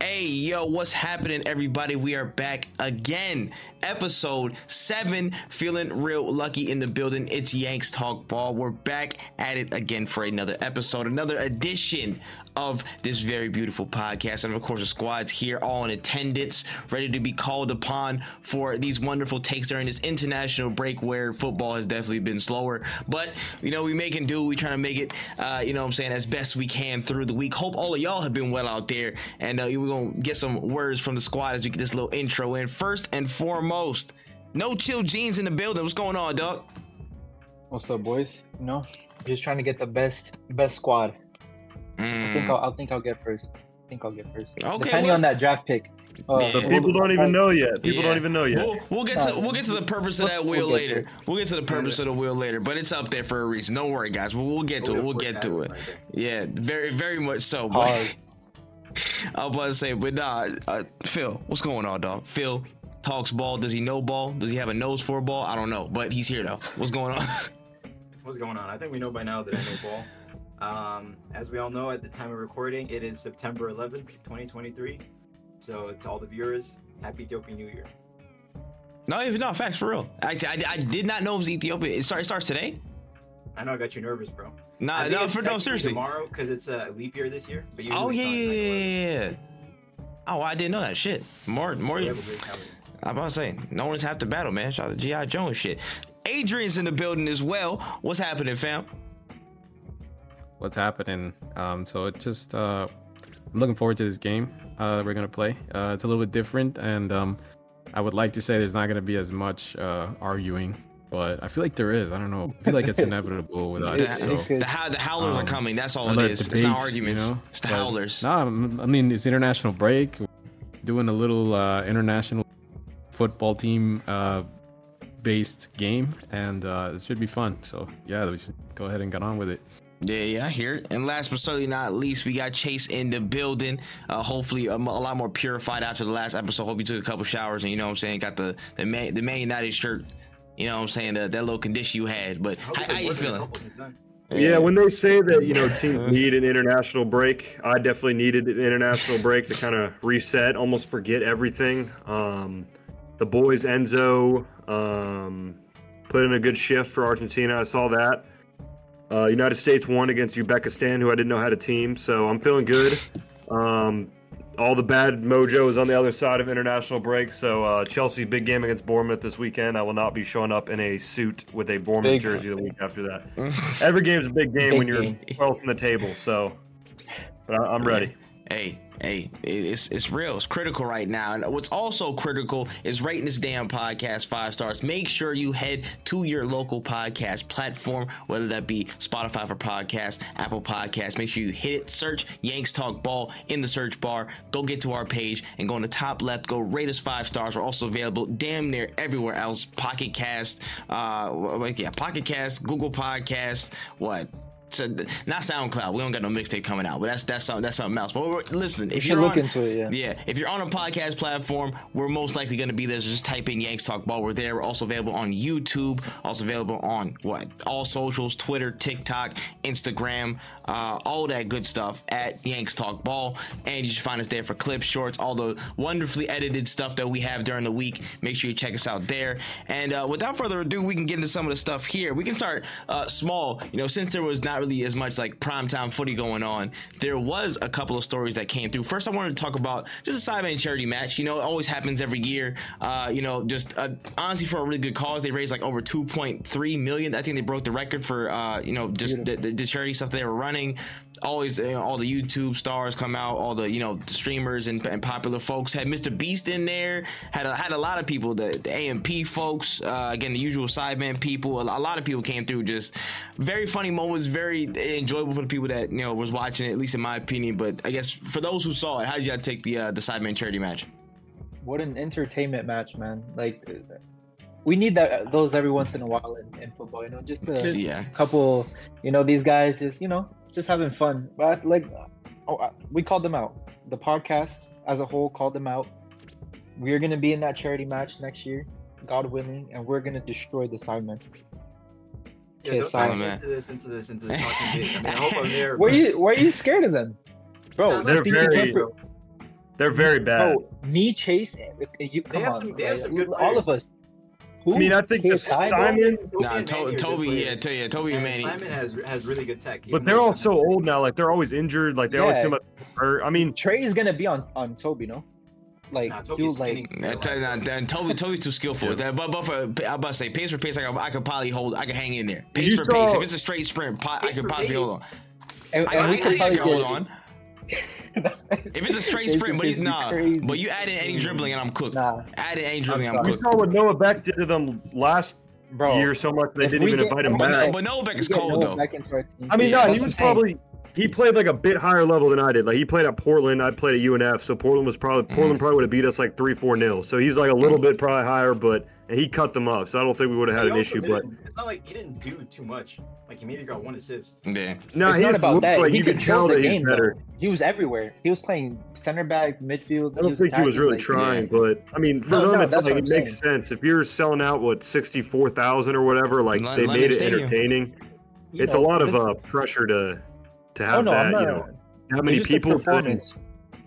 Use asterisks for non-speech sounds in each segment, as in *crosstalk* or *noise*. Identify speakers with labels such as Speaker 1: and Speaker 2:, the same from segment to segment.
Speaker 1: Hey, yo, what's happening, everybody? We are back again. Episode 7, feeling real lucky in the building. It's Yanks Talk Ball. We're back at it again for another episode, another edition of this very beautiful podcast. And of course, the squad's here, all in attendance, ready to be called upon for these wonderful takes during this international break where football has definitely been slower. But, you know, we making do. We trying to make it, uh, you know what I'm saying, as best we can through the week. Hope all of y'all have been well out there. And uh, we're going to get some words from the squad as we get this little intro in. First and foremost, no chill jeans in the building. What's going on, dog?
Speaker 2: What's up, boys? You know, just trying to get the best best squad. I
Speaker 3: Mm.
Speaker 2: think I'll, I'll think I'll get first. I think I'll get first.
Speaker 1: Okay,
Speaker 2: Depending
Speaker 1: well-
Speaker 2: on that draft pick. Uh,
Speaker 1: Yeah.
Speaker 3: The
Speaker 1: Well,
Speaker 3: people don't even know yet. People
Speaker 1: Yeah.
Speaker 3: don't even know yet.
Speaker 1: We'll, we'll get to we'll get to the purpose of that wheel
Speaker 2: We'll get to
Speaker 1: later. We'll get to the purpose of the wheel later, but it's up there for a reason. Don't worry, guys. We'll, we'll get to it. We'll get to it. Yeah, very very much so. But
Speaker 2: Pause.
Speaker 1: I was about to say, but nah, uh, Phil, what's going on, dog? Phil talks ball. Does he know ball? Does he have a nose for a ball? I don't know, but he's here though. What's going on? *laughs*
Speaker 4: What's going on? I think we know by now that I know ball. Um, as we all know, at the time of recording, it is September 11th, 2023. So to all the viewers, happy Ethiopian New Year.
Speaker 1: no, even no facts for real. Actually, I, I did not know it was Ethiopia. It, start, it starts today.
Speaker 4: I know I got you nervous, bro.
Speaker 1: Nah,
Speaker 4: I think
Speaker 1: Uh, no,
Speaker 4: it's
Speaker 1: for, no,
Speaker 4: actually
Speaker 1: seriously.
Speaker 4: Tomorrow, because it's a leap year this year. But
Speaker 1: Oh yeah,
Speaker 4: usually it's on
Speaker 1: yeah, yeah,
Speaker 4: 9/11.
Speaker 1: yeah, yeah. Oh, I didn't know that shit. More, more.
Speaker 4: We have a great calendar.
Speaker 1: I'm about to say, no one's half the battle, man. Shout out to G.I. Joe and shit. Adrian's in the building as well. What's happening, fam?
Speaker 5: what's happening. Um, so it just uh, I'm looking forward to this game uh, we're gonna play. Uh, it's a little bit different, and um, I would like to say there's not gonna be as much uh, arguing, but I feel like there is. I don't know. I feel like it's inevitable with
Speaker 1: The,
Speaker 5: us.
Speaker 2: It's-
Speaker 5: So.
Speaker 2: it's-
Speaker 1: the, how- the howlers are
Speaker 5: um,
Speaker 1: coming. That's all
Speaker 5: I know
Speaker 1: it is. it's not
Speaker 5: debates, you
Speaker 1: arguments.
Speaker 5: know,
Speaker 1: It's the
Speaker 5: but-
Speaker 1: howlers.
Speaker 5: No, I'm- I mean it's international break. Doing a little uh, international football team uh, based game, and uh, it should be fun. So yeah, we should go ahead and get on with it.
Speaker 1: Yeah, yeah, I hear it. And last but certainly not least, we got Chase in the building. Uh, hopefully, um, a, lot more purified after the last episode. Hope you took a couple showers and you know what I'm saying. Got the the Man, the Man United shirt. You know what I'm saying. The, that little condition you had. But
Speaker 4: I hope
Speaker 1: how,
Speaker 4: it's
Speaker 1: how
Speaker 4: like
Speaker 1: you
Speaker 4: more than a
Speaker 1: feeling?
Speaker 4: couple since then.
Speaker 3: Yeah, when they say that, you know, teams need an international break, I definitely needed an international break to kind of reset, almost forget everything. Um, the boys, Enzo, um, put in a good shift for Argentina. I saw that. Uh, United States won against Uzbekistan, who I didn't know had a team, so I'm feeling good. Um, all the bad mojo is on the other side of international break, so uh, Chelsea big game against Bournemouth this weekend. I will not be showing up in a suit with a Bournemouth
Speaker 2: Big-
Speaker 3: jersey the week
Speaker 2: *laughs*
Speaker 3: after that. Every game's a big game
Speaker 2: Big
Speaker 3: when you're
Speaker 2: game.
Speaker 3: 12th in the table, so but I- I'm ready.
Speaker 1: Hey, hey, it- it's it's real. It's critical right now. And what's also critical is rating this damn podcast five stars. Make sure you head to your local podcast platform, whether that be Spotify for podcasts, Apple Podcasts. Make sure you hit it, search Yanks Talk Ball in the search bar. Go get to our page and go in the top left. Go rate us five stars. We're also available damn near everywhere else. Pocket Cast, uh, like yeah, Pocket Cast, Google Podcast, what? So th- not SoundCloud. We don't got no mixtape coming out, but that's that's something that's something else. But we're, listen, if
Speaker 2: should
Speaker 1: you're
Speaker 2: look
Speaker 1: on,
Speaker 2: into it, yeah.
Speaker 1: if you're on a podcast platform, we're most likely going to be there. So just type in Yanks Talk Ball. We're there. We're also available on YouTube. Also available on what all socials: Twitter, TikTok, Instagram, uh, all that good stuff at Yanks Talk Ball. And you should find us there for clips, shorts, all the wonderfully edited stuff that we have during the week. Make sure you check us out there. And uh, without further ado, we can get into some of the stuff here. We can start uh, small. You know, since there was not really as much like primetime footy going on, there was a couple of stories that came through. First, I wanted to talk about just a Sideman charity match. You know, it always happens every year. Uh, you know, just uh, honestly for a really good cause. They raised like over 2.3 million. I think they broke the record for, uh, you know, just the, the, the charity stuff they were running always you know, all the YouTube stars come out, all the you know streamers and, and popular folks had Mr. Beast in there, had a, had a lot of people, the, the AMP folks, uh, again the usual sideman people, a, a lot of people came through. Just very funny moments, very enjoyable for the people that you know was watching it, at least in my opinion. But I guess for those who saw it, how did y'all take the uh, the sideman charity match?
Speaker 2: What an entertainment match, man! Like, uh, we need that those every once in a while in, in football. You know, just a
Speaker 1: yeah,
Speaker 2: couple. You know, these guys just you know just having fun. But like, oh, I- we called them out. The podcast as a whole called them out. We're gonna be in that charity match next year, God willing, and we're gonna destroy the Simon.
Speaker 4: Yeah,
Speaker 2: Okay,
Speaker 4: don't
Speaker 2: sorry,
Speaker 4: talk me
Speaker 1: man.
Speaker 4: into this, into this, into this
Speaker 3: *laughs*
Speaker 4: talking big. I mean, I hope I'm there.
Speaker 2: Were you were you scared of them, bro?
Speaker 4: They're
Speaker 2: Stinky
Speaker 3: very-
Speaker 2: Pepper-
Speaker 3: They're very bad.
Speaker 2: Oh, me, Chase, and- you come
Speaker 4: have
Speaker 2: on,
Speaker 4: some- they have
Speaker 2: like,
Speaker 4: some good
Speaker 2: all of us. Who?
Speaker 3: I mean, I think the
Speaker 2: KSI, bro?
Speaker 3: Simon,
Speaker 1: Nah,
Speaker 4: and Manny
Speaker 1: to-
Speaker 4: are
Speaker 1: Toby,
Speaker 4: good
Speaker 1: yeah,
Speaker 4: players.
Speaker 1: to, yeah, Toby and
Speaker 4: And
Speaker 1: Manny.
Speaker 4: Simon has has really good tech. even
Speaker 3: but they're
Speaker 4: though
Speaker 3: all
Speaker 4: he's
Speaker 3: so
Speaker 4: not-
Speaker 3: old now. Like they're always injured. Like they always
Speaker 2: Yeah.
Speaker 3: seem like or I mean,
Speaker 2: Trey's gonna be on on Toby, no? Like
Speaker 4: Nah,
Speaker 2: he
Speaker 4: Toby's
Speaker 2: was
Speaker 4: skinny.
Speaker 2: like,
Speaker 1: I tell you now, and Toby, Toby's too skillful.
Speaker 3: Yeah.
Speaker 1: That- But, but for, I'm about to say, pace for pace, I could, I could probably hold. I could hang in there. Pace
Speaker 3: You
Speaker 1: for
Speaker 3: saw-
Speaker 1: pace. If it's a straight sprint, po- I
Speaker 4: Pace
Speaker 1: could
Speaker 4: for
Speaker 1: possibly
Speaker 4: pace?
Speaker 1: hold on.
Speaker 2: and,
Speaker 1: I,
Speaker 2: and
Speaker 1: I,
Speaker 2: we
Speaker 1: I,
Speaker 2: could
Speaker 1: I
Speaker 2: probably
Speaker 1: could hold
Speaker 2: get
Speaker 1: on.
Speaker 2: *laughs*
Speaker 1: If it's a straight
Speaker 2: Pace for
Speaker 1: sprint, but
Speaker 2: pace
Speaker 1: he's
Speaker 2: be
Speaker 1: nah.
Speaker 2: crazy. Mm.
Speaker 1: But you add in any dribbling and I'm cooked.
Speaker 2: Nah,
Speaker 1: Add in any dribbling, I'm,
Speaker 2: sorry.
Speaker 3: we
Speaker 1: cooked.
Speaker 3: saw what Noah Beck did to them last
Speaker 2: bro.
Speaker 3: year so much they
Speaker 2: If
Speaker 3: didn't
Speaker 2: we
Speaker 3: even
Speaker 2: get-
Speaker 3: invite him
Speaker 1: But,
Speaker 2: But
Speaker 1: no,
Speaker 2: like-
Speaker 3: back.
Speaker 1: but Noah Beck
Speaker 2: we
Speaker 1: is
Speaker 2: get
Speaker 1: cold
Speaker 2: Noah
Speaker 1: though.
Speaker 2: Back into our team.
Speaker 3: I mean,
Speaker 1: Yeah,
Speaker 3: no,
Speaker 2: that's
Speaker 3: he was
Speaker 2: what I'm saying.
Speaker 3: probably he played like a bit higher level than I did. Like he played at Portland, I played at UNF, so Portland was probably
Speaker 1: Mm.
Speaker 3: Portland probably would have beat us like three four nil. So he's like a little bit probably higher, but and he cut them up. So I don't think we would have had
Speaker 4: He
Speaker 3: an
Speaker 4: also
Speaker 3: issue. But
Speaker 4: didn't- it's not like he didn't do too much. Like he maybe got one assist.
Speaker 1: Yeah.
Speaker 3: no,
Speaker 2: it's
Speaker 3: he
Speaker 2: not about
Speaker 3: looks
Speaker 2: that.
Speaker 3: Like
Speaker 2: he
Speaker 3: you
Speaker 2: could
Speaker 3: can tell
Speaker 2: tell the
Speaker 3: that he's
Speaker 2: game.
Speaker 3: better.
Speaker 2: Though. He was everywhere. He was playing center back, midfield.
Speaker 3: I don't think he was really trying, but I mean, for
Speaker 2: No,
Speaker 3: them,
Speaker 2: no,
Speaker 3: it's
Speaker 2: that's
Speaker 3: like
Speaker 2: what
Speaker 3: it
Speaker 2: I'm
Speaker 3: makes sense. If you're selling out what sixty four thousand or whatever, like
Speaker 1: Lon-
Speaker 3: they
Speaker 1: London
Speaker 3: made it
Speaker 1: Stadium.
Speaker 3: entertaining. It's a lot of uh, pressure to to have
Speaker 2: Oh no,
Speaker 3: that.
Speaker 2: I'm not.
Speaker 3: you know, how many
Speaker 2: it's just the
Speaker 3: people couldn't
Speaker 2: performance.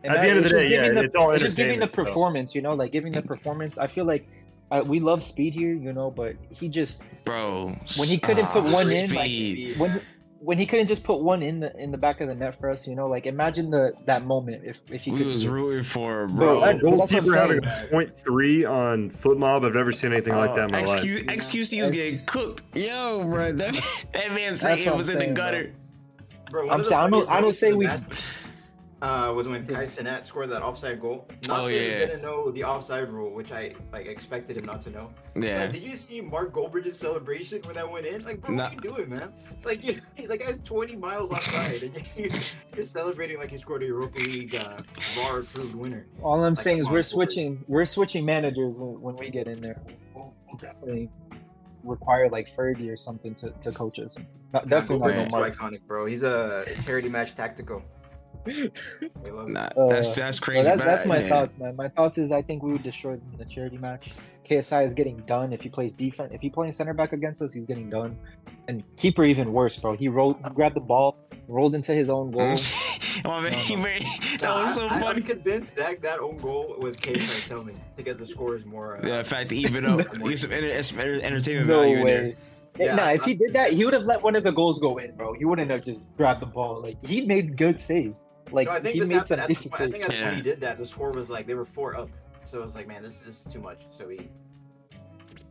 Speaker 3: At the end of the day, yeah,
Speaker 2: the,
Speaker 3: it's all
Speaker 2: it's just giving the
Speaker 3: entertainment, so.
Speaker 2: performance. You know, like giving the performance. I feel like uh, we love speed here, you know, but he just
Speaker 1: Bro.
Speaker 2: When he couldn't put
Speaker 1: ah,
Speaker 2: one in, like-
Speaker 1: speed.
Speaker 4: Maybe-
Speaker 2: when when he couldn't just put one in the in the back of the net for us. You know, like imagine the that moment if if he
Speaker 1: we
Speaker 2: could.
Speaker 1: was rooting for him,
Speaker 2: Bro,
Speaker 1: bro.
Speaker 3: That
Speaker 2: That's what I'm
Speaker 3: goalkeeper had a
Speaker 4: saying.
Speaker 3: point three on foot mob. I've never seen anything like that in my life.
Speaker 1: Oh, Excuse, excuse, he was getting cooked. Yo, bro, that, *laughs* that man's
Speaker 2: That's
Speaker 1: brain
Speaker 2: what I'm
Speaker 1: was in the
Speaker 2: saying, bro.
Speaker 1: gutter.
Speaker 4: Bro, one
Speaker 2: I'm
Speaker 4: of the
Speaker 2: saying, I don't
Speaker 4: funniest
Speaker 2: I don't
Speaker 4: moments
Speaker 2: say
Speaker 4: in the
Speaker 2: we.
Speaker 4: match uh, was when Kai Sinat scored that offside goal. Not
Speaker 1: Oh,
Speaker 4: that he
Speaker 1: yeah.
Speaker 4: didn't know the offside rule, which I like expected him not to know.
Speaker 1: Yeah.
Speaker 4: Like,
Speaker 2: Uh,
Speaker 4: did you see Mark Goldbridge's celebration when that went in? Like, bro,
Speaker 1: Nah.
Speaker 4: what are you doing, man? Like, *laughs* you, that guy's 20 miles offside, and *laughs* you, you're celebrating like he scored a Europa League uh, VAR-approved winner.
Speaker 2: All I'm
Speaker 4: Like,
Speaker 2: saying is
Speaker 4: come
Speaker 2: we're
Speaker 4: on, forward.
Speaker 2: switching. We're switching managers when, when we get in there. We'll, we'll definitely require like Fergie or something to, to coach us. Not, definitely
Speaker 1: Goldberg
Speaker 2: not
Speaker 4: Goldbridge
Speaker 2: no
Speaker 4: is
Speaker 2: Mark.
Speaker 4: too iconic, bro. He's a charity
Speaker 1: *laughs*
Speaker 4: match tactical. We love it.
Speaker 1: Nah,
Speaker 2: Uh,
Speaker 1: that's that's
Speaker 2: Well,
Speaker 1: crazy.
Speaker 2: that,
Speaker 1: but
Speaker 2: that's my
Speaker 1: yeah.
Speaker 2: thoughts, man. My thoughts is I think we would destroy them in the charity match. KSI is getting done if he plays defense. If he plays center back against us, he's getting done. And keeper even worse, bro. He rolled, he grabbed the ball, rolled into his own *laughs* goal.
Speaker 1: *laughs* My man,
Speaker 2: No,
Speaker 1: he
Speaker 2: no.
Speaker 1: made- that
Speaker 4: Nah,
Speaker 1: was so
Speaker 2: *laughs*
Speaker 4: I- I,
Speaker 1: funny.
Speaker 4: am convinced that that own goal was Kate selling to get the scores more. Uh,
Speaker 1: Yeah, in fact, even
Speaker 2: *laughs*
Speaker 1: up,
Speaker 4: No.
Speaker 1: get some enter- some enter- entertainment
Speaker 2: no
Speaker 1: value in there.
Speaker 2: way.
Speaker 4: Yeah,
Speaker 2: nah,
Speaker 4: I-
Speaker 2: if he did that, he would have let one of the goals go in, bro. He wouldn't have just grabbed the ball. Like he made good saves. Like
Speaker 4: no, I think
Speaker 2: he
Speaker 4: this
Speaker 2: made
Speaker 4: happened
Speaker 2: some
Speaker 4: at the
Speaker 2: decent
Speaker 4: point. I
Speaker 2: saves.
Speaker 4: think that's
Speaker 1: Yeah.
Speaker 4: when he did that. The score was like they were four up, so I was like, man, this, this is too much. So he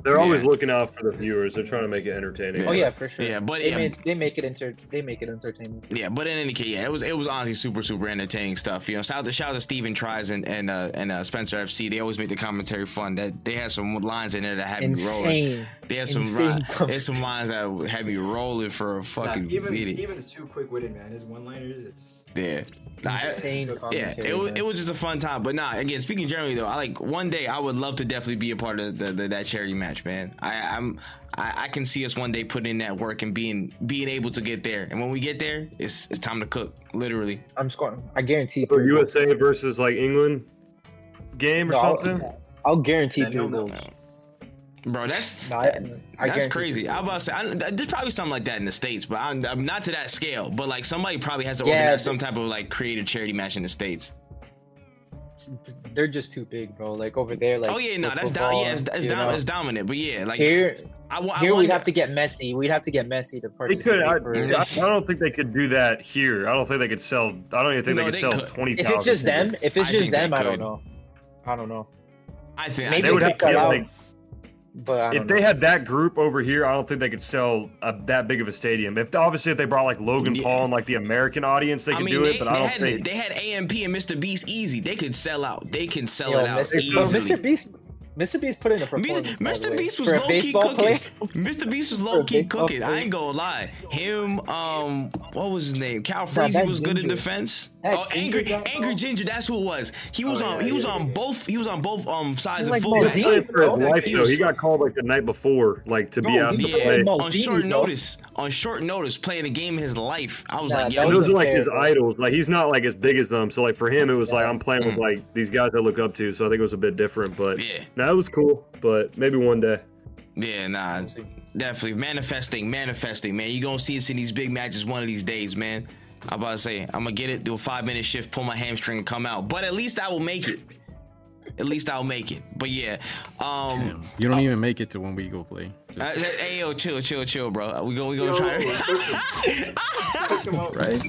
Speaker 3: They're always
Speaker 1: Yeah.
Speaker 3: looking out for the viewers. They're trying to make it entertaining.
Speaker 2: Oh yeah, for sure.
Speaker 1: Yeah, but
Speaker 2: they,
Speaker 1: yeah,
Speaker 2: made, they make it enter. They make it entertaining.
Speaker 1: yeah, but in any case, yeah, it was it was honestly super super entertaining stuff. You know, shout out to shout out to Steven Tries and and uh, and uh, Spencer FC. They always make the commentary fun. That they had some lines in there that had me rolling.
Speaker 2: Insane.
Speaker 1: They had some
Speaker 2: Insane
Speaker 1: ri-
Speaker 2: comment.
Speaker 1: there's some lines that had me rolling for a
Speaker 4: nah,
Speaker 1: fucking
Speaker 4: Steven,
Speaker 1: idiot.
Speaker 4: Steven's too quick witted, man. His one
Speaker 1: *laughs*
Speaker 4: liners, it's
Speaker 1: Yeah. Nah, I-
Speaker 2: Insane
Speaker 1: yeah,
Speaker 2: commentary.
Speaker 1: it was,
Speaker 2: man.
Speaker 1: it was just a fun time. But nah, again, speaking generally though, I like one day I would love to definitely be a part of the, the, that charity match, man. I, I'm I, I can see us one day putting in that work and being being able to get there. And when we get there, it's it's time to cook, literally.
Speaker 2: I'm scoring. I guarantee.
Speaker 3: So
Speaker 2: three goals.
Speaker 3: USA versus like England game or
Speaker 2: No, I'll-
Speaker 3: something.
Speaker 2: I'll guarantee
Speaker 4: Yeah,
Speaker 2: three
Speaker 4: no, no.
Speaker 2: goals.
Speaker 1: Bro, that's
Speaker 2: No, I- I
Speaker 1: that's
Speaker 2: guarantee
Speaker 1: crazy.
Speaker 2: three
Speaker 1: I'm
Speaker 2: goals.
Speaker 1: about to say I, th- there's probably something like that in the states, but I'm, I'm not to that scale. But like somebody probably has to
Speaker 2: Yeah,
Speaker 1: organize
Speaker 2: but-
Speaker 1: some type of like creative charity match in the states.
Speaker 2: They're just too big, bro. Like over there, like
Speaker 1: oh yeah, no,
Speaker 2: for
Speaker 1: that's down.
Speaker 2: football,
Speaker 1: Yeah, it's, it's
Speaker 2: you
Speaker 1: down.
Speaker 2: know.
Speaker 1: It's dominant. But yeah, like
Speaker 2: Here,
Speaker 1: I, wa- I
Speaker 2: here we'd
Speaker 1: wonder-
Speaker 2: have to get messy. We'd have to get messy to
Speaker 3: They
Speaker 2: participate.
Speaker 3: could. I,
Speaker 2: for-
Speaker 3: I, I don't think they could do that here. I don't think they could sell. I don't even think
Speaker 1: No,
Speaker 3: they could
Speaker 1: they
Speaker 3: sell
Speaker 1: could.
Speaker 3: twenty
Speaker 2: if
Speaker 3: thousand.
Speaker 2: it's just them, if it's
Speaker 1: I
Speaker 2: just
Speaker 1: think they
Speaker 2: them, I don't
Speaker 1: could.
Speaker 2: know. I don't know.
Speaker 1: I think
Speaker 2: Maybe
Speaker 3: they would
Speaker 2: they
Speaker 3: have
Speaker 2: could
Speaker 3: to get
Speaker 2: sell
Speaker 3: like
Speaker 2: out, But I don't
Speaker 3: if
Speaker 2: know.
Speaker 3: they had that group over here, I don't think they could sell a, that big of a stadium. If obviously if they brought like Logan
Speaker 1: Yeah.
Speaker 3: Paul and like the American audience, they could do
Speaker 1: they,
Speaker 3: it. But I
Speaker 1: they
Speaker 3: don't
Speaker 1: had,
Speaker 3: think
Speaker 1: they had AMP and Mr. Beast easy. They could sell out. They can sell
Speaker 2: Yo,
Speaker 1: it out
Speaker 2: Mr. Bro, Mr.
Speaker 1: easily.
Speaker 2: Beast, Mr. Beast put in a performance. by the
Speaker 1: Mr.
Speaker 2: way.
Speaker 1: Beast was
Speaker 2: For a
Speaker 1: low-key
Speaker 2: baseball
Speaker 1: cooking.
Speaker 2: player,
Speaker 1: Mr. Beast was
Speaker 2: For
Speaker 1: low
Speaker 2: a
Speaker 1: key
Speaker 2: baseball
Speaker 1: cooking. I
Speaker 2: player.
Speaker 1: ain't gonna lie. Him, um, what was his name? Cal
Speaker 2: Nah,
Speaker 1: Freezy
Speaker 2: that
Speaker 1: was good in
Speaker 2: ginger.
Speaker 1: defense.
Speaker 2: That
Speaker 1: oh, angry,
Speaker 2: ginger guy,
Speaker 1: angry
Speaker 4: bro.
Speaker 1: ginger. That's who it was. He was
Speaker 4: Oh,
Speaker 1: on.
Speaker 4: yeah,
Speaker 1: he was
Speaker 4: yeah,
Speaker 1: on
Speaker 4: yeah.
Speaker 1: both. He was on both um sides
Speaker 2: He's
Speaker 1: of
Speaker 2: like
Speaker 1: fullback.
Speaker 2: Maldini.
Speaker 3: He played for his
Speaker 2: Bro,
Speaker 3: life
Speaker 1: he
Speaker 3: though.
Speaker 1: was-
Speaker 3: He got called like the night before, like to be
Speaker 2: Bro,
Speaker 3: asked
Speaker 2: he
Speaker 3: to
Speaker 2: played
Speaker 3: play.
Speaker 2: Maldini,
Speaker 1: on short
Speaker 2: bro.
Speaker 1: notice, on short notice, playing a game of his life. I was
Speaker 2: Nah,
Speaker 1: like,
Speaker 2: that
Speaker 1: yo,
Speaker 3: And
Speaker 2: was
Speaker 3: those are like his
Speaker 2: unfair, bro.
Speaker 3: idols. Like he's not like as big as them. So like for him, it was like I'm playing with
Speaker 1: Mm.
Speaker 3: like these guys I look up to. So I think it was a bit different. But
Speaker 1: yeah,
Speaker 3: no, it was cool. But maybe one day.
Speaker 1: yeah, nah, definitely manifesting, manifesting, man. You gonna see us in these big matches one of these days, man. I'm about to say, I'm gonna get it, do a five minute shift, pull my hamstring, and come out. But at least I will make it. At least I'll make it. But yeah, um,
Speaker 5: You don't even make it to when we go play. Just-
Speaker 1: uh, hey yo, chill, chill, chill, bro. We go, we go
Speaker 4: Yo,
Speaker 1: try.
Speaker 4: *laughs* Check them out.
Speaker 5: right?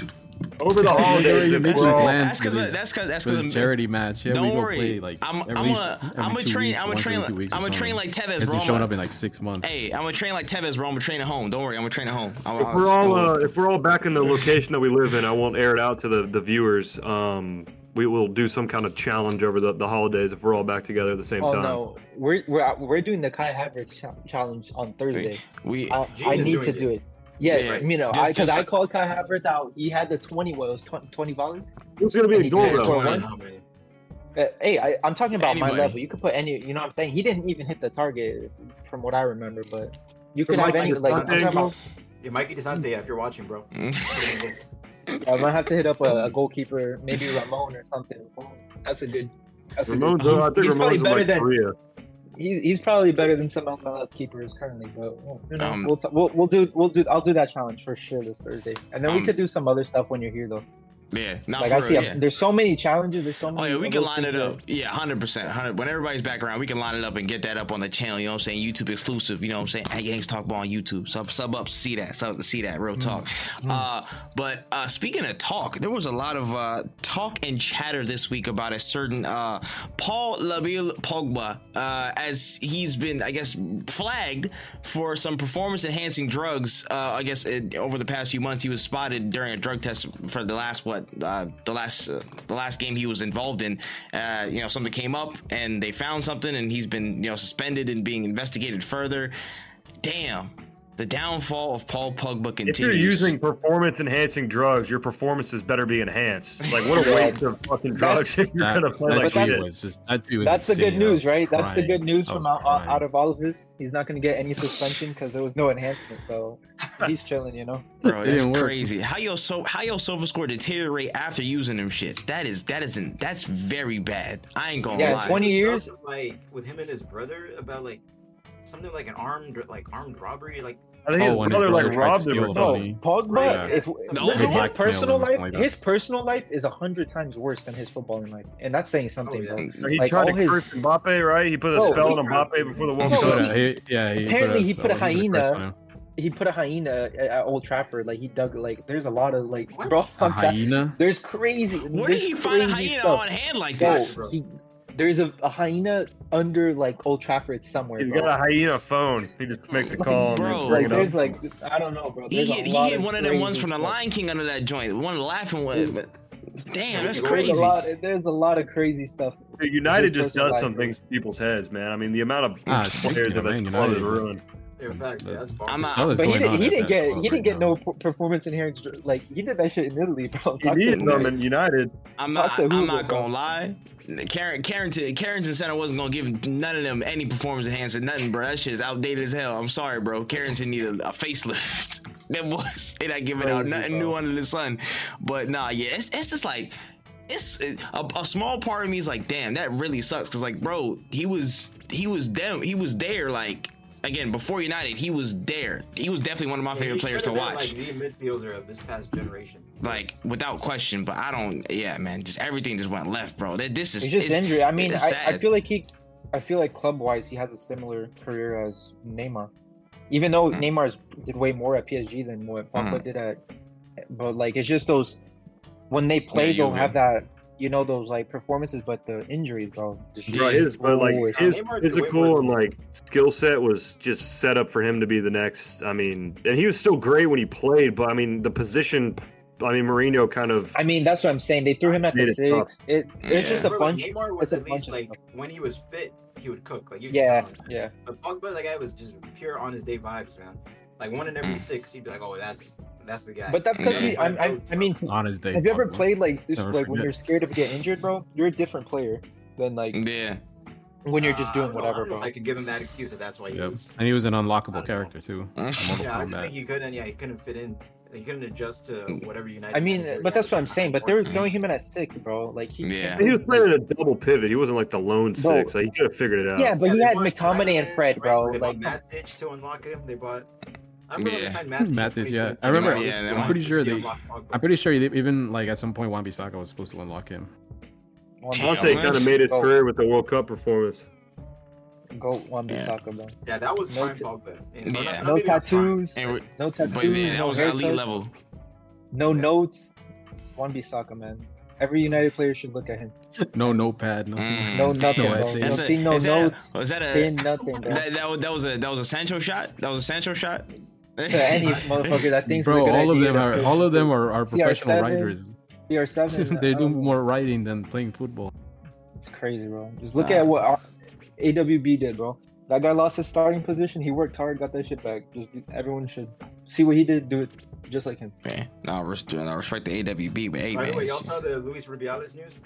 Speaker 3: Over the holidays, if
Speaker 5: makes
Speaker 3: we're
Speaker 5: it
Speaker 3: all-
Speaker 5: land.
Speaker 1: that's because that's because that's
Speaker 5: So it's a
Speaker 1: because
Speaker 5: charity match. Yeah, we
Speaker 1: Don't
Speaker 5: go
Speaker 1: worry.
Speaker 5: play like
Speaker 1: I'm-
Speaker 5: every,
Speaker 1: I'm
Speaker 5: s-
Speaker 1: a-
Speaker 5: every
Speaker 1: I'm a
Speaker 5: two
Speaker 1: train-
Speaker 5: weeks,
Speaker 1: I'm a
Speaker 5: once every
Speaker 1: train-
Speaker 5: two weeks
Speaker 1: I'm
Speaker 5: or
Speaker 1: a train
Speaker 5: something.
Speaker 1: like Tevez,
Speaker 5: It's been
Speaker 1: bro. I'm
Speaker 5: showing
Speaker 1: a-
Speaker 5: up in like six months.
Speaker 1: Hey, I'm gonna train like Tevez, bro. I'm gonna train at home. Don't worry, I'm gonna train at home. I'm,
Speaker 3: If we're all uh, if we're all back in the location that we live in, I won't air it out to the the viewers. Um, we will do some kind of challenge over the, the holidays if we're all back together at the same
Speaker 2: Oh
Speaker 3: time.
Speaker 2: no, we're we're we're doing the Kai Havertz cha- challenge on Thursday.
Speaker 1: we *laughs*
Speaker 2: I,
Speaker 4: Gene
Speaker 2: I
Speaker 4: is
Speaker 2: need
Speaker 4: doing
Speaker 2: to
Speaker 4: it.
Speaker 2: do it. Yes,
Speaker 1: Yeah,
Speaker 2: you know,
Speaker 1: just-
Speaker 2: because I, 'cause I
Speaker 1: just-
Speaker 2: called Kai Havertz out. He had the twenty was twenty, 20 volleys.
Speaker 3: Who's gonna be
Speaker 2: And
Speaker 3: a
Speaker 2: he
Speaker 3: goal
Speaker 2: passed
Speaker 3: though?
Speaker 4: I don't
Speaker 2: one.
Speaker 4: know how many.
Speaker 2: Uh, hey, I, I'm talking about
Speaker 1: Anybody.
Speaker 2: my level. You could put any. You know what I'm saying? He didn't even hit the target, from what I remember. But you
Speaker 3: For
Speaker 2: could have
Speaker 3: Mikey
Speaker 2: any. Like I'm talking
Speaker 3: DeSante?
Speaker 2: about,
Speaker 4: Yeah, Mikey DeSante, yeah, if you're
Speaker 1: *laughs*
Speaker 4: watching, bro. Put him in.
Speaker 2: I might have to hit up a, a goalkeeper, maybe Ramon or something. That's a good. That's
Speaker 3: Ramon's,
Speaker 2: a good.
Speaker 3: uh, I think
Speaker 2: he's probably
Speaker 3: Ramon's in
Speaker 2: better
Speaker 3: like
Speaker 2: than.
Speaker 3: Korea.
Speaker 2: He's, he's probably better than some MLS keepers currently, but you know,
Speaker 1: Um,
Speaker 2: we'll, t- we'll we'll do we'll do I'll do that challenge for sure this Thursday, and then
Speaker 1: Um,
Speaker 2: we could do some other stuff when you're here though.
Speaker 1: yeah, not
Speaker 2: Like
Speaker 1: for
Speaker 2: I see,
Speaker 1: real,
Speaker 2: a-
Speaker 1: yeah.
Speaker 2: there's so many challenges. There's so
Speaker 1: Oh
Speaker 2: many.
Speaker 1: yeah, we
Speaker 2: of
Speaker 1: can
Speaker 2: those
Speaker 1: line it
Speaker 2: things that-
Speaker 1: up. Yeah, hundred percent, hundred. When everybody's back around, we can line it up and get that up on the channel. You know what I'm saying? YouTube exclusive. You know what I'm saying? Hey, Yanks Talk Ball on YouTube. Sub sub up, see that, sub see that, real talk. Uh, but uh, speaking of talk, there was a lot of uh, talk and chatter this week about a certain uh, Paul Labille Pogba, uh, as he's been, I guess, flagged for some performance enhancing drugs. Uh, I guess it, over the past few months, he was spotted during a drug test for the last what uh, the last uh, the last game he was involved in. Uh, you know, something came up and they found something, and he's been you know suspended and being investigated further. Damn. The downfall of Paul Pogba continues.
Speaker 3: If you're using performance enhancing drugs, your performances better
Speaker 2: *laughs*
Speaker 3: be enhanced. Like what a
Speaker 2: Yeah.
Speaker 3: waste of fucking drugs
Speaker 2: That's-
Speaker 3: if you're
Speaker 5: That,
Speaker 3: gonna play
Speaker 5: that
Speaker 3: like
Speaker 5: tweet
Speaker 3: shit.
Speaker 5: was just that tweet was
Speaker 2: That's the
Speaker 5: insane.
Speaker 2: good
Speaker 5: I
Speaker 2: news,
Speaker 5: was
Speaker 2: right? That's the
Speaker 5: crying.
Speaker 2: good news
Speaker 5: I
Speaker 2: from
Speaker 5: was
Speaker 2: out,
Speaker 5: crying.
Speaker 2: out of all of this. He's not going to get any suspension because there was no enhancement,
Speaker 1: *laughs*
Speaker 2: so he's chilling. You know,
Speaker 1: Bro,
Speaker 5: It
Speaker 1: that's
Speaker 5: didn't work.
Speaker 1: crazy. How your so how your silver score deteriorate after using them shits? That is that isn't that's very bad. I ain't gonna
Speaker 2: Yeah,
Speaker 1: lie.
Speaker 2: 20 years?
Speaker 4: Like with him and his brother about like something like an armed like armed robbery. Like
Speaker 3: I think his
Speaker 5: Oh, and his
Speaker 3: brother
Speaker 5: brother
Speaker 3: like
Speaker 5: tried to
Speaker 3: robbed him
Speaker 5: steal
Speaker 3: or
Speaker 5: the
Speaker 3: something.
Speaker 2: no,
Speaker 5: Tony.
Speaker 2: Pogba.
Speaker 4: Right.
Speaker 2: If
Speaker 4: No,
Speaker 2: listen,
Speaker 1: they
Speaker 2: his
Speaker 1: blackmailed
Speaker 2: personal
Speaker 5: him
Speaker 2: life,
Speaker 5: like that.
Speaker 2: his personal life is a hundred times worse than his footballing life, and that's saying something.
Speaker 4: yeah.
Speaker 2: bro.
Speaker 3: He
Speaker 2: Like,
Speaker 3: tried to
Speaker 2: all his- Oh,
Speaker 3: curse Mbappe, right? He put a
Speaker 2: No,
Speaker 3: spell
Speaker 4: he-
Speaker 3: on Mbappe before the World
Speaker 2: No,
Speaker 3: Cup.
Speaker 5: Yeah, he- yeah, he
Speaker 2: apparently he put a
Speaker 5: spell on him, he
Speaker 2: hyena-
Speaker 5: pressed on him.
Speaker 2: He put a hyena at, at Old Trafford. Like he dug. Like there's a lot of like,
Speaker 4: What?
Speaker 2: bro.
Speaker 5: A
Speaker 2: I'm sorry.
Speaker 5: hyena.
Speaker 2: There's crazy.
Speaker 1: Where did
Speaker 2: there's
Speaker 1: he find a
Speaker 2: crazy
Speaker 1: hyena
Speaker 2: stuff.
Speaker 1: on hand like
Speaker 2: Bro,
Speaker 1: this?
Speaker 4: bro.
Speaker 2: he, there's a, a hyena under like Old Trafford somewhere.
Speaker 3: He's
Speaker 2: bro.
Speaker 3: got a hyena phone. He just makes a call. and
Speaker 1: Bro.
Speaker 3: bring
Speaker 2: like
Speaker 3: it up.
Speaker 2: there's like I don't know, bro.
Speaker 1: He
Speaker 2: There's a
Speaker 1: hit he
Speaker 2: lot
Speaker 1: hit one of them
Speaker 2: crazy
Speaker 1: ones from the
Speaker 2: stuff.
Speaker 1: Lion King under that joint. One laughing one. but- Damn, that's
Speaker 4: There's
Speaker 2: There's
Speaker 1: crazy.
Speaker 2: a lot. There's a lot of crazy stuff.
Speaker 3: Dude, United
Speaker 2: His
Speaker 3: just
Speaker 2: personal
Speaker 3: does some
Speaker 2: life.
Speaker 3: things to people's heads, man. I mean, the amount of
Speaker 5: Ah,
Speaker 3: players
Speaker 5: speaking
Speaker 3: that
Speaker 5: of
Speaker 3: this
Speaker 5: Man
Speaker 3: club is
Speaker 5: United.
Speaker 3: ruined.
Speaker 4: yeah, facts. Yeah, that's
Speaker 1: I'm
Speaker 4: bombs.
Speaker 1: not-
Speaker 5: Still is
Speaker 2: But he
Speaker 5: going
Speaker 2: didn't.
Speaker 5: on
Speaker 2: He
Speaker 5: at
Speaker 2: didn't
Speaker 5: that
Speaker 2: get.
Speaker 5: club
Speaker 2: He
Speaker 5: right
Speaker 2: didn't get
Speaker 5: now.
Speaker 2: no per- performance enhanced. dr- Like he did that shit in Italy, bro.
Speaker 3: He
Speaker 2: Talk to
Speaker 3: needed
Speaker 2: me.
Speaker 3: them in United.
Speaker 1: I'm
Speaker 2: Talk
Speaker 1: not.
Speaker 2: to
Speaker 1: I'm
Speaker 2: Hoover,
Speaker 1: not
Speaker 2: bro.
Speaker 1: gonna lie. Karen, Carrington, Carrington Center wasn't gonna give none of them any performance enhancement, nothing, bro. That shit's outdated as hell. I'm sorry, bro. Carrington needed a facelift. *laughs* That was they not giving out
Speaker 2: Crazy,
Speaker 1: nothing new
Speaker 2: bro.
Speaker 1: under the sun. But nah, yeah, it's it's just like it's it- a, a small part of me is like, damn, that really sucks. Cause like, bro, he was he was them, he was there. Like again, before United, he was there. He was definitely one of my
Speaker 4: Yeah,
Speaker 1: favorite
Speaker 4: he
Speaker 1: players to
Speaker 4: should've been,
Speaker 1: watch
Speaker 4: Like the midfielder of this past generation.
Speaker 1: like without question. But I don't. Yeah, man, just everything just went left, bro. That this is
Speaker 2: It's just
Speaker 1: it's-
Speaker 2: injury. I mean,
Speaker 1: it's
Speaker 2: I, I
Speaker 1: sad.
Speaker 2: feel like he. I feel like club wise, he has a similar career as Neymar. Even though
Speaker 1: Mm.
Speaker 2: Neymar's did way more at PSG than what Pogba
Speaker 1: Mm.
Speaker 2: did at, but like it's just those when they play,
Speaker 1: Yeah,
Speaker 2: they'll
Speaker 1: Juve.
Speaker 2: have that you know those like performances, but the injuries, bro. just-
Speaker 3: Bro, his, but like
Speaker 2: Ooh,
Speaker 3: his
Speaker 4: Neymar did way
Speaker 3: physical
Speaker 4: more
Speaker 3: and
Speaker 4: than-
Speaker 3: like skill set was just set up for him to be the next. I mean, and he was still great when he played, but I mean, the position. I mean, Mourinho kind of.
Speaker 2: I mean, that's what I'm saying. They threw him at
Speaker 3: Made
Speaker 2: the
Speaker 3: it tough.
Speaker 2: six. It, it's
Speaker 1: Yeah.
Speaker 2: just a
Speaker 4: Bro,
Speaker 2: bunch.
Speaker 4: Like, Neymar
Speaker 2: it's
Speaker 4: was
Speaker 2: a
Speaker 4: at least
Speaker 2: bunch of
Speaker 4: like
Speaker 2: stuff.
Speaker 4: when he was fit, he would cook. Like you could
Speaker 2: Yeah,
Speaker 4: tell him.
Speaker 2: yeah.
Speaker 4: But Pogba, that guy was just pure on his day vibes, man. Like one in every
Speaker 1: Mm.
Speaker 4: six, he'd be like, "Oh, that's that's the guy."
Speaker 2: But that's because he. I'm, I'm, I mean,
Speaker 5: Honest day.
Speaker 2: have you ever
Speaker 5: Pogba.
Speaker 2: played like this?
Speaker 5: Never
Speaker 2: Like when
Speaker 5: forget.
Speaker 2: you're scared of getting injured, bro, you're a different player than
Speaker 1: *laughs*
Speaker 2: like
Speaker 1: Yeah,
Speaker 2: when you're just
Speaker 4: Uh, I
Speaker 2: doing
Speaker 4: don't know, I
Speaker 2: whatever,
Speaker 4: don't know
Speaker 2: bro.
Speaker 4: if I could give him that excuse that that's why he
Speaker 5: Yep.
Speaker 4: was.
Speaker 5: And he was an unlockable
Speaker 4: don't
Speaker 5: character too.
Speaker 1: Mm.
Speaker 4: Yeah, I
Speaker 5: Mortal
Speaker 4: just
Speaker 5: Kombat.
Speaker 4: think he couldn't. Yeah, he couldn't fit in. He couldn't adjust to whatever United.
Speaker 2: I mean,
Speaker 4: manager
Speaker 2: but that's what I'm
Speaker 4: had.
Speaker 2: saying. But they were
Speaker 1: Mhm.
Speaker 2: throwing him in at six, bro. Like he.
Speaker 1: Yeah.
Speaker 3: He was playing in a double pivot. He wasn't like the lone
Speaker 2: Bro.
Speaker 3: six. Like he could have figured it out.
Speaker 2: Yeah, but
Speaker 4: Yeah,
Speaker 2: he
Speaker 4: they
Speaker 2: had
Speaker 4: bought
Speaker 2: McTominay and
Speaker 4: Fred,
Speaker 2: Fred, bro.
Speaker 4: They
Speaker 2: Like,
Speaker 4: bought Matic to unlock him. They bought I'm pretty
Speaker 1: Yeah.
Speaker 4: signed Matic. in
Speaker 5: Matic, yeah.
Speaker 4: 2017.
Speaker 5: I remember.
Speaker 1: Yeah, that
Speaker 5: I'm
Speaker 1: one.
Speaker 5: pretty sure
Speaker 4: Steal
Speaker 5: they.
Speaker 4: Mark Pogba.
Speaker 5: I'm pretty sure they even like at some point Wan Bissaka was supposed to unlock him.
Speaker 1: Damn,
Speaker 3: Conte
Speaker 1: man.
Speaker 3: kind of made his
Speaker 2: Oh.
Speaker 3: career with the World Cup performance.
Speaker 2: Go Wan
Speaker 1: Yeah.
Speaker 2: Bissaka, bro.
Speaker 4: Yeah, that was
Speaker 2: No
Speaker 4: prime
Speaker 2: t-
Speaker 4: Pogba.
Speaker 1: Yeah.
Speaker 4: not- not
Speaker 2: No
Speaker 4: maybe not prime.
Speaker 2: tattoos.
Speaker 1: And we-
Speaker 2: No
Speaker 1: but yeah,
Speaker 2: tattoos.
Speaker 1: that
Speaker 2: No
Speaker 1: was elite
Speaker 2: haircuts.
Speaker 1: level.
Speaker 2: No notes. Wan Bissaka, man. Every United player should look at him.
Speaker 5: No notepad. No.
Speaker 1: Mm.
Speaker 2: No
Speaker 1: Damn,
Speaker 2: nothing, bro.
Speaker 5: I see.
Speaker 2: Don't
Speaker 1: That's a-
Speaker 2: see no
Speaker 1: is that-
Speaker 2: notes.
Speaker 1: Was that a
Speaker 2: Thin nothing, bro.
Speaker 1: that, that was- that was a that was a Sancho shot? That was a Sancho shot. *laughs*
Speaker 2: to any motherfucker that thinks it's a
Speaker 5: Bro,
Speaker 2: good
Speaker 5: all of
Speaker 2: idea
Speaker 5: them
Speaker 2: to
Speaker 5: are
Speaker 2: push
Speaker 5: all of them are, are professional
Speaker 2: CR7.
Speaker 5: writers.
Speaker 2: CR7.
Speaker 5: *laughs* they do
Speaker 2: um,
Speaker 5: more writing than playing football.
Speaker 2: It's crazy, bro. Just look
Speaker 1: Nah.
Speaker 2: at what our- AWB did, bro. That guy lost his starting position. He worked hard, got that shit back. Just everyone should see what he did. Do it just like him.
Speaker 1: Man, no, res- no, respect the AWB, but hey,
Speaker 4: By
Speaker 1: man.
Speaker 4: the way, y'all saw the Luis Rubiales news?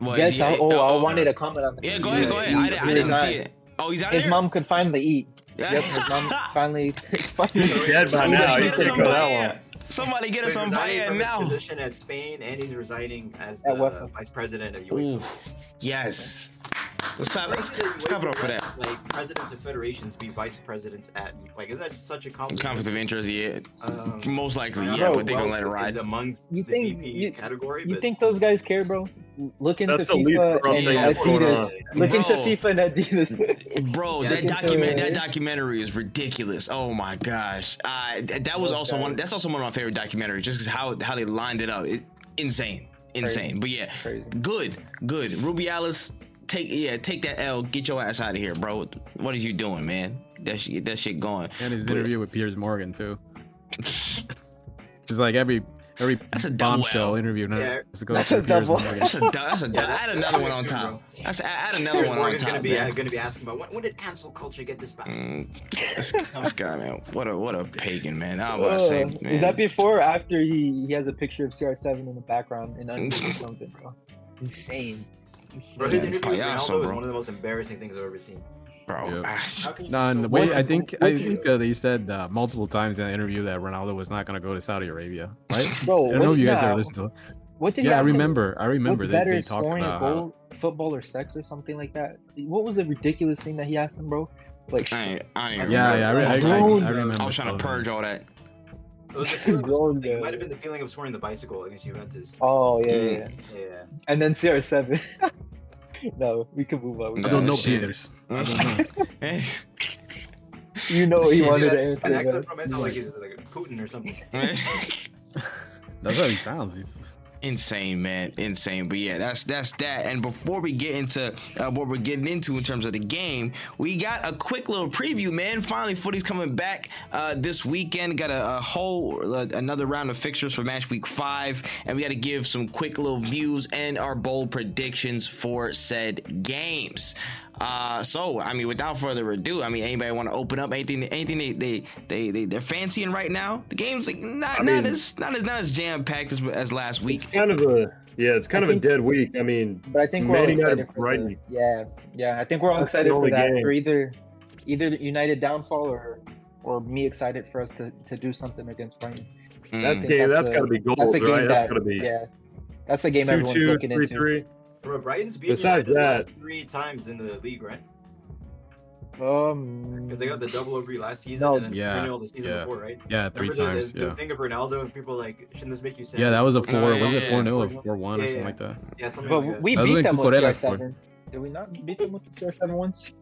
Speaker 1: Well,
Speaker 2: yes.
Speaker 1: is he-
Speaker 2: I, oh, I
Speaker 1: oh,
Speaker 2: wanted a comment on that.
Speaker 1: Yeah, go ahead, go ahead. I, di- I didn't see it. Oh, he's out of
Speaker 2: His
Speaker 1: here.
Speaker 2: mom could
Speaker 1: *laughs*
Speaker 2: finally eat. Yep, his mom finally. *laughs* finally
Speaker 3: Dead by
Speaker 1: Somebody
Speaker 3: now.
Speaker 1: get
Speaker 3: He's
Speaker 1: us
Speaker 3: gonna
Speaker 1: some
Speaker 3: go that
Speaker 1: Bahia.
Speaker 3: long.
Speaker 1: Somebody get us
Speaker 4: So
Speaker 1: some
Speaker 4: he's resigning
Speaker 1: Bahia
Speaker 4: from his
Speaker 1: now.
Speaker 4: position at Spain, and he's resigning as
Speaker 2: At
Speaker 4: the
Speaker 2: UEFA.
Speaker 4: vice president of UEFA.
Speaker 1: Ooh, yes. Let's clap. Let's,
Speaker 4: Basically,
Speaker 1: let's clap it
Speaker 4: UEFA
Speaker 1: up for
Speaker 4: lets,
Speaker 1: that.
Speaker 4: Like presidents of federations be vice presidents at like isn't that such a conflict?
Speaker 1: Conflict of interest, yeah,
Speaker 4: Um,
Speaker 1: most likely,
Speaker 4: I don't
Speaker 1: yeah,
Speaker 4: know
Speaker 1: but they're gonna
Speaker 4: who
Speaker 1: let it
Speaker 4: else
Speaker 1: ride.
Speaker 4: Is amongst
Speaker 2: You
Speaker 4: the
Speaker 2: think-
Speaker 4: VP
Speaker 2: you-
Speaker 4: category,
Speaker 2: You
Speaker 4: but
Speaker 2: think those guys care, bro? Look into
Speaker 3: That's the least
Speaker 2: FIFA
Speaker 3: corrupt
Speaker 2: and
Speaker 1: thing that's
Speaker 3: going
Speaker 2: Adidas.
Speaker 1: on.
Speaker 2: Look into
Speaker 1: Bro.
Speaker 2: FIFA and Adidas. *laughs*
Speaker 1: Bro,
Speaker 4: Yeah,
Speaker 1: that
Speaker 4: I think so,
Speaker 1: document
Speaker 2: yeah.
Speaker 1: that documentary is ridiculous. Oh my gosh, uh, th- that was
Speaker 2: Those
Speaker 1: also one.
Speaker 2: guys.
Speaker 1: That's also one of my favorite documentaries, just 'cause how how they lined it up. It, insane, insane. But yeah,
Speaker 2: Crazy.
Speaker 1: good, good. Rubialis, take yeah, take that L. Get your ass out of here, bro. What is you doing, man? That shit, get that shit going.
Speaker 5: And his
Speaker 1: But-
Speaker 5: interview with Piers Morgan too. It's like every every
Speaker 1: That's a double
Speaker 5: bombshell
Speaker 1: L.
Speaker 5: interview. Now.
Speaker 4: Yeah.
Speaker 5: Just go
Speaker 2: That's
Speaker 5: to
Speaker 2: a
Speaker 5: Piers
Speaker 2: double-
Speaker 5: Morgan.
Speaker 1: That's a du- that's
Speaker 4: *laughs*
Speaker 1: a du- add another one on
Speaker 4: That's good,
Speaker 1: top.
Speaker 4: bro.
Speaker 1: That's add another
Speaker 4: Piers
Speaker 1: one on
Speaker 4: Morgan's gonna
Speaker 1: top.
Speaker 4: be
Speaker 1: man.
Speaker 4: uh, gonna be asking about when, when did cancel culture get this back?
Speaker 1: Mm, this, this guy, man, what a what a pagan, man. I was
Speaker 2: Uh,
Speaker 1: about to say, man.
Speaker 2: Is that before or after he, he has a picture of CR7 in the background
Speaker 1: *laughs*
Speaker 2: and under something, bro? Insane.
Speaker 4: Bro,
Speaker 2: Insane.
Speaker 4: *laughs* his interview with
Speaker 1: Payaso,
Speaker 4: Ronaldo is
Speaker 1: bro.
Speaker 4: one of the most embarrassing things I've ever seen.
Speaker 1: bro?
Speaker 4: How can you
Speaker 5: No,
Speaker 4: be
Speaker 5: and
Speaker 1: *laughs*
Speaker 4: so
Speaker 5: the way
Speaker 4: biased?
Speaker 5: I think
Speaker 2: what
Speaker 5: I
Speaker 2: do you-
Speaker 5: think uh, they said uh, multiple times in the interview that Ronaldo was not going to go to Saudi Arabia, right?
Speaker 2: *laughs* Bro,
Speaker 5: I
Speaker 2: what
Speaker 5: don't know if
Speaker 2: did-
Speaker 5: you guys
Speaker 2: nah,
Speaker 5: are listening. To...
Speaker 2: What did he
Speaker 5: Yeah, I
Speaker 2: ask him?
Speaker 5: remember. I remember
Speaker 2: What's
Speaker 5: they,
Speaker 2: better,
Speaker 5: they talked
Speaker 2: scoring
Speaker 5: about. uh,
Speaker 2: a goal, football, or sex, or something like that? What was the ridiculous thing that he asked him, bro? Like, *laughs*
Speaker 1: I ain't, I ain't
Speaker 5: how-
Speaker 1: even
Speaker 5: Yeah,
Speaker 1: remember.
Speaker 5: yeah, I, re- I, I,
Speaker 2: Bro,
Speaker 5: I remember.
Speaker 1: I was trying to
Speaker 5: totally.
Speaker 1: purge all that. *laughs*
Speaker 4: It
Speaker 5: *laughs*
Speaker 4: was the feeling of- *laughs*
Speaker 2: Grown
Speaker 4: I think it
Speaker 2: guy.
Speaker 4: might have been the feeling of scoring the bicycle against Juventus.
Speaker 2: oh yeah,
Speaker 1: Mm.
Speaker 2: yeah, yeah.
Speaker 4: Yeah.
Speaker 2: and then CR7. *laughs* no, we can move on. We
Speaker 1: Yeah,
Speaker 5: I
Speaker 2: can-
Speaker 5: don't know
Speaker 1: shit.
Speaker 5: Peters.
Speaker 1: *laughs*
Speaker 5: I don't know.
Speaker 2: You know he
Speaker 1: Shit.
Speaker 2: wanted to
Speaker 4: An
Speaker 2: answer
Speaker 4: accent
Speaker 2: that.
Speaker 4: from E. it sounds like he's like Putin
Speaker 1: *laughs*
Speaker 4: or something.
Speaker 5: That's how he sounds. He's...
Speaker 1: Insane, man, insane. But yeah, that's that's that. And before we get into uh, what we're getting into in terms of the game, we got a quick little preview, man. Finally, footy's coming back uh, this weekend. Got a, a whole uh, another round of fixtures for match week five, and we got to give some quick little views and our bold predictions for said games. Uh, so, I mean, without further ado, I mean, anybody want to open up anything? Anything they they they, they they're fancying right now? The game's like not
Speaker 3: I
Speaker 1: not
Speaker 3: mean-
Speaker 1: as not as not as jam packed as, as last week.
Speaker 3: It's kind of a yeah, it's kind
Speaker 2: I
Speaker 3: of a
Speaker 2: think-
Speaker 3: dead week. I mean,
Speaker 2: But I think we're all
Speaker 3: Man United
Speaker 2: excited for the,
Speaker 3: Brighton.
Speaker 2: yeah, yeah. I think we're all
Speaker 3: That's the
Speaker 2: excited for
Speaker 3: only
Speaker 2: that
Speaker 3: game.
Speaker 2: for either either the United downfall or or me excited for us to, to do something against Brighton.
Speaker 3: that's
Speaker 1: Mm,
Speaker 2: I think
Speaker 3: game.
Speaker 2: that's
Speaker 3: That's
Speaker 2: a-
Speaker 3: got to be gold,
Speaker 2: That's a game
Speaker 3: right? That's
Speaker 2: that
Speaker 3: got to be
Speaker 2: yeah, that's a game
Speaker 3: two,
Speaker 2: everyone's
Speaker 3: two,
Speaker 2: looking
Speaker 3: three,
Speaker 2: into.
Speaker 3: three.
Speaker 4: Bro, Brighton's beaten
Speaker 3: Besides
Speaker 4: United the last three times in the league, right?
Speaker 2: Um,
Speaker 4: Because they got the double over last season
Speaker 2: No.
Speaker 4: and then
Speaker 5: Yeah,
Speaker 4: 3-0 the season
Speaker 5: yeah.
Speaker 4: before, right?
Speaker 5: Yeah, three
Speaker 4: Remember the,
Speaker 5: times.
Speaker 4: the,
Speaker 5: yeah. Oh,
Speaker 4: the thing of Ronaldo and people like, shouldn't this make you sad?
Speaker 5: Yeah, that was a four.
Speaker 1: yeah,
Speaker 5: was
Speaker 1: yeah,
Speaker 5: it
Speaker 1: yeah.
Speaker 5: four 0 or
Speaker 4: Yeah,
Speaker 5: four one
Speaker 4: yeah,
Speaker 5: or
Speaker 4: yeah.
Speaker 5: something like that?
Speaker 4: Yeah, something like
Speaker 2: but
Speaker 4: that.
Speaker 2: we
Speaker 5: That was
Speaker 2: beat
Speaker 5: when
Speaker 2: them with
Speaker 5: Cucurella
Speaker 2: CR7.
Speaker 5: scored.
Speaker 2: Did we not beat them with CR7 once?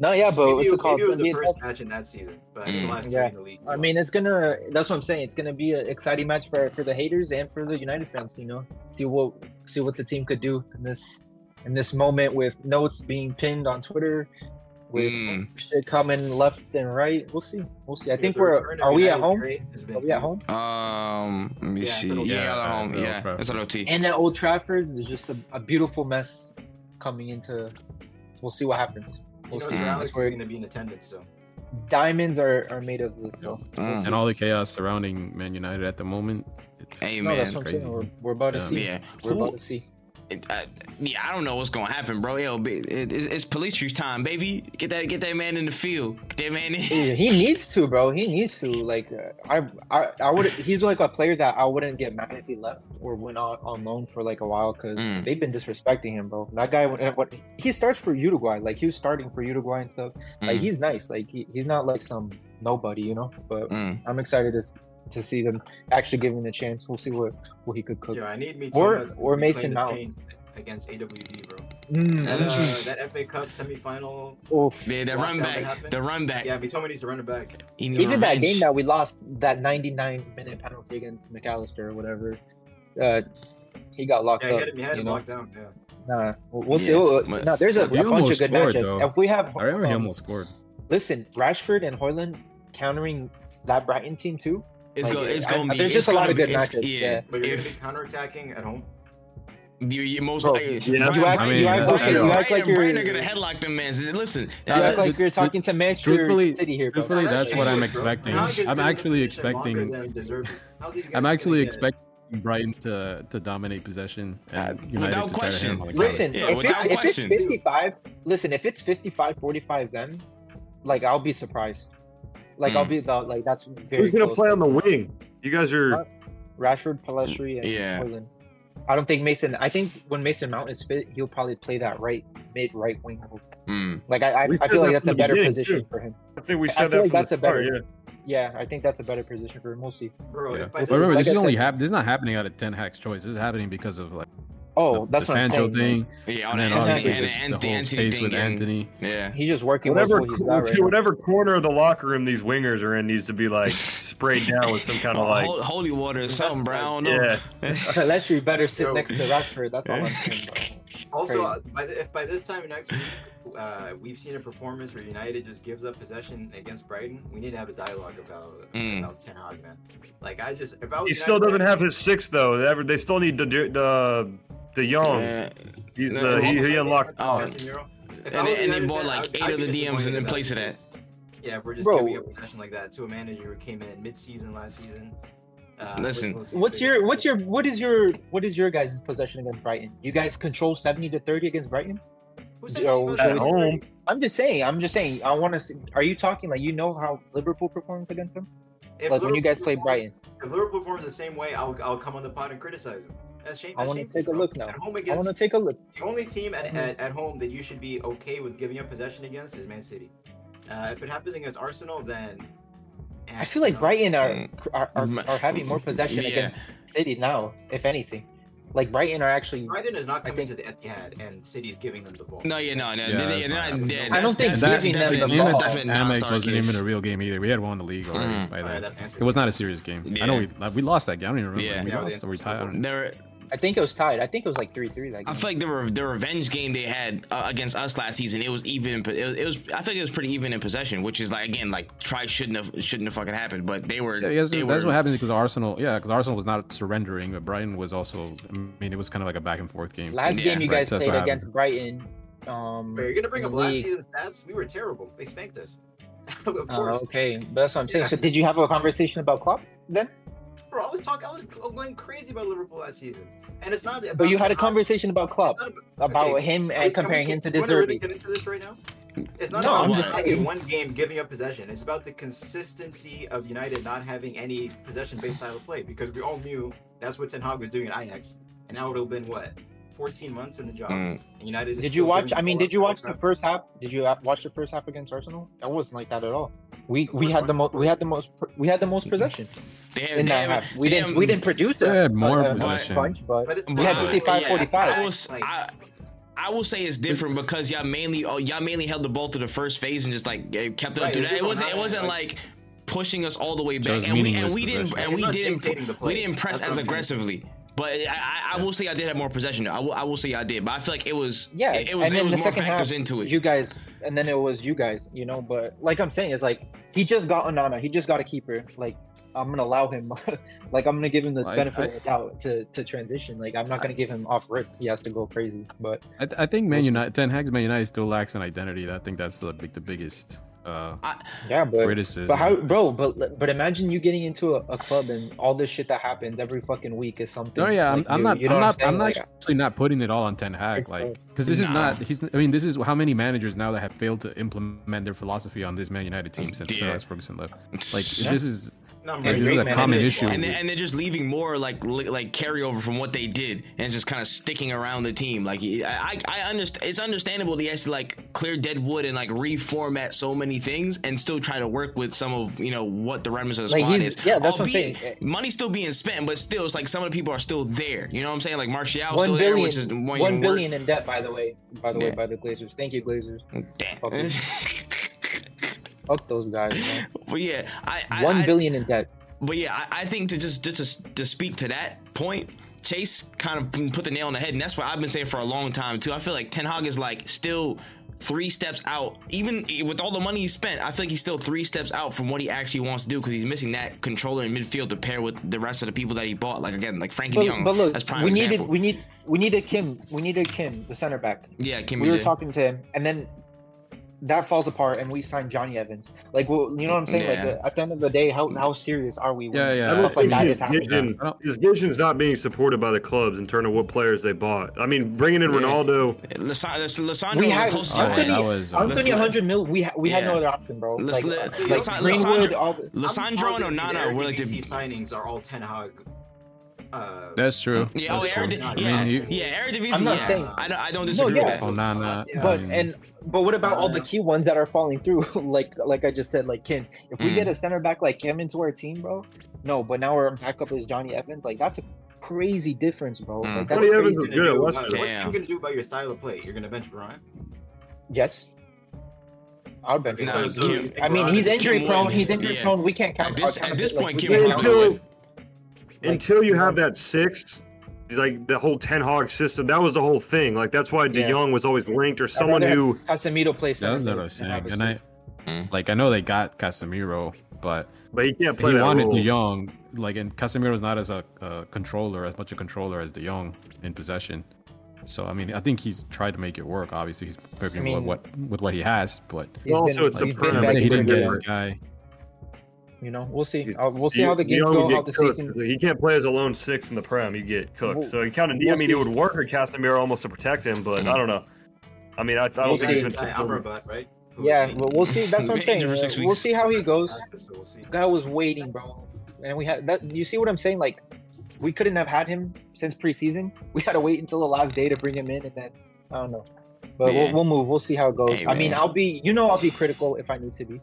Speaker 2: No, yeah, but
Speaker 4: maybe,
Speaker 2: it's a
Speaker 4: it-
Speaker 2: call.
Speaker 4: maybe it was
Speaker 2: It's gonna
Speaker 4: the
Speaker 2: be a
Speaker 4: first
Speaker 2: tough-
Speaker 4: match in that season, but I think
Speaker 1: Mm.
Speaker 4: the last
Speaker 2: Yeah.
Speaker 4: three in the league.
Speaker 2: I
Speaker 4: we
Speaker 2: mean,
Speaker 4: lost.
Speaker 2: it's gonna. That's what I'm saying. It's gonna be an exciting match for for the haters and for the United fans. You know, see what see what the team could do in this in this moment with notes being pinned on Twitter, with
Speaker 5: Hmm.
Speaker 1: Mm.
Speaker 2: shit coming left and right. We'll see. We'll see. I
Speaker 4: Yeah,
Speaker 2: think
Speaker 4: the
Speaker 2: we're
Speaker 4: return of
Speaker 2: are we at
Speaker 4: United
Speaker 2: home?
Speaker 4: Gray has been
Speaker 2: Are we at
Speaker 4: huge.
Speaker 2: home?
Speaker 1: Um, let me
Speaker 4: Yeah, it's
Speaker 1: see.
Speaker 4: an OT.
Speaker 1: Yeah,
Speaker 5: Yeah,
Speaker 1: yeah,
Speaker 5: it's
Speaker 1: home.
Speaker 5: an
Speaker 1: Yeah,
Speaker 5: OT.
Speaker 1: it's an OT.
Speaker 2: And at Old Trafford, there's just a, a beautiful mess coming into. We'll see what happens.
Speaker 4: You
Speaker 2: We'll
Speaker 4: know,
Speaker 2: see.
Speaker 4: Sir
Speaker 1: Mm.
Speaker 4: Alex is
Speaker 2: That's where-
Speaker 4: going to be in attendance, so.
Speaker 2: Diamonds are, are made of this.
Speaker 5: Yeah.
Speaker 2: We'll
Speaker 1: Mm.
Speaker 2: see.
Speaker 5: And all the chaos surrounding Man United at the moment. It's...
Speaker 1: Hey,
Speaker 2: No,
Speaker 1: man.
Speaker 2: that's what I'm
Speaker 5: crazy.
Speaker 2: saying. We're, we're about to
Speaker 5: Yeah.
Speaker 2: see.
Speaker 1: Yeah.
Speaker 2: We're
Speaker 1: Who-
Speaker 2: about to see.
Speaker 1: uh, yeah, I don't know what's gonna happen, bro. Yo, be- it, it's, it's police chief time, baby. Get that, get that man in the field. Get that man in.
Speaker 2: Dude, he needs to, bro. He needs to. Like, uh, I, I, I would. He's like a player that I wouldn't get mad if he left or went on, on loan for like a while
Speaker 1: *laughs*
Speaker 2: because
Speaker 1: Mm.
Speaker 2: they've been disrespecting him, bro. That guy, went- what he starts for Uruguay, like he was starting for Uruguay and stuff. Like
Speaker 1: Mm.
Speaker 2: he's nice. Like he, he's not like some nobody, you know. But
Speaker 1: Mm.
Speaker 2: I'm excited to, s- to see them actually give him the chance. We'll see what, what he could cook.
Speaker 4: Yo, I need me
Speaker 2: Or-
Speaker 4: Toma to
Speaker 2: or
Speaker 4: reclaim
Speaker 2: Mason
Speaker 4: his
Speaker 2: Mount.
Speaker 4: chain against AWD, bro.
Speaker 2: Mm,
Speaker 4: That, uh,
Speaker 2: jeez.
Speaker 4: that FA Cup semifinal.
Speaker 2: Oof.
Speaker 1: Yeah, that
Speaker 4: Walked
Speaker 1: run
Speaker 4: out that
Speaker 1: back.
Speaker 4: happened?
Speaker 1: The run back.
Speaker 4: Yeah, Mitoma needs to run it back.
Speaker 1: He needs
Speaker 2: Even that
Speaker 1: revenge.
Speaker 2: game that we lost, that 99 minute penalty against McAllister or whatever, uh, he got locked
Speaker 4: Yeah, he
Speaker 2: up.
Speaker 4: had him, he had
Speaker 2: Uh, you
Speaker 4: him
Speaker 2: know?
Speaker 4: locked down. Yeah.
Speaker 2: Nah, we'll, we'll see.
Speaker 1: Yeah,
Speaker 2: We'll-
Speaker 1: but-
Speaker 2: no, there's a,
Speaker 5: We
Speaker 2: a bunch of
Speaker 5: almost
Speaker 2: good
Speaker 5: scored,
Speaker 2: matchups.
Speaker 5: though.
Speaker 2: If we have,
Speaker 5: I remember he
Speaker 2: um,
Speaker 5: almost scored.
Speaker 2: listen, Rashford and Hoyland countering that Brighton team too.
Speaker 1: It's
Speaker 2: Like,
Speaker 1: go. It's
Speaker 2: I-
Speaker 1: gonna
Speaker 2: I-
Speaker 1: be.
Speaker 2: there's
Speaker 1: it's
Speaker 2: just a lot
Speaker 1: gonna
Speaker 2: of
Speaker 1: be-
Speaker 2: good
Speaker 1: it's-
Speaker 2: matches, yeah.
Speaker 4: But you're
Speaker 1: If
Speaker 4: gonna be counterattacking at home.
Speaker 1: you, you most
Speaker 2: Bro,
Speaker 1: likely,
Speaker 3: you know,
Speaker 1: Brian-
Speaker 2: you act-
Speaker 1: Brian-
Speaker 5: you
Speaker 1: Brian-
Speaker 5: act like- you
Speaker 1: Brian
Speaker 2: act like
Speaker 1: and Brian
Speaker 2: you're-
Speaker 1: are gonna headlock them, man. Listen,
Speaker 2: You
Speaker 1: that's
Speaker 2: act
Speaker 5: Yeah,
Speaker 1: just,
Speaker 2: like you're talking to Manchester
Speaker 5: truthfully-
Speaker 2: City here. bro.
Speaker 5: truthfully,
Speaker 4: Nah,
Speaker 5: that's what
Speaker 4: shit,
Speaker 5: I'm
Speaker 4: bro.
Speaker 5: expecting.
Speaker 4: Now he's
Speaker 5: I'm
Speaker 4: been in
Speaker 5: actually
Speaker 4: position longer
Speaker 5: expecting-
Speaker 4: than he deserved it. How's he gonna
Speaker 5: I'm
Speaker 4: get
Speaker 5: actually
Speaker 4: it?
Speaker 5: expecting Brighton to, to dominate possession and
Speaker 1: Uh,
Speaker 5: United
Speaker 1: without
Speaker 5: to try to hit
Speaker 1: question.
Speaker 5: him on the counter.
Speaker 2: Listen,
Speaker 1: Yeah,
Speaker 2: if,
Speaker 1: without
Speaker 2: it's, if it's
Speaker 1: question.
Speaker 2: 55, listen, if it's 55 45, then like I'll be surprised. Like I'll
Speaker 5: Hmm.
Speaker 1: Mm.
Speaker 2: be the, like that's very
Speaker 3: Who's gonna
Speaker 2: close.
Speaker 3: play on the wing? You guys
Speaker 2: Huh?
Speaker 3: are.
Speaker 2: Rashford, Pelestri, and
Speaker 1: Yeah.
Speaker 2: Hoyland. I don't think Mason. I think when Mason Mount is fit, he'll probably play that right mid right wing.
Speaker 1: mm,
Speaker 2: Like I, I,
Speaker 3: We
Speaker 2: I
Speaker 3: said
Speaker 2: feel like
Speaker 3: that
Speaker 2: that's
Speaker 3: from
Speaker 2: a
Speaker 3: the
Speaker 2: better
Speaker 3: beginning,
Speaker 2: position
Speaker 3: too.
Speaker 2: for him.
Speaker 3: I think we
Speaker 2: I feel
Speaker 3: said that.
Speaker 2: like
Speaker 3: from
Speaker 2: that's
Speaker 3: the
Speaker 2: a better-
Speaker 3: start,
Speaker 2: Yeah, I think that's a better position for him. We'll see.
Speaker 4: Bro,
Speaker 5: Yeah.
Speaker 4: if by
Speaker 5: But
Speaker 2: It's-
Speaker 4: this
Speaker 5: remember,
Speaker 4: time-
Speaker 2: like
Speaker 5: this
Speaker 2: I
Speaker 5: is only
Speaker 2: said-
Speaker 5: hap- this is not happening out of Ten Hag's choice. This is happening because of like
Speaker 2: Oh,
Speaker 5: the,
Speaker 2: that's
Speaker 5: the
Speaker 2: what I'm
Speaker 5: Sancho
Speaker 2: saying.
Speaker 5: thing,
Speaker 1: yeah, all
Speaker 5: and
Speaker 1: that
Speaker 5: then
Speaker 2: Anthony-
Speaker 1: Anthony,
Speaker 5: obviously
Speaker 1: and,
Speaker 5: just
Speaker 1: and,
Speaker 5: the whole
Speaker 1: Anthony
Speaker 5: space
Speaker 1: thing,
Speaker 5: with
Speaker 1: and,
Speaker 5: Anthony.
Speaker 1: yeah,
Speaker 2: He's just working
Speaker 3: Whatever,
Speaker 2: whatever he's
Speaker 3: cor-
Speaker 2: got right
Speaker 3: to
Speaker 2: now.
Speaker 3: *laughs*
Speaker 2: *laughs*
Speaker 3: whatever corner of the locker room these wingers are in needs to be like sprayed down with some kind of like.
Speaker 1: Hol- Oh, holy water or something, bro. I don't know.
Speaker 3: Yeah,
Speaker 2: Pelestri better sit
Speaker 4: Yo.
Speaker 2: next to Rashford. That's all I'm saying. Bro.
Speaker 4: also,
Speaker 2: crazy.
Speaker 4: uh, by the, if by this time next week uh, we've seen a performance where United just gives up possession against Brighton, we need to have a dialogue about
Speaker 1: *laughs* Mm.
Speaker 4: about Ten Hag, man. Like I just, if I was
Speaker 3: he
Speaker 4: United
Speaker 3: still doesn't
Speaker 4: fan-
Speaker 3: have his six though. They ever- They still need the the the young.
Speaker 1: Yeah.
Speaker 3: He's
Speaker 1: No,
Speaker 3: the,
Speaker 1: it's-
Speaker 3: he, he unlocked.
Speaker 1: Oh.
Speaker 4: Casemiro.
Speaker 1: And,
Speaker 4: If I was
Speaker 1: they- and they
Speaker 4: United
Speaker 1: bought
Speaker 4: fan, I
Speaker 1: like
Speaker 4: would-
Speaker 1: eight
Speaker 4: I'd
Speaker 1: of
Speaker 4: be
Speaker 1: the DMs
Speaker 4: disappointed
Speaker 1: in
Speaker 4: about
Speaker 1: place of
Speaker 4: this.
Speaker 1: that.
Speaker 4: Yeah, if we're just
Speaker 2: Bro.
Speaker 4: giving up possession like that to a manager who came in mid-season last season. Uh, we're
Speaker 1: Listen.
Speaker 4: supposed to
Speaker 2: *laughs*
Speaker 4: be
Speaker 2: What's
Speaker 4: big-
Speaker 2: your what's your what is your what is your guys' possession against Brighton? You guys control seventy to thirty against Brighton?
Speaker 4: Who said
Speaker 2: Yo,
Speaker 4: he was
Speaker 2: at
Speaker 4: like-
Speaker 3: home.
Speaker 2: I'm just saying. I'm just saying. I want to. see Are you talking like you know how Liverpool performs against them?
Speaker 4: If
Speaker 2: like when you guys
Speaker 4: Liverpool
Speaker 2: play
Speaker 4: performs-
Speaker 2: Brighton.
Speaker 4: If Liverpool performs the same way, I'll, I'll come on the pod and criticize him. That's shame.
Speaker 2: I
Speaker 4: that's
Speaker 2: wanna
Speaker 4: shameful,
Speaker 2: take a
Speaker 4: bro.
Speaker 2: look now.
Speaker 4: At home
Speaker 2: I
Speaker 4: against
Speaker 2: want to take a look.
Speaker 4: the only team at,
Speaker 2: Mhm.
Speaker 4: at, at home that you should be okay with giving up possession against is Man City. Uh, if it happens against Arsenal, then eh,
Speaker 2: I feel like Brighton are are, are,
Speaker 1: Mm.
Speaker 2: are having more possession
Speaker 1: Yeah.
Speaker 2: against City now, if anything. Like Brighton are actually.
Speaker 4: Brighton is not
Speaker 2: I
Speaker 4: coming
Speaker 2: think-
Speaker 4: to the Etihad, and City's giving them the ball.
Speaker 1: No, yeah, no, no.
Speaker 5: Yeah,
Speaker 1: they, they're
Speaker 5: that's not-
Speaker 1: not, yeah,
Speaker 5: that's not-
Speaker 1: that's-
Speaker 2: I don't think
Speaker 1: that's-
Speaker 5: And
Speaker 1: that's
Speaker 2: giving them the
Speaker 1: definitely-
Speaker 5: And
Speaker 1: that's
Speaker 2: ball.
Speaker 1: definitely
Speaker 5: Amex
Speaker 1: not
Speaker 5: wasn't
Speaker 1: case.
Speaker 5: even a real game either. We had won the league already
Speaker 1: Mm.
Speaker 5: by
Speaker 4: All right,
Speaker 5: then.
Speaker 4: that answers
Speaker 5: It was not a serious game. I know
Speaker 1: Yeah.
Speaker 5: we like, we lost that game. I don't even remember.
Speaker 1: Yeah.
Speaker 5: we
Speaker 4: Yeah,
Speaker 5: lost
Speaker 4: they-
Speaker 5: or we tied. I don't-
Speaker 1: They're-
Speaker 2: I think it was tied. I think it was like three three that game.
Speaker 1: I feel like the re- the revenge game they had uh, against us last season, it was even. It was, it was. I think it was pretty even in possession, which is like again, like try shouldn't have shouldn't have fucking happened, but they were.
Speaker 5: Yeah, I guess
Speaker 1: they
Speaker 5: that's
Speaker 1: were,
Speaker 5: what happens because Arsenal. Yeah, because Arsenal was not surrendering, but Brighton was also. I mean, it was kind of like a back and forth game.
Speaker 2: Last
Speaker 1: Yeah,
Speaker 2: game you
Speaker 5: right,
Speaker 2: guys
Speaker 5: so that's
Speaker 2: played
Speaker 5: what
Speaker 2: against Brighton. Um,
Speaker 4: Wait, you're gonna bring up last
Speaker 2: League.
Speaker 4: season's stats? We were terrible. They spanked us. *laughs* of
Speaker 2: oh,
Speaker 4: course,
Speaker 2: okay, but that's what I'm saying. So did you have a conversation about Klopp then?
Speaker 4: bro. I was talking. I was going crazy about Liverpool last season, and it's not.
Speaker 2: But you had a
Speaker 4: about-
Speaker 2: conversation about Klopp
Speaker 4: it's not about-
Speaker 2: about
Speaker 4: okay,
Speaker 2: him
Speaker 4: Are we-
Speaker 2: and
Speaker 4: can we
Speaker 2: comparing
Speaker 4: get-
Speaker 2: him to
Speaker 4: you wanna really
Speaker 2: Deserving.
Speaker 4: get into this right now? It's not
Speaker 2: No,
Speaker 4: about
Speaker 1: I'm
Speaker 4: one
Speaker 1: just
Speaker 4: side
Speaker 2: saying.
Speaker 4: in one game giving up possession. It's about the consistency of United not having any possession-based style of play because we all knew that's what Ten Hag was doing at Ajax, and now it'll have been what 14 months in the job.
Speaker 1: Mm.
Speaker 4: And United. Is
Speaker 2: Did
Speaker 4: still
Speaker 2: you watch?
Speaker 4: giving
Speaker 2: I mean,
Speaker 4: the
Speaker 2: did you
Speaker 4: ball
Speaker 2: watch the
Speaker 4: up.
Speaker 2: first half? Did you ha- watch the first half against Arsenal? That wasn't like that at all. We
Speaker 4: The
Speaker 2: we
Speaker 4: first
Speaker 2: had the
Speaker 4: one?
Speaker 2: most we had the most we had the
Speaker 1: Mm-hmm.
Speaker 2: most possession
Speaker 1: They had,
Speaker 2: in
Speaker 1: they
Speaker 2: that
Speaker 1: had-
Speaker 2: half. We
Speaker 1: they
Speaker 2: didn't
Speaker 1: had-
Speaker 2: we didn't produce
Speaker 5: We
Speaker 2: a-
Speaker 5: had more
Speaker 2: a- a
Speaker 5: possession.
Speaker 2: bunch, but uh,
Speaker 4: But it's
Speaker 1: But-
Speaker 2: We had
Speaker 4: not-
Speaker 2: 55,
Speaker 4: yeah,
Speaker 2: 45.
Speaker 1: I was,
Speaker 4: like-
Speaker 1: I, I will say it's different because y'all mainly oh, y'all mainly held the ball to the first phase and just like eh, kept it up
Speaker 4: Right,
Speaker 1: through
Speaker 4: it's
Speaker 1: that.
Speaker 4: just
Speaker 1: It wasn't it
Speaker 4: on
Speaker 1: wasn't
Speaker 4: our
Speaker 1: like pushing us all the way
Speaker 5: So
Speaker 1: back,
Speaker 5: it's
Speaker 1: and we and
Speaker 5: meaningless
Speaker 1: we didn't
Speaker 5: possession.
Speaker 1: and we
Speaker 4: You're not
Speaker 1: didn't
Speaker 4: dictating the
Speaker 1: we
Speaker 4: play.
Speaker 1: didn't press
Speaker 4: That's
Speaker 1: as
Speaker 4: what I'm saying.
Speaker 1: aggressively. But I, I, I will say I did have more possession. I will I will say I did, but I feel like it was
Speaker 2: yeah,
Speaker 1: it, it was it
Speaker 2: and then
Speaker 1: was
Speaker 2: the
Speaker 1: more
Speaker 2: second
Speaker 1: factors
Speaker 2: half,
Speaker 1: into it.
Speaker 2: you guys, and then it was you guys, you know. But like I'm saying, it's like he just got Onana, he just got a keeper. Like I'm gonna allow him, *laughs* like I'm gonna give him the
Speaker 5: Well, I-
Speaker 2: benefit of
Speaker 5: I-
Speaker 2: the doubt to to transition. Like I'm not gonna give him off rip. He has to go crazy, but
Speaker 5: I, I think Man
Speaker 2: Listen.
Speaker 5: United, Ten Hag's Man United still lacks an identity. I think that's the big, the biggest uh,
Speaker 2: yeah, but
Speaker 5: criticism.
Speaker 2: But how, bro? But but imagine you getting into a, a club and all this shit that happens every fucking week is something.
Speaker 5: No, Oh, yeah, I'm,
Speaker 2: like,
Speaker 5: I'm
Speaker 2: new,
Speaker 5: not.
Speaker 2: you know
Speaker 5: I'm
Speaker 2: what
Speaker 5: not. I'm,
Speaker 2: saying?
Speaker 5: not
Speaker 2: Like,
Speaker 5: actually not putting it all on Ten Hag,
Speaker 2: It's
Speaker 5: like
Speaker 2: like-
Speaker 5: because this is
Speaker 1: Nah.
Speaker 5: not. He's. I mean, this is how many managers now that have failed to implement their philosophy on this Man United team since Sir
Speaker 1: Yeah.
Speaker 5: Alex Ferguson left. Like
Speaker 2: Yeah.
Speaker 5: this is.
Speaker 4: I'm
Speaker 5: And
Speaker 4: ready.
Speaker 5: this is a
Speaker 2: man.
Speaker 5: common
Speaker 2: And
Speaker 5: issue.
Speaker 1: and
Speaker 2: Mm-hmm.
Speaker 1: they and they're just leaving more like li- like carryover from what they did, and it's just kind of sticking around the team. Like I I, I understand it's understandable they has to like clear deadwood and like reformat so many things and still try to work with some of you know what the remnants of the
Speaker 2: Like,
Speaker 1: squad
Speaker 2: he's-
Speaker 1: is.
Speaker 2: yeah, that's what I'm
Speaker 1: Albeit,
Speaker 2: saying.
Speaker 1: Money's still being spent, but still it's like some of the people are still there. You know what I'm saying? Like Martial
Speaker 2: One
Speaker 1: still
Speaker 2: billion,
Speaker 1: there, which is one,
Speaker 2: one
Speaker 1: you can work-
Speaker 2: billion in debt, by the way. By the
Speaker 1: Yeah.
Speaker 2: way, by the Glazers. Thank you, Glazers.
Speaker 1: Damn. *laughs*
Speaker 2: Fuck you. Fuck those guys. Man.
Speaker 1: but yeah, I, *laughs* I
Speaker 2: One
Speaker 1: I-
Speaker 2: billion in debt.
Speaker 1: But yeah, I, I think to just just to, to speak to that point, Chase kind of put the nail on the head, and that's what I've been saying for a long time too. I feel like Ten Hag is like still three steps out, even with all the money he spent. I feel like he's still three steps out from what he actually wants to do because he's missing that controller in midfield to pair with the rest of the people that he bought. Like again, like Frankie
Speaker 2: But,
Speaker 1: Young,
Speaker 2: but look,
Speaker 1: that's prime
Speaker 2: we
Speaker 1: example.
Speaker 2: needed we need we needed Kim. We needed Kim, the center back.
Speaker 1: yeah, Kim
Speaker 2: we were
Speaker 1: Jae.
Speaker 2: talking to him, and then that falls apart, and we signed Johnny Evans. Like, well, you know what I'm saying?
Speaker 1: Yeah.
Speaker 2: Like, uh, at the end of the day, how how serious are we? when
Speaker 5: Yeah, yeah. I
Speaker 2: Stuff
Speaker 5: don't
Speaker 2: like
Speaker 5: think
Speaker 2: that
Speaker 3: his
Speaker 2: is happening.
Speaker 3: vision,
Speaker 5: I don't-
Speaker 3: his vision's not being supported by the clubs in terms of what players they bought. I mean, bringing in
Speaker 1: Yeah.
Speaker 3: Ronaldo,
Speaker 1: Lasa- Las- Lasandro
Speaker 2: We
Speaker 1: was
Speaker 2: had
Speaker 1: close to
Speaker 5: Oh,
Speaker 1: it.
Speaker 5: that
Speaker 2: Anthony,
Speaker 5: was-
Speaker 2: Anthony,
Speaker 1: Let's-
Speaker 2: 100 mil. We ha- we had no
Speaker 1: Yeah.
Speaker 2: other option, bro.
Speaker 1: Let's
Speaker 2: Like,
Speaker 1: let-
Speaker 2: uh, like
Speaker 1: let's not- let's
Speaker 2: Greenwood,
Speaker 1: not-
Speaker 2: all
Speaker 1: Lissandro
Speaker 4: I'm
Speaker 1: and
Speaker 4: positive
Speaker 1: Onana
Speaker 4: their
Speaker 1: were like the
Speaker 4: BBC signings are all Ten Hag. Uh,
Speaker 5: That's true.
Speaker 1: yeah, oh,
Speaker 5: That's
Speaker 1: Eric,
Speaker 5: true.
Speaker 1: yeah,
Speaker 4: I
Speaker 5: mean, you-
Speaker 1: yeah, Eric Divisi.
Speaker 2: I'm not
Speaker 1: yeah.
Speaker 2: saying-
Speaker 1: I don't, I don't disagree with
Speaker 2: yeah.
Speaker 1: that.
Speaker 5: Oh, nah, nah.
Speaker 4: Yeah.
Speaker 2: but um,
Speaker 5: I
Speaker 1: Um,
Speaker 5: mean,
Speaker 2: and but what about all the key ones that are falling through? *laughs* like like I just said, like Kim. If we
Speaker 1: Mm.
Speaker 2: get a center back like Kim into our team, bro, no. But now our backup is Johnny Evans. Like that's a crazy difference, bro.
Speaker 1: Mm.
Speaker 2: Like, that's
Speaker 3: Johnny Evans
Speaker 2: crazy.
Speaker 3: is good at
Speaker 4: what's
Speaker 3: Leicester.
Speaker 4: what's
Speaker 1: Damn.
Speaker 4: Kim gonna do about your style of play? You're gonna bench Varane?
Speaker 2: Yes. I'll bet.
Speaker 1: Nah,
Speaker 2: Nah,
Speaker 1: so Kim-
Speaker 2: I mean, he's injury
Speaker 1: Kim
Speaker 2: prone.
Speaker 1: won.
Speaker 2: He's injury
Speaker 1: Yeah.
Speaker 2: prone. We can't count.
Speaker 1: At this,
Speaker 2: our
Speaker 1: at this
Speaker 2: counter-
Speaker 1: point,
Speaker 2: like,
Speaker 1: Kim
Speaker 2: we
Speaker 1: would
Speaker 2: can't
Speaker 3: Jong-un
Speaker 1: probably
Speaker 2: count-
Speaker 1: would.
Speaker 2: Like-
Speaker 3: until you have that six, like the whole Ten Hog system, that was the whole thing. Like that's why De
Speaker 2: Yeah.
Speaker 3: Jong was always linked or
Speaker 2: I'd
Speaker 3: someone
Speaker 2: rather
Speaker 3: who.
Speaker 2: have Casemiro play
Speaker 5: that
Speaker 2: center
Speaker 5: was what I
Speaker 2: than
Speaker 5: was saying.
Speaker 2: have
Speaker 5: And
Speaker 2: a-
Speaker 5: I,
Speaker 1: Mm.
Speaker 5: like, I know they got Casemiro, but
Speaker 3: But he can't play
Speaker 5: he
Speaker 3: that
Speaker 5: wanted
Speaker 3: role.
Speaker 5: De Jong. Like, and Casemiro's not as a, a controller, as much a controller as De Jong in possession. So I mean, I think he's tried to make it work. Obviously, he's working
Speaker 2: mean-
Speaker 5: with what with what he has, but
Speaker 2: he's
Speaker 3: Also,
Speaker 2: been-
Speaker 3: it's the
Speaker 2: he's been
Speaker 3: prem,
Speaker 2: back
Speaker 3: it's
Speaker 5: he
Speaker 2: in
Speaker 5: didn't
Speaker 2: the
Speaker 5: get
Speaker 3: pretty
Speaker 2: game.
Speaker 5: his
Speaker 3: good.
Speaker 5: guy.
Speaker 2: You know, we'll see. Uh, we'll see
Speaker 3: De-
Speaker 2: how the
Speaker 3: De
Speaker 2: games
Speaker 3: Jong would
Speaker 2: go, how
Speaker 3: get
Speaker 2: the
Speaker 3: cooked.
Speaker 2: season.
Speaker 3: He can't play as a lone six in the prem. You get cooked.
Speaker 2: We'll-
Speaker 3: so he kind of.
Speaker 2: we'll
Speaker 3: I mean,
Speaker 2: see.
Speaker 3: it would work for Casemiro almost to protect him, but
Speaker 1: Hmm.
Speaker 3: I don't know. I mean, I, I don't
Speaker 2: We'll
Speaker 3: think
Speaker 2: see.
Speaker 3: he's been.
Speaker 4: Guy
Speaker 3: supported.
Speaker 4: Amrabat, right? Who was
Speaker 2: Yeah,
Speaker 4: named-
Speaker 2: well, we'll see. That's what I'm
Speaker 1: Injured
Speaker 2: saying.
Speaker 1: for
Speaker 2: Uh,
Speaker 1: six
Speaker 2: We'll
Speaker 1: weeks.
Speaker 2: see how he goes.
Speaker 4: So we'll see.
Speaker 2: Guy was waiting, bro, and we had that. You see what I'm saying? Like, we couldn't have had him since preseason. *laughs* We had to wait until the last day to bring him in, and then I don't know. But
Speaker 1: Yeah.
Speaker 2: we'll, we'll move. We'll see how it goes.
Speaker 1: Hey,
Speaker 2: I mean,
Speaker 1: man.
Speaker 2: I'll be. You know, I'll be critical if I need to be.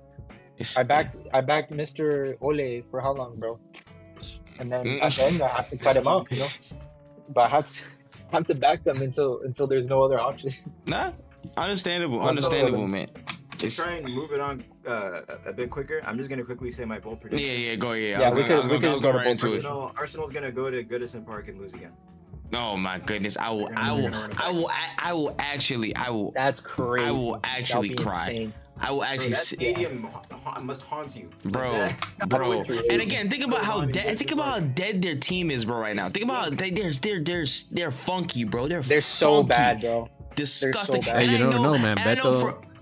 Speaker 1: It's-
Speaker 2: I backed. I backed Mr. Ole for how long, bro? And then
Speaker 1: Mm.
Speaker 2: at the end, I had to cut him off, you know. But I had to, *laughs* I had to back them until until there's no other option. *laughs*
Speaker 1: Nah, understandable,
Speaker 2: Let's go,
Speaker 1: understandable,
Speaker 2: Evan.
Speaker 1: man.
Speaker 4: To
Speaker 1: It's-
Speaker 4: try and move it on uh, a a bit quicker, I'm just gonna quickly say my bold
Speaker 1: yeah,
Speaker 4: prediction.
Speaker 1: yeah, go, yeah.
Speaker 2: Yeah,
Speaker 1: I was
Speaker 2: we
Speaker 1: gonna-
Speaker 2: could-
Speaker 1: I was
Speaker 2: we
Speaker 1: gonna-
Speaker 2: could
Speaker 1: I was
Speaker 2: just go
Speaker 1: gonna
Speaker 2: to
Speaker 1: right into
Speaker 2: both
Speaker 1: it.
Speaker 4: Arsenal, Arsenal's gonna go to Goodison Park and lose again.
Speaker 1: Oh my goodness, I will,
Speaker 4: They're
Speaker 1: I
Speaker 4: gonna-
Speaker 1: will,
Speaker 4: they're gonna run it
Speaker 1: I will, I, I will actually, I will,
Speaker 2: That's crazy.
Speaker 1: I will
Speaker 2: That'll
Speaker 1: actually
Speaker 2: be
Speaker 1: cry.
Speaker 2: insane.
Speaker 1: I will
Speaker 4: Bro,
Speaker 1: actually,
Speaker 4: that
Speaker 1: s-
Speaker 4: stadium ha- ha- must haunt you, *laughs*
Speaker 1: bro,
Speaker 2: That's
Speaker 1: bro.
Speaker 2: what you're
Speaker 1: And
Speaker 2: using.
Speaker 1: again, think about
Speaker 4: Go
Speaker 1: how
Speaker 4: on,
Speaker 1: dead,
Speaker 4: Eagles,
Speaker 1: think
Speaker 4: you're
Speaker 1: about how
Speaker 4: right.
Speaker 1: dead their team is, bro, right now.
Speaker 4: It's
Speaker 1: Think about how
Speaker 4: sick.
Speaker 1: they, they're, they're, they're, they're funky, bro. They're
Speaker 2: They're so
Speaker 1: funky,
Speaker 2: bad, bro.
Speaker 1: disgusting. And
Speaker 2: bad.
Speaker 5: Hey, you
Speaker 1: I
Speaker 5: don't know, man.
Speaker 1: and I know
Speaker 5: Beto-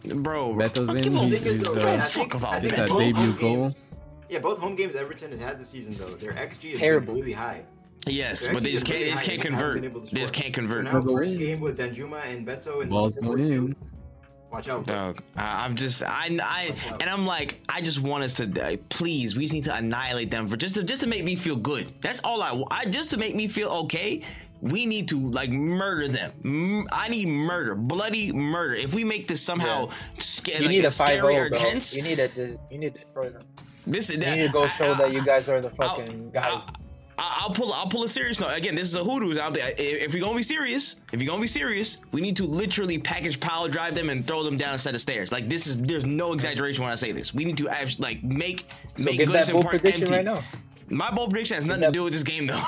Speaker 1: for- bro,
Speaker 5: Beto's
Speaker 1: I
Speaker 5: in,
Speaker 1: give a-
Speaker 5: he's-
Speaker 1: give
Speaker 5: he's,
Speaker 1: a
Speaker 5: uh,
Speaker 4: I
Speaker 1: fuck
Speaker 4: think- I
Speaker 1: about
Speaker 4: think
Speaker 5: that
Speaker 4: both
Speaker 1: Beto.
Speaker 5: debut
Speaker 4: home
Speaker 5: goal.
Speaker 4: games- Yeah, both home games Everton has had this season though. Their XG is
Speaker 2: Terrible.
Speaker 4: really high.
Speaker 1: Yes,
Speaker 4: They're
Speaker 1: but they just
Speaker 4: actually
Speaker 1: can't, they just
Speaker 4: really
Speaker 1: can't
Speaker 4: high. They haven't
Speaker 1: convert.
Speaker 4: been able to
Speaker 1: They just
Speaker 4: score.
Speaker 1: can't
Speaker 4: So
Speaker 1: convert.
Speaker 4: now
Speaker 5: Go
Speaker 4: first
Speaker 5: in.
Speaker 4: game with Danjuma and Beto in
Speaker 5: Ball's
Speaker 4: the season
Speaker 5: going
Speaker 4: two.
Speaker 5: in.
Speaker 4: Watch out, bro.
Speaker 1: Dog, I, I'm just I, I and I'm like I just want us to die. please. We just need to annihilate them for just to just to make me feel good. That's all I want. I just to make me feel okay. We need to like murder them. M- I need murder, bloody murder. If we make this somehow sca-
Speaker 2: You
Speaker 1: like
Speaker 2: need a five
Speaker 1: scary
Speaker 2: zero,
Speaker 1: or
Speaker 2: bro.
Speaker 1: tense,
Speaker 2: You need to de- you need to destroy them.
Speaker 1: this is
Speaker 2: You
Speaker 1: that.
Speaker 2: need to go show
Speaker 1: I-
Speaker 2: that you guys are the
Speaker 1: I'll-
Speaker 2: fucking guys.
Speaker 1: I- I'll pull. I'll pull a serious note. Again, this is a hoodoo. I'll be- i- If you're gonna be serious, if you're gonna be serious, we need to literally package pile drive them and throw them down a set of stairs. Like this is. There's no exaggeration when I say this. We need to act- like make
Speaker 2: So
Speaker 1: make
Speaker 2: give that
Speaker 1: Goodison
Speaker 2: bold
Speaker 1: Park
Speaker 2: prediction
Speaker 1: empty.
Speaker 2: right now.
Speaker 1: My bold prediction has nothing
Speaker 2: that-
Speaker 1: to do with this game though.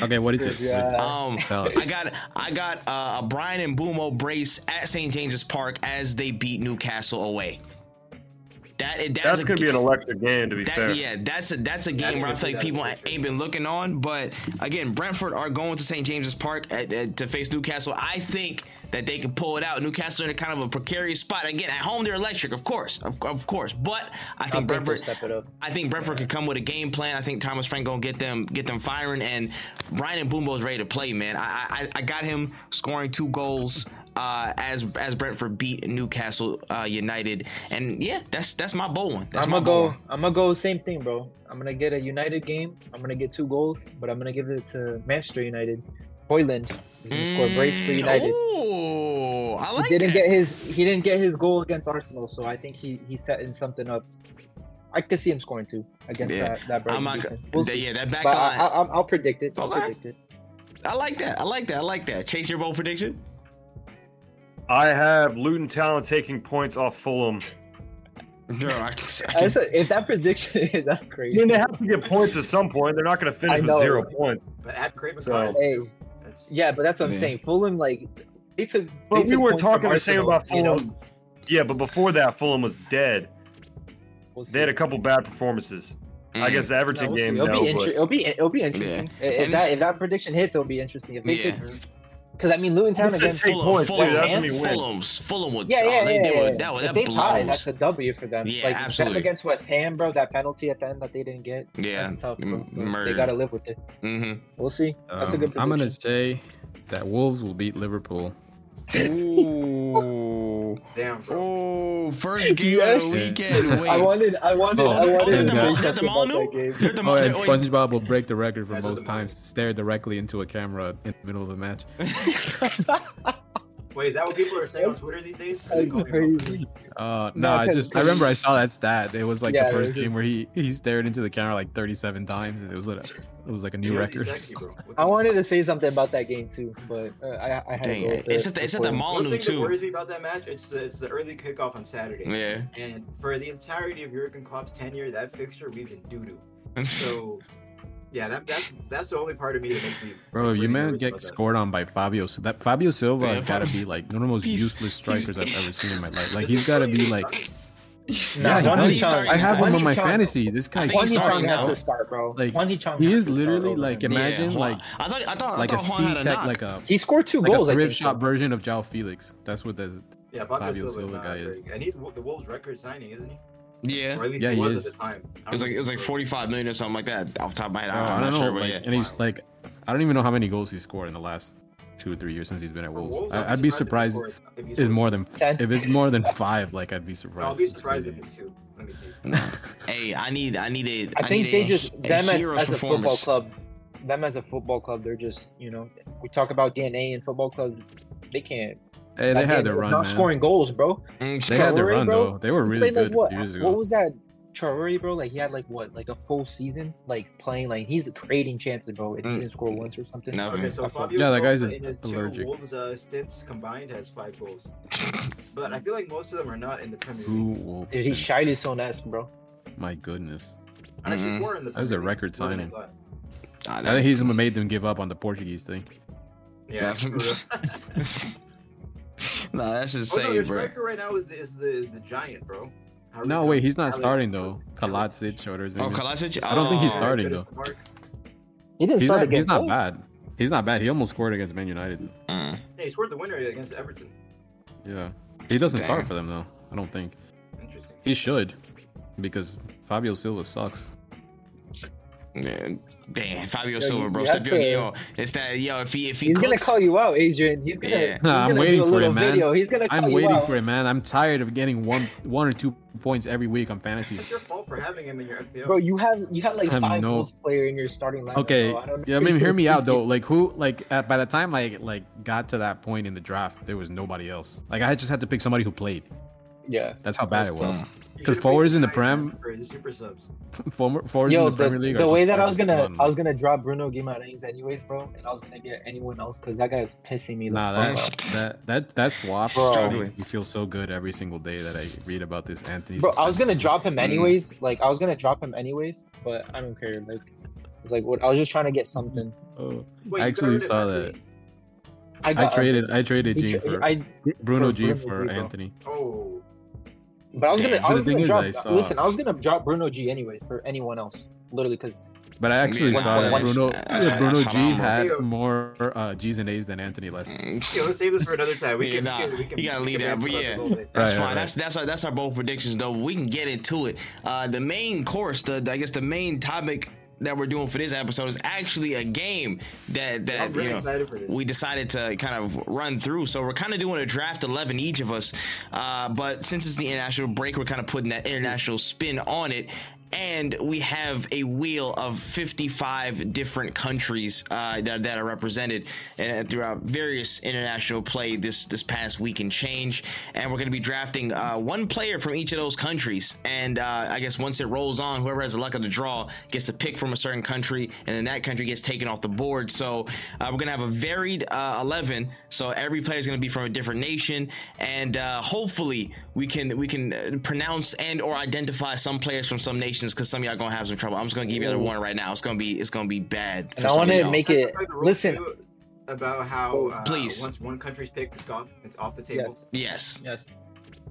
Speaker 5: Okay, what is it?
Speaker 2: Yeah.
Speaker 1: Um,
Speaker 5: Tell us.
Speaker 1: I got I got uh, a Brian and Bumo brace at St James's Park as they beat Newcastle away. That that's,
Speaker 3: That's
Speaker 1: a-
Speaker 3: going to be an electric game, to be
Speaker 1: that,
Speaker 3: fair.
Speaker 1: Yeah, that's a that's a game where I
Speaker 4: is-
Speaker 1: feel like
Speaker 4: that is
Speaker 1: people
Speaker 4: for sure.
Speaker 1: ain't been looking on. But again, Brentford are going to St James's Park at, at- to face Newcastle. I think that they can pull it out. Newcastle are in a kind of a precarious spot. Again, at home they're electric, of course, of, of course. But I think
Speaker 2: I'm Brentford
Speaker 1: Brentford.
Speaker 2: step it up.
Speaker 1: I think Brentford could come with a game plan. I think Thomas Frank gonna get them get them firing, and Brian and Bumbo's ready to play, man. I I, I got him scoring two goals. uh, as as Brentford beat Newcastle uh, United. And yeah, that's that's my bowl one. That's
Speaker 2: I'm
Speaker 1: my
Speaker 2: gonna
Speaker 1: bowl
Speaker 2: go. I'm gonna go same thing, bro. I'm gonna get a United game. I'm gonna get two goals, but I'm gonna give it to Manchester United. Hoyland is
Speaker 1: one.
Speaker 2: gonna score a brace for
Speaker 1: Mm,
Speaker 2: United.
Speaker 1: Ooh, I like
Speaker 2: he didn't
Speaker 1: that.
Speaker 2: get his he didn't get his goal against Arsenal, so I think he he's setting something up. I could see him scoring two against
Speaker 1: Yeah.
Speaker 2: that that Brighton
Speaker 1: I'm not-
Speaker 2: defense. We'll
Speaker 1: That-
Speaker 2: see.
Speaker 1: yeah, that back
Speaker 2: But
Speaker 1: line.
Speaker 2: I, I, I'll predict it. I'll
Speaker 1: Okay.
Speaker 2: predict it.
Speaker 1: I like that. I like that. I like that. Chase your bowl prediction.
Speaker 3: I have Luton Town taking points off Fulham.
Speaker 1: Girl, I
Speaker 2: *laughs*
Speaker 1: can, I can-
Speaker 2: That's a- if that prediction is that's
Speaker 3: I
Speaker 2: crazy.
Speaker 3: mean, they have to get points at some point. They're not going to
Speaker 2: I
Speaker 3: finish with
Speaker 2: know.
Speaker 3: zero points.
Speaker 4: But at Craven
Speaker 3: So-
Speaker 4: Cottage,
Speaker 2: Hey,
Speaker 4: that's
Speaker 2: yeah, but that's what I'm
Speaker 1: Yeah.
Speaker 2: saying. Fulham like they took. they
Speaker 3: But we
Speaker 2: took
Speaker 3: were
Speaker 2: points from
Speaker 3: talking the same
Speaker 2: Arsenal,
Speaker 3: about
Speaker 2: you
Speaker 3: Fulham.
Speaker 2: know?
Speaker 3: Yeah, but before that, Fulham was dead.
Speaker 2: We'll
Speaker 3: They had
Speaker 2: see.
Speaker 3: a couple bad performances. I
Speaker 1: Mm.
Speaker 3: guess the Everton
Speaker 2: No, we'll see.
Speaker 3: game,
Speaker 2: It'll,
Speaker 3: no,
Speaker 2: be inter-
Speaker 3: but
Speaker 2: it'll be it'll be interesting. If- If,
Speaker 1: And
Speaker 2: that
Speaker 1: it's-
Speaker 2: if that prediction hits, it'll be interesting. If they
Speaker 1: Yeah.
Speaker 2: because I mean Luton Town
Speaker 3: Listen,
Speaker 2: against
Speaker 3: take
Speaker 1: Fulham,
Speaker 3: points,
Speaker 1: Fulham,
Speaker 2: too. That's when
Speaker 1: Fulham,
Speaker 3: we win.
Speaker 1: Fulham, Fulham would.
Speaker 2: Yeah,
Speaker 1: oh,
Speaker 2: yeah,
Speaker 1: they,
Speaker 2: yeah,
Speaker 1: they
Speaker 2: yeah.
Speaker 1: Would, that would
Speaker 2: if
Speaker 1: that
Speaker 2: they
Speaker 1: blows.
Speaker 2: tie, that's a W for them.
Speaker 1: Yeah,
Speaker 2: like
Speaker 1: absolutely.
Speaker 2: them against West Ham, bro. That penalty at the end that they didn't get.
Speaker 1: yeah,
Speaker 2: that's tough. Bro.
Speaker 1: m-
Speaker 2: But They
Speaker 1: murdered.
Speaker 2: gotta live with it.
Speaker 1: Mm-hmm.
Speaker 2: We'll see. That's a
Speaker 5: Um,
Speaker 2: good.
Speaker 5: I'm gonna
Speaker 2: prediction.
Speaker 5: say that Wolves will beat Liverpool.
Speaker 2: *laughs*
Speaker 1: Ooh,
Speaker 4: damn, bro.
Speaker 1: Mm-hmm. ooh, first game
Speaker 2: Yes.
Speaker 1: of the weekend. Wait,
Speaker 2: I wanted. I wanted.
Speaker 5: Oh,
Speaker 2: I
Speaker 5: they're
Speaker 2: wanted
Speaker 5: them
Speaker 2: to
Speaker 5: all-
Speaker 2: bring
Speaker 1: they're
Speaker 2: up
Speaker 1: them all
Speaker 2: about that
Speaker 1: new?
Speaker 2: game.
Speaker 1: they're the
Speaker 5: Oh,
Speaker 1: mo-
Speaker 5: and
Speaker 1: wait.
Speaker 5: SpongeBob will break the record for
Speaker 4: That's what
Speaker 5: most
Speaker 4: the-
Speaker 5: times stared directly into a camera in the middle of a match.
Speaker 4: Wait, is that what people are saying on Twitter these days? Are they
Speaker 2: That's
Speaker 4: calling him out?
Speaker 2: crazy.
Speaker 5: Uh,
Speaker 2: No,
Speaker 5: no, I
Speaker 2: 'cause-
Speaker 5: just I remember I saw that stat. It was like
Speaker 2: Yeah,
Speaker 5: the first
Speaker 2: it was
Speaker 5: game
Speaker 2: just-
Speaker 5: where he he stared into the camera like 37 times, and it was like it was like a new
Speaker 4: He was
Speaker 5: record. *laughs*
Speaker 4: sexy, bro. What
Speaker 2: I
Speaker 4: the-
Speaker 2: wanted to say something about that game too, but uh, I, I had
Speaker 1: Dang,
Speaker 2: to go
Speaker 1: it.
Speaker 2: with
Speaker 1: it's at the it's at the
Speaker 2: before-
Speaker 4: One
Speaker 1: Molyneux
Speaker 4: thing that
Speaker 1: too.
Speaker 4: worries me about that match, it's the it's the early kickoff on Saturday.
Speaker 1: Yeah.
Speaker 4: And for the entirety of Jurgen Klopp's tenure, that fixture we've been doo doo.
Speaker 1: *laughs*
Speaker 4: So, yeah, that, that's that's the only part of me that makes me.
Speaker 5: Bro,
Speaker 4: really
Speaker 5: you man
Speaker 4: nervous
Speaker 5: get
Speaker 4: about that.
Speaker 5: scored on by Fabio. So that Fabio Silva
Speaker 1: Yeah,
Speaker 5: has got to
Speaker 1: Fabio-
Speaker 5: be like one of the most
Speaker 1: He's-
Speaker 5: useless strikers I've ever seen in my life. Like
Speaker 4: This
Speaker 5: he's
Speaker 4: is
Speaker 5: got to
Speaker 4: really
Speaker 5: be
Speaker 4: good
Speaker 5: like
Speaker 4: start.
Speaker 2: Nah,
Speaker 5: Yeah,
Speaker 2: Juan
Speaker 5: I-
Speaker 2: Higuain-
Speaker 5: I have
Speaker 2: Juan
Speaker 5: him on my
Speaker 2: Higuain-
Speaker 5: fantasy. This guy
Speaker 1: I think
Speaker 2: Juan
Speaker 1: he's
Speaker 5: sucks,
Speaker 1: starting
Speaker 2: Hichong
Speaker 1: now.
Speaker 2: has
Speaker 5: bro.
Speaker 2: to start, bro.
Speaker 5: Like,
Speaker 2: Juan Hichong
Speaker 5: He
Speaker 2: has
Speaker 5: is
Speaker 2: to start
Speaker 5: literally
Speaker 2: over.
Speaker 5: like
Speaker 1: Yeah,
Speaker 5: imagine
Speaker 1: Juan-
Speaker 5: like
Speaker 1: I thought I thought
Speaker 5: like
Speaker 1: I
Speaker 5: a
Speaker 1: thought
Speaker 5: C
Speaker 1: Juan had a
Speaker 5: tech
Speaker 1: knock.
Speaker 5: like a
Speaker 2: he scored two
Speaker 5: like
Speaker 2: goals.
Speaker 5: a
Speaker 2: I
Speaker 5: rib
Speaker 2: think
Speaker 5: shot
Speaker 2: so.
Speaker 5: version of Jao Felix. That's what the
Speaker 4: Yeah, Fabio,
Speaker 5: Fabio
Speaker 4: Silva's
Speaker 5: Silva
Speaker 4: not
Speaker 5: guy is.
Speaker 4: great. And he's the Wolves' record signing, isn't he?
Speaker 1: yeah.
Speaker 4: Or at least
Speaker 5: Yeah,
Speaker 4: he
Speaker 5: he
Speaker 4: was
Speaker 5: is.
Speaker 4: at the time. I don't
Speaker 1: It was like
Speaker 4: know
Speaker 1: it was
Speaker 4: if
Speaker 1: like
Speaker 4: he's
Speaker 1: forty five million or something like that off the top of my head.
Speaker 5: Bro,
Speaker 1: I'm
Speaker 5: Oh, I
Speaker 1: not
Speaker 5: don't know.
Speaker 1: sure, but
Speaker 5: like,
Speaker 1: yeah.
Speaker 5: and he's like, I don't even know how many goals he scored in the last two or three years since he's been at
Speaker 4: For
Speaker 5: Wolves.
Speaker 4: Wolves,
Speaker 5: I, I'd be surprised
Speaker 4: if he scores- if he
Speaker 5: if
Speaker 4: scores
Speaker 5: it's more than
Speaker 2: *laughs* Ten.
Speaker 5: if it's more than five. Like I'd be
Speaker 4: two.
Speaker 5: surprised.
Speaker 4: No, I'll be
Speaker 5: It's
Speaker 4: surprised if
Speaker 5: crazy.
Speaker 4: it's two. Let me see.
Speaker 1: Hey, I need I need a
Speaker 2: I think
Speaker 1: need
Speaker 2: they
Speaker 1: a-
Speaker 2: just
Speaker 1: a
Speaker 2: them as,
Speaker 1: hero's
Speaker 2: as a football
Speaker 1: performance. *laughs*
Speaker 2: club, them as a football club, they're just you know we talk about DNA and football clubs, they can't.
Speaker 5: Hey, they
Speaker 2: that
Speaker 5: had
Speaker 2: game
Speaker 5: their
Speaker 2: was
Speaker 5: run,
Speaker 2: not
Speaker 5: man.
Speaker 2: scoring goals, bro.
Speaker 1: Mm,
Speaker 5: They had their
Speaker 2: Traore,
Speaker 5: run
Speaker 2: bro.
Speaker 5: though. They were
Speaker 2: He
Speaker 5: really
Speaker 2: played, like,
Speaker 5: good a
Speaker 2: what?
Speaker 5: few years ago.
Speaker 2: What was that? Traore, bro, like he had like what, like a full season, like playing, like he's creating chances, bro, and
Speaker 1: Mm.
Speaker 2: he didn't score once or something.
Speaker 1: Nothing.
Speaker 4: Okay, so
Speaker 2: That's
Speaker 4: Fabio
Speaker 5: Yeah, that
Speaker 4: Silva
Speaker 5: guy's
Speaker 4: in his
Speaker 5: allergic.
Speaker 4: two Wolves uh, stints combined has five goals. But I feel like most of them are not in the Premier
Speaker 5: Who
Speaker 4: League.
Speaker 5: Wolves?
Speaker 2: Dude, he
Speaker 5: fans?
Speaker 2: shied his own ass, bro.
Speaker 5: My goodness.
Speaker 4: Actually,
Speaker 1: Mm-mm.
Speaker 4: four in the
Speaker 5: That was a
Speaker 4: Premier League,
Speaker 5: record
Speaker 4: more than I
Speaker 5: signing.
Speaker 4: thought.
Speaker 1: Ah,
Speaker 5: I think he's the one made them give up on the Portuguese thing.
Speaker 4: Yeah,
Speaker 1: That's-
Speaker 4: for
Speaker 1: *laughs*
Speaker 4: real.
Speaker 1: nah, that's
Speaker 4: Oh, no,
Speaker 1: insane,
Speaker 4: your
Speaker 1: bro.
Speaker 4: striker right now is the is the, is the giant, bro. How are
Speaker 5: No,
Speaker 4: we-
Speaker 5: wait, he's not
Speaker 4: Tali-
Speaker 5: starting though.
Speaker 4: Tali-
Speaker 5: Kalatsic or his
Speaker 1: Oh,
Speaker 5: name is-
Speaker 1: Kalasic.
Speaker 5: I don't think he's
Speaker 1: oh.
Speaker 5: starting.
Speaker 4: Dennis
Speaker 5: though.
Speaker 4: Park.
Speaker 2: He didn't
Speaker 5: He's
Speaker 2: start
Speaker 5: not, he's
Speaker 2: against
Speaker 5: not
Speaker 2: goals.
Speaker 5: bad. He's not bad. He almost scored against Man United.
Speaker 1: Mm.
Speaker 4: Hey, he scored the winner against Everton.
Speaker 5: Yeah. He doesn't
Speaker 1: Damn.
Speaker 5: start for them though. I don't think.
Speaker 4: Interesting.
Speaker 5: He should. Because Fabio Silva sucks.
Speaker 1: Yeah, damn, Fabio
Speaker 2: you-
Speaker 1: Silva, bro.
Speaker 2: you
Speaker 1: Step
Speaker 2: have
Speaker 1: your
Speaker 2: to-
Speaker 1: game. up. It's that yo. If he if he
Speaker 2: He's gonna
Speaker 1: cooks,
Speaker 2: call you out, Adrian. He's gonna.
Speaker 1: Yeah.
Speaker 2: he's
Speaker 5: Nah, I'm
Speaker 2: gonna
Speaker 5: waiting
Speaker 2: do a
Speaker 5: for it,
Speaker 2: little
Speaker 5: man.
Speaker 2: Video. He's gonna. Call
Speaker 5: I'm
Speaker 2: you
Speaker 5: waiting
Speaker 2: out.
Speaker 5: for it, man. I'm tired of getting one one or two points every week on fantasy.
Speaker 4: It's your fault for having him in your FPL.
Speaker 2: Bro, you have you had like
Speaker 5: I have
Speaker 2: five
Speaker 5: no-
Speaker 2: goals player in your starting lineup.
Speaker 5: Okay.
Speaker 2: bro. I don't
Speaker 5: Yeah, I mean hear
Speaker 2: *laughs*
Speaker 5: me out though. Like who like at, by the time like like got to that point in the draft, there was nobody else. Like I just had to pick somebody who played.
Speaker 2: Yeah.
Speaker 5: That's how bad it was.
Speaker 1: Mm.
Speaker 4: You should've
Speaker 5: Because
Speaker 4: waited
Speaker 5: forwards in the
Speaker 4: nine times
Speaker 5: Prem-
Speaker 4: for the super subs.
Speaker 5: *laughs* Former forwards
Speaker 2: Yo,
Speaker 5: in the,
Speaker 2: the,
Speaker 5: Premier League.
Speaker 2: the
Speaker 5: are
Speaker 2: way
Speaker 5: just
Speaker 2: that I
Speaker 5: like
Speaker 2: was gonna
Speaker 5: fun.
Speaker 2: I was gonna drop Bruno Guimaraes anyways, bro, and I was gonna get anyone else because that guy was pissing me. the
Speaker 5: Nah,
Speaker 2: fuck
Speaker 5: that,
Speaker 2: off.
Speaker 5: that that that swap
Speaker 2: Bro.
Speaker 5: makes me feel so good every single day that I read about this Anthony.
Speaker 2: bro, I was
Speaker 5: suspension.
Speaker 2: gonna drop him anyways. Like I was gonna drop him anyways, but I don't care. Like it's like what I was just trying to get something.
Speaker 5: Oh,
Speaker 4: Wait,
Speaker 5: I
Speaker 4: you got
Speaker 5: actually
Speaker 4: rid of
Speaker 5: saw
Speaker 4: Anthony?
Speaker 2: I
Speaker 5: I
Speaker 2: got uh,
Speaker 5: traded I traded
Speaker 2: he
Speaker 5: Gene
Speaker 2: tra-
Speaker 5: for
Speaker 2: I
Speaker 5: Bruno
Speaker 2: for
Speaker 5: G
Speaker 2: Bruno
Speaker 5: for
Speaker 2: G, bro.
Speaker 5: Anthony.
Speaker 4: Oh,
Speaker 2: but I was gonna
Speaker 1: Damn.
Speaker 2: I
Speaker 5: The
Speaker 2: was
Speaker 5: thing
Speaker 2: gonna
Speaker 5: is,
Speaker 2: drop.
Speaker 5: I saw-
Speaker 2: Listen, I was gonna drop Bruno G anyways for anyone else, literally because
Speaker 5: But I actually
Speaker 1: Yeah,
Speaker 5: saw that
Speaker 2: that's-
Speaker 5: Bruno
Speaker 1: that's-
Speaker 5: that Bruno
Speaker 1: that's
Speaker 5: G
Speaker 1: phenomenal.
Speaker 5: had
Speaker 4: Yo.
Speaker 5: more uh, G's and A's than Anthony last.
Speaker 4: yeah,
Speaker 1: Mm.
Speaker 4: let's save this for another time.
Speaker 1: *laughs*
Speaker 4: We
Speaker 1: Yeah,
Speaker 4: can,
Speaker 1: nah,
Speaker 4: we can, we can,
Speaker 1: you gotta
Speaker 4: we
Speaker 1: leave
Speaker 4: can
Speaker 1: that,
Speaker 4: rant
Speaker 1: but
Speaker 4: about
Speaker 1: yeah.
Speaker 4: this all day.
Speaker 1: That's
Speaker 5: Right,
Speaker 1: fine.
Speaker 5: right,
Speaker 1: That's that's our that's our bold predictions though. We can get into it. Uh, the main course, the I guess the main topic that we're doing for this episode is actually a game that that
Speaker 4: I'm Oh, really
Speaker 1: you know,
Speaker 4: excited for this.
Speaker 1: we decided to kind of run through. So we're kind of doing a draft eleven each of us, uh, but since it's the international break, we're kind of putting that international spin on it. And we have a wheel of 55 different countries uh, that, that are represented uh, throughout various international play this this past week and change. And we're going to be drafting uh, one player from each of those countries. And uh, I guess once it rolls on, whoever has the luck of the draw gets to pick from a certain country, and then that country gets taken off the board. So uh, we're gonna have a varied uh, eleven. So every player is gonna be from a different nation, and uh, hopefully we can we can uh, pronounce and or identify some players from some nations because some of y'all gonna have some trouble. I'm just gonna give you the warning right now. It's gonna be it's gonna be bad.
Speaker 2: And
Speaker 1: for
Speaker 2: I
Speaker 1: some
Speaker 2: wanna
Speaker 1: of y'all.
Speaker 2: make
Speaker 4: That's
Speaker 2: it-
Speaker 4: probably the rule,
Speaker 2: listen. Oh,
Speaker 4: too, about how uh,
Speaker 1: Please.
Speaker 4: once one country's picked, it's off. It's off the table.
Speaker 1: yes.
Speaker 2: Yes. Yes.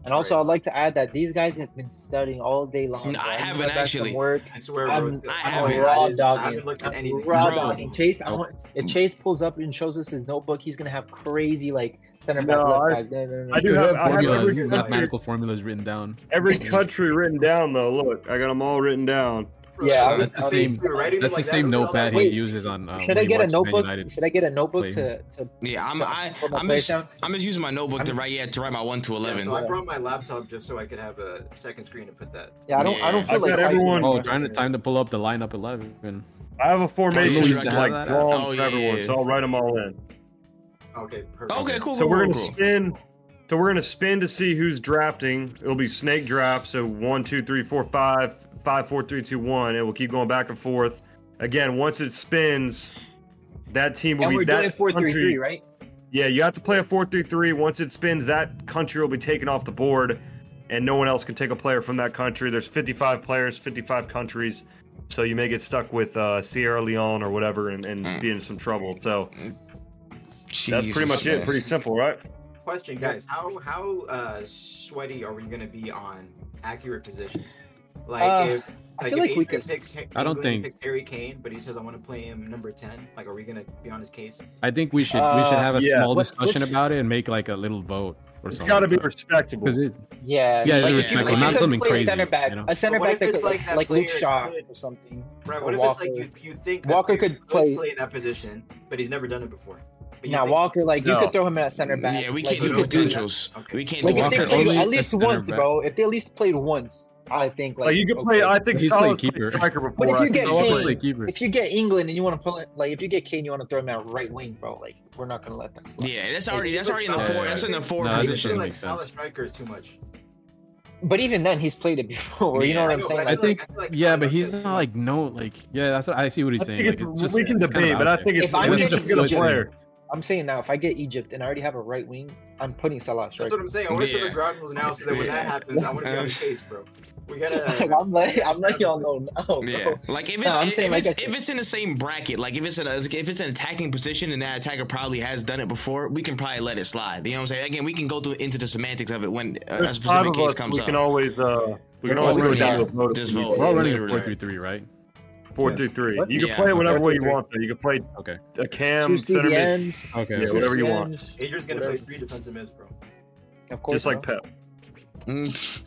Speaker 2: And also, I'd like to add that these guys have been studying all day
Speaker 1: No,
Speaker 2: long. bro.
Speaker 1: I
Speaker 2: I'm
Speaker 1: haven't
Speaker 2: back from
Speaker 1: actually.
Speaker 2: Work.
Speaker 4: I swear,
Speaker 2: I'm-
Speaker 4: bro, it's-
Speaker 1: I
Speaker 4: I'm
Speaker 2: I'm
Speaker 1: haven't.
Speaker 2: raw
Speaker 4: I
Speaker 2: dogging.
Speaker 4: haven't looked at
Speaker 2: I'm
Speaker 4: anything.
Speaker 2: Raw
Speaker 1: Bro.
Speaker 2: dogging. Chase, I
Speaker 1: Nope.
Speaker 2: want, if Chase pulls up and shows us his notebook, he's gonna have crazy like center back,
Speaker 3: No,
Speaker 2: left
Speaker 3: I-
Speaker 2: back. da, da, da.
Speaker 3: I do have, I have
Speaker 5: Formula,
Speaker 3: every, country,
Speaker 5: mathematical formulas written down.
Speaker 3: every country written down though. Look, I got them all written down.
Speaker 2: Yeah,
Speaker 5: that's the same- That's the same notepad he
Speaker 2: Wait,
Speaker 5: uses on. Uh,
Speaker 2: Should
Speaker 5: when
Speaker 2: I
Speaker 5: he
Speaker 2: get a
Speaker 5: watches Man
Speaker 2: notebook?
Speaker 5: United.
Speaker 2: Should I get a notebook
Speaker 5: play.
Speaker 2: to to?
Speaker 1: Yeah. I'm
Speaker 2: to
Speaker 1: I
Speaker 2: put my
Speaker 1: I'm
Speaker 2: players
Speaker 1: just
Speaker 2: down?
Speaker 1: I'm just using my notebook to write yeah to write my one to
Speaker 4: Yeah,
Speaker 1: eleven.
Speaker 4: so I brought my laptop just so I could have a second screen to put that.
Speaker 2: Yeah, I don't. I don't
Speaker 1: Yeah.
Speaker 2: feel
Speaker 3: I've
Speaker 2: like
Speaker 3: got
Speaker 2: fighting.
Speaker 3: everyone-
Speaker 5: Oh, trying to time to pull up the lineup eleven.
Speaker 3: I have a formation
Speaker 1: Oh, you
Speaker 3: that's
Speaker 1: should
Speaker 3: like
Speaker 5: have that?
Speaker 3: drawn
Speaker 1: Oh,
Speaker 3: for
Speaker 1: yeah,
Speaker 3: everyone,
Speaker 1: yeah,
Speaker 3: so I'll write them all in.
Speaker 4: Okay, perfect.
Speaker 1: Okay, cool.
Speaker 3: So
Speaker 1: cool,
Speaker 3: we're
Speaker 1: cool,
Speaker 3: gonna
Speaker 1: cool.
Speaker 3: spin. So we're gonna spin to see who's drafting. It'll be snake draft. So one, two, three, four, five, five, four, three, two, one, and we'll keep going back and forth. Again, once it spins, that team will
Speaker 2: And
Speaker 3: be
Speaker 2: we're
Speaker 3: that
Speaker 2: doing four three
Speaker 3: country-
Speaker 2: three, right?
Speaker 3: Yeah, you have to play a four three three. Once it spins, that country will be taken off the board, and no one else can take a player from that country. There's 55 players, 55 countries. So you may get stuck with uh, Sierra Leone or whatever, and, and
Speaker 1: Mm.
Speaker 3: be in some trouble. So that's
Speaker 1: Jesus,
Speaker 3: pretty much
Speaker 1: man.
Speaker 3: it. Pretty simple, right?
Speaker 4: Question, guys. How how uh, sweaty are we gonna be on accurate positions? Like,
Speaker 2: Uh,
Speaker 4: if,
Speaker 2: I feel like we
Speaker 4: Adrian
Speaker 2: could.
Speaker 4: Picks, Ha-
Speaker 5: I don't
Speaker 4: England
Speaker 5: think-
Speaker 4: picks Harry Kane, but he says I want to play him number ten. Like, are we gonna be on his case?
Speaker 5: I think we should we should
Speaker 2: Uh,
Speaker 5: have a
Speaker 3: yeah.
Speaker 5: small
Speaker 2: Let's-
Speaker 5: discussion
Speaker 2: let's-
Speaker 5: about it and make like a little vote or
Speaker 3: It's
Speaker 5: something.
Speaker 3: got to be
Speaker 5: like that.
Speaker 3: respectable.
Speaker 5: 'Cause it-
Speaker 2: Yeah,
Speaker 5: Yeah,
Speaker 1: it's
Speaker 2: if
Speaker 1: respectful,
Speaker 2: you
Speaker 1: not
Speaker 2: could
Speaker 5: something
Speaker 2: play
Speaker 5: crazy,
Speaker 2: A center back,
Speaker 5: you know?
Speaker 2: a center
Speaker 4: But what
Speaker 2: back
Speaker 4: if
Speaker 2: that
Speaker 4: it's
Speaker 2: could,
Speaker 4: like
Speaker 2: like,
Speaker 4: that
Speaker 2: Luke
Speaker 4: player
Speaker 2: Shaw
Speaker 4: could-
Speaker 2: or something.
Speaker 4: Right.
Speaker 2: Or
Speaker 4: What if
Speaker 2: Uh, Walker.
Speaker 4: it's like you, you think that
Speaker 2: Walker
Speaker 4: player
Speaker 2: could play-
Speaker 4: play that position, but he's never done it before. But you
Speaker 2: Now
Speaker 4: think-
Speaker 2: Walker, like you
Speaker 3: No.
Speaker 2: could throw him in at center back.
Speaker 1: Yeah, we
Speaker 2: Like,
Speaker 1: can't
Speaker 2: you
Speaker 1: do
Speaker 2: could that.
Speaker 1: potentials.
Speaker 4: Okay.
Speaker 1: We can't
Speaker 2: Like
Speaker 1: do
Speaker 2: if they
Speaker 5: Walker
Speaker 2: played
Speaker 5: only
Speaker 2: at
Speaker 5: as
Speaker 2: least
Speaker 5: center
Speaker 2: once,
Speaker 5: back.
Speaker 2: bro. If they at least played once, I think like,
Speaker 3: Like, you could play.
Speaker 2: okay.
Speaker 3: I think
Speaker 5: He's
Speaker 3: Salah
Speaker 5: playing
Speaker 3: played
Speaker 5: keeper.
Speaker 3: striker before.
Speaker 2: But if
Speaker 3: I
Speaker 2: you
Speaker 3: think
Speaker 2: get
Speaker 5: I wanna
Speaker 3: Salah
Speaker 2: Kane-
Speaker 5: play keeper.
Speaker 2: if you get England and you want to pull it, like if you get Kane, you want to throw him at right wing, bro. Like we're not gonna let that slide.
Speaker 1: Yeah, that's already that's
Speaker 4: But
Speaker 1: already in the
Speaker 4: Salah-
Speaker 1: four. That's in the four
Speaker 5: No,
Speaker 4: I
Speaker 5: that
Speaker 4: feel
Speaker 5: doesn't
Speaker 1: position.
Speaker 5: make
Speaker 4: like Salah
Speaker 5: sense.
Speaker 4: striker is too much.
Speaker 2: But even then, he's played it *laughs* before. You
Speaker 1: Yeah.
Speaker 2: know what
Speaker 4: I
Speaker 2: I'm
Speaker 4: know,
Speaker 2: saying?
Speaker 4: but
Speaker 2: Like,
Speaker 5: I think
Speaker 4: I feel like
Speaker 5: yeah,
Speaker 4: Kyle
Speaker 5: but he's
Speaker 4: does
Speaker 5: not
Speaker 4: that.
Speaker 5: like no like yeah. That's what I see what he's
Speaker 3: I
Speaker 5: saying.
Speaker 3: think
Speaker 5: Like
Speaker 3: it's-
Speaker 5: it's just
Speaker 3: we can
Speaker 5: it's kind of
Speaker 3: debate,
Speaker 5: out
Speaker 3: but I
Speaker 5: there.
Speaker 3: think it's
Speaker 2: If I'm
Speaker 3: let's
Speaker 2: getting
Speaker 3: just get a
Speaker 5: flipped-
Speaker 3: player.
Speaker 2: I'm saying now, if I get Egypt and I already have a right wing, I'm putting Salah
Speaker 4: That's
Speaker 2: straight.
Speaker 4: what I'm saying. I want to set
Speaker 1: Yeah.
Speaker 4: the ground rules now, so that when
Speaker 5: *laughs*
Speaker 4: that
Speaker 1: Yeah.
Speaker 4: happens, I want to be on the case, bro. We gotta.
Speaker 2: *laughs* Like, I'm letting, I'm letting y'all know now, bro. *laughs*
Speaker 1: Yeah, like if it's,
Speaker 2: I'm
Speaker 1: if,
Speaker 2: saying, like I
Speaker 1: it's
Speaker 2: said-
Speaker 1: if it's in the same bracket, like if it's in a, if it's an attacking position and that attacker probably has done it before, we can probably let it slide. You know what I'm saying? Again, we can go through into the semantics of it when uh, a
Speaker 3: There's five
Speaker 1: specific
Speaker 3: of
Speaker 1: case
Speaker 3: us,
Speaker 1: comes
Speaker 3: We
Speaker 1: up.
Speaker 3: can always. uh, We can
Speaker 2: We're
Speaker 3: always go
Speaker 1: already
Speaker 3: down
Speaker 1: out.
Speaker 3: to a vote.
Speaker 1: Just
Speaker 3: if we need
Speaker 1: vote.
Speaker 3: to.
Speaker 5: We're all running a
Speaker 1: Literally.
Speaker 5: four three three, right?
Speaker 3: Four
Speaker 4: Yes.
Speaker 3: through three.
Speaker 2: What?
Speaker 3: You can
Speaker 1: Yeah.
Speaker 3: play it whatever way you
Speaker 2: Four through
Speaker 3: want. Though you can play
Speaker 5: Okay.
Speaker 3: a
Speaker 2: Two
Speaker 3: cam, center mid,
Speaker 2: CDMs,
Speaker 5: Okay.
Speaker 3: Yeah,
Speaker 2: two
Speaker 3: whatever you want.
Speaker 2: CDMs,
Speaker 4: Adrian's gonna
Speaker 2: Whatever.
Speaker 4: play three defensive mids, bro.
Speaker 2: Of course,
Speaker 3: just like
Speaker 2: bro.
Speaker 3: Pep.
Speaker 1: Mm,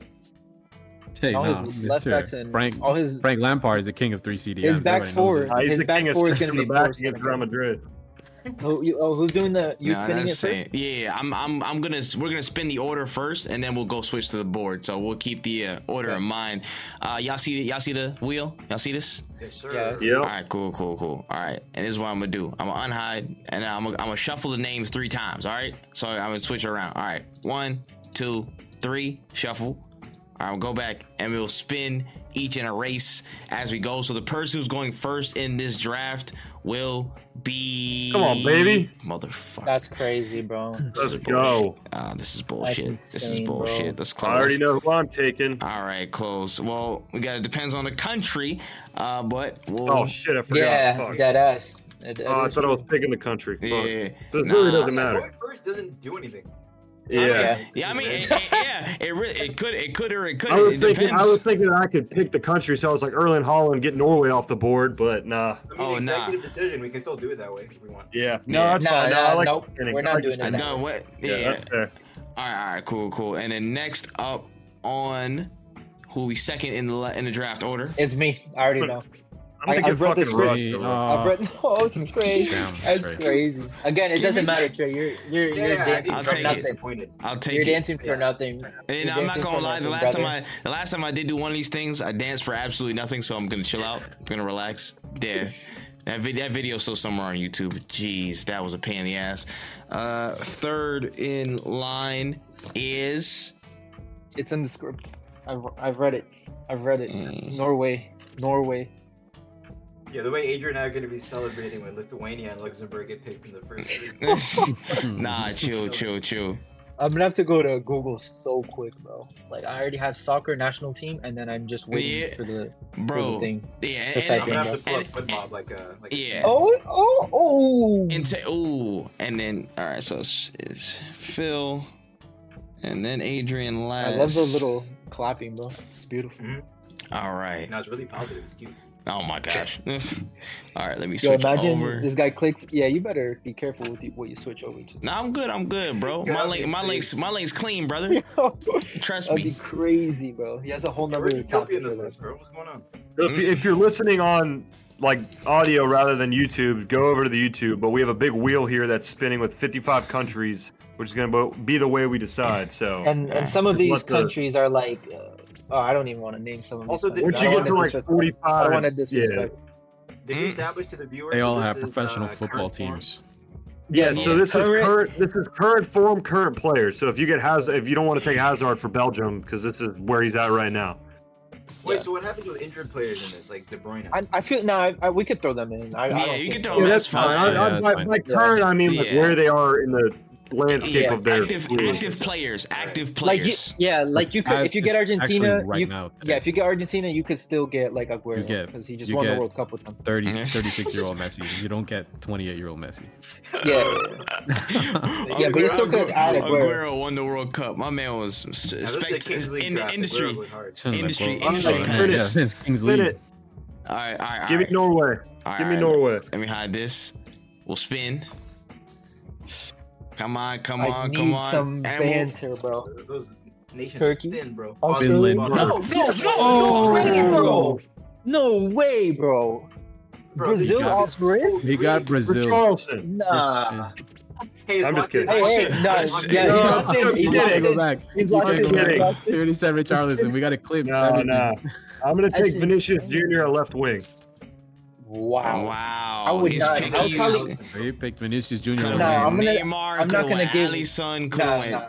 Speaker 5: Hey,
Speaker 2: all
Speaker 5: nah,
Speaker 2: his
Speaker 5: it's
Speaker 2: left
Speaker 5: two.
Speaker 2: backs and
Speaker 5: Frank
Speaker 2: all his
Speaker 5: Frank Lampard is the king of three CDMs.
Speaker 2: His back
Speaker 5: Everybody knows
Speaker 2: four.
Speaker 5: that.
Speaker 3: Uh, he's
Speaker 2: His
Speaker 3: the
Speaker 2: back
Speaker 3: king of
Speaker 2: four is
Speaker 3: center
Speaker 2: gonna be
Speaker 3: back
Speaker 2: forced
Speaker 3: against
Speaker 2: in the
Speaker 3: Real Madrid.
Speaker 2: who, you, oh, who's doing the you
Speaker 1: nah,
Speaker 2: spinning it
Speaker 1: that's it.
Speaker 2: first?
Speaker 1: Yeah, I'm I'm I'm gonna s- we're gonna spin the order first, and then we'll go switch to the board. So we'll keep the uh, order in mind. Uh, y'all see y'all see the wheel? Y'all see this?
Speaker 4: Yes, sir.
Speaker 2: Yes.
Speaker 3: Yep.
Speaker 1: All right, cool, cool, cool. All right, and this is what I'm gonna do. I'm gonna unhide, and I'm gonna, I'm gonna shuffle the names three times. All right, so I'm gonna switch around. All right, one, two, three, shuffle. All right, we'll go back, and we'll spin each in a race as we go. So the person who's going first in this draft will be.
Speaker 3: Come on, baby.
Speaker 1: motherfucker.
Speaker 2: That's crazy, bro.
Speaker 1: this is bullshit.
Speaker 3: Let's go.
Speaker 1: Ah, this is bullshit. this is
Speaker 2: insane, bro.
Speaker 1: bullshit. Let's close.
Speaker 3: I already know who I'm taking.
Speaker 1: All right, close. Well, we got to depends on the country, uh, but we'll.
Speaker 3: Oh shit! I forgot.
Speaker 2: Yeah,
Speaker 3: Fuck.
Speaker 2: dead ass. It- it
Speaker 3: Oh, I
Speaker 2: is
Speaker 3: thought I
Speaker 2: true.
Speaker 3: was picking the country. Fuck.
Speaker 1: yeah,
Speaker 3: So it
Speaker 1: nah.
Speaker 3: really doesn't
Speaker 4: Yeah,
Speaker 3: matter.
Speaker 4: going first doesn't do anything.
Speaker 3: Yeah.
Speaker 1: Yeah, I mean, it, it, yeah, it really, it could, it could, or it couldn't.
Speaker 3: I was
Speaker 1: it
Speaker 3: thinking. I
Speaker 1: depends.
Speaker 3: was thinking I could pick the country, so I was like Erling Holland, get Norway off the board, but nah.
Speaker 4: I mean,
Speaker 1: Oh, nah.
Speaker 4: executive decision. We can still do it that way if we want.
Speaker 3: Yeah. No,
Speaker 1: Yeah.
Speaker 3: that's
Speaker 2: Nah,
Speaker 3: fine. No, I
Speaker 2: nah,
Speaker 3: like
Speaker 2: nope.
Speaker 3: spinning.
Speaker 2: We're
Speaker 3: I
Speaker 2: not
Speaker 3: like
Speaker 2: doing
Speaker 3: spinning.
Speaker 2: that.
Speaker 1: no, what? Yeah.
Speaker 3: Yeah, that's fair.
Speaker 1: All right, all right, cool, cool. And then next up on who we second in the le- in the draft order.
Speaker 2: It's me. I already know.
Speaker 3: I'm gonna
Speaker 2: I- I
Speaker 3: get
Speaker 2: read
Speaker 3: fucking
Speaker 2: this
Speaker 3: rushed.
Speaker 5: script.
Speaker 3: bro.
Speaker 2: *laughs*
Speaker 5: Uh,
Speaker 2: I've read. Oh, it's crazy.
Speaker 5: Sounds
Speaker 2: That's
Speaker 5: crazy.
Speaker 2: crazy. Again, it
Speaker 4: Give
Speaker 2: doesn't
Speaker 4: me-
Speaker 2: matter, Trey. You're you're you're
Speaker 4: Yeah,
Speaker 2: dancing
Speaker 1: I'll
Speaker 2: for
Speaker 1: take it.
Speaker 2: nothing.
Speaker 4: disappointed.
Speaker 1: I'll take
Speaker 2: You're
Speaker 1: it.
Speaker 2: dancing for
Speaker 4: Yeah.
Speaker 2: nothing.
Speaker 1: And
Speaker 2: You're
Speaker 1: I'm not
Speaker 2: dancing
Speaker 1: gonna
Speaker 2: for
Speaker 1: lie. The
Speaker 2: nothing,
Speaker 1: last time
Speaker 2: brother.
Speaker 1: I, the last time I did do one of these things, I danced for absolutely nothing. So I'm gonna chill out. I'm gonna relax. Yeah, that, vid- that video's still somewhere on YouTube. Jeez, that was a pain in the ass. Uh, third in line is *laughs*
Speaker 2: It's in the script. I've I've read it. I've read it.
Speaker 3: Mm.
Speaker 2: Norway, Norway.
Speaker 4: Yeah, the way Adrian and I are going to be celebrating when Lithuania and Luxembourg get picked in the *laughs* first
Speaker 1: *laughs*
Speaker 4: three.
Speaker 5: *laughs* hmm.
Speaker 1: nah, chill, chill, chill.
Speaker 2: I'm gonna have to go to Google so quick, bro. Like I already have soccer national team, and then I'm just waiting
Speaker 1: Yeah.
Speaker 2: for the
Speaker 1: bro.
Speaker 2: thing.
Speaker 1: Yeah,
Speaker 2: That's
Speaker 1: and,
Speaker 4: I'm gonna have to pull
Speaker 1: and-
Speaker 4: up FootMob like a like a-
Speaker 1: Yeah.
Speaker 2: Oh oh oh!
Speaker 1: and ta- ooh, and then all right. So it's, it's Phil, and then Adrian last.
Speaker 2: I love the little clapping, bro. It's beautiful.
Speaker 1: All right.
Speaker 4: *laughs* No, it's really positive. It's cute.
Speaker 1: Oh my gosh. *laughs* all right, let me
Speaker 2: Yo,
Speaker 1: switch
Speaker 2: imagine
Speaker 1: over.
Speaker 2: this guy clicks. Yeah, you better be careful with you, what you switch over to. *laughs*
Speaker 1: No, I'm good. I'm good, bro.
Speaker 4: Yeah,
Speaker 1: My
Speaker 4: I'm
Speaker 1: link, my
Speaker 4: insane.
Speaker 1: links, my links clean,
Speaker 2: *laughs*
Speaker 1: brother. Trust
Speaker 2: That'd be
Speaker 1: me.
Speaker 2: crazy, bro. He has a whole number
Speaker 4: Where's
Speaker 2: of
Speaker 4: Utopia in
Speaker 2: topics.
Speaker 4: this
Speaker 2: for
Speaker 4: list,
Speaker 2: that.
Speaker 4: bro? What's going on?
Speaker 3: If, if you're listening on like audio rather than YouTube, go over to the YouTube. But we have a big wheel here that's spinning with 55 countries, which is going to be the way we decide. So
Speaker 2: *laughs* And and some of these
Speaker 3: Let's go.
Speaker 2: countries are like, uh, oh, I don't even want to name some of these.
Speaker 4: Also, did-
Speaker 2: countries.
Speaker 3: once
Speaker 2: I
Speaker 3: you
Speaker 2: don't
Speaker 3: get
Speaker 2: wanna
Speaker 3: to like
Speaker 2: disrespect- I
Speaker 3: 45,
Speaker 2: don't want to disrespect.
Speaker 4: Did we
Speaker 1: Mm.
Speaker 4: establish to the viewers?
Speaker 5: They
Speaker 4: that
Speaker 5: all
Speaker 4: this
Speaker 5: have
Speaker 4: is,
Speaker 5: professional
Speaker 4: uh,
Speaker 5: football
Speaker 4: current form?
Speaker 5: teams.
Speaker 3: yeah,
Speaker 2: Yes,
Speaker 3: so this is
Speaker 2: current-
Speaker 3: current. This is current form, current players. So if you get Haz, if you don't want to take Hazard for Belgium, because this is where he's at right now.
Speaker 4: Wait,
Speaker 2: Yeah.
Speaker 4: so what happens with injured players in this, like De Bruyne?
Speaker 2: I, I feel now I, I, we could throw them in. I, I
Speaker 1: Yeah,
Speaker 2: don't
Speaker 1: you
Speaker 2: think-
Speaker 1: could throw them Oh, Yeah, that's that's fine. fine.
Speaker 3: I,
Speaker 5: Yeah,
Speaker 3: I-
Speaker 5: that's
Speaker 3: by,
Speaker 5: fine.
Speaker 3: by current, I mean like
Speaker 1: Yeah.
Speaker 3: where they are in the landscape
Speaker 1: Yeah,
Speaker 3: of their
Speaker 1: active,
Speaker 3: league.
Speaker 1: active players, active
Speaker 2: Like you,
Speaker 1: players.
Speaker 2: yeah, like you could
Speaker 5: As
Speaker 2: if you
Speaker 5: it's
Speaker 2: get Argentina,
Speaker 5: actually right
Speaker 2: you,
Speaker 5: now,
Speaker 2: yeah, if you get Argentina, you could still get like
Speaker 5: You
Speaker 2: Aguero
Speaker 5: get-
Speaker 2: because he just
Speaker 5: you
Speaker 2: won the
Speaker 5: get-
Speaker 2: World Cup with them.
Speaker 4: *laughs*
Speaker 5: 30, 36 year old Messi, you don't get 28 year old Messi.
Speaker 2: Yeah, yeah, Yeah, but you still could've
Speaker 1: *laughs*
Speaker 2: added
Speaker 1: Aguero,
Speaker 2: Aguero.
Speaker 1: Aguero won the World Cup. My man was s-
Speaker 4: Now, this is a
Speaker 1: spect-
Speaker 4: Kings League
Speaker 1: in the
Speaker 4: draft, like,
Speaker 1: industry.
Speaker 4: Liverpool is hard.
Speaker 1: Industry-
Speaker 5: Like, well,
Speaker 1: industry
Speaker 5: yeah,
Speaker 1: cuts.
Speaker 5: yeah, since Kings
Speaker 3: Spin
Speaker 5: League.
Speaker 3: it.
Speaker 1: All right, all right, all
Speaker 3: Give me
Speaker 1: right.
Speaker 3: Norway.
Speaker 1: All
Speaker 3: Give me
Speaker 1: right.
Speaker 3: Norway.
Speaker 1: Let me hide this. We'll spin. Come on, come
Speaker 2: I
Speaker 1: on,
Speaker 2: need
Speaker 1: come on.
Speaker 2: some
Speaker 1: And we'll-
Speaker 2: banter, bro.
Speaker 4: Those nations
Speaker 2: Turkey?
Speaker 4: are thin, bro.
Speaker 2: Also-
Speaker 5: Finland.
Speaker 4: Bosnia,
Speaker 5: No,
Speaker 4: Bosnia.
Speaker 2: No, no, no
Speaker 5: Oh.
Speaker 2: way, bro. No way, bro.
Speaker 4: Bro, they
Speaker 2: Brazil
Speaker 4: got
Speaker 2: off
Speaker 4: this
Speaker 2: grid?
Speaker 4: whole
Speaker 5: He got
Speaker 4: grid.
Speaker 5: Brazil.
Speaker 3: Charleston.
Speaker 2: Nah.
Speaker 4: Hey, it's
Speaker 3: I'm just
Speaker 4: locked in.
Speaker 3: kidding.
Speaker 2: Hey,
Speaker 4: Oh,
Speaker 2: hey,
Speaker 4: shit.
Speaker 2: nah,
Speaker 4: It's-
Speaker 2: yeah,
Speaker 3: No,
Speaker 2: Ah. he's locked
Speaker 3: I'm
Speaker 2: in. He's
Speaker 3: kidding.
Speaker 2: locked
Speaker 5: can't
Speaker 2: in.
Speaker 5: go back.
Speaker 2: He's
Speaker 5: You
Speaker 2: locked
Speaker 5: can't
Speaker 2: in.
Speaker 5: go
Speaker 3: Kidding.
Speaker 2: He's
Speaker 5: back.
Speaker 2: locked in.
Speaker 5: 37 Richarlison. We got a clip.
Speaker 3: No,
Speaker 5: *laughs*
Speaker 3: no. I'm gonna
Speaker 2: That's
Speaker 3: take Vinicius
Speaker 2: insane.
Speaker 3: Jr. at left wing.
Speaker 2: Wow.
Speaker 1: Wow.
Speaker 2: I would
Speaker 1: His
Speaker 2: not-
Speaker 1: pick
Speaker 2: I would
Speaker 1: is-
Speaker 2: probably-
Speaker 5: He picked Vinicius Jr.
Speaker 1: Could've
Speaker 2: No,
Speaker 1: went
Speaker 2: I'm gonna-
Speaker 1: Neymar,
Speaker 2: I'm not
Speaker 1: could've
Speaker 2: gonna
Speaker 1: went
Speaker 2: give-
Speaker 1: Alisson, could've
Speaker 2: Nah,
Speaker 1: went-
Speaker 2: nah.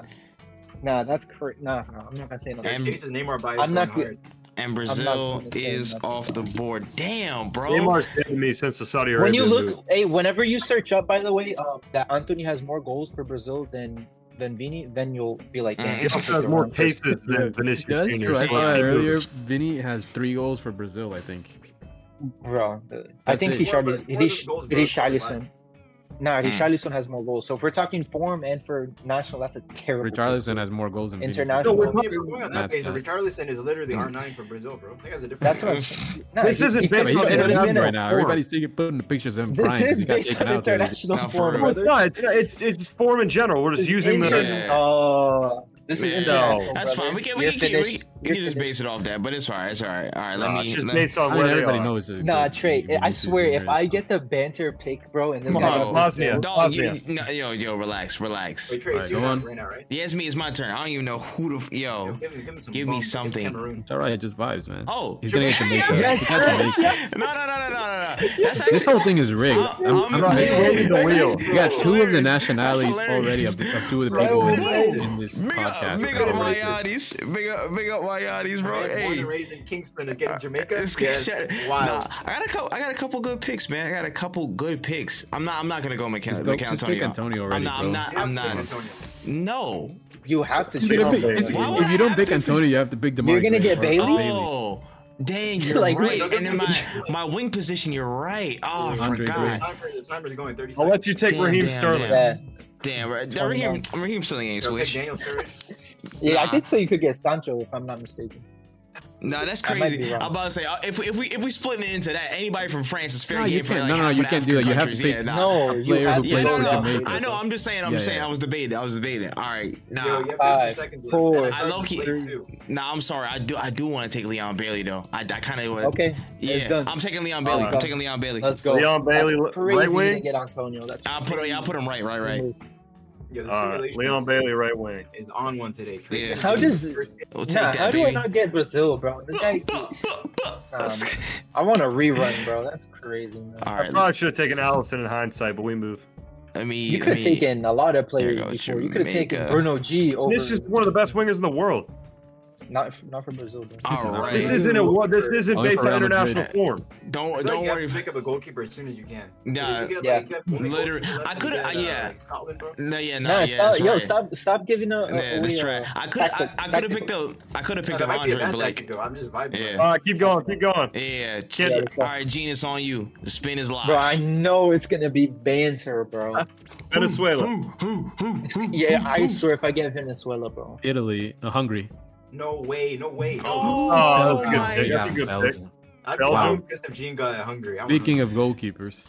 Speaker 2: Nah, that's correct. Nah, nah, I'm not gonna say
Speaker 4: Their
Speaker 2: nothing.
Speaker 1: And-
Speaker 4: cases, Neymar bias
Speaker 2: I'm not
Speaker 4: going
Speaker 2: good.
Speaker 1: and Brazil
Speaker 2: gonna say
Speaker 1: is
Speaker 2: nothing.
Speaker 1: off the board. Damn, bro. *laughs*
Speaker 3: Neymar's dead to me since the Saudi Arabia.
Speaker 2: When you
Speaker 3: move.
Speaker 2: look, hey, whenever you search up, by the way, um, that Anthony has more goals for Brazil than than Vini, then you'll be like,
Speaker 1: Mm.
Speaker 2: damn,
Speaker 3: he also has more paces than Vinicius
Speaker 5: That's
Speaker 3: Jr.
Speaker 5: true. I
Speaker 3: so
Speaker 5: saw
Speaker 3: he
Speaker 5: that
Speaker 3: moved.
Speaker 5: earlier. Vinny has three goals for Brazil, I think.
Speaker 2: bro. I
Speaker 5: That's
Speaker 2: think
Speaker 5: it.
Speaker 2: Richarlison,
Speaker 4: More of those goals, bro, that's probably
Speaker 2: Richarlison. Nah, Richarlison has more goals. So if we're talking form and for national, that's a terrible.
Speaker 5: Richarlison has more goals than Vinny.
Speaker 4: No,
Speaker 2: International-
Speaker 4: we're not going on that
Speaker 5: That's
Speaker 4: basis.
Speaker 5: not-
Speaker 4: Richarlison is literally R9 for Brazil, bro. That guy's a different.
Speaker 2: That's
Speaker 4: guy.
Speaker 2: what I'm Nah,
Speaker 3: This
Speaker 2: he-
Speaker 3: isn't
Speaker 2: he could
Speaker 3: based
Speaker 5: Yeah, but he's
Speaker 2: put
Speaker 3: on
Speaker 2: it
Speaker 5: getting
Speaker 2: in
Speaker 3: international
Speaker 5: it
Speaker 2: a
Speaker 5: up right
Speaker 2: minute.
Speaker 5: now.
Speaker 3: form.
Speaker 5: Everybody's taking, putting the pictures of him
Speaker 2: This
Speaker 5: crying. 'cause
Speaker 2: is
Speaker 5: he got
Speaker 2: based
Speaker 5: taken
Speaker 2: on
Speaker 5: out there.
Speaker 2: international
Speaker 1: Now, for
Speaker 2: form.
Speaker 1: real.
Speaker 3: No, it's not. It's, it's it's form in general. We're just using the.
Speaker 1: Yeah.
Speaker 2: Oh, this
Speaker 1: Man,
Speaker 2: is international.
Speaker 1: That's fine. We can we
Speaker 2: You're
Speaker 1: can, keep, we,
Speaker 2: finished.
Speaker 1: we can
Speaker 2: You're
Speaker 1: just base
Speaker 2: finished.
Speaker 1: it off that, but it's alright. It's alright. All right, let
Speaker 3: Nah,
Speaker 1: me.
Speaker 3: it's just
Speaker 1: let-
Speaker 3: based on
Speaker 5: I mean,
Speaker 3: where they
Speaker 5: everybody
Speaker 3: are.
Speaker 5: knows it.
Speaker 2: Nah,
Speaker 5: that
Speaker 2: Trey, I
Speaker 5: Vinicius
Speaker 2: swear,
Speaker 5: Jr.
Speaker 2: if I
Speaker 5: is-
Speaker 2: get the banter pick, bro, and this
Speaker 3: Come
Speaker 2: guy
Speaker 1: on,
Speaker 2: got
Speaker 3: Bosnia.
Speaker 1: dog, you,
Speaker 3: Bosnia.
Speaker 1: no, yo, yo, relax, relax.
Speaker 4: Wait, Trey,
Speaker 5: All
Speaker 4: it's
Speaker 5: right,
Speaker 4: you
Speaker 5: go on.
Speaker 4: right now, right?
Speaker 1: Yeah, it's me. It's my turn. I don't even know who the f-
Speaker 4: Yo,
Speaker 1: yo.
Speaker 4: give, him- give him some
Speaker 1: Give me
Speaker 4: bum, him
Speaker 1: something.
Speaker 4: Cameroon.
Speaker 5: It's all right. It just vibes, man.
Speaker 1: Oh,
Speaker 5: He's gonna get Jamaica.
Speaker 2: Yes,
Speaker 5: He got
Speaker 2: yes,
Speaker 5: Jamaica.
Speaker 1: no, no, no, no, no, no, no. That's
Speaker 5: This
Speaker 1: actually.
Speaker 5: whole thing is rigged.
Speaker 1: I'm-
Speaker 5: I'm,
Speaker 1: I'm-
Speaker 5: I'm not-
Speaker 3: Hey, wait, the wheel.
Speaker 2: *laughs*
Speaker 5: You got
Speaker 1: That's
Speaker 5: two of the
Speaker 1: hilarious.
Speaker 5: nationalities
Speaker 1: That's
Speaker 5: already
Speaker 1: hilarious.
Speaker 5: of, the- of two of the
Speaker 1: Bro,
Speaker 5: people
Speaker 1: whoa.
Speaker 5: in this
Speaker 1: Big
Speaker 5: podcast.
Speaker 1: up, big
Speaker 5: that
Speaker 1: up
Speaker 5: are
Speaker 1: my
Speaker 5: racist.
Speaker 1: yachties. Big up, big up my yachties, bro.
Speaker 4: Right, Born
Speaker 1: Hey.
Speaker 4: and raised in Kingston is getting Jamaica.
Speaker 1: It's
Speaker 4: Yes,
Speaker 1: shit.
Speaker 4: Wow.
Speaker 1: Nah, I got a couple. I got a couple good picks, man. I got a couple good picks. I'm not. I'm not gonna go McCann.
Speaker 5: Just go- just pick Antonio
Speaker 1: I'm
Speaker 5: already,
Speaker 1: not.
Speaker 5: bro.
Speaker 1: I'm not. I'm
Speaker 4: Yeah,
Speaker 1: not.
Speaker 4: Antonio.
Speaker 1: No.
Speaker 2: You have to
Speaker 5: You're
Speaker 2: trade
Speaker 5: gonna
Speaker 2: him.
Speaker 5: pick- it's-
Speaker 1: Why would
Speaker 5: if
Speaker 1: I
Speaker 5: you don't
Speaker 1: have
Speaker 5: pick
Speaker 1: to
Speaker 5: Antonio, you have to pick DeMar.
Speaker 2: You're gonna get
Speaker 5: Gray or- or
Speaker 2: Bailey?
Speaker 1: Oh, dang! You're
Speaker 2: Like,
Speaker 1: right.
Speaker 2: wait.
Speaker 1: And in my my wing position, you're right. Oh, I
Speaker 5: Andre
Speaker 1: forgot.
Speaker 5: Green.
Speaker 4: Timer, the timer's going 30
Speaker 3: I'll
Speaker 4: seconds.
Speaker 3: let you take
Speaker 1: Damn,
Speaker 3: Raheem
Speaker 1: damn,
Speaker 3: Sterling.
Speaker 1: damn.
Speaker 2: Yeah,
Speaker 1: Damn, right. Raheem, Raheem still ain't
Speaker 4: Yo, pick
Speaker 1: switch.
Speaker 4: Daniel Sturridge.
Speaker 2: yeah, I think so. You could get Sancho if I'm not mistaken.
Speaker 1: No, that's
Speaker 2: I might be
Speaker 1: crazy.
Speaker 2: wrong.
Speaker 1: I'm about to say uh, if we if we if we split it into that, anybody from France is fair
Speaker 5: No,
Speaker 1: game
Speaker 5: you
Speaker 1: for
Speaker 5: can't.
Speaker 1: like
Speaker 5: No, no,
Speaker 1: half
Speaker 5: you
Speaker 1: of the
Speaker 5: can't do
Speaker 1: African
Speaker 5: that. You have
Speaker 1: countries.
Speaker 5: to pick
Speaker 1: yeah, nah.
Speaker 2: No,
Speaker 5: a
Speaker 2: you
Speaker 5: player
Speaker 2: have
Speaker 5: who
Speaker 2: to
Speaker 1: Yeah,
Speaker 5: plays
Speaker 1: no,
Speaker 5: for
Speaker 1: no,
Speaker 5: Jamaica.
Speaker 1: I know. I'm just saying. I'm
Speaker 5: Yeah,
Speaker 1: saying.
Speaker 5: yeah.
Speaker 1: I was debating. I was debating. All right.
Speaker 4: Yo,
Speaker 1: Nah.
Speaker 4: you have 15
Speaker 2: Five,
Speaker 4: seconds left.
Speaker 2: four,
Speaker 4: And
Speaker 1: I low-key-
Speaker 4: late, too.
Speaker 1: Nah. I'm sorry. I do. I do want to take Leon Bailey though. I, I kind of.
Speaker 2: Okay,
Speaker 1: Yeah.
Speaker 2: it's done.
Speaker 1: I'm taking Leon Bailey.
Speaker 3: Alright.
Speaker 1: I'm taking Leon Bailey.
Speaker 2: Let's go.
Speaker 3: Leon Bailey,
Speaker 2: That's
Speaker 3: right
Speaker 2: crazy to
Speaker 3: wing?
Speaker 2: get Antonio. That's
Speaker 1: I'll put. Yeah, I'll put him right. Right. Right.
Speaker 4: Yo, the
Speaker 3: Uh,
Speaker 4: simulation
Speaker 3: Leon
Speaker 4: is-
Speaker 3: Bailey, right wing.
Speaker 4: Is on one today. Trey
Speaker 1: Yeah.
Speaker 4: Kennedy
Speaker 2: How does-
Speaker 4: is first-
Speaker 1: We'll take
Speaker 2: Nah,
Speaker 1: that,
Speaker 2: how do I
Speaker 1: baby.
Speaker 2: not get Brazil, bro? This guy, um,
Speaker 1: *laughs*
Speaker 2: I want a rerun, bro. That's crazy. Man.
Speaker 1: All
Speaker 3: I
Speaker 1: right.
Speaker 3: probably should have taken Allison in hindsight, but we move.
Speaker 1: Let me.
Speaker 2: You could have taken a lot of players
Speaker 1: There goes
Speaker 2: before. You could have taken
Speaker 1: Jamaica.
Speaker 2: Bruno G over.
Speaker 3: This is one of the best wingers in the world.
Speaker 2: not f- not for Brazil, bro.
Speaker 1: All right.
Speaker 3: This isn't a wa- this isn't
Speaker 5: Only
Speaker 3: based
Speaker 5: for
Speaker 3: on
Speaker 5: Real Madrid.
Speaker 3: international form.
Speaker 4: I
Speaker 1: Don't.
Speaker 4: feel like
Speaker 1: Don't
Speaker 4: you have
Speaker 1: worry.
Speaker 4: to pick up a goalkeeper as soon as you can.
Speaker 2: *laughs*
Speaker 1: Nah.
Speaker 4: If you get,
Speaker 2: Yeah.
Speaker 4: you have only
Speaker 1: Literally.
Speaker 4: goalkeeper left,
Speaker 1: I
Speaker 4: you
Speaker 1: could've-
Speaker 4: get,
Speaker 1: uh, yeah.
Speaker 4: Scotland, bro.
Speaker 1: No, yeah, no,
Speaker 2: Nah,
Speaker 1: yeah,
Speaker 2: stop,
Speaker 1: that's
Speaker 2: yo,
Speaker 1: right.
Speaker 2: stop, stop giving uh, a.
Speaker 1: Yeah, that's right. I could, I, I could have picked up, I could have
Speaker 4: No,
Speaker 1: picked
Speaker 4: that
Speaker 1: up
Speaker 4: might be a
Speaker 1: Andre
Speaker 4: bad tactic,
Speaker 1: Blake.
Speaker 4: though. I'm just vibing.
Speaker 1: Yeah.
Speaker 3: Uh, keep going, keep going.
Speaker 1: Yeah,
Speaker 3: Yeah,
Speaker 1: all
Speaker 2: let's go.
Speaker 1: right, Gene, it's on you. The spin is live.
Speaker 2: Bro, I know it's gonna be banter, bro.
Speaker 3: Venezuela.
Speaker 2: yeah, I swear if I get Venezuela, bro.
Speaker 5: Italy, uh, Hungary.
Speaker 4: No way,
Speaker 1: *gasps*
Speaker 4: no way. No.
Speaker 1: Oh,
Speaker 3: Oh, that's a
Speaker 1: my
Speaker 3: good pick.
Speaker 1: God.
Speaker 3: That's a good pick.
Speaker 5: Belgium.
Speaker 4: I'd
Speaker 3: Belgium?
Speaker 4: Belgium. Because if Gene got hungry, I would've-
Speaker 5: Speaking of goalkeepers,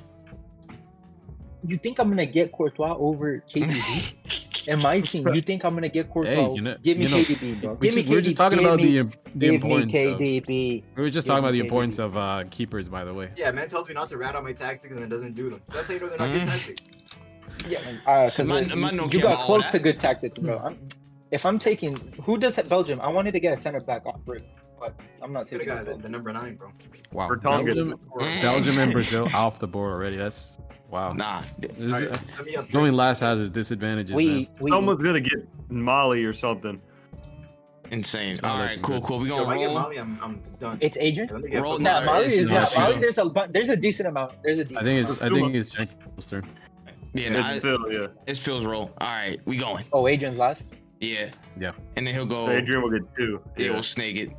Speaker 2: You think I'm gonna get Courtois over
Speaker 1: *laughs*
Speaker 2: KDB in my team? You think I'm gonna get Courtois?
Speaker 5: Hey, you know-
Speaker 2: give me
Speaker 5: you know,
Speaker 2: KDB, bro.
Speaker 5: we
Speaker 2: Give me
Speaker 5: just- we were just talking
Speaker 2: give
Speaker 5: about
Speaker 2: me-
Speaker 5: the, im- the
Speaker 2: give me
Speaker 5: importance. Of, we
Speaker 2: KDB.
Speaker 5: were just
Speaker 2: give
Speaker 5: talking
Speaker 2: me
Speaker 5: about the
Speaker 2: KDB.
Speaker 5: importance of uh, keepers, by the way.
Speaker 4: Yeah, man tells me not to rat on my tactics and then doesn't do them. So that's how you know they're not
Speaker 1: Mm.
Speaker 4: good tactics.
Speaker 2: Yeah, uh, 'cause,
Speaker 1: Man-
Speaker 2: uh,
Speaker 1: man
Speaker 2: you-
Speaker 1: don't
Speaker 2: you
Speaker 1: care about
Speaker 2: got
Speaker 1: all
Speaker 2: close
Speaker 1: that.
Speaker 2: to good tactics, bro. I'm, if I'm taking who does it, Belgium, I wanted to get a center back off break, but I'm not
Speaker 4: Could have
Speaker 2: taking
Speaker 4: got the,
Speaker 2: that.
Speaker 4: the number nine, bro. uh,
Speaker 5: Wow.
Speaker 3: Vertonghen.
Speaker 5: Belgium,
Speaker 1: Mm.
Speaker 5: Belgium and
Speaker 2: *laughs*
Speaker 5: Brazil off the board already. That's wow.
Speaker 1: Nah,
Speaker 5: This is-
Speaker 4: Alright, let me up, Trey.
Speaker 5: going last has its disadvantages. man.
Speaker 2: We we
Speaker 3: Someone's gonna get Molly or something.
Speaker 1: insane.
Speaker 5: It's not
Speaker 1: All right,
Speaker 5: looking
Speaker 1: cool,
Speaker 5: good.
Speaker 1: cool. We
Speaker 4: Yo, if I
Speaker 1: gonna
Speaker 4: get
Speaker 1: roll.
Speaker 4: Molly, I'm, I'm done.
Speaker 2: it's Adrian.
Speaker 4: Let me get
Speaker 1: Roll
Speaker 4: fucking-
Speaker 2: Nah,
Speaker 1: No,
Speaker 2: Molly
Speaker 1: it's
Speaker 2: is
Speaker 5: not
Speaker 2: not.
Speaker 5: Spain.
Speaker 2: Molly, there's a bu- there's a decent amount. There's a decent.
Speaker 5: I think it's I think
Speaker 3: Zuma.
Speaker 5: it's Jenkins' turn.
Speaker 1: Yeah, nah,
Speaker 3: It's
Speaker 1: I-
Speaker 3: Phil, yeah.
Speaker 1: it's Phil's roll. All right, we going.
Speaker 2: amount. Oh, Adrian's last.
Speaker 1: Yeah,
Speaker 5: Yeah.
Speaker 1: And then he'll
Speaker 3: So
Speaker 1: go. Oh. Yeah,
Speaker 3: Adrian will get two.
Speaker 1: we'll snake it.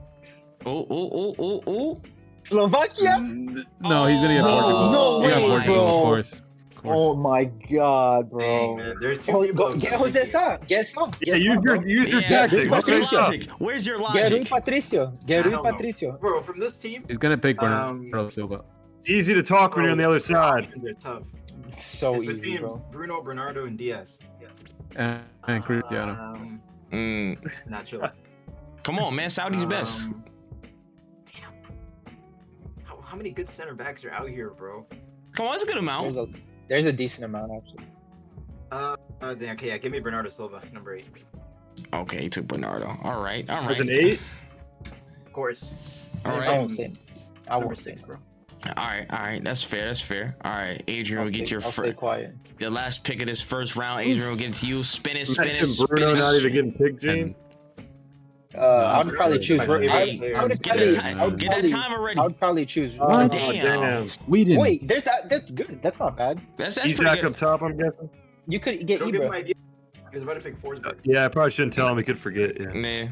Speaker 1: Oh, oh, oh, oh, oh.
Speaker 2: Slovakia.
Speaker 5: Mm, No, he's gonna get
Speaker 1: Oh,
Speaker 5: Portugal.
Speaker 1: no
Speaker 5: He got
Speaker 1: way,
Speaker 5: Portugal,
Speaker 2: bro.
Speaker 5: Of course. Of
Speaker 2: Oh
Speaker 5: course.
Speaker 2: my God,
Speaker 4: Dang,
Speaker 2: bro.
Speaker 4: man. There are two
Speaker 2: Oh,
Speaker 4: people
Speaker 2: go,
Speaker 4: I'm
Speaker 2: get
Speaker 4: not
Speaker 2: Jose
Speaker 4: thinking.
Speaker 2: Sa. Get some.
Speaker 3: Yeah,
Speaker 2: Get
Speaker 3: use
Speaker 2: some,
Speaker 3: your
Speaker 2: bro.
Speaker 3: use your
Speaker 1: Yeah,
Speaker 3: tactic.
Speaker 1: Where's your
Speaker 2: Patricio.
Speaker 1: logic? Where's your
Speaker 2: Get Rui
Speaker 1: logic?
Speaker 2: Patricio.
Speaker 4: I
Speaker 2: Get Rui
Speaker 4: don't know.
Speaker 2: Patricio.
Speaker 4: Bro, from this
Speaker 2: Oh.
Speaker 4: team,
Speaker 5: He's gonna pick
Speaker 4: Um,
Speaker 5: Bernardo Silva.
Speaker 3: It's easy to talk when you're on the other side.
Speaker 4: Options are tough.
Speaker 2: It's so
Speaker 4: It's
Speaker 2: easy,
Speaker 4: between
Speaker 2: bro.
Speaker 4: Bruno, Bernardo, and Diaz. Yeah.
Speaker 5: And, and
Speaker 2: uh,
Speaker 5: Cristiano.
Speaker 4: Um,
Speaker 1: Mm,
Speaker 4: not chill.
Speaker 1: *laughs* come on, man. Saudi's best.
Speaker 4: Um, Damn. How, how many good center backs are out here, bro?
Speaker 1: Come on, it's a good amount.
Speaker 2: There's a there's a decent amount actually.
Speaker 4: Uh, uh, damn, okay, yeah, give me Bernardo Silva, number eight.
Speaker 1: Okay, he took Bernardo. All right, all
Speaker 3: It's an
Speaker 1: right,
Speaker 3: eight.
Speaker 4: Of course.
Speaker 1: all
Speaker 2: I
Speaker 1: right,
Speaker 2: won't say. I
Speaker 4: Number
Speaker 2: won't say,
Speaker 4: six, bro.
Speaker 1: all right, all right. That's fair. That's fair. All right, Adrian
Speaker 2: I'll
Speaker 1: will
Speaker 2: stay,
Speaker 1: get your
Speaker 2: I'll
Speaker 1: fir-
Speaker 2: stay quiet.
Speaker 1: the last pick of this first round. Adrian will get it to you. Spin it, spin it,
Speaker 3: Imagine
Speaker 1: spin
Speaker 3: Bruno not even
Speaker 1: it.
Speaker 3: getting picked, Gene.
Speaker 2: Uh, I would
Speaker 5: I'm
Speaker 2: probably
Speaker 5: sorry.
Speaker 2: choose. Ro-
Speaker 1: Hey,
Speaker 2: I, I would
Speaker 1: Get
Speaker 2: probably,
Speaker 1: that
Speaker 5: ti-
Speaker 2: I
Speaker 1: time.
Speaker 2: would
Speaker 1: Get that
Speaker 2: probably-
Speaker 1: time already.
Speaker 2: I would probably choose.
Speaker 5: Oh,
Speaker 2: Ronaldo.
Speaker 1: damn.
Speaker 5: We didn't.
Speaker 2: Wait, there's that. That's good. That's not bad.
Speaker 1: That's that's
Speaker 3: He's
Speaker 1: pretty
Speaker 3: back
Speaker 1: good.
Speaker 3: up top, I'm guessing.
Speaker 2: You could get
Speaker 4: Don't give him
Speaker 2: Ibra.
Speaker 4: idea. He was about to pick Forsberg.
Speaker 3: Yeah, I probably shouldn't tell him. He could forget. Yeah.
Speaker 1: Nah. Yeah,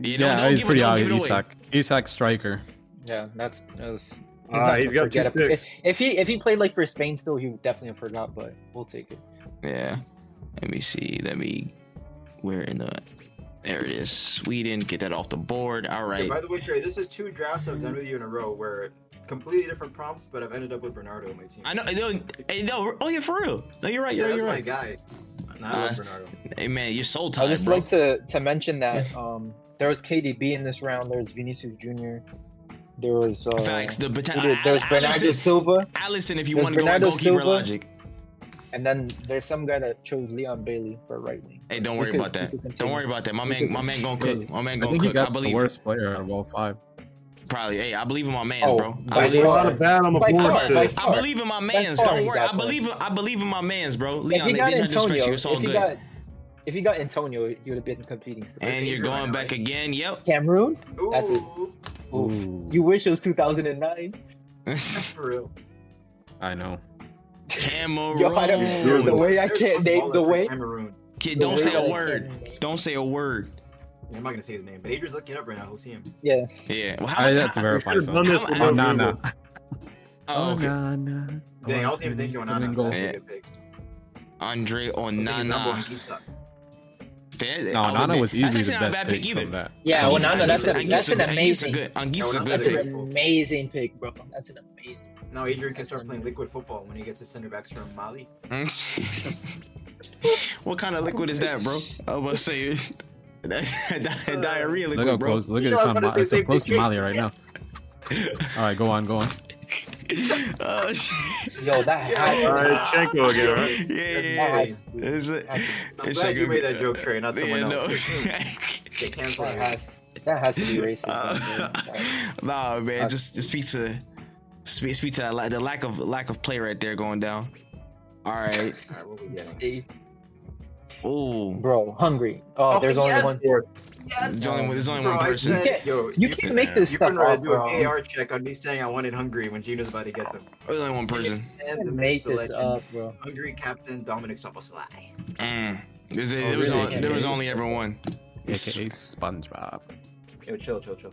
Speaker 5: Yeah,
Speaker 1: don't, don't
Speaker 5: he's
Speaker 1: give
Speaker 5: pretty
Speaker 1: it, don't give it
Speaker 5: obvious.
Speaker 1: away.
Speaker 5: Isak, Isak striker.
Speaker 2: Yeah, that's. That was, he's
Speaker 3: Ah,
Speaker 2: not
Speaker 3: he's
Speaker 2: gonna
Speaker 3: got two
Speaker 2: forget a- if, if he if he played like for Spain still, he would definitely have forgot. But we'll take it.
Speaker 1: Yeah. Let me see. Let me. Where in the? There it is. Sweden. Get that off the board. All
Speaker 4: Yeah,
Speaker 1: right.
Speaker 4: by the way, Trey, this is two drafts I've done with you in a row where completely different prompts, but I've ended up with Bernardo on my team.
Speaker 1: I know. No, hey, no. Oh yeah, for real. No, you're right.
Speaker 4: Yeah,
Speaker 1: You're right.
Speaker 4: that's
Speaker 1: You're
Speaker 4: my
Speaker 1: right.
Speaker 4: guy. And I
Speaker 1: Uh,
Speaker 4: love Bernardo.
Speaker 1: Hey man, you're soul
Speaker 2: I
Speaker 1: tied,
Speaker 2: would just
Speaker 1: bro.
Speaker 2: like to to mention that um there was KDB in this round. There's Vinicius Junior. There was uh,
Speaker 1: Facts. Ah, The
Speaker 2: who
Speaker 1: potential.
Speaker 2: did- there was Bernardo
Speaker 1: Allison,
Speaker 2: Silva,
Speaker 1: Allison, if you
Speaker 2: there's
Speaker 1: want to go with
Speaker 2: Bernardo
Speaker 1: goalkeeper
Speaker 2: Silva.
Speaker 1: logic.
Speaker 2: and then there's some guy that chose Leon Bailey for right wing.
Speaker 1: Hey, don't
Speaker 2: We
Speaker 1: worry
Speaker 2: could-
Speaker 1: about
Speaker 2: we
Speaker 1: that.
Speaker 2: could
Speaker 1: Don't
Speaker 2: continue.
Speaker 1: worry about that. My
Speaker 2: We
Speaker 1: man,
Speaker 2: could-
Speaker 1: my man gonna cook. My man
Speaker 5: I
Speaker 1: gonna
Speaker 5: think he
Speaker 1: cook. I
Speaker 5: got the
Speaker 1: believe.
Speaker 5: worst player out of all five.
Speaker 1: Probably. Hey, I believe in my man's,
Speaker 2: Oh,
Speaker 1: bro. I
Speaker 2: by
Speaker 3: There's
Speaker 1: believe,
Speaker 3: a
Speaker 2: far.
Speaker 3: lot of bad on the
Speaker 2: By
Speaker 3: board.
Speaker 2: far, by
Speaker 3: Sid.
Speaker 2: far.
Speaker 1: I believe in my man's.
Speaker 2: far
Speaker 1: Don't
Speaker 2: he
Speaker 1: worry.
Speaker 2: got
Speaker 1: I believe. In, I believe in my man's, bro.
Speaker 2: If
Speaker 1: Leon,
Speaker 2: he
Speaker 1: they
Speaker 2: got
Speaker 1: didn't disrespect
Speaker 2: Antonio,
Speaker 1: you.
Speaker 2: if
Speaker 1: It's all
Speaker 2: he
Speaker 1: good.
Speaker 2: got if he got Antonio, he would have been competing still.
Speaker 1: and you're
Speaker 4: Adrian
Speaker 1: going
Speaker 4: right now,
Speaker 1: back again. Yep. *laughs*
Speaker 2: Cameroon?
Speaker 4: Ooh, *laughs*
Speaker 2: That's it. Oof. You wish it was 2009.
Speaker 4: for real.
Speaker 5: I know.
Speaker 1: Cameroon.
Speaker 2: *laughs* Yo, I don't, the way I
Speaker 4: There's
Speaker 2: can't
Speaker 4: one
Speaker 2: name
Speaker 4: baller
Speaker 2: the
Speaker 4: from
Speaker 2: way.
Speaker 4: Cameroon.
Speaker 1: Kid,
Speaker 2: the
Speaker 1: don't
Speaker 2: way
Speaker 1: say
Speaker 2: I
Speaker 1: a
Speaker 2: can't
Speaker 1: word.
Speaker 2: name-
Speaker 1: Don't say a word.
Speaker 4: Yeah, I'm not gonna say his name, but Adrian's looking it up right now. He'll see him.
Speaker 2: Yeah,
Speaker 1: Yeah. Well, how
Speaker 5: I uh,
Speaker 1: much
Speaker 5: have to
Speaker 1: time?
Speaker 5: verify
Speaker 3: Should've done
Speaker 5: something.
Speaker 3: this
Speaker 1: How-
Speaker 3: with
Speaker 1: how-
Speaker 5: Oh,
Speaker 3: no
Speaker 5: nah,
Speaker 3: Google.
Speaker 5: nah.
Speaker 1: Oh, okay.
Speaker 5: Onana.
Speaker 4: Dang, I wasn't even thinking
Speaker 5: Put it in
Speaker 4: Onana.
Speaker 5: goal.
Speaker 4: That's a good pick.
Speaker 1: Andre
Speaker 4: I was thinking Zambo
Speaker 1: Onana.
Speaker 4: and Kisa.
Speaker 1: Oh, They-
Speaker 5: No,
Speaker 1: I would
Speaker 5: Nana
Speaker 1: be-
Speaker 5: was
Speaker 1: that's
Speaker 5: easily the
Speaker 1: actually not a
Speaker 5: best
Speaker 1: bad
Speaker 5: pick
Speaker 1: pick
Speaker 5: from
Speaker 1: either.
Speaker 5: that.
Speaker 1: Yeah,
Speaker 2: Yeah, well,
Speaker 1: Anguissa-
Speaker 2: no, no, that's a,
Speaker 1: Anguissa-
Speaker 2: that's an
Speaker 1: Anguissa-
Speaker 2: amazing,
Speaker 1: Anguissa good- Anguissa's a
Speaker 4: No,
Speaker 1: good
Speaker 2: that's
Speaker 4: Anguissa-
Speaker 1: pick.
Speaker 2: an amazing pick, bro. That's an amazing.
Speaker 4: Now Adrian can start playing liquid football when he gets his center backs from Mali.
Speaker 1: *laughs* what kind of liquid is that, bro? I was about to say *laughs* di- diarrhea
Speaker 5: Look
Speaker 1: liquid,
Speaker 5: how
Speaker 1: bro.
Speaker 5: close. Look at
Speaker 4: You know, I
Speaker 5: it's,
Speaker 4: was
Speaker 5: on,
Speaker 4: gonna
Speaker 5: Mo-
Speaker 4: say
Speaker 5: it's so
Speaker 4: same
Speaker 5: close to
Speaker 4: picture.
Speaker 5: Mali right now. All right, go
Speaker 4: *laughs*
Speaker 5: on, go on.
Speaker 1: *laughs* Oh, shit.
Speaker 2: Yo, that
Speaker 3: All
Speaker 2: hat.
Speaker 3: right, Chenko again,
Speaker 1: *laughs*
Speaker 3: all right?
Speaker 1: yeah, yeah,
Speaker 4: That's
Speaker 1: yeah. It's
Speaker 4: nice.
Speaker 1: a-
Speaker 4: I'm
Speaker 1: it's
Speaker 4: glad
Speaker 1: like
Speaker 4: you
Speaker 1: a-
Speaker 4: made that joke, Trey, not someone
Speaker 1: yeah, no.
Speaker 4: else.
Speaker 1: *laughs*
Speaker 4: Get canceled
Speaker 2: That
Speaker 4: here.
Speaker 2: has, that has to be
Speaker 1: *laughs*
Speaker 2: racist.
Speaker 1: Uh,
Speaker 2: man, dude.
Speaker 1: nah, man,
Speaker 2: Uh,
Speaker 1: just, just speak to speak, speak to that, la- the lack of lack of play right there going down. All right,
Speaker 4: All
Speaker 1: *laughs*
Speaker 4: right, what we getting?
Speaker 2: See?
Speaker 1: ooh,
Speaker 2: Bro, hungry. Oh,
Speaker 4: Oh,
Speaker 2: there's only
Speaker 4: yes.
Speaker 2: one.
Speaker 1: there's only, one- there's only
Speaker 4: Bro,
Speaker 1: one
Speaker 4: I
Speaker 1: person.
Speaker 4: said, yo,
Speaker 2: You can't make this
Speaker 4: you
Speaker 2: stuff
Speaker 4: couldn't really
Speaker 2: up,
Speaker 4: do
Speaker 2: bro.
Speaker 4: an
Speaker 2: You
Speaker 4: AR check on me saying I wanted Hungary when Gino's about to get them.
Speaker 1: There's only one person.
Speaker 4: And the
Speaker 2: can't make
Speaker 4: myth, the
Speaker 2: this
Speaker 4: legend,
Speaker 2: up, bro.
Speaker 4: Hungary captain Dominic Soboslai.
Speaker 1: Mm. There's a- there
Speaker 5: Oh,
Speaker 1: was
Speaker 5: really?
Speaker 1: on- there was only ever one.
Speaker 5: AKA SpongeBob.
Speaker 4: Yo, chill, chill, chill.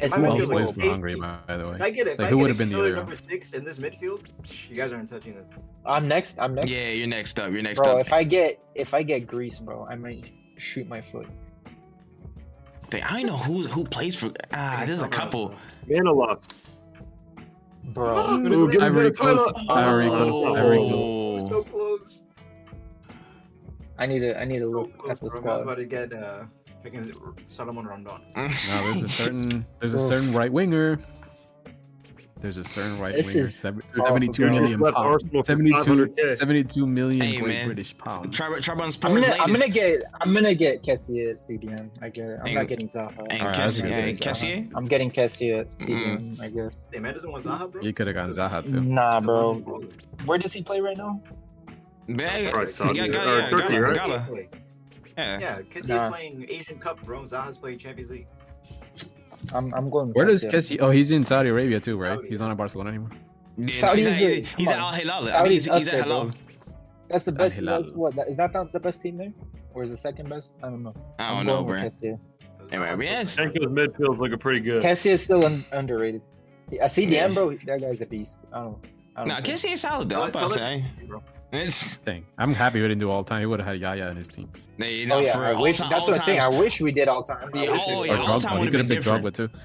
Speaker 2: It's
Speaker 4: I would
Speaker 5: Well,
Speaker 2: well,
Speaker 4: feel
Speaker 5: played
Speaker 4: like-
Speaker 5: from Hungary, by the
Speaker 4: If I
Speaker 5: way.
Speaker 4: get it, if
Speaker 5: Like,
Speaker 4: I
Speaker 5: who
Speaker 4: get
Speaker 5: would've
Speaker 4: a
Speaker 5: been the
Speaker 4: killer
Speaker 5: hero?
Speaker 4: number six in this midfield, psh, you guys aren't touching this.
Speaker 2: I'm next. I'm next.
Speaker 1: Yeah, you're next up. You're next
Speaker 2: bro,
Speaker 1: up.
Speaker 2: if I get if I get grease, bro, I might shoot my foot.
Speaker 1: Dang, I don't know who who plays for. Ah,
Speaker 4: Maybe
Speaker 1: there's a
Speaker 4: someone else,
Speaker 1: couple.
Speaker 4: though.
Speaker 3: Manilovs.
Speaker 1: *gasps*
Speaker 2: Bro,
Speaker 3: Ooh, get him Oh.
Speaker 5: Ivory
Speaker 3: to the toilet.
Speaker 5: Coast. Ivory Coast. Ivory Coast.
Speaker 4: So close.
Speaker 2: I need to I need to
Speaker 4: So
Speaker 2: look
Speaker 4: close,
Speaker 2: at the
Speaker 4: bro. I was about
Speaker 2: squad.
Speaker 4: to get uh, freaking Solomon Rondon.
Speaker 1: Oh.
Speaker 5: No, there's a certain there's a
Speaker 2: Oof.
Speaker 5: certain right winger. There's a certain right
Speaker 2: This
Speaker 5: winger.
Speaker 2: is
Speaker 5: seven-
Speaker 2: awful,
Speaker 5: 72
Speaker 2: bro.
Speaker 5: million
Speaker 3: Left
Speaker 5: pounds.
Speaker 3: Arsenal for
Speaker 5: 72,
Speaker 3: 500K.
Speaker 5: 72 million
Speaker 1: Hey,
Speaker 5: great
Speaker 1: man.
Speaker 5: British
Speaker 1: *laughs*
Speaker 5: pounds.
Speaker 1: Tribal Tribal Sports.
Speaker 2: I'm gonna I'm gonna
Speaker 1: latest.
Speaker 2: get I'm gonna get Kessie at CDM. I get it. I'm
Speaker 1: Ain't-
Speaker 2: not getting Zaha.
Speaker 1: And
Speaker 5: All
Speaker 1: Kessie,
Speaker 5: right, that's
Speaker 2: good.
Speaker 1: and Kessie?
Speaker 2: I'm getting Kessie
Speaker 1: Mm-hmm.
Speaker 2: at CDM. I guess.
Speaker 4: Hey, man doesn't want Zaha, bro.
Speaker 5: You could have gone Zaha too.
Speaker 2: Nah,
Speaker 4: He's a
Speaker 2: bro.
Speaker 4: legend baller.
Speaker 2: Where does he play right now?
Speaker 1: Man,
Speaker 3: All right,
Speaker 1: yeah,
Speaker 3: Saudi-
Speaker 1: yeah,
Speaker 3: or
Speaker 1: yeah,
Speaker 3: Turkey,
Speaker 1: Gala,
Speaker 3: right?
Speaker 1: Gala, yeah.
Speaker 4: Yeah, because
Speaker 2: Nah.
Speaker 4: he's playing Asian Cup, bro. Zaha's playing Champions League.
Speaker 2: I'm I'm going.
Speaker 5: Where does
Speaker 2: Kessie.
Speaker 5: Kessie? Oh, he's in Saudi Arabia too, right?
Speaker 4: Saudi.
Speaker 5: He's not in Barcelona anymore.
Speaker 1: Yeah,
Speaker 2: Saudi's
Speaker 1: no, he's,
Speaker 2: good.
Speaker 1: at- he's at
Speaker 2: Come
Speaker 1: Al
Speaker 2: on.
Speaker 1: Hilal. I mean,
Speaker 2: Saudi's
Speaker 1: he's,
Speaker 2: up
Speaker 1: he's
Speaker 2: there,
Speaker 1: at
Speaker 2: bro.
Speaker 1: Hilal.
Speaker 2: That's the best.
Speaker 5: Al-Hilal.
Speaker 2: That's what? That, is that not the best team there, or is the second best? I don't know.
Speaker 1: I
Speaker 2: I'm
Speaker 1: don't know,
Speaker 2: going
Speaker 1: bro.
Speaker 2: with Kessie.
Speaker 1: Hey, man, yes.
Speaker 3: Chenko's midfield's looking pretty good.
Speaker 2: Kessie is still un- underrated. A CDM,
Speaker 1: Yeah.
Speaker 2: bro, that guy's a beast. I don't. I don't
Speaker 1: Nah,
Speaker 2: care.
Speaker 1: Kessie is solid though. I'm
Speaker 4: Tell-
Speaker 1: about to
Speaker 4: tell
Speaker 1: say.
Speaker 4: bro.
Speaker 1: It's,
Speaker 5: Thing. I'm happy we didn't do all time. He would have had Yaya in his team.
Speaker 1: they, you
Speaker 2: Oh
Speaker 1: know,
Speaker 2: yeah,
Speaker 1: for
Speaker 2: I
Speaker 1: all
Speaker 2: wish.
Speaker 1: time,
Speaker 2: that's
Speaker 1: all
Speaker 2: what I'm saying. I
Speaker 1: times-
Speaker 2: wish we did all time. I
Speaker 1: Yeah,
Speaker 2: wish
Speaker 1: oh,
Speaker 2: we
Speaker 5: Or
Speaker 2: did
Speaker 1: yeah, all
Speaker 5: Drogba.
Speaker 1: time
Speaker 5: He
Speaker 1: would've
Speaker 5: could have
Speaker 1: been
Speaker 5: picked Drogba too.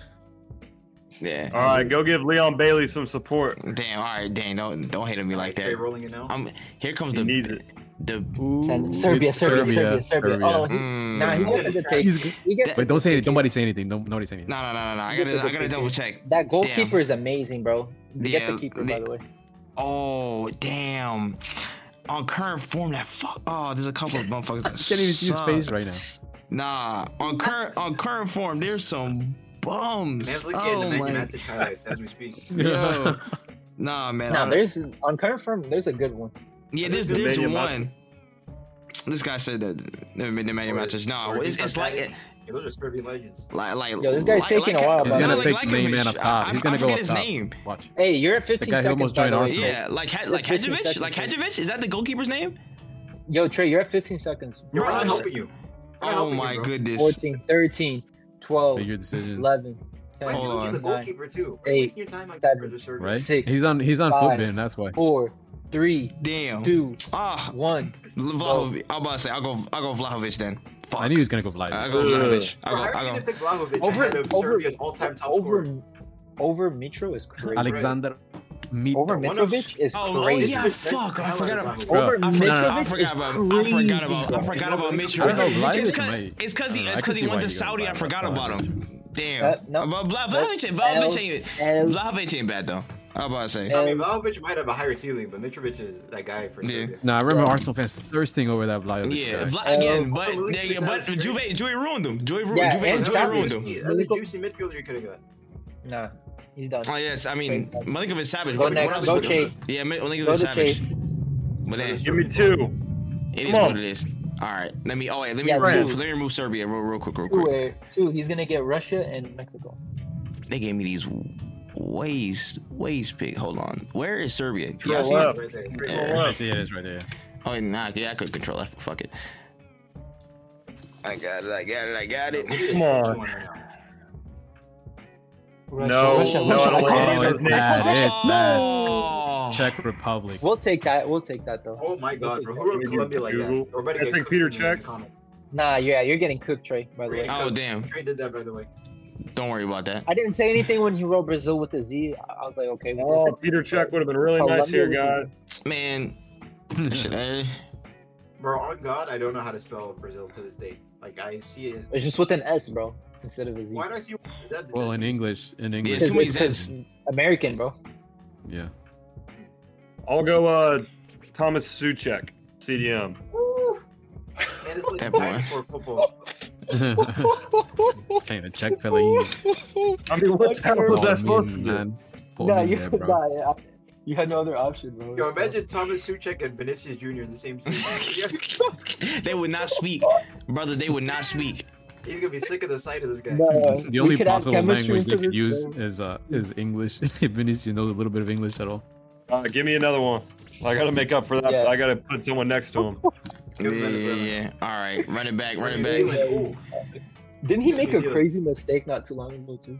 Speaker 1: Yeah.
Speaker 3: All right, go give Leon Bailey some support.
Speaker 1: Damn. All right, dang. Don't don't hate on me like
Speaker 4: Trey
Speaker 1: that.
Speaker 4: rolling it now.
Speaker 1: I'm. Here comes
Speaker 3: He
Speaker 1: the
Speaker 3: needs it.
Speaker 1: the.
Speaker 2: Send- Serbia,
Speaker 5: It's
Speaker 2: Serbia, Serbia, Serbia, Oh, he,
Speaker 1: Mm,
Speaker 2: nah, he gets a good pick.
Speaker 5: He's good.
Speaker 2: He gets
Speaker 5: Wait, don't say anything. Nobody say anything. Don't nobody say anything.
Speaker 1: No, no, no, no, no. I
Speaker 2: He gets
Speaker 1: gotta,
Speaker 2: a
Speaker 1: I
Speaker 2: good
Speaker 1: gotta
Speaker 2: pick.
Speaker 1: double check.
Speaker 2: that goalkeeper is amazing, bro. Get
Speaker 1: Yeah,
Speaker 2: the keeper, by
Speaker 1: the-
Speaker 2: the way.
Speaker 1: Oh, damn. On current form, that fuck. Oh, there's a couple of motherfuckers. That
Speaker 5: You *laughs* can't even see his
Speaker 1: suck.
Speaker 5: face right now.
Speaker 1: Nah, on current, on current form, there's some bums.
Speaker 4: Man's looking
Speaker 1: Oh
Speaker 4: at the
Speaker 1: my.
Speaker 4: Magic highlights as we speak.
Speaker 1: Yo. *laughs* Nah, man.
Speaker 2: Nah,
Speaker 1: I-
Speaker 2: there's on current form. There's a good one.
Speaker 1: yeah, there's there's
Speaker 3: there's Nemanja
Speaker 1: one. This guy said that never been the many
Speaker 4: Or-
Speaker 1: matches. No,
Speaker 4: or
Speaker 1: it's,
Speaker 4: these
Speaker 1: it's
Speaker 4: are
Speaker 1: Oh, like
Speaker 4: guys- Those are Serbian legends.
Speaker 1: like like.
Speaker 2: Yo, this guy's
Speaker 1: like,
Speaker 2: taking
Speaker 1: like,
Speaker 2: a while,
Speaker 1: it's
Speaker 2: bro.
Speaker 1: kinda
Speaker 5: He's gonna
Speaker 1: like
Speaker 5: take the main
Speaker 1: Lakovic.
Speaker 5: man up top.
Speaker 1: I,
Speaker 5: He's
Speaker 1: I
Speaker 5: gonna go
Speaker 1: forget
Speaker 5: up
Speaker 1: his
Speaker 5: top.
Speaker 1: name.
Speaker 5: Watch.
Speaker 2: Hey, you're at 15
Speaker 5: guy who
Speaker 2: seconds.
Speaker 5: almost
Speaker 2: by
Speaker 5: joined
Speaker 2: the way.
Speaker 5: Arsenal.
Speaker 1: Yeah, like Ha- like
Speaker 2: Fifteen
Speaker 1: Hadjovic. Like
Speaker 2: seconds.
Speaker 1: Hadjovic. Is that the goalkeeper's name?
Speaker 2: Yo, Trey, you're at 15 seconds.
Speaker 4: Yo, we're
Speaker 1: Bro,
Speaker 4: not
Speaker 1: I'm s-
Speaker 4: helping you. We're not
Speaker 1: Oh
Speaker 4: helping you,
Speaker 1: my
Speaker 4: bro.
Speaker 1: goodness.
Speaker 2: 14, 13, 12,
Speaker 5: Make your decision.
Speaker 2: 11,
Speaker 4: Why
Speaker 2: 10,
Speaker 4: is he
Speaker 1: Hold
Speaker 4: looking at the
Speaker 2: on.
Speaker 4: goalkeeper too? We're
Speaker 2: Eight,
Speaker 4: wasting your time on
Speaker 2: seven,
Speaker 4: keepers or Serbians.
Speaker 5: Right?
Speaker 2: Six,
Speaker 5: he's on he's on
Speaker 2: five,
Speaker 5: footbin, that's why.
Speaker 2: 4, 3,
Speaker 1: Damn.
Speaker 2: 2,
Speaker 1: Ah,
Speaker 2: 1.
Speaker 1: Vlahovic. I'm about to say I'll go I'll go Vlahovic then. Fuck.
Speaker 5: I knew he was gonna go blind.
Speaker 1: I go
Speaker 3: Ugh.
Speaker 1: Vlahovic. I
Speaker 4: Bro, how
Speaker 1: go
Speaker 4: are you
Speaker 1: I
Speaker 4: gonna
Speaker 1: go.
Speaker 4: pick Vlahovic
Speaker 2: Over-
Speaker 4: ahead of
Speaker 2: over-
Speaker 4: Serbia's all-time top
Speaker 2: over,
Speaker 4: scorer?
Speaker 2: over Mitro is crazy.
Speaker 5: Alexander Mitro.
Speaker 2: over
Speaker 4: one of-
Speaker 2: Mitrovic is
Speaker 1: Oh, oh
Speaker 2: crazy.
Speaker 1: yeah, fuck. I forgot about
Speaker 5: Bro,
Speaker 2: Over
Speaker 1: I
Speaker 2: Mitrovic
Speaker 1: forgot, I
Speaker 2: is
Speaker 1: forgot about I
Speaker 2: crazy.
Speaker 1: forgot about I
Speaker 2: bro.
Speaker 1: forgot about Mitchell.
Speaker 5: I don't know, Vlahovic
Speaker 1: It's 'cause-
Speaker 5: might-
Speaker 1: it's cause
Speaker 5: I
Speaker 1: he
Speaker 5: don't know,
Speaker 1: it's
Speaker 5: I can
Speaker 1: cause he
Speaker 5: see
Speaker 1: went
Speaker 5: why
Speaker 1: to
Speaker 5: he goes
Speaker 1: Saudi. I
Speaker 5: Vlahovic.
Speaker 1: forgot about him. Damn.
Speaker 2: Uh, no.
Speaker 1: But Vla- Vlahovic ain't Vlahovic ain't
Speaker 2: L-
Speaker 1: Vlahovic ain't bad though. I'm about to say.
Speaker 4: I mean, Vlahovic might have a higher ceiling, but Mitrovic is that guy for
Speaker 1: Yeah.
Speaker 4: Serbia.
Speaker 5: No, I remember Arsenal fans thirsting over that Vlahovic.
Speaker 1: Yeah,
Speaker 5: guy.
Speaker 1: Vla-
Speaker 2: L-
Speaker 1: again, but Oh,
Speaker 4: Also,
Speaker 1: they,
Speaker 4: Lukaku's
Speaker 1: but
Speaker 4: out, right?
Speaker 1: Juve Juve ruined him. Juve ru-
Speaker 2: Yeah,
Speaker 1: Juve
Speaker 2: and
Speaker 1: Juve
Speaker 4: That's a
Speaker 2: Savic.
Speaker 1: ruined him.
Speaker 4: juicy- that's a juicy midfielder you could have got.
Speaker 2: Nah, he's done.
Speaker 1: Oh yes, I mean
Speaker 2: Wait.
Speaker 1: Malinkovic Savage.
Speaker 2: Go
Speaker 1: but what
Speaker 2: next,
Speaker 1: else
Speaker 2: go
Speaker 1: would-
Speaker 2: Chase.
Speaker 1: Yeah, Ma-
Speaker 2: Go
Speaker 1: Malinkovic
Speaker 2: to
Speaker 1: Savage.
Speaker 2: Chase.
Speaker 1: But eh,
Speaker 3: Give me two.
Speaker 1: it is
Speaker 3: Come on.
Speaker 1: what it is. All right, let me. Oh wait, let me
Speaker 2: Yeah,
Speaker 1: remove.
Speaker 2: Chase.
Speaker 1: Let me remove Serbia real, real quick, real
Speaker 2: Two,
Speaker 1: quick.
Speaker 2: uh, two, he's gonna get Russia and Mexico.
Speaker 1: They gave me these waist waist pick. Hold on, where is Serbia?
Speaker 4: Trey,
Speaker 1: Yeah, I see-
Speaker 3: up.
Speaker 4: right there. Trey,
Speaker 1: Yeah.
Speaker 5: I see it is right there.
Speaker 1: Oh nah, yeah, I could control F. Fuck it. I got it. I got it. I got
Speaker 4: we
Speaker 1: it.
Speaker 4: need to
Speaker 3: Come on.
Speaker 4: switch one right now.
Speaker 2: Russia,
Speaker 3: No,
Speaker 2: Russia,
Speaker 1: no,
Speaker 2: Russia.
Speaker 1: I don't
Speaker 2: I
Speaker 1: want
Speaker 2: called
Speaker 1: any
Speaker 2: it.
Speaker 1: of
Speaker 5: those
Speaker 2: I called
Speaker 5: names.
Speaker 2: it.
Speaker 5: It's bad.
Speaker 1: Oh!
Speaker 5: Czech Republic.
Speaker 2: We'll take that. We'll take that though.
Speaker 4: Oh my god, bro. Who wrote Columbia like that?
Speaker 3: Google.
Speaker 4: Everybody
Speaker 3: I
Speaker 4: get
Speaker 3: think
Speaker 4: cooked
Speaker 3: Peter
Speaker 4: in the
Speaker 3: Check.
Speaker 4: comments.
Speaker 2: Nah, yeah, you're getting cooked, Trey. By the
Speaker 4: We're
Speaker 2: way,
Speaker 4: getting
Speaker 1: Oh,
Speaker 4: cooked.
Speaker 1: damn.
Speaker 4: Trey did that by the way.
Speaker 1: Don't worry about that.
Speaker 2: I didn't say anything when you wrote Brazil with a Z. I I was like, okay. well,
Speaker 3: Oh, Peter Check would have been really
Speaker 2: Columbia
Speaker 3: nice here,
Speaker 2: would be-
Speaker 3: guys.
Speaker 1: Man, that shit, eh.
Speaker 4: Bro, on God, I don't know how to spell Brazil to this day. Like I see it.
Speaker 2: It's just with an S, bro, instead of a Z.
Speaker 4: Why do I see? That
Speaker 5: *laughs* well, in
Speaker 4: that's-
Speaker 5: English, in
Speaker 1: There's
Speaker 5: English,
Speaker 1: too many
Speaker 2: because American,
Speaker 5: *laughs*
Speaker 2: bro.
Speaker 5: yeah.
Speaker 3: I'll go uh, Thomas Suchek, CDM.
Speaker 4: Woo! Man, it's like
Speaker 1: That boy.
Speaker 4: dinosaur football.
Speaker 5: Kind of Czech Philly.
Speaker 3: I mean, what
Speaker 2: That's
Speaker 3: the hell was
Speaker 5: Paul
Speaker 3: that supposed to
Speaker 5: Newman,
Speaker 3: be?
Speaker 5: man. Paul
Speaker 2: Nah,
Speaker 5: Newman
Speaker 2: you,
Speaker 5: there, bro.
Speaker 2: nah, yeah, you had no other option, bro.
Speaker 4: Yo, imagine Thomas Suchek and Vinicius Jr. in the same team. *laughs* Yeah,
Speaker 1: *laughs* they would not speak, brother. They would not speak.
Speaker 4: He's gonna be sick of the sight of this guy.
Speaker 2: Nah,
Speaker 5: The only
Speaker 2: we could add
Speaker 5: possible
Speaker 2: chemistry
Speaker 5: language they
Speaker 2: into
Speaker 5: could
Speaker 2: this
Speaker 5: use
Speaker 2: game.
Speaker 5: is uh is English. *laughs* if Vinicius knows a little bit of English at all.
Speaker 3: Uh, give me another one. I gotta make up for that.
Speaker 2: Yeah.
Speaker 3: but I gotta put someone next to him.
Speaker 1: Yeah,
Speaker 4: Good
Speaker 1: yeah,
Speaker 4: Venezuela.
Speaker 1: yeah. All right, run it back, run
Speaker 4: New
Speaker 1: it back.
Speaker 4: Zealand, ooh.
Speaker 2: Didn't he make a
Speaker 4: Yeah.
Speaker 2: crazy mistake not too long ago too?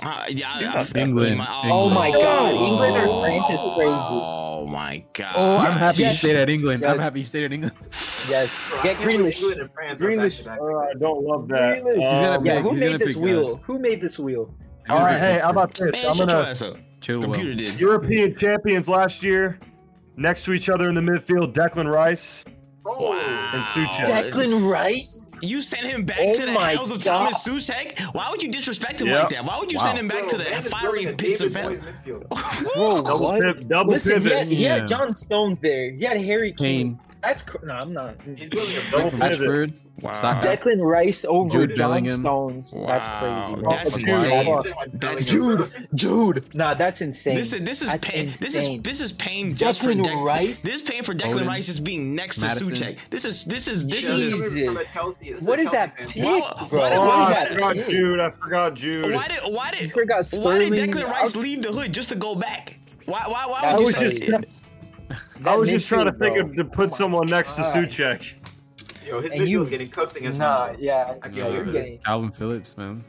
Speaker 1: Uh, yeah, I-
Speaker 3: He's
Speaker 1: I-
Speaker 3: not
Speaker 5: England,
Speaker 2: Oh my God,
Speaker 1: oh.
Speaker 2: England or France is crazy.
Speaker 1: Oh my god.
Speaker 5: Oh, I'm happy
Speaker 2: yes.
Speaker 5: you stayed at England. I'm
Speaker 2: Yes.
Speaker 5: happy you stayed at *laughs* England.
Speaker 2: Yes,
Speaker 4: Bro, I
Speaker 2: get
Speaker 4: can't believe
Speaker 2: Grealish.
Speaker 4: England and France are back to
Speaker 3: Grealish.
Speaker 4: back.
Speaker 2: All right.
Speaker 3: I don't love that.
Speaker 2: Grealish. He's
Speaker 5: gotta
Speaker 3: Um,
Speaker 5: pick-
Speaker 2: Yeah, who
Speaker 5: he's gonna
Speaker 2: made this
Speaker 5: pick, uh,
Speaker 2: weel? Who made this wheel?
Speaker 3: all right, hey, how about this?
Speaker 1: Man, shut
Speaker 3: I'm
Speaker 1: your
Speaker 3: gonna
Speaker 1: ass up.
Speaker 5: Chill.
Speaker 1: Computer did.
Speaker 3: *laughs* European champions last year, next to each other in the midfield, Declan Rice.
Speaker 4: Oh,
Speaker 1: Wow.
Speaker 3: And Suchek.
Speaker 2: Declan Rice.
Speaker 1: You sent him back
Speaker 2: Oh
Speaker 1: to the
Speaker 2: my
Speaker 1: hells of
Speaker 2: God.
Speaker 1: Thomas Susek? Why would you disrespect him
Speaker 3: Yep.
Speaker 1: like that? Why would you
Speaker 5: Wow.
Speaker 1: send him back to
Speaker 4: Bro,
Speaker 1: the
Speaker 4: man is
Speaker 1: fiery
Speaker 4: building a
Speaker 1: pits of
Speaker 4: David
Speaker 1: hell?
Speaker 4: Moyes midfield.
Speaker 1: *laughs*
Speaker 2: Bro,
Speaker 3: Double,
Speaker 2: what?
Speaker 3: pivot, double
Speaker 2: Listen, he
Speaker 3: pivot.
Speaker 2: had, he had
Speaker 5: Yeah.
Speaker 2: John Stones there. He had Harry Kane.
Speaker 5: Kane,
Speaker 2: That's cr- no, I'm not.
Speaker 4: He's building
Speaker 1: *laughs*
Speaker 4: a
Speaker 3: Double
Speaker 4: Brexit.
Speaker 3: pivot.
Speaker 5: Rashford,
Speaker 1: Wow.
Speaker 5: Saka.
Speaker 2: Declan Rice over
Speaker 5: Jude
Speaker 2: John
Speaker 5: Bellingham.
Speaker 2: Stones.
Speaker 1: Wow,
Speaker 2: That's
Speaker 1: that's
Speaker 2: crazy.
Speaker 1: insane.
Speaker 2: bro.
Speaker 1: That's-
Speaker 2: Dude, dude, nah, that's insane.
Speaker 1: This is this is
Speaker 2: That's
Speaker 1: pain. This is
Speaker 2: insane.
Speaker 1: this is pain just
Speaker 2: Declan
Speaker 1: for Dec-
Speaker 2: Rice?
Speaker 1: This is pain for Declan
Speaker 5: Foden?
Speaker 1: Rice is being next
Speaker 5: Madison?
Speaker 1: to Suchek. This is this is this is.
Speaker 2: Jesus. What is that pick,
Speaker 1: Why- why
Speaker 2: bro?
Speaker 1: did-
Speaker 3: Oh,
Speaker 1: why
Speaker 3: I
Speaker 1: did-
Speaker 3: forgot Jude. I forgot Jude.
Speaker 1: Why did why
Speaker 2: You
Speaker 1: did
Speaker 2: forgot
Speaker 1: why did
Speaker 2: Sterling.
Speaker 1: Declan Rice leave the hood just to go back? Why why why
Speaker 2: That
Speaker 1: would you
Speaker 2: was
Speaker 1: say
Speaker 2: just- *laughs*
Speaker 1: that?
Speaker 3: I was just
Speaker 2: midfield,
Speaker 3: trying to think
Speaker 2: bro.
Speaker 3: of to put
Speaker 2: Oh my
Speaker 3: someone next
Speaker 2: God.
Speaker 3: to Suchek.
Speaker 4: Yo, his
Speaker 2: And you-
Speaker 4: midfield's getting cooked against
Speaker 2: Nah,
Speaker 4: mine.
Speaker 2: yeah,
Speaker 4: I can't
Speaker 2: yeah, you're
Speaker 4: believe this.
Speaker 2: getting.
Speaker 5: Calvin Phillips, man.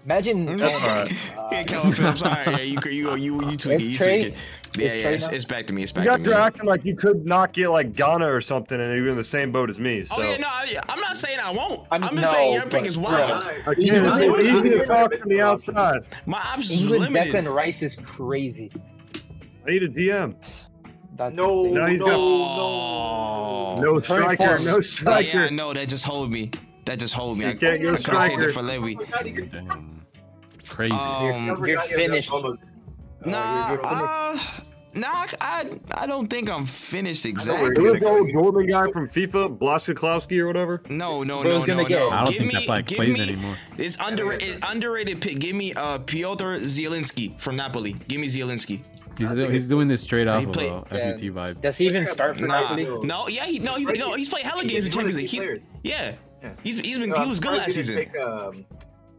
Speaker 1: *laughs*
Speaker 2: Imagine.
Speaker 1: That's
Speaker 2: oh
Speaker 3: alright.
Speaker 2: my God.
Speaker 1: Yeah, Calvin Phillips. All right, yeah, you could- you go- you you tweak it,
Speaker 2: It's
Speaker 1: you
Speaker 2: Trey.
Speaker 1: tweak it. Yeah,
Speaker 2: It's
Speaker 1: yeah,
Speaker 2: Trey
Speaker 1: it's,
Speaker 2: now.
Speaker 1: it's back to me. It's
Speaker 3: You
Speaker 1: back
Speaker 3: guys
Speaker 1: to
Speaker 3: are
Speaker 1: me.
Speaker 3: acting like you could not get like Ghana or something, and you're in the same boat as me. So
Speaker 1: Oh yeah, no, I, I'm not saying I won't. I'm,
Speaker 2: I'm-
Speaker 1: just
Speaker 2: no,
Speaker 1: saying your pick
Speaker 2: but
Speaker 1: is
Speaker 2: bro.
Speaker 1: wild.
Speaker 3: I
Speaker 4: Alright.
Speaker 3: can't.
Speaker 2: England-
Speaker 3: It's, it's easy to
Speaker 4: England-
Speaker 3: talk from the outside.
Speaker 1: My options are
Speaker 2: England
Speaker 1: limited.
Speaker 2: Declan Rice is crazy.
Speaker 3: I need a DM.
Speaker 2: That's
Speaker 4: No,
Speaker 2: insane.
Speaker 3: Now
Speaker 4: no,
Speaker 3: he's got-
Speaker 4: no.
Speaker 2: Turn
Speaker 3: No
Speaker 2: it
Speaker 3: striker.
Speaker 2: forward.
Speaker 3: No
Speaker 1: Oh, yeah,
Speaker 3: striker.
Speaker 1: I know that just hold me. That just hold me.
Speaker 3: You
Speaker 1: I,
Speaker 3: can't go
Speaker 1: I could've saved it
Speaker 3: striker.
Speaker 1: for Levy.
Speaker 4: Oh my God, he could-
Speaker 5: Damn. Crazy.
Speaker 1: Um,
Speaker 4: Never
Speaker 2: you're
Speaker 4: got Oh, here without
Speaker 2: finished.
Speaker 4: Bono.
Speaker 2: you're-
Speaker 1: nah,
Speaker 2: you're finished.
Speaker 1: uh, nah, I, I don't think I'm finished
Speaker 4: where
Speaker 1: exactly.
Speaker 3: Who was the old Golden guy from FIFA, Blaskowski or whatever?
Speaker 1: No, no,
Speaker 2: Bro's
Speaker 1: no, no,
Speaker 2: gonna get-
Speaker 1: no.
Speaker 5: I don't
Speaker 1: Give
Speaker 5: think
Speaker 1: me,
Speaker 5: that flag
Speaker 1: give
Speaker 5: plays
Speaker 1: me.
Speaker 5: anymore.
Speaker 1: It's under it's underrated pick. Give me uh Piotr Zielinski from Napoli. Give me Zielinski.
Speaker 5: He's,
Speaker 4: That's a
Speaker 5: he's
Speaker 4: good-
Speaker 5: doing this straight off
Speaker 1: He
Speaker 5: of
Speaker 1: played-
Speaker 5: uh,
Speaker 2: Yeah.
Speaker 5: FUT vibes.
Speaker 2: Does he even start for
Speaker 1: Nah,
Speaker 2: Napoli?
Speaker 4: Yo.
Speaker 1: no, yeah, he, no, he, no, he's played hella games in
Speaker 4: He's one of
Speaker 1: Champions
Speaker 4: the
Speaker 1: League.
Speaker 4: key
Speaker 1: He's,
Speaker 4: players.
Speaker 1: yeah,
Speaker 4: Yeah.
Speaker 1: he's he's been
Speaker 4: Yo,
Speaker 1: he
Speaker 4: I'm
Speaker 1: was good
Speaker 4: surprised
Speaker 1: last
Speaker 4: he
Speaker 1: season.
Speaker 4: didn't pick, um,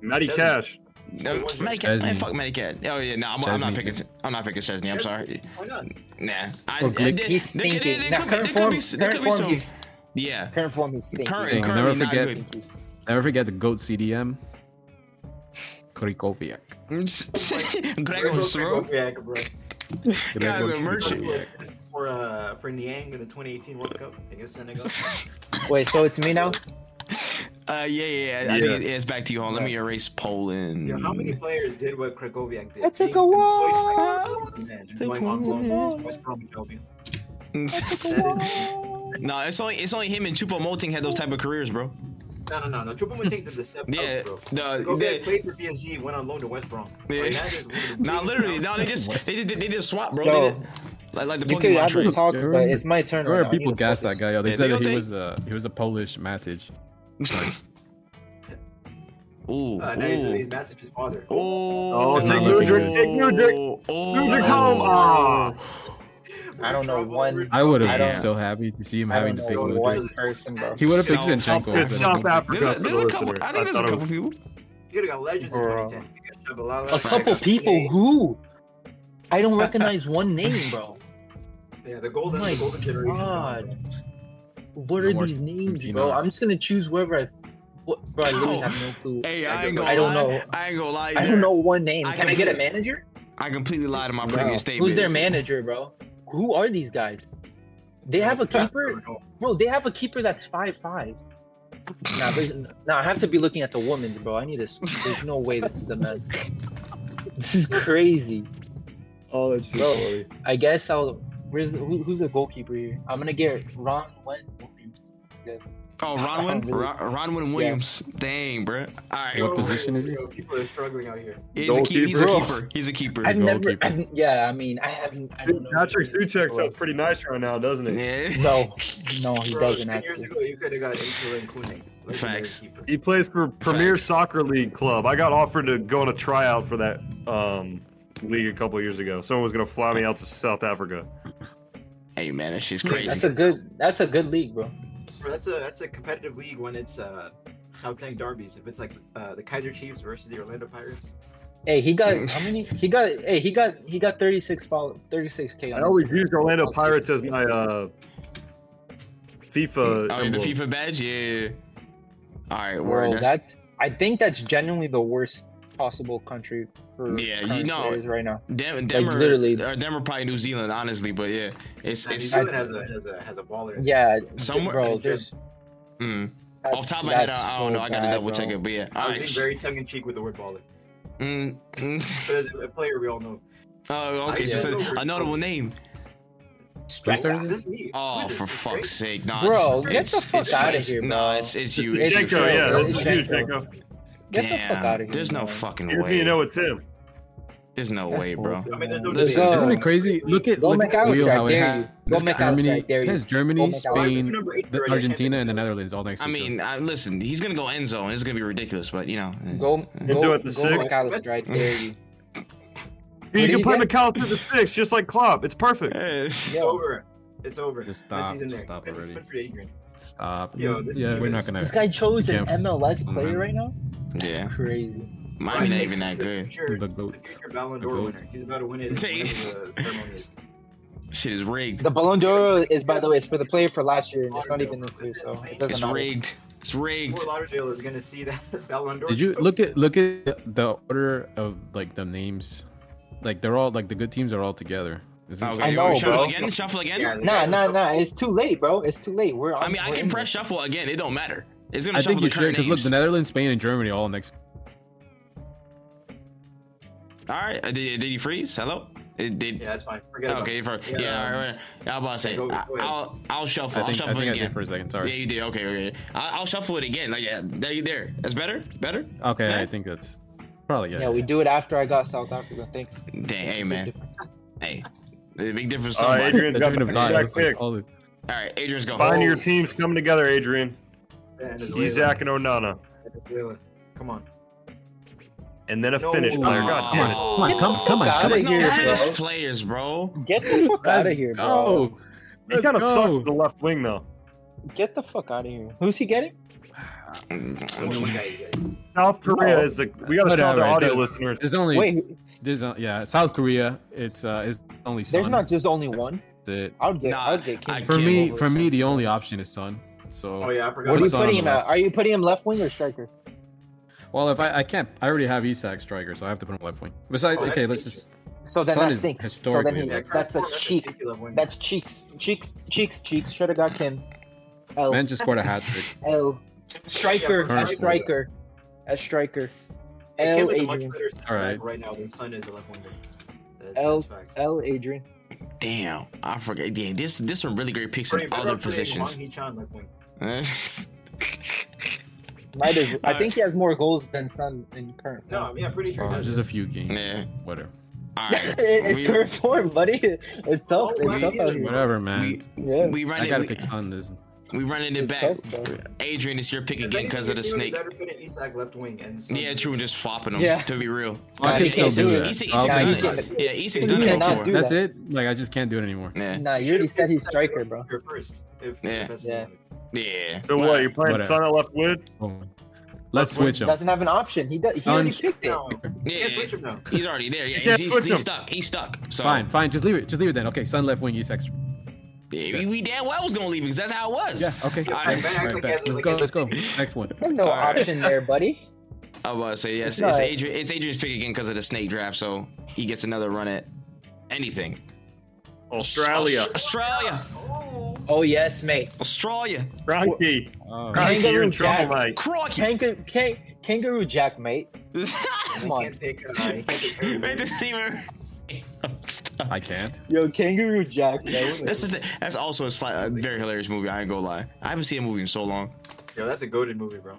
Speaker 3: Matty
Speaker 4: Chesney.
Speaker 3: Cash.
Speaker 1: No, Medicaid, man,
Speaker 5: Chesney.
Speaker 1: fuck Medicaid. Oh yeah, no, I'm, I'm not
Speaker 5: Chesney,
Speaker 1: picking.
Speaker 5: too.
Speaker 1: I'm not picking Chesney. I'm
Speaker 4: Chesney.
Speaker 1: sorry.
Speaker 4: Why not?
Speaker 1: Nah, I, I,
Speaker 5: Or Glick.
Speaker 1: there-
Speaker 2: He's
Speaker 1: there- there-
Speaker 2: thinking.
Speaker 1: there
Speaker 2: Now,
Speaker 1: could be-
Speaker 2: current
Speaker 1: there
Speaker 2: form,
Speaker 1: could be- there
Speaker 2: current
Speaker 1: could be
Speaker 2: form,
Speaker 1: some.
Speaker 2: he's
Speaker 1: Yeah,
Speaker 2: current form, he's stinking.
Speaker 1: current,
Speaker 5: Never
Speaker 1: currently not
Speaker 5: forget-
Speaker 1: good.
Speaker 5: Never forget the GOAT CDM, Kurikovic.
Speaker 1: *laughs* Gregor
Speaker 4: Gregor
Speaker 1: Soro.
Speaker 4: Kubiak, bro.
Speaker 1: Guys, a merchant.
Speaker 4: He was assist For uh, for Niang in the 2018 World Cup against
Speaker 1: *laughs*
Speaker 4: Senegal.
Speaker 2: Wait, so it's me now?
Speaker 1: Uh, yeah, yeah, yeah. I
Speaker 3: Yeah.
Speaker 1: think it's back to you. Hold on, Let me erase Poland.
Speaker 4: Yo,
Speaker 1: *laughs*
Speaker 4: how many players did what Krakowiak did?
Speaker 2: That took
Speaker 4: Being
Speaker 2: a
Speaker 4: *laughs* employed by- Man,
Speaker 1: Took
Speaker 4: going
Speaker 1: a
Speaker 4: on loan
Speaker 1: while.
Speaker 4: to West Brom Albion. That is-
Speaker 1: no, it's only it's only him and Chupa Moting had those type of careers, bro.
Speaker 4: No, no, no, no. Choupo-Moting did the step
Speaker 1: Yeah,
Speaker 4: up, bro.
Speaker 1: no,
Speaker 4: Go
Speaker 1: they-
Speaker 4: get played for PSG, went on loan to West Brom.
Speaker 1: Yeah.
Speaker 4: Like, that is
Speaker 1: *laughs*
Speaker 4: one of the
Speaker 1: Nah,
Speaker 4: biggest
Speaker 1: literally, no, they
Speaker 4: downfalls.
Speaker 1: just they just they just swap, bro.
Speaker 2: Yo.
Speaker 1: They did, like like the
Speaker 2: You could
Speaker 1: Pokemon
Speaker 2: have
Speaker 1: tree.
Speaker 2: to talk,
Speaker 5: Yeah,
Speaker 2: but
Speaker 5: remember-
Speaker 2: it's my turn.
Speaker 5: There
Speaker 2: right
Speaker 5: were
Speaker 2: now. I
Speaker 5: people
Speaker 2: need to
Speaker 5: gassed that
Speaker 2: focus.
Speaker 5: guy. Yo, they
Speaker 1: Yeah, they
Speaker 5: said
Speaker 1: don't
Speaker 5: that he
Speaker 1: think-
Speaker 5: was the he was a Polish Matic.
Speaker 1: Ooh,
Speaker 4: Uh, now he's,
Speaker 1: ooh.
Speaker 4: he's Matic's father.
Speaker 1: Oh,
Speaker 3: Oh,
Speaker 5: take Mudrick,
Speaker 3: take Mudrick.
Speaker 1: Oh.
Speaker 3: Mudrick home. Ah.
Speaker 2: I don't know
Speaker 4: Trouble,
Speaker 2: one-
Speaker 4: we're in
Speaker 5: I would have
Speaker 1: Damn.
Speaker 5: been so happy to see him
Speaker 2: I don't
Speaker 5: having to
Speaker 2: know
Speaker 5: pick
Speaker 2: one
Speaker 5: Mudrick.
Speaker 2: person, bro.
Speaker 5: He would have picked
Speaker 1: South-
Speaker 5: Zinchenko.
Speaker 3: It's South
Speaker 1: There's
Speaker 3: Africa.
Speaker 1: a,
Speaker 3: for
Speaker 1: there's
Speaker 3: the
Speaker 1: a couple.
Speaker 3: listener.
Speaker 1: I think there's
Speaker 3: thought
Speaker 1: a
Speaker 3: it
Speaker 1: couple
Speaker 3: was-
Speaker 1: people.
Speaker 4: You could have got legends in
Speaker 2: Bro.
Speaker 4: 2010. You got
Speaker 2: A
Speaker 4: Shabalala,
Speaker 2: couple
Speaker 4: Shabalala,
Speaker 2: people
Speaker 4: Shabalala.
Speaker 2: who? I
Speaker 1: *laughs*
Speaker 2: don't recognize one name, bro.
Speaker 4: Yeah, the golden,
Speaker 2: My
Speaker 4: the golden generation.
Speaker 2: God. What
Speaker 5: No
Speaker 2: are
Speaker 5: more
Speaker 2: these names,
Speaker 5: Fiorentina.
Speaker 2: bro? I'm just gonna choose whoever I. What, bro, I really
Speaker 1: Oh.
Speaker 2: have no clue.
Speaker 1: Hey, I ain't gonna.
Speaker 2: I don't
Speaker 1: lie.
Speaker 2: know.
Speaker 1: I ain't gonna lie.
Speaker 2: I don't know one name.
Speaker 1: I
Speaker 2: Can I get a
Speaker 1: completely-
Speaker 2: manager?
Speaker 1: I completely lied to my previous statement.
Speaker 2: Who's their manager, bro? who are these guys? They have a keeper, bro. They have a keeper that's five five. Nah, there's- nah, I have to be looking at the women's, bro. I need to. There's no way this is the men. *laughs* This is crazy.
Speaker 3: Oh, that's just
Speaker 2: Bro.
Speaker 3: funny.
Speaker 2: I guess I'll. Where's the, who, who's the goalkeeper here? I'm gonna get Ron Wen. Yes.
Speaker 1: Oh,
Speaker 2: *laughs*
Speaker 1: Ronwin, Ron- Ronwin Williams. Dang, bro. All right,
Speaker 5: What position is he?
Speaker 4: People are struggling out here.
Speaker 1: he's a, keep, he's a
Speaker 3: Goalkeeper.
Speaker 1: keeper. He's a keeper.
Speaker 2: I've never.
Speaker 5: goalkeeper.
Speaker 2: I've- yeah, I mean, I haven't. I don't know.
Speaker 3: Patrick Stuchek sounds pretty nice right now, doesn't it?
Speaker 1: Oh, Yeah.
Speaker 2: No, no, he
Speaker 4: Bro,
Speaker 2: doesn't
Speaker 4: ten years
Speaker 2: actually.
Speaker 4: ago, you could have got Inkula and Kune. legendary
Speaker 1: Facts.
Speaker 4: keeper.
Speaker 3: He plays for Premier
Speaker 1: Facts.
Speaker 3: Soccer League club. I got offered to go on a tryout for that um, league a couple years ago. Someone was gonna fly me out to South Africa.
Speaker 1: Hey, man, that shit's
Speaker 2: That's
Speaker 1: crazy.
Speaker 2: a uh, good. That's a good league, bro.
Speaker 4: Bro, that's a that's a competitive league when it's uh playing derbies. If it's like uh, the Kaiser Chiefs versus the Orlando Pirates.
Speaker 2: Hey, he got how many? He got. Hey, he got. He got 36 follow. 36 k.
Speaker 3: I always used Orlando Pirates as my uh,
Speaker 1: Oh,
Speaker 3: FIFA.
Speaker 1: the
Speaker 3: emblem.
Speaker 1: FIFA badge, yeah. All right,
Speaker 2: Bro,
Speaker 1: word. That's,
Speaker 2: that's, I think that's genuinely the worst possible country for
Speaker 1: Yeah, you
Speaker 2: current
Speaker 1: know-
Speaker 2: players right now.
Speaker 1: Dem- Denver,
Speaker 2: literally-
Speaker 1: or Denver, probably New Zealand, honestly. But yeah, it's
Speaker 4: New
Speaker 1: it's
Speaker 4: Zealand has a has a has a baller. in it.
Speaker 2: Yeah,
Speaker 1: Somewhere-
Speaker 2: bro. There's
Speaker 1: mm.
Speaker 2: that's-
Speaker 1: off the top of my head.
Speaker 2: that's
Speaker 1: I, I don't
Speaker 2: so
Speaker 1: know. I gotta
Speaker 2: bad,
Speaker 1: double check
Speaker 2: bro.
Speaker 1: it. But yeah, all
Speaker 4: I was
Speaker 1: right.
Speaker 4: being very tongue in cheek with the word baller.
Speaker 1: Mm, mm. *laughs*
Speaker 4: But there's a player we all know.
Speaker 1: Oh, okay.
Speaker 4: I
Speaker 1: So
Speaker 4: said
Speaker 1: it's a, a
Speaker 4: over.
Speaker 1: notable name.
Speaker 5: Striker?
Speaker 4: This is me.
Speaker 1: Oh,
Speaker 4: Who's this?
Speaker 1: for
Speaker 4: This
Speaker 1: fuck's
Speaker 4: Drake?
Speaker 1: sake, no,
Speaker 2: Bro,
Speaker 1: it's,
Speaker 2: get the
Speaker 1: it's-
Speaker 2: fuck
Speaker 1: it's-
Speaker 2: outta
Speaker 1: it's-
Speaker 2: here,
Speaker 1: No,
Speaker 2: bro.
Speaker 1: it's it's you.
Speaker 2: It's
Speaker 1: It's
Speaker 2: Jenko,
Speaker 1: you.
Speaker 3: Stuchek, yeah,
Speaker 2: bro.
Speaker 3: this is you, Jenko.
Speaker 2: Get the fuck
Speaker 1: Damn,
Speaker 2: out of here.
Speaker 1: there's no
Speaker 2: bro.
Speaker 1: fucking
Speaker 3: Here's
Speaker 1: way.
Speaker 3: me, you know it's him.
Speaker 1: There's no
Speaker 2: That's
Speaker 1: way, bro.
Speaker 2: bullshit,
Speaker 4: I mean, there's no
Speaker 2: man.
Speaker 1: Listen,
Speaker 2: Go.
Speaker 5: Isn't it crazy? Look at
Speaker 2: Go
Speaker 5: look at the
Speaker 2: McAllister,
Speaker 5: wheel how it
Speaker 2: dare
Speaker 5: has.
Speaker 2: you. Go
Speaker 5: It's
Speaker 2: McAllister,
Speaker 5: Germany,
Speaker 2: dare you.
Speaker 5: there's
Speaker 2: Go
Speaker 5: Germany,
Speaker 2: McAllister.
Speaker 4: Why is
Speaker 5: Spain,
Speaker 4: number eight already? I
Speaker 5: the
Speaker 4: can't
Speaker 5: Argentina,
Speaker 4: take
Speaker 5: and the
Speaker 4: that.
Speaker 5: Netherlands all next.
Speaker 1: I
Speaker 5: to each
Speaker 1: mean, I, listen, he's gonna go end zone. It's gonna be ridiculous, but you know. eh.
Speaker 2: Go,
Speaker 3: Into
Speaker 2: go,
Speaker 3: it, the
Speaker 2: go
Speaker 3: six.
Speaker 2: McAllister right there. You.
Speaker 3: You
Speaker 2: What
Speaker 3: can
Speaker 2: did
Speaker 3: play
Speaker 2: you
Speaker 3: McAllister the six, just like Klopp. It's perfect.
Speaker 1: Eh.
Speaker 4: It's over. It's over.
Speaker 5: Just stop,
Speaker 4: Messi's in there.
Speaker 5: just stop
Speaker 4: It's
Speaker 5: already.
Speaker 4: been for Adrian.
Speaker 5: other. Stop.
Speaker 4: Yo, this
Speaker 5: yeah,
Speaker 4: team
Speaker 5: we're
Speaker 4: is-
Speaker 5: not gonna.
Speaker 2: This guy chose an
Speaker 5: Yeah.
Speaker 2: MLS player
Speaker 5: Mhm.
Speaker 2: right now.
Speaker 1: *laughs* Yeah,
Speaker 2: Crazy.
Speaker 1: Miami not even that good.
Speaker 4: Future,
Speaker 5: The
Speaker 4: the
Speaker 5: goat.
Speaker 4: future Ballon
Speaker 5: The
Speaker 4: d'Or
Speaker 5: goat.
Speaker 4: winner. He's about to win it. in
Speaker 1: Say-
Speaker 4: whatever the ceremony is.
Speaker 1: Shit is rigged.
Speaker 2: The Ballon d'Or is, by the way, is for the player for last year, and it's not even this year, so it doesn't
Speaker 1: It's
Speaker 2: matter.
Speaker 1: rigged. *laughs* It's rigged.
Speaker 4: Fort Lauderdale is gonna see that *laughs* Ballon d'Or.
Speaker 5: Did you
Speaker 4: trophy.
Speaker 5: look at look at the- the order of like the names? Like they're all like the good teams are all together. Isn't it?
Speaker 1: Okay,
Speaker 2: I know,
Speaker 1: shuffle
Speaker 2: bro.
Speaker 1: again. Shuffle again.
Speaker 4: Yeah, the
Speaker 2: Nah,
Speaker 4: guys are
Speaker 2: nah,
Speaker 4: so-
Speaker 2: nah. It's too late, bro. It's too late. We're.
Speaker 1: I mean, I
Speaker 2: we're
Speaker 1: can
Speaker 2: in
Speaker 1: press shuffle again. It don't matter. It's gonna
Speaker 5: I
Speaker 1: shuffle
Speaker 5: think you
Speaker 1: the
Speaker 5: should
Speaker 1: current
Speaker 5: because look,
Speaker 1: names.
Speaker 5: the Netherlands, Spain, and Germany all next.
Speaker 1: All right. uh, Did, did you freeze? Hello. It, did,
Speaker 4: Yeah, that's fine. Forget about
Speaker 1: okay.
Speaker 4: it.
Speaker 1: you froze. Yeah.
Speaker 4: Yeah.
Speaker 1: all right. I was about to say.
Speaker 4: Go- go
Speaker 1: I,
Speaker 4: ahead.
Speaker 1: I'll I'll shuffle.
Speaker 5: I think
Speaker 1: I'll
Speaker 5: I
Speaker 1: shuffle
Speaker 5: think I did
Speaker 1: again.
Speaker 5: for a second.
Speaker 1: Yeah,
Speaker 5: Sorry.
Speaker 1: you did. Okay, okay. I, I'll shuffle it again. Like, yeah, there, there. That's better. Better.
Speaker 5: Okay,
Speaker 1: Yeah.
Speaker 5: I think that's probably
Speaker 2: Yeah.
Speaker 5: yeah.
Speaker 2: we do it after I got South Africa. Thank you.
Speaker 1: Dang, hey man. Hey, there's a big difference.
Speaker 3: All right,
Speaker 1: somebody.
Speaker 3: Adrian's
Speaker 5: That
Speaker 3: got
Speaker 5: train of thought
Speaker 3: the
Speaker 5: is, like,
Speaker 3: pick.
Speaker 5: all the-
Speaker 1: All right, Adrian's Oh, going.
Speaker 3: Find your teams coming together, Adrian.
Speaker 4: Venezuela.
Speaker 3: Izak and Onana,
Speaker 4: Venezuela. Come on.
Speaker 3: and then a
Speaker 4: No.
Speaker 3: Finnish player. God damn it.
Speaker 5: Come on, come, come on,
Speaker 2: Get the
Speaker 5: come
Speaker 2: fuck
Speaker 5: on.
Speaker 1: There's no
Speaker 2: outta here,
Speaker 1: Finnish
Speaker 2: bro.
Speaker 1: players, bro.
Speaker 2: Get the fuck out of here, bro.
Speaker 5: Go.
Speaker 3: He
Speaker 5: Let's
Speaker 3: kind of
Speaker 5: go.
Speaker 3: sucks the left wing though.
Speaker 2: Get the fuck out of here. Who's he getting?
Speaker 4: Only one guy. you guys.
Speaker 3: South Korea
Speaker 2: No.
Speaker 3: is the. We gotta tell
Speaker 5: Oh. Whatever,
Speaker 3: the
Speaker 5: it
Speaker 3: audio
Speaker 5: does-
Speaker 3: listeners.
Speaker 5: There's only
Speaker 2: Wait,
Speaker 5: there's uh, yeah South Korea. It's uh it's only
Speaker 2: there's
Speaker 5: Sun.
Speaker 2: not just only one.
Speaker 5: That's it.
Speaker 2: I would get.
Speaker 1: Nah,
Speaker 2: I would get. Kim
Speaker 1: I
Speaker 5: For
Speaker 1: can't
Speaker 5: me,
Speaker 2: over
Speaker 5: for me,
Speaker 2: Son.
Speaker 5: the only option is Sun. So
Speaker 4: Oh yeah, I forgot.
Speaker 2: What are
Speaker 5: put
Speaker 2: you
Speaker 5: Son on
Speaker 2: putting
Speaker 5: the
Speaker 2: him
Speaker 5: left.
Speaker 2: at? Are you putting him left wing or striker?
Speaker 5: well, if I I can't, I already have Isak striker, so I have to put him left wing. Besides,
Speaker 4: Oh, that's
Speaker 5: okay, let's
Speaker 4: decent.
Speaker 5: just
Speaker 2: So then
Speaker 5: Son
Speaker 2: that
Speaker 5: is
Speaker 2: stinks. So then
Speaker 5: historically
Speaker 2: he,
Speaker 5: left.
Speaker 4: current
Speaker 2: that's a
Speaker 4: form,
Speaker 2: cheek.
Speaker 4: stinky left winger.
Speaker 2: That's cheeks, cheeks, cheeks, cheeks. Should have got Kim. L
Speaker 5: man just scored a hat
Speaker 2: *laughs*
Speaker 5: trick.
Speaker 2: L striker,
Speaker 4: Yeah,
Speaker 2: a
Speaker 5: for
Speaker 2: striker, a striker.
Speaker 4: Hey, Kim
Speaker 2: L
Speaker 4: is a much
Speaker 2: Adrian,
Speaker 4: better
Speaker 5: All right.
Speaker 4: right. right now than Sun is a left winger. That's,
Speaker 2: L-
Speaker 4: that's facts.
Speaker 2: L Adrian.
Speaker 1: Damn, I forgot. Yeah, this this some really great picks
Speaker 4: Bro, you
Speaker 1: in
Speaker 4: better
Speaker 1: other
Speaker 4: put in
Speaker 1: positions.
Speaker 4: Wang Hee-chan left wing.
Speaker 1: *laughs*
Speaker 2: Might as I
Speaker 1: Alright.
Speaker 2: think he has more goals than Sun in current.
Speaker 4: No, I
Speaker 2: form.
Speaker 4: mean, I'm pretty sure. he
Speaker 5: Uh,
Speaker 4: does.
Speaker 5: just a few games,
Speaker 1: yeah.
Speaker 5: whatever,
Speaker 1: All right.
Speaker 2: it's
Speaker 1: We-
Speaker 2: current form, buddy. It's tough.
Speaker 4: Oh,
Speaker 2: It's tough out here.
Speaker 5: whatever, man.
Speaker 1: We,
Speaker 2: Yeah.
Speaker 1: we run
Speaker 5: I gotta
Speaker 1: it.
Speaker 5: pick Sun. This
Speaker 1: We, we running it
Speaker 2: It's
Speaker 1: back.
Speaker 2: tough, bro.
Speaker 1: Adrian, it's your pick
Speaker 4: If
Speaker 1: again
Speaker 4: anything,
Speaker 1: because of the
Speaker 4: it's even
Speaker 1: snake.
Speaker 4: Better put in Isak left wing and Son.
Speaker 1: Yeah, true. And just swapping them.
Speaker 2: Yeah.
Speaker 1: To be real.
Speaker 5: I
Speaker 2: he
Speaker 5: can still
Speaker 2: can't
Speaker 5: do
Speaker 2: do it.
Speaker 5: that.
Speaker 1: He's- he's
Speaker 5: I'll
Speaker 2: done
Speaker 5: take
Speaker 2: it.
Speaker 5: it.
Speaker 1: Yeah, Isek's
Speaker 2: You
Speaker 1: done it
Speaker 2: cannot
Speaker 1: before.
Speaker 2: do
Speaker 5: That's
Speaker 2: that.
Speaker 5: it. Like I just can't do it anymore.
Speaker 1: Yeah.
Speaker 2: Nah, you already said he's striker, bro.
Speaker 4: You're first. If,
Speaker 1: Yeah.
Speaker 4: if that's
Speaker 2: Yeah.
Speaker 1: Yeah.
Speaker 3: So
Speaker 1: Wow.
Speaker 3: what? You're playing
Speaker 5: Whatever.
Speaker 3: Son at left wing.
Speaker 5: Oh. Let's switch him.
Speaker 2: Doesn't have an option. He does. He already
Speaker 5: Son's-
Speaker 2: picked it.
Speaker 4: No, you
Speaker 1: Yeah.
Speaker 4: can't switch him now.
Speaker 1: He's already there. Yeah.
Speaker 3: You
Speaker 1: He's,
Speaker 3: can't
Speaker 1: he's,
Speaker 3: switch
Speaker 1: he's
Speaker 3: him.
Speaker 1: stuck. He's stuck. So
Speaker 5: Fine, fine. Just leave it. Just leave it then. Okay, Sun left wing, Isak.
Speaker 1: Yeah, we, we damn well was gonna leave because that's how it was.
Speaker 5: Yeah. Okay.
Speaker 1: Yeah,
Speaker 5: Alright,
Speaker 4: back,
Speaker 5: alright,
Speaker 4: like,
Speaker 5: back.
Speaker 4: as-
Speaker 5: Let's
Speaker 4: like,
Speaker 5: go.
Speaker 4: as-
Speaker 5: Let's go. Next one.
Speaker 2: There's no
Speaker 1: Alright.
Speaker 2: option there, buddy.
Speaker 1: I was about to say yes.
Speaker 2: It's
Speaker 1: It's,
Speaker 2: not-
Speaker 1: Adrian. It's Adrian's pick again because of the snake draft, so he gets another run at anything.
Speaker 3: Australia.
Speaker 1: Australia.
Speaker 2: Oh yes, mate.
Speaker 1: Australia.
Speaker 3: Frankie.
Speaker 5: Oh,
Speaker 3: Frankie, you're
Speaker 2: Kangaroo
Speaker 3: in trouble,
Speaker 2: *laughs*
Speaker 3: mate.
Speaker 1: Crocky.
Speaker 2: Kangaroo, kang- kangaroo Jack, mate. Come
Speaker 4: He
Speaker 2: on,
Speaker 4: can't pick.
Speaker 1: *laughs*
Speaker 4: Uh, he can't pick
Speaker 1: They
Speaker 4: everybody.
Speaker 1: just even- Stop.
Speaker 5: I can't.
Speaker 2: yo, Kangaroo Jack.
Speaker 1: That's the, that's also a, slight, a very hilarious movie. I ain't gonna lie. I haven't seen a movie in so long.
Speaker 4: Yo, that's a goaded movie, bro.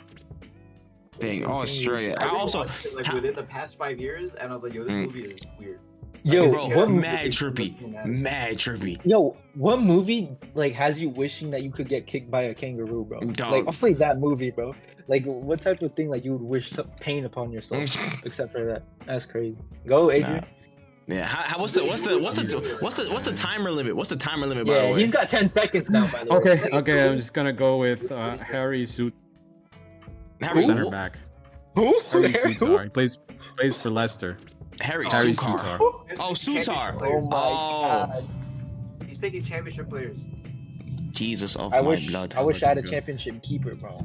Speaker 1: Dang, Australia. I
Speaker 4: rewatched
Speaker 1: also,
Speaker 4: it, like
Speaker 1: how-
Speaker 4: within the past five years, and I was like, yo, this
Speaker 1: Mm.
Speaker 4: movie is weird.
Speaker 2: yo,
Speaker 1: bro,
Speaker 2: what, mo-
Speaker 1: mad trippy, mad trippy.
Speaker 2: yo, what movie like has you wishing that you could get kicked by a kangaroo, bro?
Speaker 1: Dog.
Speaker 2: Like, I'll play that movie, bro. Like, what type of thing like you would wish some pain upon
Speaker 1: Mm.
Speaker 2: yourself? Except for that, that's crazy. Go, Adrian.
Speaker 1: Yeah. How, how, what's the what's the what's the what's the what's the timer limit? What's the timer limit? By the
Speaker 2: yeah,
Speaker 1: way,
Speaker 2: he's got ten seconds now. By the way.
Speaker 5: Okay, okay, I'm just gonna go with uh, Harry Suit,
Speaker 1: Harry,
Speaker 5: center
Speaker 2: *laughs*
Speaker 5: back.
Speaker 2: Who?
Speaker 5: Harry
Speaker 2: Who?
Speaker 5: Sutar. He plays plays for Leicester.
Speaker 1: Harry,
Speaker 5: Harry
Speaker 1: Sukar.
Speaker 5: Sutar.
Speaker 1: Oh, Sutar.
Speaker 2: Oh my
Speaker 1: Oh.
Speaker 2: god.
Speaker 4: He's picking championship players.
Speaker 1: Jesus of
Speaker 2: I
Speaker 1: my
Speaker 2: wish
Speaker 1: blood.
Speaker 2: I wish I had a championship keeper, bro.
Speaker 1: Let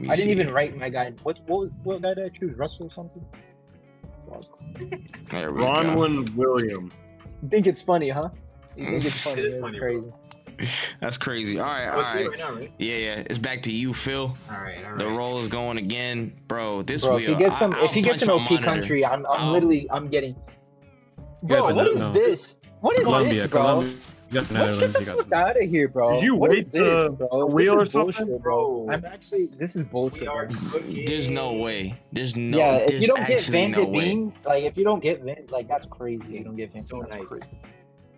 Speaker 1: me
Speaker 2: I didn't
Speaker 1: see.
Speaker 2: even write my guy. What what was, what guy did I choose? Russell something?
Speaker 1: There we go.
Speaker 3: Ronwin William.
Speaker 2: Think it's funny, huh? You
Speaker 1: *laughs*
Speaker 2: think it's funny?
Speaker 4: It is
Speaker 2: That's
Speaker 4: funny,
Speaker 2: crazy.
Speaker 1: Mm, That's crazy. All right,
Speaker 4: Oh,
Speaker 1: all
Speaker 4: it's me
Speaker 1: right.
Speaker 4: right now, right?
Speaker 1: Yeah, yeah. It's back to you, Phil.
Speaker 4: All right, all right.
Speaker 1: The roll is going again, bro. This
Speaker 2: Bro,
Speaker 1: wheel.
Speaker 2: if he gets some,
Speaker 1: I, I'll
Speaker 2: if he gets an
Speaker 1: punch
Speaker 2: OP
Speaker 1: my monitor. Um,
Speaker 2: country, I'm, I'm
Speaker 1: I'll-
Speaker 2: literally, I'm getting. Bro,
Speaker 5: but
Speaker 2: what
Speaker 5: no-
Speaker 2: is
Speaker 5: no.
Speaker 2: this? What is
Speaker 5: Colombia,
Speaker 2: this, bro?
Speaker 5: Colombia. You got
Speaker 2: What,
Speaker 5: the
Speaker 2: get
Speaker 5: Netherlands.
Speaker 2: the
Speaker 5: You got
Speaker 2: fuck out of here, bro.
Speaker 3: Did you
Speaker 2: What
Speaker 3: wait
Speaker 2: is this,
Speaker 3: the-
Speaker 2: bro?
Speaker 3: the
Speaker 2: This
Speaker 3: wheel
Speaker 2: is
Speaker 3: or something?
Speaker 2: bullshit, bro. I'm actually, this is bullshit.
Speaker 4: We are
Speaker 2: bro.
Speaker 4: cooking.
Speaker 1: There's no way. There's no.
Speaker 2: yeah, if
Speaker 1: there's
Speaker 2: you don't get
Speaker 1: actually
Speaker 2: Van
Speaker 1: no
Speaker 2: de
Speaker 1: way.
Speaker 2: Beem, like if you don't get Van, like that's crazy. You don't get Van.
Speaker 4: So
Speaker 2: That's
Speaker 4: nice.
Speaker 2: crazy.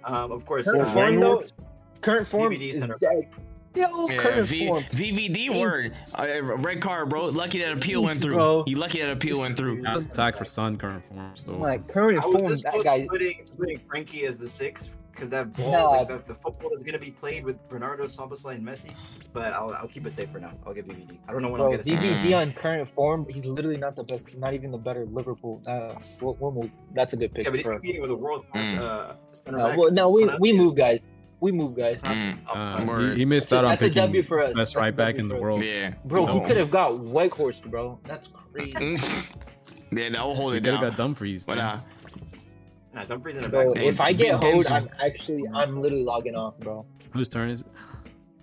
Speaker 4: Um, of course.
Speaker 2: Current
Speaker 3: Or
Speaker 4: uh,
Speaker 2: form, though,
Speaker 3: Framework?
Speaker 2: current form
Speaker 4: DVD
Speaker 2: is
Speaker 4: center.
Speaker 2: dead. Yo,
Speaker 1: Yeah,
Speaker 2: current
Speaker 1: v-
Speaker 2: form.
Speaker 1: VVD
Speaker 2: Thanks.
Speaker 1: word. Uh, red card, bro. Lucky that appeal went
Speaker 2: Thanks,
Speaker 1: through.
Speaker 2: bro.
Speaker 1: You lucky that appeal went through.
Speaker 5: I was attacked for Sun current form. So
Speaker 2: Like current
Speaker 4: I was
Speaker 2: form,
Speaker 4: this
Speaker 2: that
Speaker 4: close to
Speaker 2: guy.
Speaker 4: putting, putting Frankie as the six because that ball,
Speaker 2: Nah.
Speaker 4: like the, the football is gonna be played with Bernardo, Soboslai, and Messi. But I'll, I'll keep it safe for now. I'll give VVD. I don't know when I'll
Speaker 2: Bro,
Speaker 4: get a second.
Speaker 2: DVD on current form, he's literally not the best, not even the better Liverpool. Uh, we'll, we'll move. That's a good pick.
Speaker 4: Yeah, but he's
Speaker 2: bro.
Speaker 4: competing with a world class
Speaker 1: Mm.
Speaker 4: uh, center
Speaker 2: Uh,
Speaker 4: back. Oh,
Speaker 2: well, no, we, we
Speaker 4: Konate.
Speaker 2: move, guys. We move, guys.
Speaker 1: Mm,
Speaker 5: uh,
Speaker 1: Word.
Speaker 5: he, he missed
Speaker 2: That's
Speaker 5: out
Speaker 2: a-
Speaker 5: on
Speaker 2: that's a
Speaker 5: picking
Speaker 2: W for us.
Speaker 5: best
Speaker 2: That's a
Speaker 5: right back
Speaker 2: W
Speaker 5: in the
Speaker 2: for us.
Speaker 5: world.
Speaker 1: yeah.
Speaker 2: Bro,
Speaker 5: No.
Speaker 2: he could have got Whitehorse, bro. That's
Speaker 1: *laughs*
Speaker 2: crazy.
Speaker 1: Mm. yeah, that will hold
Speaker 5: He
Speaker 1: it
Speaker 5: could have
Speaker 1: down.
Speaker 5: got Dumfries.
Speaker 1: But
Speaker 5: man.
Speaker 1: uh,
Speaker 4: Nah, Dumfries in a back.
Speaker 2: Bro,
Speaker 1: Dang,
Speaker 2: if I get
Speaker 1: Big
Speaker 2: hold,
Speaker 1: Benzo.
Speaker 2: I'm actually, I'm literally logging off, bro.
Speaker 5: Whose turn is it?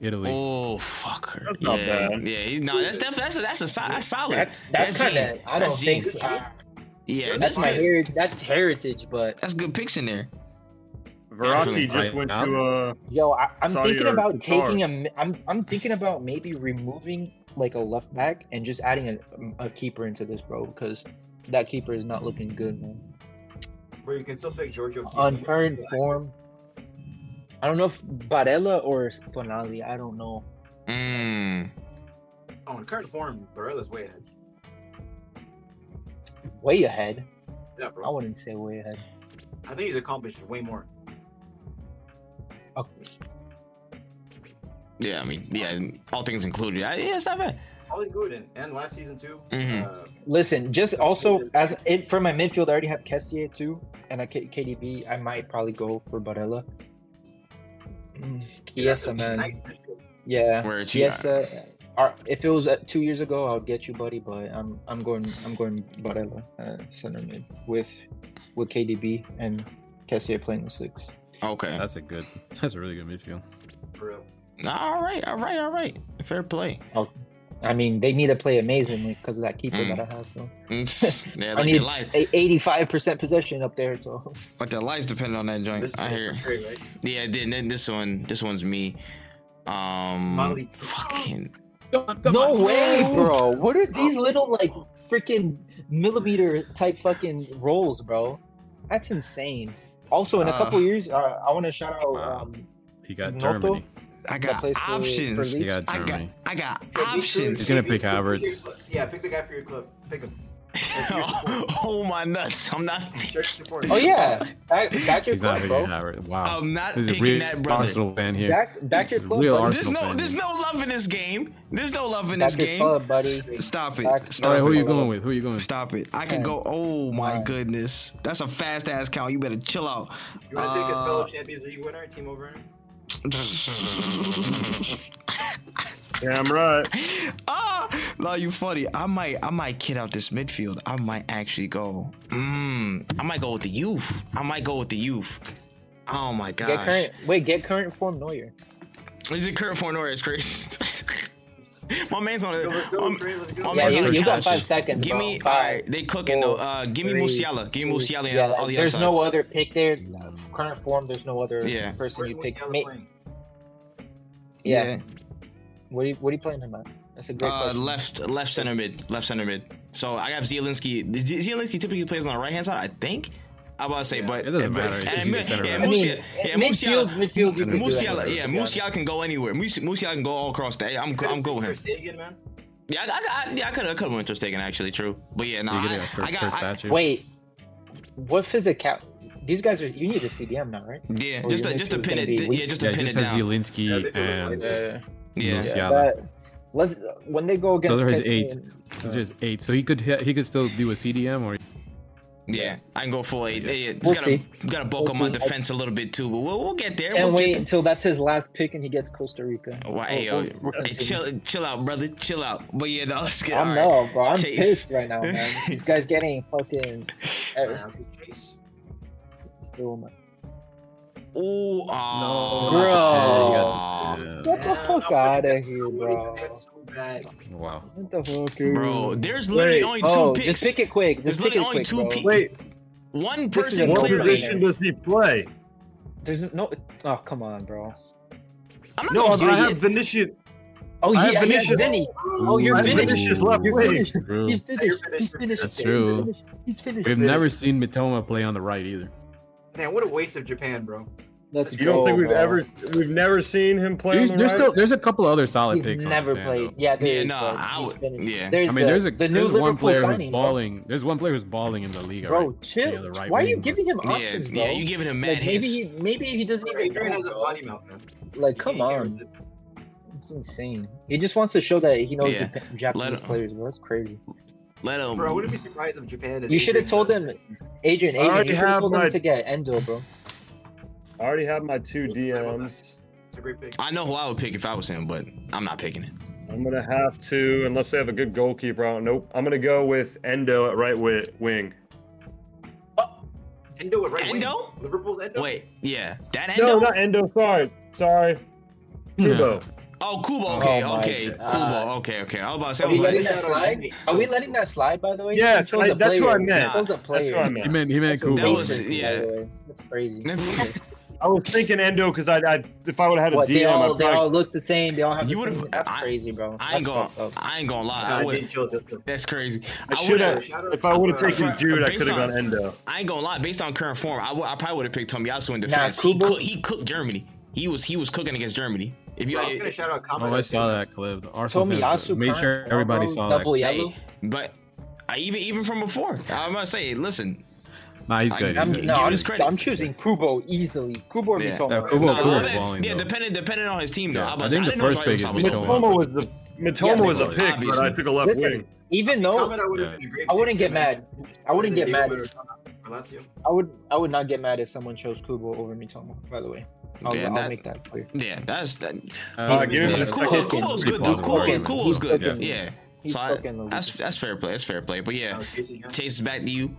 Speaker 5: Italy.
Speaker 1: oh fucker.
Speaker 3: That's
Speaker 1: yeah,
Speaker 3: not bad.
Speaker 1: Yeah, he, no, that's def- that's a, that's a so- that's solid.
Speaker 2: That's that's
Speaker 1: That's
Speaker 2: kind of.
Speaker 1: genius.
Speaker 2: I don't
Speaker 1: That's
Speaker 2: think
Speaker 1: genius.
Speaker 2: so. Uh,
Speaker 1: yeah,
Speaker 2: that's
Speaker 1: that's
Speaker 2: my
Speaker 1: good.
Speaker 2: heri- that's heritage, but
Speaker 1: That's good picks in there.
Speaker 3: Verratti just
Speaker 5: Right
Speaker 3: went
Speaker 5: now?
Speaker 3: to uh
Speaker 2: yo, I, I'm
Speaker 3: Saudi
Speaker 2: thinking
Speaker 3: or
Speaker 2: about
Speaker 3: Qatar.
Speaker 2: taking a. mi- I'm I'm thinking about maybe removing like a left back and just adding a, a keeper into this, bro, because that keeper is not looking good, man.
Speaker 4: Where you can still pick Giorgio.
Speaker 2: on
Speaker 4: Chiellini.
Speaker 2: current
Speaker 4: Still active.
Speaker 2: form. I don't know if Barella or Tonali. I don't know.
Speaker 1: Mm.
Speaker 4: Oh, in current form, Barella's way ahead.
Speaker 2: Way ahead.
Speaker 4: Yeah,
Speaker 2: I
Speaker 4: bro.
Speaker 2: wouldn't say way ahead.
Speaker 4: I think he's accomplished way more.
Speaker 2: Oh,
Speaker 1: Yeah, I mean, yeah, all things included. I, yeah, it's not bad.
Speaker 4: All included, and last season too.
Speaker 1: Mhm.
Speaker 4: Uh,
Speaker 2: Listen, just also as it for my midfield, I already have Kessier too, and I K- KDB. I might probably go for Barella. Mm,
Speaker 4: that's a
Speaker 2: Chiesa, man.
Speaker 4: nice midfield.
Speaker 2: Yeah,
Speaker 1: Where it's you at?
Speaker 2: Chiesa. Ar- If it was uh, two years ago, I would get you, buddy. But I'm I'm going I'm going Barella uh, center mid with with KDB and Kessier playing the six.
Speaker 1: Okay.
Speaker 5: That's a good. *laughs* That's a really good midfield.
Speaker 4: For real.
Speaker 1: All right, all right, all right. Fair play.
Speaker 2: I mean, they need to play amazingly because of that keeper
Speaker 1: Mm.
Speaker 2: that I have. So.
Speaker 1: Mm,
Speaker 5: *laughs*
Speaker 1: yeah,
Speaker 2: I
Speaker 1: like
Speaker 2: need
Speaker 1: their life,
Speaker 2: eighty-five percent possession up there. So
Speaker 1: like their lives depend on that joint.
Speaker 4: This
Speaker 1: I
Speaker 4: is
Speaker 1: hear.
Speaker 4: for Trey, right?
Speaker 1: Yeah, then, then this one, this one's me. Um,
Speaker 4: Molly.
Speaker 1: fucking
Speaker 2: no way, bro. What are these little like freaking millimeter type fucking rolls, bro? That's insane. Also, in a
Speaker 1: Uh,
Speaker 2: couple years, uh, I want to shout out. Um,
Speaker 5: He got
Speaker 2: Noto?
Speaker 5: Germany.
Speaker 1: I
Speaker 2: that
Speaker 1: got
Speaker 2: plays for- for
Speaker 1: options.
Speaker 2: Leeds.
Speaker 5: He got
Speaker 1: I got,
Speaker 5: Germany.
Speaker 1: I got
Speaker 4: Trey, make sure-
Speaker 1: options.
Speaker 5: He's gonna pick
Speaker 4: your
Speaker 5: Havertz.
Speaker 4: club. Yeah, pick the guy for your club.
Speaker 1: *laughs*
Speaker 4: Pick him.
Speaker 1: oh my nuts! I'm not.
Speaker 4: Show your support.
Speaker 2: oh yeah, back, back your
Speaker 5: He's not
Speaker 2: club,
Speaker 5: picking
Speaker 2: bro.
Speaker 5: Howard. Wow.
Speaker 1: I'm not
Speaker 5: This is a
Speaker 1: picking
Speaker 5: real
Speaker 1: Oh, that brother.
Speaker 5: Arsenal fan here.
Speaker 2: Back, back your
Speaker 5: He's a
Speaker 2: club,
Speaker 5: real
Speaker 2: buddy.
Speaker 1: There's
Speaker 5: Arsenal
Speaker 1: no,
Speaker 5: fan.
Speaker 1: there's no love in this game. There's no love in
Speaker 2: Back
Speaker 1: this
Speaker 2: your
Speaker 1: game.
Speaker 2: club, buddy.
Speaker 1: S- Stop it!
Speaker 2: Back-
Speaker 5: All
Speaker 1: Stop
Speaker 5: right, who are
Speaker 1: it!
Speaker 5: you going with? Who are you going with?
Speaker 1: Stop it! I could
Speaker 2: Okay.
Speaker 1: go. Oh my
Speaker 2: Alright.
Speaker 1: goodness, that's a fast ass count. You better chill out.
Speaker 4: You want to pick his
Speaker 1: Uh,
Speaker 4: fellow Champions League winner, Timo Werner?
Speaker 3: Yeah, I'm right.
Speaker 1: ah, no, you funny. I might, I might kid out this midfield. I might actually go. Mm, I might go with the youth. I might go with the youth. Oh my gosh.
Speaker 2: Get current. Wait, get current form Neuer.
Speaker 1: Is it current for Norris, Chris? *laughs* my man's on it.
Speaker 4: Yo, let's go,
Speaker 1: my-
Speaker 4: Trey, let's go.
Speaker 1: my
Speaker 4: Yeah,
Speaker 1: man's
Speaker 2: you-
Speaker 1: on the
Speaker 2: you got
Speaker 1: couch.
Speaker 2: five seconds,
Speaker 1: Give
Speaker 2: bro.
Speaker 1: me
Speaker 2: Five,
Speaker 1: alright, They cooking though.
Speaker 2: four,
Speaker 1: Uh, give me
Speaker 2: three,
Speaker 1: Musiala. Give me Musiala. and
Speaker 2: Yeah,
Speaker 1: all the
Speaker 2: there's
Speaker 1: other
Speaker 2: no
Speaker 1: side.
Speaker 2: other pick there. Current form. There's no other
Speaker 1: Yeah.
Speaker 2: person
Speaker 4: Where's
Speaker 2: you pick.
Speaker 4: Musiala
Speaker 2: Ma-
Speaker 4: playing?
Speaker 2: yeah. What are you What are you playing him at? That's a great
Speaker 1: Uh,
Speaker 2: question.
Speaker 1: left, left center mid, left center mid. So I have Zielinski. Zielinski typically plays on the right hand side, I think. I was about to say,
Speaker 4: Yeah,
Speaker 1: but
Speaker 5: it doesn't
Speaker 1: but-
Speaker 5: matter, it's just
Speaker 1: And,
Speaker 5: he's a center
Speaker 1: yeah,
Speaker 5: back.
Speaker 2: I mean,
Speaker 1: Musiala, yeah,
Speaker 2: midfield,
Speaker 1: Musiala,
Speaker 2: midfield, you could do
Speaker 1: Musiala,
Speaker 2: that.
Speaker 1: yeah, Musiala can go anywhere. Mus- Musiala can go all across the. I'm,
Speaker 4: Could've
Speaker 1: I'm
Speaker 4: picked
Speaker 1: go with him.
Speaker 4: Ter Stegen, man.
Speaker 1: Yeah, I, I, I, yeah, I could have, I could have went to Stegen actually. True, but yeah, no,
Speaker 5: You're
Speaker 1: I,
Speaker 5: getting a
Speaker 1: I
Speaker 5: first,
Speaker 1: got,
Speaker 5: first
Speaker 1: I,
Speaker 5: statue.
Speaker 2: Wait, what physical? These guys are. You need a CDM now, right?
Speaker 1: yeah,
Speaker 2: Or
Speaker 1: just
Speaker 2: your
Speaker 1: to, just to
Speaker 2: midfield's
Speaker 1: pin
Speaker 2: gonna
Speaker 1: it,
Speaker 2: be
Speaker 1: di-
Speaker 2: weak.
Speaker 1: yeah, just to
Speaker 5: Yeah, it
Speaker 1: pin
Speaker 5: just
Speaker 1: it
Speaker 5: has
Speaker 1: down.
Speaker 4: Yeah,
Speaker 5: Zielinski
Speaker 4: they do it
Speaker 5: and
Speaker 4: like that.
Speaker 1: Yeah,
Speaker 5: Musiala.
Speaker 2: That- let's when they go against.
Speaker 5: those are his
Speaker 2: Chesney
Speaker 5: eight.
Speaker 2: and-
Speaker 5: Those are his eight. So he could hit, he could still do a CDM or
Speaker 1: yeah, I can go full eight. Yeah, yeah, just
Speaker 2: We'll
Speaker 1: gotta,
Speaker 2: see.
Speaker 1: gotta bulk
Speaker 2: We'll
Speaker 1: up my
Speaker 2: see.
Speaker 1: defense a little bit too, but we'll, we'll get there.
Speaker 2: Can't
Speaker 1: we'll
Speaker 2: wait
Speaker 1: Get there.
Speaker 2: until that's his last pick and he gets Costa Rica. Oh,
Speaker 1: Why, Oh, hey, yo,
Speaker 2: We'll- we'll
Speaker 1: hey,
Speaker 2: continue.
Speaker 1: chill, chill out, brother, chill out. But yeah, no, let's get.
Speaker 2: I
Speaker 1: all right.
Speaker 2: know, bro. I'm
Speaker 1: Chase.
Speaker 2: pissed right
Speaker 1: *laughs*
Speaker 2: now, man. These guys getting fucking.
Speaker 4: Man, let's go Chase.
Speaker 2: Still, man.
Speaker 1: Ooh, ah, aw.
Speaker 5: No.
Speaker 1: Aw.
Speaker 2: Bro. Get the
Speaker 4: Man, I
Speaker 2: fuck
Speaker 4: would've-
Speaker 2: out
Speaker 4: I
Speaker 2: of here,
Speaker 4: would've
Speaker 2: bro.
Speaker 4: done so bad.
Speaker 5: wow.
Speaker 2: What the fuck,
Speaker 1: Bro, there's literally only two
Speaker 2: oh,
Speaker 1: picks.
Speaker 2: Just pick it quick.
Speaker 1: There's
Speaker 2: Just pick
Speaker 1: literally
Speaker 2: it quick,
Speaker 1: only two
Speaker 2: bro.
Speaker 1: pe-
Speaker 3: Wait,
Speaker 1: One
Speaker 2: This is
Speaker 1: person
Speaker 2: a
Speaker 3: what
Speaker 2: clearly.
Speaker 1: clearly.
Speaker 3: position does he play?
Speaker 2: There's no. Oh, come on, bro.
Speaker 1: I'm not
Speaker 3: No,
Speaker 1: gonna
Speaker 3: I
Speaker 1: say
Speaker 3: have
Speaker 1: it.
Speaker 3: Vinicius.
Speaker 2: Oh,
Speaker 3: I
Speaker 2: yeah,
Speaker 3: have
Speaker 2: yeah,
Speaker 3: Vinicius.
Speaker 2: Vinny.
Speaker 4: Oh,
Speaker 2: you're
Speaker 3: I have
Speaker 2: finished.
Speaker 3: Vinicius left
Speaker 2: You're
Speaker 3: wing.
Speaker 2: finished. He's finished.
Speaker 4: You're
Speaker 2: He's
Speaker 4: finished.
Speaker 2: finished.
Speaker 5: That's
Speaker 2: He's
Speaker 5: true.
Speaker 2: finished. He's finished.
Speaker 5: We've never seen Mitoma play on the right either.
Speaker 4: Man, what a waste of Japan, bro.
Speaker 2: Let's
Speaker 3: You don't
Speaker 2: go,
Speaker 3: think we've
Speaker 2: bro.
Speaker 3: ever we've never seen him play
Speaker 5: There's,
Speaker 3: on the
Speaker 5: there's
Speaker 3: right?
Speaker 5: still there's a couple other solid
Speaker 2: He's
Speaker 5: picks. on
Speaker 2: never
Speaker 5: Japan,
Speaker 2: played.
Speaker 5: though.
Speaker 2: Yeah, there
Speaker 1: Yeah,
Speaker 2: is,
Speaker 1: no,
Speaker 2: bro.
Speaker 1: I
Speaker 2: He's
Speaker 1: would-
Speaker 2: finished.
Speaker 1: yeah.
Speaker 2: There's
Speaker 5: I mean,
Speaker 2: the,
Speaker 5: there's a
Speaker 2: the new
Speaker 5: there's one
Speaker 2: Liverpool
Speaker 5: player
Speaker 2: signing,
Speaker 5: who's
Speaker 2: bro.
Speaker 5: balling. There's one player who's balling in the league.
Speaker 2: Bro,
Speaker 5: already.
Speaker 2: chill.
Speaker 5: Yeah, the right
Speaker 2: Why are you
Speaker 5: wing.
Speaker 2: giving him
Speaker 1: Yeah,
Speaker 2: options, bro?
Speaker 1: yeah, you giving him mad
Speaker 2: like, maybe
Speaker 1: hits.
Speaker 2: he, maybe he doesn't even.
Speaker 4: Adrian has a
Speaker 2: know, bro.
Speaker 4: body mouth, man.
Speaker 2: Like,
Speaker 4: He-
Speaker 2: come
Speaker 4: he can't
Speaker 2: on,
Speaker 4: resist.
Speaker 2: it's insane. He just wants to show that he knows
Speaker 1: Yeah.
Speaker 2: Jap- Japanese
Speaker 1: him-
Speaker 2: players. Bro. That's crazy.
Speaker 1: Let him.
Speaker 4: Bro, I wouldn't be surprised if Japan is.
Speaker 2: You should have
Speaker 4: Adrian
Speaker 2: told
Speaker 4: does.
Speaker 2: them, Adrian. Adrian,
Speaker 3: I already
Speaker 2: you should have
Speaker 3: have
Speaker 2: told
Speaker 3: my-
Speaker 2: them to get Endo, bro.
Speaker 3: I already have my two DMs.
Speaker 4: It's a great pick.
Speaker 1: I know who I would pick if I was him, but I'm not picking it.
Speaker 3: I'm gonna have to unless they have a good goalkeeper. I don't know. I'm gonna go with Endo at right wi- wing.
Speaker 4: Endo at right wing.
Speaker 1: Endo?
Speaker 4: Liverpool's Endo.
Speaker 1: Wait, yeah, that Endo.
Speaker 3: No, not Endo. Sorry, sorry.
Speaker 5: Hmm.
Speaker 3: Kubo.
Speaker 1: Oh, Kubo. Okay,
Speaker 2: Oh my
Speaker 1: okay,
Speaker 2: God.
Speaker 1: Kubo. Okay, okay. I was about to say. I
Speaker 2: Are we
Speaker 1: was
Speaker 2: letting
Speaker 1: like,
Speaker 2: that slide? Are we letting that slide? By the way,
Speaker 3: Yeah,
Speaker 2: He chose
Speaker 3: I-
Speaker 2: a
Speaker 3: that's what I
Speaker 2: player.
Speaker 3: meant.
Speaker 2: He chose a player.
Speaker 3: That's what I
Speaker 5: He
Speaker 3: meant.
Speaker 5: meant he meant
Speaker 2: That's a
Speaker 5: Kubo.
Speaker 1: That was-
Speaker 2: basis, by
Speaker 1: yeah.
Speaker 2: the way. That's *laughs* crazy.
Speaker 3: I was thinking Endo because I, I if I would have had a
Speaker 2: What,
Speaker 3: DM,
Speaker 2: they all
Speaker 3: I'd
Speaker 2: they
Speaker 3: probably-
Speaker 2: all look the same. They all have
Speaker 1: You
Speaker 2: the same.
Speaker 1: would've-
Speaker 2: That's
Speaker 1: I-
Speaker 2: crazy, bro.
Speaker 1: I ain't
Speaker 2: That's
Speaker 1: gonna.
Speaker 2: fucked up.
Speaker 1: I ain't gonna lie.
Speaker 4: Nah,
Speaker 1: I
Speaker 4: I
Speaker 1: would.
Speaker 4: didn't chill Justin.
Speaker 1: That's crazy.
Speaker 3: I
Speaker 1: I
Speaker 3: should
Speaker 1: would
Speaker 3: have.
Speaker 1: have.
Speaker 4: Shout out-
Speaker 3: If I would have
Speaker 4: uh,
Speaker 3: taken
Speaker 1: for-
Speaker 3: Jude, I
Speaker 1: based
Speaker 3: could have
Speaker 1: on-
Speaker 3: gone Endo.
Speaker 1: I ain't gonna lie. Based on current form, I would- I probably would have picked Tomiyasu in defense. he,
Speaker 2: Kubo-
Speaker 1: cooked, he cooked Germany. He was he was cooking against Germany. If you,
Speaker 4: Bro, I was gonna shout out Kamada.
Speaker 5: Oh, I saw that clip. The Arsenal fans
Speaker 2: Tomiyasu
Speaker 5: made sure
Speaker 2: current
Speaker 5: everybody
Speaker 2: form,
Speaker 5: saw that.
Speaker 2: double
Speaker 1: Hey,
Speaker 2: yellow.
Speaker 1: but I even even from before, I'm gonna say, listen,
Speaker 5: Nah, he's
Speaker 1: I'm-
Speaker 5: good. He's
Speaker 2: I'm,
Speaker 1: give
Speaker 5: good. Uh,
Speaker 2: no,
Speaker 1: him
Speaker 2: I'm,
Speaker 1: his credit.
Speaker 2: I'm choosing Kubo easily. Kubo or
Speaker 1: Yeah.
Speaker 2: Mitoma.
Speaker 5: Yeah, Kubo-
Speaker 1: nah,
Speaker 5: Kubo
Speaker 1: I
Speaker 5: was
Speaker 1: mean,
Speaker 5: balling,
Speaker 1: yeah,
Speaker 5: though.
Speaker 1: depending depending on his team though.
Speaker 5: Yeah,
Speaker 1: I,
Speaker 5: I
Speaker 1: was, I,
Speaker 5: think the
Speaker 1: didn't know
Speaker 5: first
Speaker 1: Johnny
Speaker 5: pick
Speaker 1: was
Speaker 5: is
Speaker 1: always
Speaker 5: Mitoma.
Speaker 1: going.
Speaker 3: Matoma was the Matoma
Speaker 2: Yeah,
Speaker 3: was a
Speaker 5: they-
Speaker 3: pick, but
Speaker 1: obviously.
Speaker 3: I took a left
Speaker 2: Listen,
Speaker 3: wing.
Speaker 2: even though
Speaker 4: Kamada would have
Speaker 5: Yeah.
Speaker 4: been a great
Speaker 2: I wouldn't
Speaker 4: pick,
Speaker 2: get
Speaker 4: too,
Speaker 2: mad.
Speaker 4: man. Just
Speaker 2: I wouldn't
Speaker 4: better
Speaker 2: get
Speaker 4: than
Speaker 2: mad.
Speaker 4: Diego Maradona for Lazio.
Speaker 2: I would, I would not get mad if someone chose Kubo over Mitoma. By the way, I'll,
Speaker 1: Yeah,
Speaker 2: I'll
Speaker 1: that-
Speaker 2: make that clear.
Speaker 1: Yeah, that's that.
Speaker 5: Uh,
Speaker 3: give him
Speaker 1: Yeah,
Speaker 3: a
Speaker 1: Kubo, Kubo's
Speaker 3: second.
Speaker 1: good.
Speaker 5: Pretty
Speaker 1: Dude.
Speaker 5: plausible
Speaker 1: Kubo,
Speaker 5: argument.
Speaker 1: Kubo's
Speaker 5: He's
Speaker 1: good.
Speaker 5: cooking.
Speaker 1: Yeah,
Speaker 2: He's
Speaker 1: So I-
Speaker 2: fucking the
Speaker 1: that's
Speaker 2: leader.
Speaker 1: that's fair play. That's fair play. But yeah,
Speaker 4: Oh, Casey Young.
Speaker 1: Chase is back to you.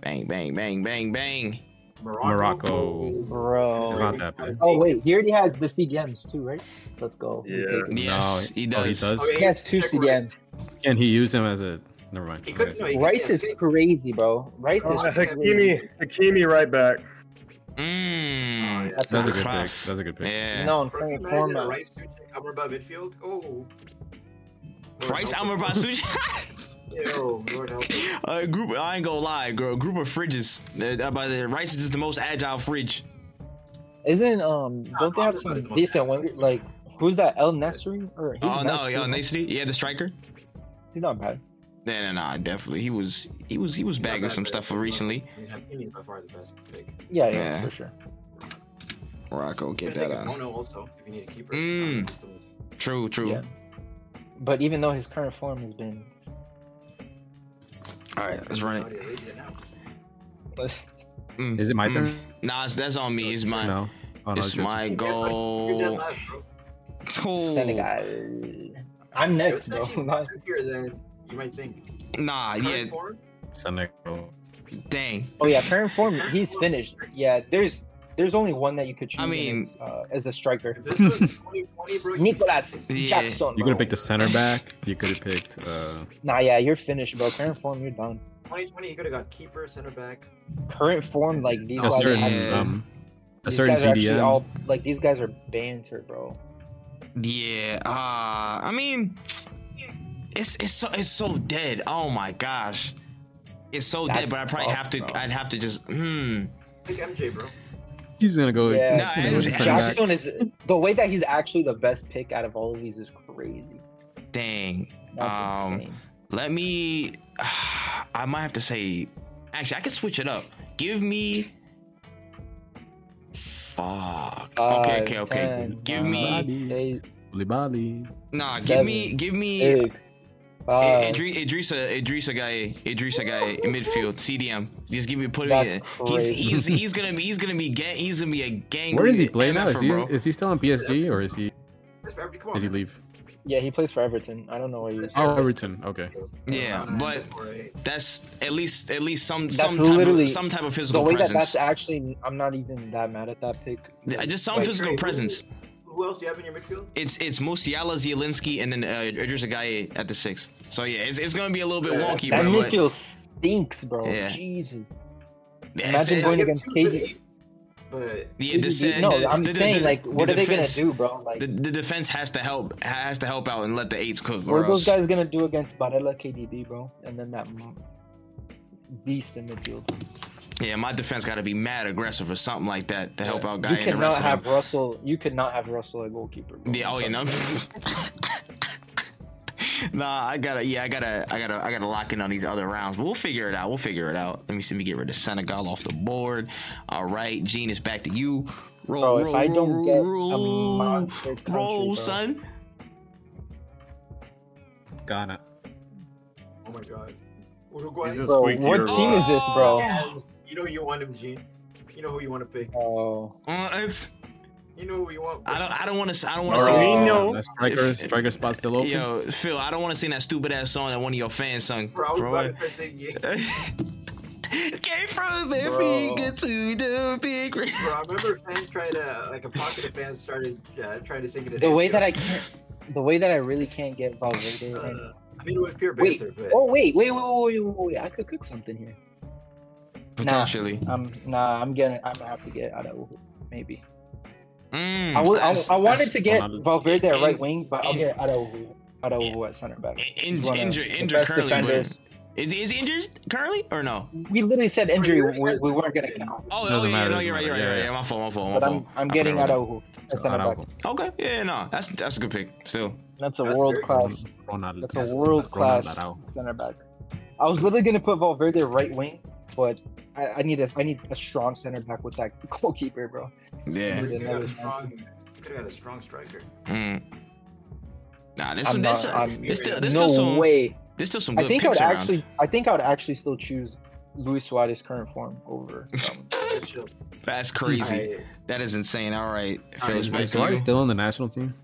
Speaker 1: Bang, bang, bang, bang, bang.
Speaker 5: Morocco.
Speaker 2: bro.
Speaker 5: It's not that bad.
Speaker 2: Oh wait, he already has the CDMs too, right? Let's go. We
Speaker 3: Yeah.
Speaker 2: take it.
Speaker 1: Yes,
Speaker 5: No,
Speaker 1: he
Speaker 5: oh,
Speaker 1: does.
Speaker 5: he does.
Speaker 4: Okay,
Speaker 2: He has
Speaker 4: he's
Speaker 2: two
Speaker 4: Czech Rice.
Speaker 2: CDMs.
Speaker 5: Can he use him as a? Never mind.
Speaker 4: He couldn't.
Speaker 5: Okay.
Speaker 4: No, he
Speaker 2: Rice
Speaker 4: couldn't.
Speaker 2: is crazy, bro. Rice
Speaker 3: Uh,
Speaker 2: is
Speaker 3: *laughs*
Speaker 4: Oh,
Speaker 2: crazy.
Speaker 3: Hakimi, Hakimi, right back.
Speaker 4: Oh,
Speaker 1: Mm.
Speaker 4: yeah.
Speaker 2: That's
Speaker 5: That's a
Speaker 2: a,
Speaker 5: good pick.
Speaker 1: Cruyff.
Speaker 5: That's a good pick.
Speaker 1: Yeah.
Speaker 2: no, in
Speaker 4: Bro, can you
Speaker 2: current
Speaker 4: imagine
Speaker 2: format.
Speaker 4: a Rice to Czech Amrabat midfield. Oh.
Speaker 1: Rice *laughs* Amrabat Suji.
Speaker 4: Yo, Lord help. us.
Speaker 1: uh, group. I ain't gonna lie, girl. Group of fridges. Uh, by the Rice is just the most agile fridge.
Speaker 2: Isn't um? Don't they have
Speaker 4: Amrabat is the
Speaker 2: some
Speaker 4: most
Speaker 2: decent winger? Like who's that? El Nesri or he's
Speaker 1: Oh no,
Speaker 2: nice,
Speaker 1: yo,
Speaker 2: too.
Speaker 1: Nasty. Yeah, the striker.
Speaker 2: He's not bad.
Speaker 1: Nah, nah, nah, definitely. He was, he was, he was
Speaker 4: He's not
Speaker 1: bagging
Speaker 4: bad,
Speaker 1: some
Speaker 4: but
Speaker 1: stuff
Speaker 4: he's not-
Speaker 1: recently.
Speaker 4: I mean, Hakimi's by far the best pick.
Speaker 2: Yeah, yeah,
Speaker 1: Yeah.
Speaker 2: for sure.
Speaker 1: Morocco,
Speaker 4: Gonna
Speaker 1: get
Speaker 4: take
Speaker 1: that
Speaker 4: a
Speaker 1: out.
Speaker 4: Bono also if you need a keeper.
Speaker 1: Mm. True, true.
Speaker 2: Yeah. But even though his current form has been, *laughs*
Speaker 1: All right, let's run it. Mm.
Speaker 4: Saudi Arabia now.
Speaker 5: Is it my turn?
Speaker 1: Nah, it's, that's on me. It's mine.
Speaker 5: No. Oh, no,
Speaker 1: it's
Speaker 5: it's yours.
Speaker 1: my
Speaker 4: You're dead, You're dead
Speaker 1: goal.
Speaker 4: last, bro.
Speaker 1: Oh,
Speaker 2: Senegal. I'm next,
Speaker 4: It's
Speaker 2: bro. *laughs*
Speaker 4: actually
Speaker 2: Not-
Speaker 4: trickier than you might think.
Speaker 1: Nah, *laughs*
Speaker 4: Current
Speaker 1: Uh, yeah,
Speaker 4: form,
Speaker 5: Senegal.
Speaker 1: Dang.
Speaker 2: Oh yeah, current form, he's finished. Yeah, there's there's only one that you could choose.
Speaker 1: I mean-
Speaker 2: as, uh, as a striker,
Speaker 4: If this was 2020, bro, you-
Speaker 2: Nicolas
Speaker 1: Yeah.
Speaker 2: Jackson.
Speaker 5: You
Speaker 2: bro.
Speaker 5: could have picked the center back. You could have picked. Uh,
Speaker 2: Nah, yeah, you're finished, bro. Current form, you're done.
Speaker 4: 2020, you could have got keeper, center back.
Speaker 2: Current form, like these
Speaker 5: a
Speaker 2: guys, are
Speaker 5: certain,
Speaker 1: yeah.
Speaker 2: actually-
Speaker 5: um, a
Speaker 2: these
Speaker 5: certain
Speaker 2: guys are actually
Speaker 5: CDM.
Speaker 2: all like these guys are banter, bro.
Speaker 1: Yeah. Uh, I mean, it's it's so it's so dead. Oh my gosh, it's so dead.
Speaker 2: That's
Speaker 1: But I probably
Speaker 2: tough,
Speaker 1: have to.
Speaker 2: bro.
Speaker 1: I'd have to just. Hmm.
Speaker 4: Pick MJ, bro.
Speaker 5: He's gonna go.
Speaker 2: Yeah,
Speaker 1: No,
Speaker 5: he's gonna
Speaker 1: it's-
Speaker 5: go with the center back.
Speaker 2: Jackson is the way that he's actually the best pick out of all of these is crazy.
Speaker 1: Dang.
Speaker 2: That's
Speaker 1: Um,
Speaker 2: insane.
Speaker 1: Let me. *sighs* I might have to say. Actually, I could switch it up. Give me. Fuck. okay.
Speaker 2: Five,
Speaker 1: Okay. Okay.
Speaker 2: 10,
Speaker 1: give me.
Speaker 5: nine,
Speaker 2: Eight,
Speaker 5: Libali.
Speaker 1: Nah. give
Speaker 2: seven,
Speaker 1: me. Give me.
Speaker 2: six, Uh,
Speaker 1: I-
Speaker 2: five.
Speaker 1: Eh, Idri- Idrissa, Idrissa guy, Idrissa guy, midfield, CDM. Just give me put him
Speaker 2: That's
Speaker 1: in.
Speaker 2: crazy. *laughs*
Speaker 1: He's he's he's gonna be he's gonna be gang, he's gonna be a gang.
Speaker 5: Where is he playing now? Is he
Speaker 1: bro.
Speaker 5: is he still on PSG or is he
Speaker 4: That's for every- come on,
Speaker 5: did he
Speaker 4: man.
Speaker 5: leave?
Speaker 2: Yeah, he plays for Everton. I don't know where he is.
Speaker 5: Oh, Everton. Okay.
Speaker 1: Yeah,
Speaker 4: Ronaldo,
Speaker 1: but
Speaker 4: right?
Speaker 1: That's at least at least some
Speaker 2: That's
Speaker 1: some type
Speaker 2: literally
Speaker 1: of, some type of
Speaker 2: The
Speaker 1: physical
Speaker 2: way that
Speaker 1: presence.
Speaker 2: that's actually, I'm not even that mad at that pick.
Speaker 1: Yeah, Just some
Speaker 2: Like,
Speaker 1: physical
Speaker 4: Trey, who-
Speaker 1: presence.
Speaker 4: Who else do you have in your midfield?
Speaker 1: It's it's Musiala, Zielinski, and then uh, Idrissa guy at the six. So yeah, it's, it's gonna be a little bit
Speaker 4: Yeah,
Speaker 1: wonky,
Speaker 2: Uh, That
Speaker 1: bro. But,
Speaker 2: midfield stinks, bro.
Speaker 1: Yeah.
Speaker 2: Jesus.
Speaker 1: yeah, it's-
Speaker 2: imagine
Speaker 1: it's-
Speaker 2: going
Speaker 4: You have
Speaker 2: against
Speaker 4: two
Speaker 2: KD.
Speaker 4: good- But
Speaker 1: yeah, the,
Speaker 2: Dude,
Speaker 1: the,
Speaker 2: no,
Speaker 1: the-
Speaker 2: I'm
Speaker 1: the- the-
Speaker 2: saying
Speaker 1: the-
Speaker 2: like, what
Speaker 1: the
Speaker 2: are they gonna
Speaker 1: defense-
Speaker 2: do, bro? Like,
Speaker 1: The, the defense has to help has to help out and let the eights cook.
Speaker 2: what
Speaker 1: Or
Speaker 2: are those
Speaker 1: else.
Speaker 2: guys gonna do against Barella, KDB, bro? And then that m- beast in midfield.
Speaker 1: Yeah, my defense got to be mad aggressive or something like that to help out guy
Speaker 2: You
Speaker 1: and the
Speaker 2: cannot
Speaker 1: rest of
Speaker 2: have
Speaker 1: them.
Speaker 2: Russell. You could not have Russell a goalkeeper. Bro.
Speaker 1: Yeah, oh yeah, no. *laughs* nah, I gotta, yeah, I gotta, I gotta, I gotta lock in on these other rounds. But we'll figure it out. We'll figure it out. Let me see. Let me get rid of Senegal off the board. All right, Gene is back to you. Roll,
Speaker 2: Bro,
Speaker 1: roll,
Speaker 2: if I don't
Speaker 1: roll,
Speaker 2: get a
Speaker 1: roll,
Speaker 2: monster country,
Speaker 1: roll,
Speaker 2: bro.
Speaker 1: son.
Speaker 5: Ghana.
Speaker 4: oh my god, Uruguay.
Speaker 3: He's a
Speaker 2: Bro,
Speaker 3: squeaky
Speaker 2: what
Speaker 3: roll.
Speaker 2: team is this, bro?
Speaker 4: Yes. Oh, You know who you want him, Gene. You know who you want to pick.
Speaker 2: Oh,
Speaker 1: Uh, it's,
Speaker 4: You know who you want.
Speaker 1: I don't, I don't want to, I don't want to
Speaker 3: All
Speaker 1: see.
Speaker 3: right.
Speaker 5: Mourinho.
Speaker 2: Oh,
Speaker 3: Mourinho.
Speaker 5: That striker, striker spot still open.
Speaker 1: Yo, Phil, I don't want to sing that stupid ass song that one of your fans sung.
Speaker 4: Bro, I was
Speaker 1: Bro,
Speaker 4: about
Speaker 1: I-
Speaker 4: to start saying yeah.
Speaker 1: *laughs* Came from the
Speaker 2: Bro.
Speaker 1: finger to the big ring.
Speaker 4: Bro, I remember fans tried to, like a pocket of fans started uh, trying to sing it.
Speaker 2: the way that I can't, the way that I really can't get Valverde. right now.
Speaker 4: Uh, I mean, it was pure
Speaker 2: Wait.
Speaker 4: banter, but
Speaker 2: Oh wait, wait, wait, wait, wait, wait, wait! I could cook something here.
Speaker 1: Potentially.
Speaker 2: Um, nah, I'm getting. I'm gonna have to get out of maybe.
Speaker 1: Mm,
Speaker 2: I was.
Speaker 1: that's-
Speaker 2: I, I wanted
Speaker 1: that's-
Speaker 2: to get
Speaker 5: another-
Speaker 2: Valverde at
Speaker 1: In-
Speaker 2: right wing, but I'll
Speaker 1: in-
Speaker 2: get Araujo. Araujo at center back.
Speaker 1: In,
Speaker 2: He's one of
Speaker 1: injured,
Speaker 2: the
Speaker 1: injured
Speaker 2: best
Speaker 1: currently. But
Speaker 2: defenders.
Speaker 1: is, is he injured currently or no?
Speaker 2: We literally said injury.
Speaker 4: Bro,
Speaker 2: We,
Speaker 4: you guys-
Speaker 2: we weren't gonna count.
Speaker 1: Oh,
Speaker 5: Doesn't
Speaker 1: oh yeah,
Speaker 5: matter,
Speaker 1: no,
Speaker 5: doesn't
Speaker 1: you're right, you're right,
Speaker 5: matter.
Speaker 1: you're right.
Speaker 5: Yeah,
Speaker 1: Yeah, my fault, my fault, my
Speaker 2: But I'm
Speaker 1: fault.
Speaker 2: I'm
Speaker 1: I
Speaker 2: getting
Speaker 1: forgot about
Speaker 2: Araujo at center back.
Speaker 5: Araujo.
Speaker 1: that. Okay, yeah, no, that's that's a good pick. Still,
Speaker 2: That's a
Speaker 4: That's
Speaker 2: world
Speaker 4: very
Speaker 2: class.
Speaker 5: Ronald-
Speaker 2: That's a world
Speaker 5: Ronald
Speaker 2: class
Speaker 5: Araujo.
Speaker 2: center back. I was literally gonna put Valverde right wing, but I, I need a I need a strong center back with that *laughs* goalkeeper, bro.
Speaker 1: yeah.
Speaker 4: you could have got
Speaker 2: Another
Speaker 4: a strong, could have got a strong striker.
Speaker 1: Mm. Nah, there's
Speaker 2: I'm
Speaker 1: some, there's,
Speaker 2: not,
Speaker 1: some,
Speaker 2: I'm,
Speaker 1: there's still, there's
Speaker 2: no
Speaker 1: still some,
Speaker 2: way.
Speaker 1: there's still some
Speaker 2: I
Speaker 1: good
Speaker 2: think I
Speaker 1: picks
Speaker 2: would
Speaker 1: around.
Speaker 2: actually. I think I would actually still choose Luis Suarez's current form
Speaker 1: *laughs*
Speaker 2: over. Um,
Speaker 4: Good shit.
Speaker 1: That's crazy.
Speaker 4: I-
Speaker 1: That is insane. All right, Phil, it's
Speaker 4: Alright,
Speaker 1: back
Speaker 5: Is
Speaker 1: to
Speaker 5: Suarez
Speaker 1: you.
Speaker 5: still on the national team?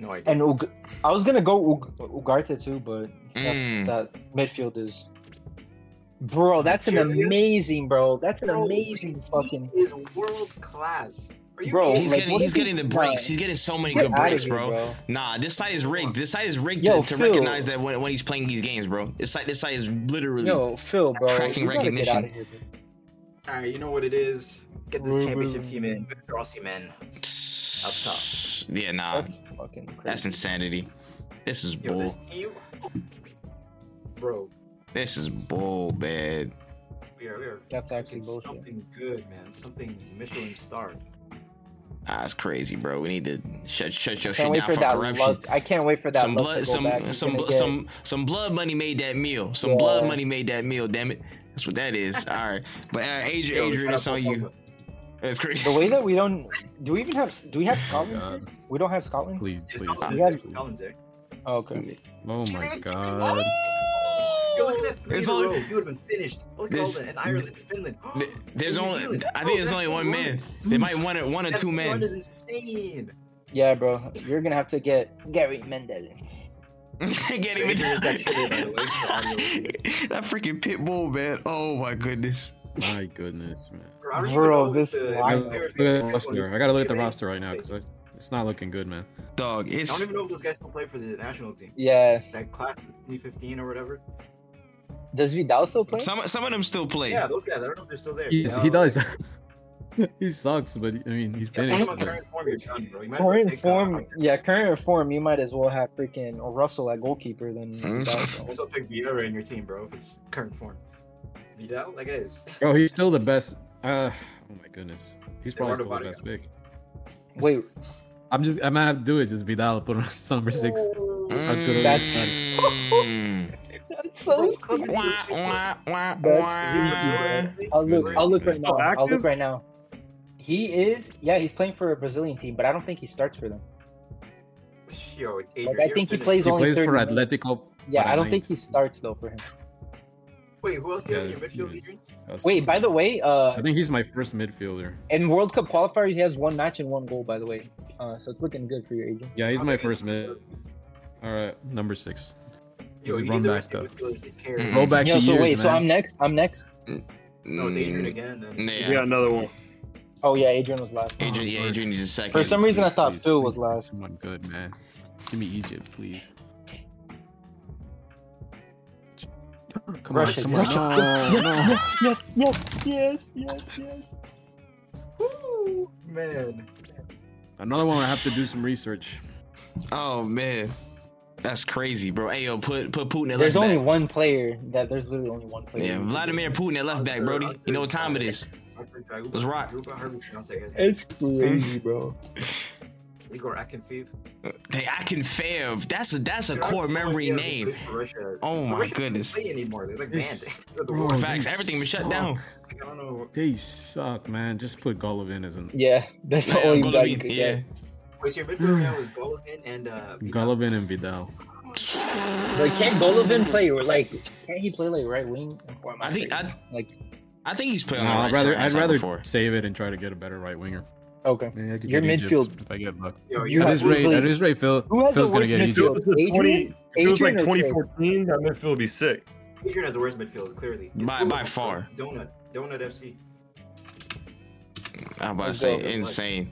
Speaker 4: no idea.
Speaker 2: and Ug- I was gonna go Ug- Ugarte too, but that's,
Speaker 1: Mm.
Speaker 2: that midfield is. Bro, that's an
Speaker 4: Nigeria?
Speaker 2: amazing, bro. That's an
Speaker 4: Bro,
Speaker 2: amazing
Speaker 4: he
Speaker 2: fucking.
Speaker 4: is world class. Are you
Speaker 2: Bro,
Speaker 4: kidding?
Speaker 1: He's
Speaker 2: like,
Speaker 1: getting
Speaker 2: what
Speaker 1: he's
Speaker 2: is
Speaker 1: getting the
Speaker 2: this
Speaker 1: breaks.
Speaker 2: guy?
Speaker 1: He's getting so many
Speaker 2: Get
Speaker 1: good
Speaker 2: outta
Speaker 1: breaks,
Speaker 2: here,
Speaker 1: bro. Nah, this site is rigged. This site is rigged
Speaker 2: Yo,
Speaker 1: to, to
Speaker 2: Phil.
Speaker 1: recognize that when, when he's playing these games, bro. This site this site is literally
Speaker 2: Yo, Phil, bro.
Speaker 1: Tracking
Speaker 2: you gotta get
Speaker 1: recognition.
Speaker 2: out of here, bro.
Speaker 4: All right, you know what it is. Get this championship team in. Victor Osimhen.
Speaker 1: Yeah, nah, that's,
Speaker 2: That's fucking crazy.
Speaker 1: insanity. This is
Speaker 4: Yo,
Speaker 1: bull.
Speaker 4: this
Speaker 1: This,
Speaker 4: team, bro.
Speaker 1: is bull, man.
Speaker 4: We are, we are
Speaker 2: That's actually
Speaker 4: cooking
Speaker 2: bullshit.
Speaker 4: something good, man. Something Michelin star.
Speaker 1: That's Ah, crazy, bro. We need to shut shut your
Speaker 2: can't
Speaker 1: shit
Speaker 2: wait
Speaker 1: down
Speaker 2: for
Speaker 1: for,
Speaker 2: that
Speaker 1: corruption.
Speaker 2: luck. I can't wait for that
Speaker 1: some
Speaker 2: luck
Speaker 1: blood,
Speaker 2: to go
Speaker 1: some
Speaker 2: back. He's
Speaker 1: some
Speaker 2: gonna
Speaker 1: bl-
Speaker 2: get-
Speaker 1: some some blood money made that meal. Some
Speaker 2: Yeah.
Speaker 1: blood money made that meal. Damn it, that's what that is. All right, but uh, Adrian,
Speaker 4: Yo,
Speaker 1: Adrian,
Speaker 4: shout
Speaker 1: it's
Speaker 4: out
Speaker 1: on
Speaker 4: Paul
Speaker 1: you.
Speaker 4: Pogba.
Speaker 1: That's crazy.
Speaker 2: The way that we don't do we even have do we have Scotland?
Speaker 5: God.
Speaker 2: here? We don't have Scotland.
Speaker 5: Please,
Speaker 4: It's
Speaker 5: please.
Speaker 4: Collins,
Speaker 2: Yeah.
Speaker 4: dude. Collins there.
Speaker 2: Oh, okay.
Speaker 5: Oh my god.
Speaker 4: Yo, look at that. Three
Speaker 1: It's
Speaker 4: in a
Speaker 1: only-
Speaker 4: row. You would have been finished. Look at all
Speaker 1: This-
Speaker 4: that. And Ireland, Finland.
Speaker 1: *laughs*
Speaker 4: *gasps*
Speaker 1: Th- There's
Speaker 4: And New
Speaker 1: only,
Speaker 4: Zealand.
Speaker 1: I
Speaker 4: Bro,
Speaker 1: think there's
Speaker 4: that's
Speaker 1: only
Speaker 4: the
Speaker 1: one
Speaker 4: one.
Speaker 1: man. They might one or one or
Speaker 4: That
Speaker 1: two
Speaker 4: run
Speaker 1: men.
Speaker 4: is insane.
Speaker 2: Yeah, bro. You're gonna have to get Gary Mendel.
Speaker 1: *laughs* can't
Speaker 4: Adrian
Speaker 1: even.
Speaker 4: is actually, by the way, the audio engineer.
Speaker 1: *laughs* that freaking pit bull, man. Oh my goodness.
Speaker 5: My goodness, man.
Speaker 4: Bro, I don't
Speaker 2: Bro,
Speaker 4: even know if
Speaker 2: this
Speaker 4: the-
Speaker 5: I
Speaker 2: I-
Speaker 5: gotta,
Speaker 2: line-
Speaker 4: players
Speaker 5: look at the
Speaker 4: play for
Speaker 5: roster.
Speaker 4: them.
Speaker 5: I gotta look at the
Speaker 4: They-
Speaker 5: roster right now because it's not looking good, man.
Speaker 1: Dog,
Speaker 4: I don't
Speaker 1: it's
Speaker 4: even know if those guys still play for the national team.
Speaker 2: Yeah.
Speaker 4: That class of 2015 or whatever.
Speaker 2: Does Vidal still play?
Speaker 1: some some of them still play.
Speaker 4: Yeah, those guys. I don't know if they're still there.
Speaker 5: He's,
Speaker 4: Yeah,
Speaker 5: he
Speaker 4: like-
Speaker 5: does. *laughs* he sucks, but I mean, he's
Speaker 4: Yeah,
Speaker 5: finished.
Speaker 4: put him on
Speaker 5: but-
Speaker 4: current form, you're done, bro. You might as well
Speaker 2: Current
Speaker 4: take, uh,
Speaker 2: form, yeah, current form. You might as well have freaking Russell at goalkeeper than
Speaker 5: Hmm?
Speaker 1: Mm.
Speaker 2: Vidal.
Speaker 5: *laughs*
Speaker 4: might as well pick Vieira in your team, bro, if it's current form. Vidal, that guy is.
Speaker 5: Bro, he's still the best. Uh, oh my goodness, he's probably
Speaker 4: Eduardo
Speaker 5: still the
Speaker 4: Vargas.
Speaker 5: best pick.
Speaker 2: Wait,
Speaker 5: I'm just, I might have to do it. Just Vidal put him *laughs* as number six.
Speaker 1: Mm.
Speaker 2: That's-
Speaker 1: Mm.
Speaker 2: that's so.
Speaker 4: Bro, club is
Speaker 1: *laughs* Wah,
Speaker 4: ridiculous.
Speaker 1: wah, wah,
Speaker 2: That's-
Speaker 1: wah.
Speaker 2: I'll look. I'll look right
Speaker 3: Still
Speaker 2: now. I'll
Speaker 3: active?
Speaker 2: look right now. He is. Yeah, he's playing for a Brazilian team, but I don't think he starts for them.
Speaker 4: Yo, Adrian,
Speaker 2: Like, I think he
Speaker 4: you're finished.
Speaker 2: plays
Speaker 5: He
Speaker 2: only
Speaker 5: plays for
Speaker 2: 30 minutes.
Speaker 5: Atletico.
Speaker 2: Yeah, I don't
Speaker 5: Paranaense.
Speaker 2: think he starts though for him.
Speaker 4: Wait, who else do you
Speaker 5: Yeah,
Speaker 4: have in your
Speaker 5: his
Speaker 4: midfield,
Speaker 5: team is-
Speaker 4: Adrian?
Speaker 5: that's-
Speaker 2: Wait, by the way,
Speaker 5: I
Speaker 2: uh,
Speaker 5: think he's my first midfielder.
Speaker 2: in World Cup qualifier, he has one match and one goal. By the way, uh, so it's looking good for your agent.
Speaker 5: Yeah, he's
Speaker 4: I
Speaker 5: my
Speaker 4: think
Speaker 5: first mid. All right, number six.
Speaker 4: Yo,
Speaker 5: uh, He's
Speaker 4: you
Speaker 5: run
Speaker 4: need the
Speaker 5: back
Speaker 4: rest of your
Speaker 5: though.
Speaker 4: midfielders to carry.
Speaker 1: Mm.
Speaker 5: Roll back
Speaker 2: Yo,
Speaker 5: to
Speaker 2: so
Speaker 5: years,
Speaker 2: wait, so
Speaker 5: man.
Speaker 2: I'm next. I'm next.
Speaker 4: No, Oh, it's
Speaker 5: Mm-hmm.
Speaker 4: Adrian
Speaker 1: Mm.
Speaker 4: again. Then
Speaker 1: Yeah.
Speaker 3: We got another one.
Speaker 2: Oh yeah, Adrian was last.
Speaker 1: Adrian, yeah, Adrian is the second.
Speaker 2: For some reason, I
Speaker 5: Please,
Speaker 2: thought
Speaker 5: please,
Speaker 2: Phil
Speaker 5: please,
Speaker 2: was
Speaker 5: give me
Speaker 2: last.
Speaker 5: Someone good, man. Give me Egypt, please. Come
Speaker 2: Russia,
Speaker 5: on, come on.
Speaker 2: *laughs* yes.
Speaker 5: No, no.
Speaker 2: Yes, yes, yes, yes, yes.
Speaker 4: Woo, man.
Speaker 5: Another one. I have to do some research.
Speaker 1: Oh man, that's crazy, bro. Hey, yo, put put Putin at
Speaker 2: There's
Speaker 1: left
Speaker 2: only
Speaker 1: back.
Speaker 2: one player that there's literally only one player.
Speaker 1: Yeah, Vladimir Putin at left back, Brody. You know what time it is? Let's rock.
Speaker 4: It's
Speaker 2: It's crazy, bro.
Speaker 4: Igor Akinfeev.
Speaker 1: Hey, I can fail. That's a that's a
Speaker 4: Dude, I
Speaker 1: core
Speaker 4: have no
Speaker 1: memory
Speaker 4: idea who plays
Speaker 1: name.
Speaker 4: for Russia.
Speaker 1: Oh my
Speaker 4: Russia doesn't
Speaker 1: goodness.
Speaker 4: Play anymore? They're like banned.
Speaker 5: This-
Speaker 4: They're the
Speaker 5: Bro,
Speaker 4: worst.
Speaker 1: Facts.
Speaker 5: they
Speaker 1: Everything was shut
Speaker 5: suck.
Speaker 1: down.
Speaker 4: I don't know.
Speaker 5: They suck, man. Just put Golovin as an.
Speaker 2: Yeah, that's
Speaker 1: Yeah,
Speaker 2: the only guy you
Speaker 1: Golovin,
Speaker 2: could
Speaker 1: yeah.
Speaker 4: Wait, so your midfield right now is Golovin and uh, Vidal.
Speaker 5: Golovin and Vidal.
Speaker 2: get. Like, can't Golovin play or like can't he play like right wing? Or am
Speaker 1: I think
Speaker 2: crazy?
Speaker 1: I
Speaker 2: like
Speaker 1: I think he's
Speaker 5: No,
Speaker 1: playing. on the
Speaker 5: I'd
Speaker 1: right
Speaker 5: rather
Speaker 1: side,
Speaker 5: I'd
Speaker 1: side
Speaker 5: rather
Speaker 1: before.
Speaker 5: save it and try to get a better right winger.
Speaker 2: okay.
Speaker 5: Maybe I could
Speaker 2: Your
Speaker 5: get Egypt
Speaker 2: midfield-
Speaker 5: if I get luck.
Speaker 4: Yo,
Speaker 2: You
Speaker 5: At
Speaker 2: have
Speaker 5: this rate,
Speaker 2: easily-
Speaker 5: at this rate, Phil
Speaker 2: Who has
Speaker 5: Phil's
Speaker 2: the
Speaker 5: gonna
Speaker 2: worst
Speaker 5: get
Speaker 3: If it
Speaker 5: Egypt.
Speaker 2: midfield?
Speaker 3: was the 20
Speaker 2: Adrian?
Speaker 3: if it was like
Speaker 2: Adrian or Trey?
Speaker 3: 2014, that midfield would be sick.
Speaker 4: Adrian has the worst midfield, clearly. It's
Speaker 1: By-
Speaker 4: Google,
Speaker 1: by far.
Speaker 4: Donut. Donut FC.
Speaker 1: I'm about to
Speaker 2: Let's
Speaker 1: say
Speaker 2: go.
Speaker 1: insane.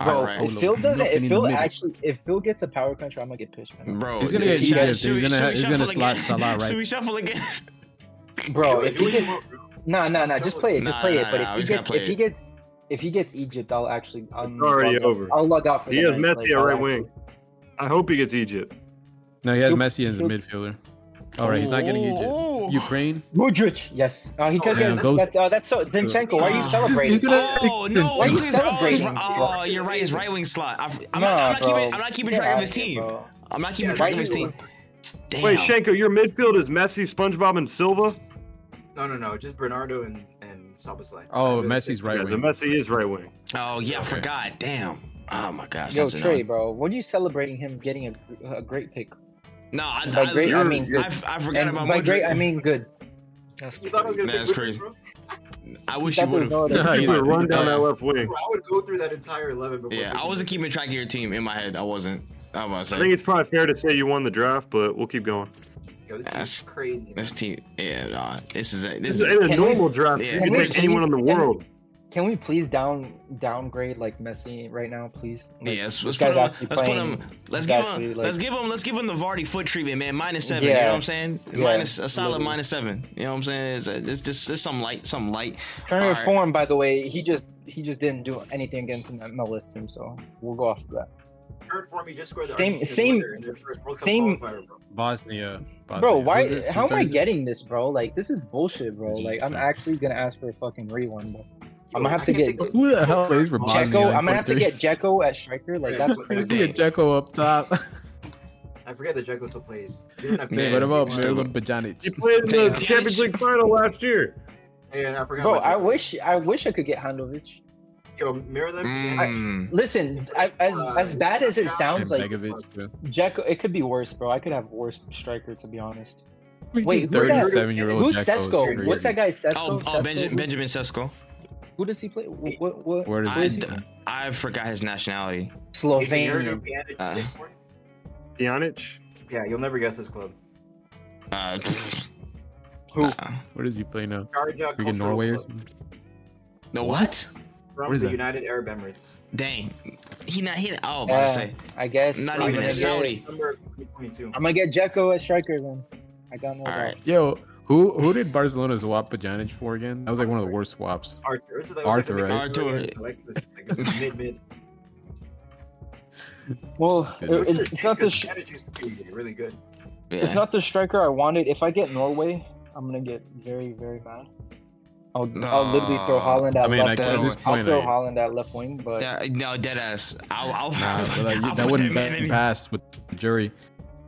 Speaker 2: Bro,
Speaker 1: All right,
Speaker 2: if Phil does it,
Speaker 5: Nothing
Speaker 2: if
Speaker 5: in the
Speaker 2: Phil
Speaker 5: middle.
Speaker 2: actually, if Phil gets a power country, I'm gonna get pissed, man.
Speaker 1: bro.
Speaker 5: He's gonna get
Speaker 1: should I-
Speaker 5: Egypt.
Speaker 1: should we-
Speaker 5: He's gonna-
Speaker 1: should we
Speaker 5: he's gonna
Speaker 1: shuffle
Speaker 5: slot
Speaker 1: again?
Speaker 5: Salah, right?
Speaker 1: Should we shuffle
Speaker 5: *laughs*
Speaker 1: again?
Speaker 2: Bro,
Speaker 4: Yo,
Speaker 2: if
Speaker 4: do
Speaker 2: he
Speaker 4: what you
Speaker 2: gets
Speaker 4: want, bro.
Speaker 2: nah, nah, nah, just play it, just
Speaker 1: Nah,
Speaker 2: play
Speaker 1: nah,
Speaker 2: it. But
Speaker 1: nah, we
Speaker 2: if he
Speaker 1: just gotta
Speaker 2: gets,
Speaker 1: play
Speaker 2: if he
Speaker 1: it.
Speaker 2: gets, if he gets Egypt, I'll actually. I'm
Speaker 3: already
Speaker 2: I'll-
Speaker 3: over.
Speaker 2: I'll log out for.
Speaker 3: He
Speaker 2: the
Speaker 3: has
Speaker 2: night,
Speaker 3: Messi at
Speaker 2: I'll
Speaker 3: right
Speaker 2: actually-
Speaker 3: wing. I hope he gets Egypt.
Speaker 5: No, he has
Speaker 2: He'll-
Speaker 5: Messi as a
Speaker 2: he'll-
Speaker 5: midfielder. All right, he's not getting Egypt.
Speaker 2: Oh.
Speaker 1: Ooh, ooh.
Speaker 5: Ukraine.
Speaker 2: Modric, yes. Uh,
Speaker 1: Oh,
Speaker 2: he could
Speaker 4: Yeah,
Speaker 2: get
Speaker 5: those-
Speaker 2: that's, uh, that's so Zinchenko. Why are you
Speaker 1: Ah.
Speaker 2: celebrating?
Speaker 5: Just- *laughs*
Speaker 1: Oh no!
Speaker 2: Why are you
Speaker 1: he's always-
Speaker 2: celebrating?
Speaker 1: Oh, you're right. It's right wing slot. I'm, I'm
Speaker 2: Nah,
Speaker 1: not, I'm not
Speaker 2: bro.
Speaker 1: keeping. I'm not keeping
Speaker 2: Get
Speaker 1: track of
Speaker 2: outta
Speaker 1: his
Speaker 2: here,
Speaker 1: team.
Speaker 2: bro.
Speaker 1: I'm not keeping
Speaker 4: Yeah,
Speaker 1: track of
Speaker 2: why
Speaker 1: his
Speaker 2: you-
Speaker 1: team. Damn.
Speaker 3: Wait, Shanko, your midfield is Messi, SpongeBob, and Silva.
Speaker 4: No, no, no. Just Bernardo and and Soboslai.
Speaker 5: Oh,
Speaker 4: They're the same.
Speaker 5: Messi's right
Speaker 3: yeah, the
Speaker 5: wing.
Speaker 3: Messi is right wing.
Speaker 1: Oh yeah, I
Speaker 5: Okay.
Speaker 1: forgot. Damn. Oh my gosh.
Speaker 2: Yo,
Speaker 1: that's
Speaker 2: Trey,
Speaker 1: annoying.
Speaker 2: bro, what are you celebrating him getting a, a great pick?
Speaker 1: No, I,
Speaker 2: By
Speaker 1: I,
Speaker 2: great, I
Speaker 3: you're-
Speaker 2: mean good.
Speaker 1: I, I forgot
Speaker 2: And
Speaker 1: about
Speaker 2: by
Speaker 1: Modric.
Speaker 2: great, I mean good.
Speaker 4: You thought I was gonna
Speaker 1: Man,
Speaker 4: pick
Speaker 1: that's
Speaker 4: Woodruff,
Speaker 1: crazy.
Speaker 4: bro?
Speaker 1: I wish you
Speaker 2: That
Speaker 1: would
Speaker 2: was
Speaker 1: have.
Speaker 2: no other-
Speaker 5: Yeah,
Speaker 3: You
Speaker 5: you-
Speaker 3: could run down
Speaker 5: yeah.
Speaker 3: that left wing.
Speaker 4: Bro, I would go through that entire eleven before.
Speaker 1: Yeah, I
Speaker 4: picking
Speaker 1: wasn't
Speaker 4: Woodruff.
Speaker 1: keeping track of your team in my head. I wasn't. I'm about to
Speaker 3: I
Speaker 1: say
Speaker 3: think it's probably fair to say you won the draft, but we'll keep going.
Speaker 4: Yo, this
Speaker 1: That's-
Speaker 4: is crazy. man.
Speaker 1: this team. Yeah, nah, this is it. This is
Speaker 3: This is in a
Speaker 2: Can
Speaker 3: normal
Speaker 2: we-
Speaker 3: draft.
Speaker 1: yeah.
Speaker 3: You
Speaker 1: Can
Speaker 3: can
Speaker 1: we
Speaker 3: take anyone in
Speaker 2: please-
Speaker 3: the
Speaker 2: can-
Speaker 3: world.
Speaker 2: Can we please down downgrade like Messi right now, please? Like,
Speaker 1: Yes,
Speaker 2: this
Speaker 1: let's put
Speaker 2: guy's
Speaker 1: him. Let's
Speaker 2: actually
Speaker 1: put
Speaker 2: playing-
Speaker 1: him. Let's
Speaker 2: he's
Speaker 1: give
Speaker 2: actually,
Speaker 1: him.
Speaker 2: like-
Speaker 1: Let's give him. Let's give him the Vardy foot treatment, man. Minus seven. You know
Speaker 2: Yeah.
Speaker 1: what I'm saying?
Speaker 2: Yeah,
Speaker 1: Minus a solid
Speaker 2: literally.
Speaker 1: minus seven. You know what I'm saying? It's, it's just it's some light, some light.
Speaker 2: Current
Speaker 1: Alright.
Speaker 2: form, by the way, he just he just didn't do anything against an MLS team, so we'll go off of that.
Speaker 4: Third form, you just scored the
Speaker 2: Same-
Speaker 4: Argentina
Speaker 2: same-
Speaker 4: winner in their first World Cup
Speaker 2: same-
Speaker 4: qualifier, bro.
Speaker 5: Bosnia. Bosnia.
Speaker 2: Bro, why?
Speaker 5: Who's this?
Speaker 2: How am I
Speaker 5: Who's this?
Speaker 2: getting this, bro? Like this is bullshit, bro.
Speaker 5: This is
Speaker 2: Like I'm
Speaker 5: insane.
Speaker 2: actually gonna ask for a fucking refund. Bro. I'm
Speaker 4: Yo,
Speaker 2: gonna have
Speaker 4: I
Speaker 2: to
Speaker 4: can't
Speaker 2: get-
Speaker 4: think of-
Speaker 5: Who the hell is for
Speaker 4: Checo,
Speaker 5: Bosnia?
Speaker 2: Jekko, I'm gonna have to get Jekko at striker. Like
Speaker 1: *laughs*
Speaker 2: that's
Speaker 5: I
Speaker 4: Let's
Speaker 5: *laughs* see a
Speaker 2: crazy.
Speaker 4: get
Speaker 5: Jekko up *laughs* top.
Speaker 4: I forget that Jekyll still plays. You don't have
Speaker 1: Man,
Speaker 5: Man,
Speaker 1: what
Speaker 5: what
Speaker 4: Pjanic.
Speaker 1: about
Speaker 5: about
Speaker 1: still-
Speaker 5: Merlin Pjanic?
Speaker 3: He played in the
Speaker 1: Damn.
Speaker 3: Champions League final last year.
Speaker 4: And I forgot.
Speaker 2: Bro,
Speaker 4: about
Speaker 2: I
Speaker 4: Jekyll.
Speaker 2: wish I wish I could get Handovich.
Speaker 4: Yo, Maryland.
Speaker 1: Mm.
Speaker 2: Listen, I, as as bad as it sounds,
Speaker 5: And
Speaker 2: like
Speaker 5: Begovic, too.
Speaker 2: Jekko, it could be worse, bro. I could have worse striker to be honest. Wait, who's that?
Speaker 5: 37 year old
Speaker 2: Who's Sesko? What's that guy Sesko?
Speaker 1: Oh, oh
Speaker 2: Sesko?
Speaker 1: Benja- Benjamin Sesko.
Speaker 2: Who does he play? What? What? what
Speaker 5: Where is
Speaker 2: who
Speaker 1: I,
Speaker 5: he?
Speaker 2: is he?
Speaker 1: d- I forgot his nationality.
Speaker 2: Slovenian.
Speaker 1: Uh,
Speaker 4: Slovenian.
Speaker 3: Pjanic.
Speaker 4: Yeah, you'll never guess this club.
Speaker 1: Uh,
Speaker 2: Who?
Speaker 5: What does he play now?
Speaker 4: Sharjah
Speaker 5: Freaking
Speaker 4: Cultural
Speaker 5: Norway or
Speaker 4: Club
Speaker 5: something?
Speaker 1: the what?
Speaker 4: from
Speaker 5: What is
Speaker 4: the
Speaker 5: that?
Speaker 4: United Arab Emirates.
Speaker 1: Dang, he not hit. Oh, I
Speaker 2: Yeah,
Speaker 1: say
Speaker 2: I guess.
Speaker 1: Not
Speaker 2: I'm
Speaker 1: even
Speaker 2: gonna
Speaker 1: a
Speaker 2: get-
Speaker 1: Saudi.
Speaker 4: December of 2022.
Speaker 2: I'm gonna get Jekko as striker then. I got no.
Speaker 1: all right.
Speaker 5: Yo, who who did Barcelona swap Pjanic for again? That was like one of the worst swaps.
Speaker 4: Arthur. This is like,
Speaker 5: Arthur,
Speaker 4: this is
Speaker 1: right?
Speaker 4: the-
Speaker 1: Arthur.
Speaker 4: I like this. Like, this
Speaker 1: *laughs*
Speaker 4: is mid mid.
Speaker 2: Well,
Speaker 5: Good.
Speaker 2: it- it's not the sh-
Speaker 4: strategy. Really good.
Speaker 1: Yeah.
Speaker 2: it's not the striker I wanted. If I get Norway, I'm gonna get very very mad. I'll, I'll literally throw
Speaker 1: Nah.
Speaker 2: Holland at
Speaker 5: I mean,
Speaker 2: left
Speaker 5: I-
Speaker 1: at
Speaker 2: wing.
Speaker 1: this
Speaker 2: I'll
Speaker 5: point,
Speaker 2: throw
Speaker 5: I-
Speaker 2: Holland at left wing, but
Speaker 1: Yeah, no, dead ass. I'll, *laughs* I'll,
Speaker 2: *laughs*
Speaker 5: Nah, but like,
Speaker 1: I'll
Speaker 5: that
Speaker 1: put
Speaker 5: wouldn't
Speaker 1: man
Speaker 5: be
Speaker 1: in-
Speaker 5: passed with the jury.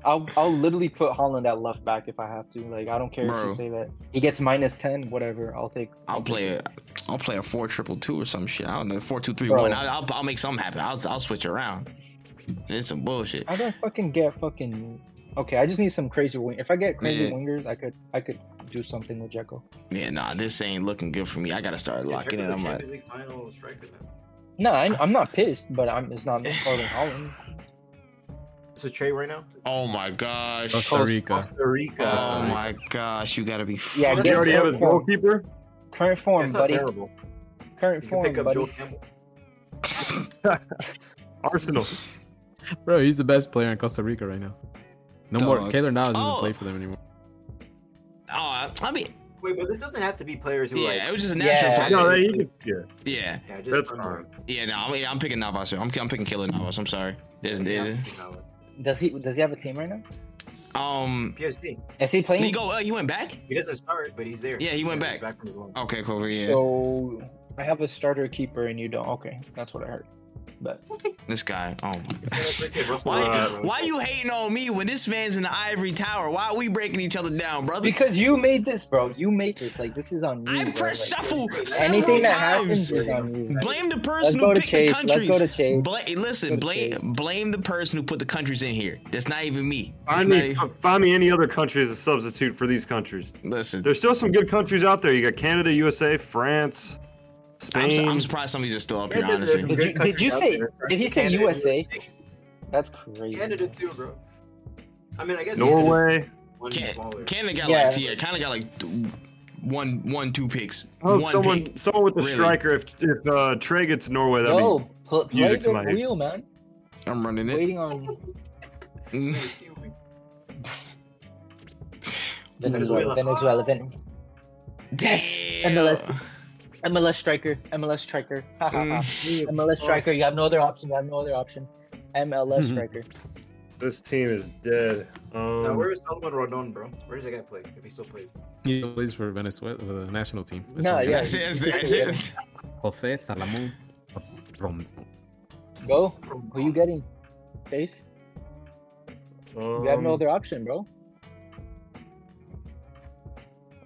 Speaker 2: I'll I'll literally put Holland at left back if I have to. Like I don't care if
Speaker 1: Bro.
Speaker 2: you say that he gets minus ten, whatever. I'll take.
Speaker 1: I'll play a, I'll play a four triple two or some shit. I don't know four two three
Speaker 2: Bro.
Speaker 1: one. I'll, I'll, I'll make something happen. I'll, I'll switch around. It's some bullshit.
Speaker 2: I don't fucking get fucking. Okay, I just need some crazy wing. If I get crazy
Speaker 1: Yeah.
Speaker 2: wingers, I could I could do something with Jekyll.
Speaker 1: Yeah, nah, this ain't looking good for me. I gotta start locking
Speaker 4: Jekko's
Speaker 1: in.
Speaker 4: a
Speaker 1: I'm like,
Speaker 4: Champions League final striker. Man.
Speaker 2: No, I, I'm not pissed, but I'm it's
Speaker 4: *laughs*
Speaker 2: not Erling Holland.
Speaker 4: This is Trey right now.
Speaker 1: oh my gosh,
Speaker 5: Costa Rica.
Speaker 4: Costa Rica.
Speaker 1: oh my gosh, you gotta be.
Speaker 2: Yeah,
Speaker 1: fucking-
Speaker 4: Does
Speaker 3: Does he already have his
Speaker 2: Get Joe
Speaker 3: goalkeeper?
Speaker 2: Current form,
Speaker 4: That's not
Speaker 2: buddy.
Speaker 4: terrible.
Speaker 2: Current
Speaker 4: You can
Speaker 2: form,
Speaker 4: pick up
Speaker 2: buddy.
Speaker 4: Joel Campbell.
Speaker 3: Arsenal.
Speaker 5: Bro, he's the best player in Costa Rica right now. No more.
Speaker 1: Dog.
Speaker 5: Kaylor Navas doesn't
Speaker 1: Oh.
Speaker 5: play for them anymore.
Speaker 1: Oh, I mean,
Speaker 4: Wait, but this doesn't have to be players who
Speaker 1: yeah, it
Speaker 4: like.
Speaker 1: was just a
Speaker 2: Yeah.
Speaker 1: national
Speaker 2: No,
Speaker 1: player.
Speaker 3: No, he can, yeah.
Speaker 1: yeah,
Speaker 4: Yeah, just
Speaker 3: That's
Speaker 4: run
Speaker 3: fine.
Speaker 4: through.
Speaker 1: yeah, no, I'm, yeah, I'm picking Navas. here. I'm, I'm picking Killer Navas. I'm sorry. There's,
Speaker 4: Yeah,
Speaker 1: there-
Speaker 2: Does he does he have a team right now?
Speaker 1: um,
Speaker 4: PSG.
Speaker 2: Is he playing?
Speaker 1: he go. Uh, he went back.
Speaker 4: He doesn't start, but he's there.
Speaker 1: Yeah, he went
Speaker 4: He's
Speaker 1: back. Oh.
Speaker 4: back from his loan.
Speaker 1: Okay, cool. Yeah,
Speaker 2: So I have a starter keeper and you don't. Okay, that's what I heard. But
Speaker 1: this guy. Oh my *laughs*
Speaker 4: Yeah, that's
Speaker 1: gosh.
Speaker 4: right, kid. Russell
Speaker 1: Why,
Speaker 4: Westbrook.
Speaker 1: why you hating on me when this man's in the ivory tower? Why are we breaking each other down, brother?
Speaker 2: because you made this, bro, you made this. Like this is on you.
Speaker 1: I
Speaker 2: bro.
Speaker 1: press
Speaker 2: Like,
Speaker 1: shuffle several
Speaker 2: anything that happens
Speaker 1: times.
Speaker 2: is on you.
Speaker 1: Blame the
Speaker 2: Let's
Speaker 1: person
Speaker 2: go
Speaker 1: who
Speaker 2: to
Speaker 1: picked the
Speaker 2: Chase. Let's go to
Speaker 1: countries.
Speaker 2: Chase.
Speaker 1: Bla- listen,
Speaker 2: Let's go to
Speaker 1: blame
Speaker 2: Chase.
Speaker 1: blame the person who put the countries in here. That's not even me. It's
Speaker 3: Find
Speaker 1: not
Speaker 3: me,
Speaker 1: even-
Speaker 3: find me any other country as a substitute for these countries.
Speaker 1: listen,
Speaker 3: There's still some good countries out there. You got Canada, USA, France,
Speaker 1: I'm, su-
Speaker 3: Spain.
Speaker 1: I'm surprised some of these are still up here.
Speaker 4: Yes, yes, there's some
Speaker 1: Honestly,
Speaker 2: Did
Speaker 4: good
Speaker 2: you- did
Speaker 4: countries
Speaker 2: you
Speaker 4: out
Speaker 2: say-
Speaker 4: there.
Speaker 2: did he say
Speaker 4: Canada,
Speaker 2: USA? That's crazy.
Speaker 4: Canada too, bro. I mean, I guess
Speaker 3: Norway.
Speaker 4: One
Speaker 1: Can-
Speaker 4: smaller.
Speaker 1: Canada got
Speaker 2: Yeah.
Speaker 1: like yeah, Canada got like th- one one two picks.
Speaker 3: Oh,
Speaker 1: One
Speaker 3: someone,
Speaker 1: pick.
Speaker 3: someone with a
Speaker 1: Really?
Speaker 3: striker. If, if uh, Trey gets Norway, that'd
Speaker 2: Yo,
Speaker 3: be
Speaker 2: pl- play
Speaker 3: music to
Speaker 2: the
Speaker 3: my ears.
Speaker 2: wheel, man.
Speaker 1: I'm running it.
Speaker 2: Waiting on *laughs*
Speaker 1: Mm.
Speaker 2: Venezuela.
Speaker 4: Venezuela.
Speaker 2: Venezuela. Ven-
Speaker 1: Damn.
Speaker 2: MLS. MLS striker. MLS striker. Ha, ha, ha. MLS striker. You have no other option. You have no other option. MLS
Speaker 5: Mhm.
Speaker 2: striker.
Speaker 3: this team is dead.
Speaker 4: Now,
Speaker 3: Um,
Speaker 4: where is Solomon Rodon, bro? Where does that guy play? If he still plays.
Speaker 5: He plays for Venezuela, for the national team.
Speaker 2: No,
Speaker 5: what he
Speaker 2: yeah.
Speaker 5: does.
Speaker 1: That's it. That's it.
Speaker 2: *laughs*
Speaker 1: That's it.
Speaker 5: Jose Salamon. Rom-
Speaker 2: Go. Who you getting? Chase. You have no
Speaker 3: um,
Speaker 2: other option, bro. *laughs*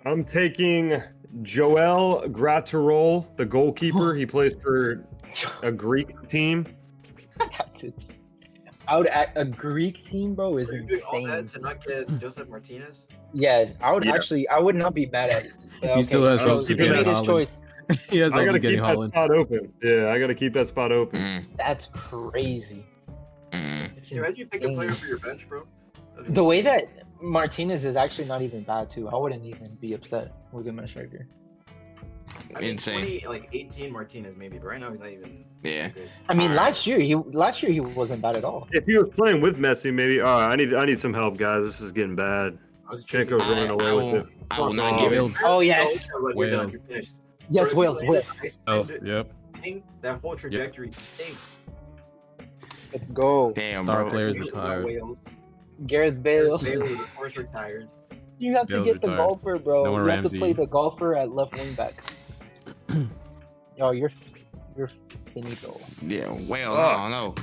Speaker 3: I'm taking Joel Graterol, the *gasps* goalkeeper. he plays for a Greek team.
Speaker 2: That's it. I would act, a Greek team, bro, is
Speaker 4: Are you doing all that
Speaker 2: insane. Hmm.
Speaker 4: to not get Joseph Martinez?
Speaker 2: Yeah, I would
Speaker 3: Yeah.
Speaker 2: actually. I would not be mad at. You
Speaker 5: still has
Speaker 3: hopes
Speaker 2: He
Speaker 3: of getting
Speaker 2: made his
Speaker 5: Haaland.
Speaker 2: choice.
Speaker 5: *laughs* he has
Speaker 3: I
Speaker 5: all
Speaker 3: gotta
Speaker 5: to
Speaker 3: keep
Speaker 5: getting
Speaker 3: that
Speaker 5: Holland.
Speaker 3: spot open. Yeah, I gotta keep that spot open.
Speaker 1: Mm,
Speaker 2: That's crazy.
Speaker 1: mm.
Speaker 2: It's
Speaker 4: Can you imagine you pick a player
Speaker 2: insane.
Speaker 4: for your bench, bro? That'd be
Speaker 2: The way
Speaker 4: insane.
Speaker 2: that Martinez is actually not even bad too. I wouldn't even be upset with him as striker.
Speaker 4: I mean,
Speaker 1: Insane.
Speaker 4: 20, like 18 Martinez, maybe, but right now he's not even.
Speaker 1: Yeah.
Speaker 4: good.
Speaker 2: I mean,
Speaker 1: Alright.
Speaker 2: last year he last year he wasn't bad at all.
Speaker 3: If he was playing with Messi, maybe. All right, I need I need some help, guys. This is getting bad.
Speaker 4: I was
Speaker 3: Jacob's
Speaker 4: chasing-
Speaker 1: I-
Speaker 3: running away
Speaker 1: I
Speaker 3: with
Speaker 1: won't-
Speaker 3: it.
Speaker 1: I will
Speaker 3: Fuck
Speaker 1: not
Speaker 3: off.
Speaker 1: give it.
Speaker 5: Wales.
Speaker 2: Oh, yes.
Speaker 4: No, no, you're done,
Speaker 5: Wales.
Speaker 4: you're finished. Bro, if
Speaker 2: Yes,
Speaker 4: you
Speaker 2: Wales,
Speaker 4: play
Speaker 2: Wales.
Speaker 4: that ice
Speaker 5: Oh,
Speaker 4: bender
Speaker 5: yep.
Speaker 4: thing, that whole trajectory stinks.
Speaker 2: Let's go,
Speaker 1: Damn,
Speaker 5: Star
Speaker 1: bro.
Speaker 5: player. Players
Speaker 4: Wales is not
Speaker 5: retired.
Speaker 4: Wales.
Speaker 2: Gareth Bale.
Speaker 4: Bailey is of course retired.
Speaker 2: You have to
Speaker 5: Bale's
Speaker 2: get the
Speaker 5: retired.
Speaker 2: golfer, bro.
Speaker 5: Noah
Speaker 2: you have to
Speaker 5: Ramsey.
Speaker 2: play the golfer at left wing
Speaker 5: *clears throat*
Speaker 2: back. Yo, you're f- you're finito.
Speaker 1: Yeah, well,
Speaker 3: Oh.
Speaker 1: I don't know.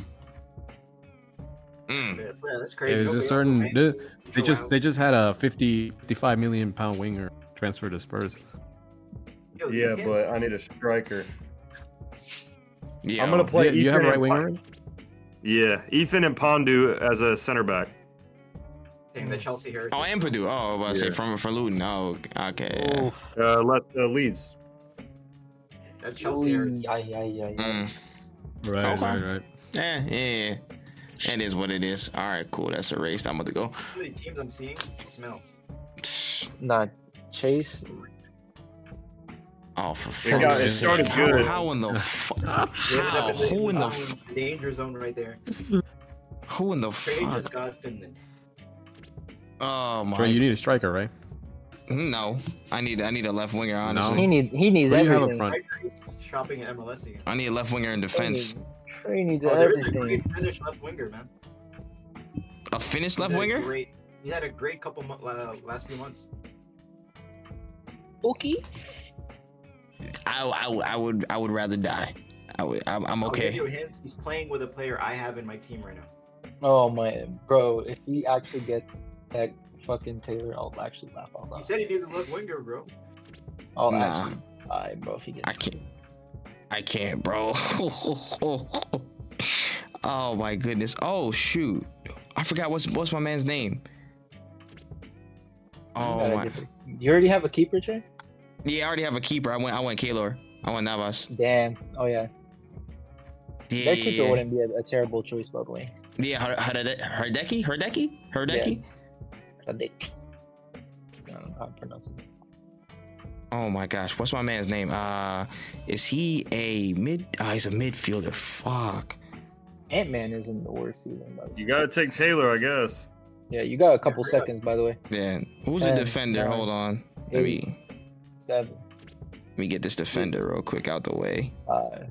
Speaker 1: Mm. Hmm.
Speaker 4: Yeah, bro, that's
Speaker 5: Yeah,
Speaker 4: crazy.
Speaker 5: there's a
Speaker 4: Nobody
Speaker 5: certain.
Speaker 4: else,
Speaker 5: They,
Speaker 4: right?
Speaker 5: they just
Speaker 4: Joao.
Speaker 5: they just had a 50 55 million pound winger transfer to Spurs.
Speaker 4: Yo, these
Speaker 3: Yeah,
Speaker 4: kids-
Speaker 3: but I need a striker.
Speaker 1: Yeah,
Speaker 3: I'm gonna
Speaker 5: Do
Speaker 3: play.
Speaker 5: you, you have a
Speaker 3: Ethan
Speaker 5: right
Speaker 3: and
Speaker 5: winger?
Speaker 3: Yeah, Ethan and Pondu as a center back.
Speaker 4: Damn, the Chelsea Harris.
Speaker 1: Oh, and Purdue. Oh, I was about to say
Speaker 3: Yeah.
Speaker 1: from from Luton. Oh, okay. yeah.
Speaker 2: Oof.
Speaker 3: Uh, left uh, Leeds.
Speaker 4: That's Chelsea Harris.
Speaker 2: Ooh, ay, ay, ay, ay.
Speaker 1: Mm.
Speaker 5: Right,
Speaker 1: Okay.
Speaker 2: Oh
Speaker 5: right,
Speaker 1: Eh,
Speaker 5: right.
Speaker 1: Yeah, yeah, yeah. It is what it is. All right, cool. That's erased. I'm about to go.
Speaker 4: Some of these teams I'm seeing smell.
Speaker 2: Nah, Chase.
Speaker 1: Oh, for
Speaker 3: It got-
Speaker 1: fuck's
Speaker 3: it
Speaker 1: sake.
Speaker 3: started
Speaker 1: How-
Speaker 3: good.
Speaker 1: How in the fuck?
Speaker 4: They ended
Speaker 1: How?
Speaker 4: up in
Speaker 1: Who in the f-
Speaker 4: zone- danger zone right there?
Speaker 1: who in the
Speaker 4: Trey just
Speaker 1: fuck?
Speaker 4: got Finland.
Speaker 1: Oh my.
Speaker 5: Trey, you need a striker, right?
Speaker 1: no, I need I need a left winger.
Speaker 5: No.
Speaker 1: Honestly,
Speaker 2: He need he needs
Speaker 5: Who Um, do you have up
Speaker 2: everything.
Speaker 5: front?
Speaker 4: Shopping at MLS again.
Speaker 1: I need a left winger in
Speaker 2: Trey
Speaker 1: defense.
Speaker 2: needs- Trey needs
Speaker 4: Oh, there is a
Speaker 2: everything.
Speaker 4: great Finnish left winger, man.
Speaker 1: A Finnish left
Speaker 4: He's had a
Speaker 1: winger?
Speaker 4: Great, he's had a great couple mo- la- last few months.
Speaker 2: Bookie.
Speaker 1: I, I I would I would rather die. I would, I'm, I'm
Speaker 4: I'll give
Speaker 1: okay.
Speaker 4: you a hint. He's playing with a player I have in my team right now.
Speaker 2: Oh my, bro! If he actually gets that fucking Taylor, I'll actually laugh out
Speaker 4: He
Speaker 2: loud.
Speaker 4: said he needs a left winger, bro.
Speaker 2: I'll
Speaker 1: Nah.
Speaker 2: actually die, bro. If he gets,
Speaker 1: I can't. I can't, bro. *laughs* oh my goodness. Oh shoot. I forgot what's what's my man's name.
Speaker 2: You
Speaker 1: Oh
Speaker 2: gotta
Speaker 1: my.
Speaker 2: get the- You already have a keeper, Trey?
Speaker 1: Yeah, I already have a keeper. I went I went Kalor. I went Navas.
Speaker 2: Damn. Oh yeah,
Speaker 1: Yeah.
Speaker 2: that keeper
Speaker 1: yeah, yeah.
Speaker 2: wouldn't be a, a terrible choice, by the way.
Speaker 1: Yeah, Her- Herde- Herdecki? Herdecki? Herdecki?
Speaker 2: I think- I don't know how to pronounce it.
Speaker 1: Oh my gosh, what's my man's name? Uh is he a mid uh, he's a midfielder. Fuck.
Speaker 2: Ant Man isn't the worst season, by the way.
Speaker 3: You gotta take Taylor, I guess.
Speaker 2: Yeah, you got a couple
Speaker 4: Yeah.
Speaker 2: seconds, by the way.
Speaker 1: Yeah. Who's
Speaker 2: Ten,
Speaker 1: a defender?
Speaker 2: nine,
Speaker 1: Hold on. Let
Speaker 2: eight.
Speaker 1: me
Speaker 2: Seven,
Speaker 1: let me get this defender real quick out the way.
Speaker 2: five,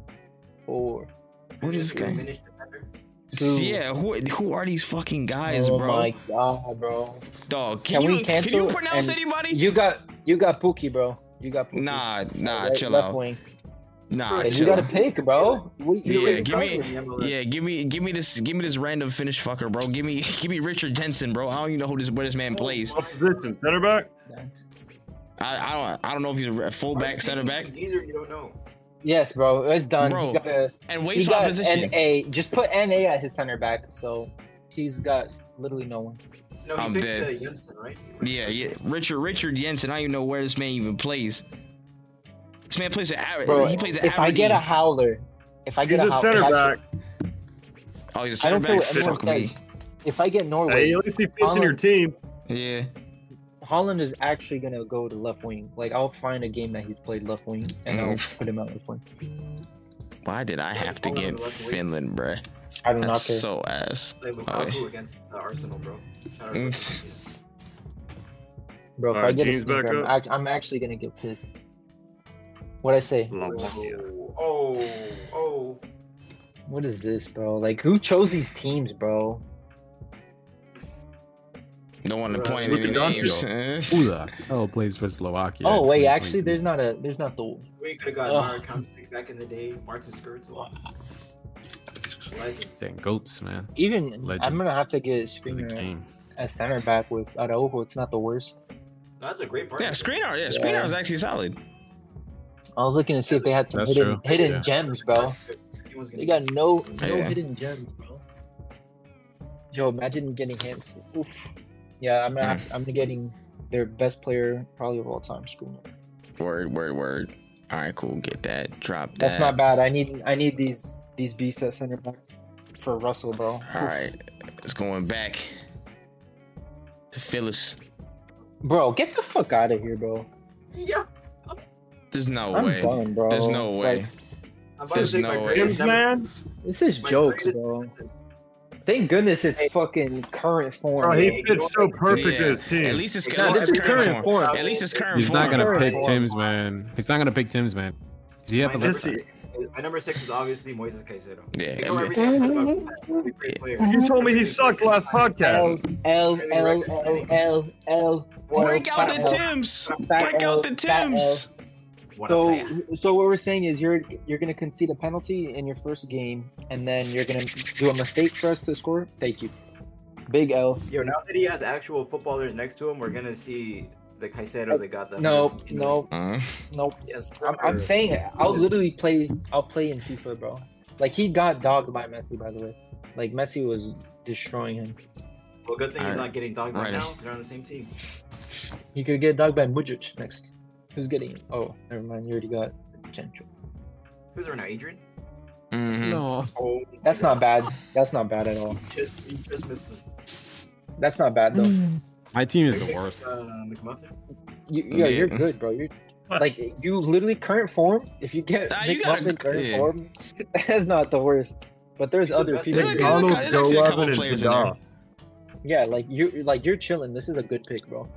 Speaker 2: four.
Speaker 1: What is this
Speaker 4: He's a
Speaker 1: guy?
Speaker 4: Finnish defender.
Speaker 2: Two.
Speaker 1: Yeah, who who are these fucking guys,
Speaker 2: oh
Speaker 1: bro?
Speaker 2: my god, bro!
Speaker 1: Dog, can,
Speaker 2: Can we
Speaker 1: you can you
Speaker 2: cancel
Speaker 1: pronounce
Speaker 2: and-
Speaker 1: anybody?
Speaker 2: You got you got Pookie, bro. You got Pookie.
Speaker 1: Nah, nah,
Speaker 2: Right-
Speaker 1: chill
Speaker 2: left
Speaker 1: out.
Speaker 2: Wing.
Speaker 1: Nah,
Speaker 2: And
Speaker 1: chill.
Speaker 2: you got a pick, bro. What, you
Speaker 1: Yeah,
Speaker 2: you
Speaker 1: give me-
Speaker 2: covered.
Speaker 4: In the MLS.
Speaker 1: yeah, give me give me this give me this random Finnish fucker, bro. Give me *laughs* give me Richard Jensen, bro. I don't even know who this where this man
Speaker 2: Oh
Speaker 1: plays.
Speaker 3: What position? Center back?
Speaker 1: I I don't, I don't know if he's a
Speaker 4: Are you
Speaker 1: fullback, center
Speaker 4: thinking
Speaker 1: back,
Speaker 4: some geezer you don't know.
Speaker 2: Yes, bro. It's done.
Speaker 1: Bro,
Speaker 2: you gotta,
Speaker 1: and
Speaker 2: he
Speaker 1: waste my
Speaker 2: got
Speaker 1: position.
Speaker 2: NA. Just put NA at his center back. So he's got literally no one.
Speaker 4: No, he
Speaker 1: I'm
Speaker 4: picked
Speaker 1: dead.
Speaker 4: Uh, Jensen, right?
Speaker 1: Yeah, yeah, Richard Richard Jensen. I don't even know where this man even plays. This man plays at Aver-
Speaker 2: Bro,
Speaker 1: he plays at
Speaker 2: if I get a
Speaker 1: Aberdeen.
Speaker 2: howler, if I
Speaker 3: He's
Speaker 2: get
Speaker 3: a
Speaker 2: a howler,
Speaker 3: center
Speaker 2: that's-
Speaker 3: back.
Speaker 1: oh, he's a
Speaker 2: I
Speaker 1: center
Speaker 2: don't care
Speaker 1: back.
Speaker 2: what anyone
Speaker 1: Fuck me.
Speaker 2: says. If I get Norway,
Speaker 3: Hey, at least he fits in your team.
Speaker 1: Yeah.
Speaker 2: Holland is actually gonna go to left wing. Like I'll find a game that he's played left wing and I'll
Speaker 1: Mm.
Speaker 2: put him out left wing.
Speaker 1: Why did I have to
Speaker 4: Hold on,
Speaker 1: get
Speaker 4: let's wait.
Speaker 1: Finland, bruh?
Speaker 2: I do not
Speaker 1: That's
Speaker 2: care.
Speaker 1: so ass.
Speaker 4: Like Lukaku against uh, Arsenal, bro. Shout out to
Speaker 1: Oh, Mm.
Speaker 4: Lukaku.
Speaker 2: Bro, if I
Speaker 3: Alright,
Speaker 2: get a
Speaker 3: James back
Speaker 2: sneaker, I'm, act- I'm actually gonna get pissed. What I say?
Speaker 4: Oh, oh.
Speaker 2: What is this, bro? Like who chose these teams, bro?
Speaker 1: Don't want to
Speaker 4: Bruh,
Speaker 1: point
Speaker 3: look
Speaker 1: any
Speaker 3: at
Speaker 1: names.
Speaker 5: Who the hell plays for Slovakia?
Speaker 2: oh
Speaker 5: in
Speaker 2: wait, actually,
Speaker 5: 2022?
Speaker 2: there's not a there's not the
Speaker 4: We could have got
Speaker 2: Ugh.
Speaker 4: Mara Kamsik back in the day. Marcus Skirtle. Legends.
Speaker 5: Dang, goats, man.
Speaker 2: even. I'm
Speaker 5: Legend.
Speaker 2: gonna have to get a
Speaker 5: Of the
Speaker 2: screener
Speaker 5: game.
Speaker 2: a center back with Araujo. It's not the worst.
Speaker 4: No, that's a great part.
Speaker 1: Yeah, Screenar. Yeah,
Speaker 2: Yeah.
Speaker 1: Screenar is actually solid.
Speaker 2: I was looking to see if they had some
Speaker 5: That's
Speaker 2: hidden
Speaker 5: true.
Speaker 2: hidden
Speaker 5: Yeah.
Speaker 2: gems, bro.
Speaker 4: Anyone's gonna
Speaker 2: They got no no
Speaker 1: Yeah.
Speaker 2: hidden gems, bro. Yo, imagine getting him. Oof. Yeah, I'm gonna have to, I'm getting their best player probably of all time. School.
Speaker 1: Word, word, word. All right, cool. Get that. Drop that.
Speaker 2: That's not bad. I need I need these these beasts at center back for Russell, bro.
Speaker 1: All right, it's going back to Phyllis.
Speaker 2: Bro, get the fuck out of here, bro.
Speaker 4: Yeah.
Speaker 1: There's no
Speaker 2: I'm
Speaker 1: way.
Speaker 2: done, bro.
Speaker 1: There's no
Speaker 2: Like,
Speaker 1: way.
Speaker 4: I'm about
Speaker 1: There's
Speaker 4: to take
Speaker 1: no
Speaker 4: my
Speaker 1: way.
Speaker 4: greatest nemesis-
Speaker 3: man.
Speaker 2: this is
Speaker 4: my
Speaker 2: jokes,
Speaker 4: greatest
Speaker 2: bro.
Speaker 4: nemesis.
Speaker 2: Thank goodness it's fucking current form.
Speaker 3: Bro,
Speaker 2: bro.
Speaker 3: he fits so perfect
Speaker 1: Yeah.
Speaker 3: in his team.
Speaker 1: At least it's,
Speaker 4: No,
Speaker 1: at least
Speaker 4: this
Speaker 1: it's
Speaker 4: is
Speaker 1: current,
Speaker 2: current
Speaker 1: form.
Speaker 2: form.
Speaker 1: At least it's current
Speaker 5: He's not
Speaker 1: form.
Speaker 5: gonna
Speaker 2: Sorry.
Speaker 5: pick
Speaker 2: Sorry.
Speaker 5: Tim's man. He's not gonna pick Tim's man. Does he have a
Speaker 4: My
Speaker 5: left
Speaker 3: This
Speaker 4: number,
Speaker 5: back?
Speaker 3: is-
Speaker 4: my number six is obviously Moises Caicedo.
Speaker 1: Yeah,
Speaker 4: Ignore
Speaker 1: yeah.
Speaker 4: everything I said about him. He's a great player.
Speaker 3: You told me he sucked last podcast.
Speaker 2: L L L L L L.
Speaker 1: Break out the
Speaker 2: L,
Speaker 1: Tims.
Speaker 2: fat
Speaker 1: Break
Speaker 2: L,
Speaker 1: out the
Speaker 2: fat L.
Speaker 1: Tims.
Speaker 4: What a player.
Speaker 2: So, so what we're saying is you're you're gonna concede a penalty in your first game, and then you're gonna do a mistake for us to score. Thank you, Big L.
Speaker 4: Yo, now that he has actual footballers next to him, we're gonna see the Caicedo that got the.
Speaker 2: No, no,
Speaker 1: Uh,
Speaker 2: no.
Speaker 4: Yes,
Speaker 2: I'm, I'm saying it. I'll literally play. I'll play in FIFA, bro. Like he got dogged by Messi, by the way. Like Messi was destroying him.
Speaker 4: Well, good thing he's
Speaker 1: Alright.
Speaker 4: not getting dogged
Speaker 1: Alright.
Speaker 4: right now. They're on the same team.
Speaker 2: He could get dogged by Mujic next. Who's getting? Oh, never mind. You already got Gentry.
Speaker 4: Who's there now? Adrian?
Speaker 1: mm. Mhm.
Speaker 5: No.
Speaker 2: Oh, that's not bad. That's not bad at all.
Speaker 4: Just, you just missed it.
Speaker 2: That's not bad though.
Speaker 5: My team is the worst.
Speaker 4: Uh, McMuffin.
Speaker 2: You, yeah, you're
Speaker 1: Yeah.
Speaker 2: good, bro. You're like you literally current form. If you get
Speaker 1: Ah, you
Speaker 2: Nick
Speaker 1: gotta-
Speaker 2: Muffin current
Speaker 1: yeah.
Speaker 2: form, *laughs* that's not the worst. But there's other
Speaker 4: That's
Speaker 2: people.
Speaker 1: There's
Speaker 2: who-
Speaker 1: good.
Speaker 3: Donald,
Speaker 1: there's
Speaker 3: Joe
Speaker 1: actually a couple
Speaker 3: Lovin, and
Speaker 1: players in there.
Speaker 3: Zadar.
Speaker 2: Yeah, like you, like you're chilling. This is a good pick, bro.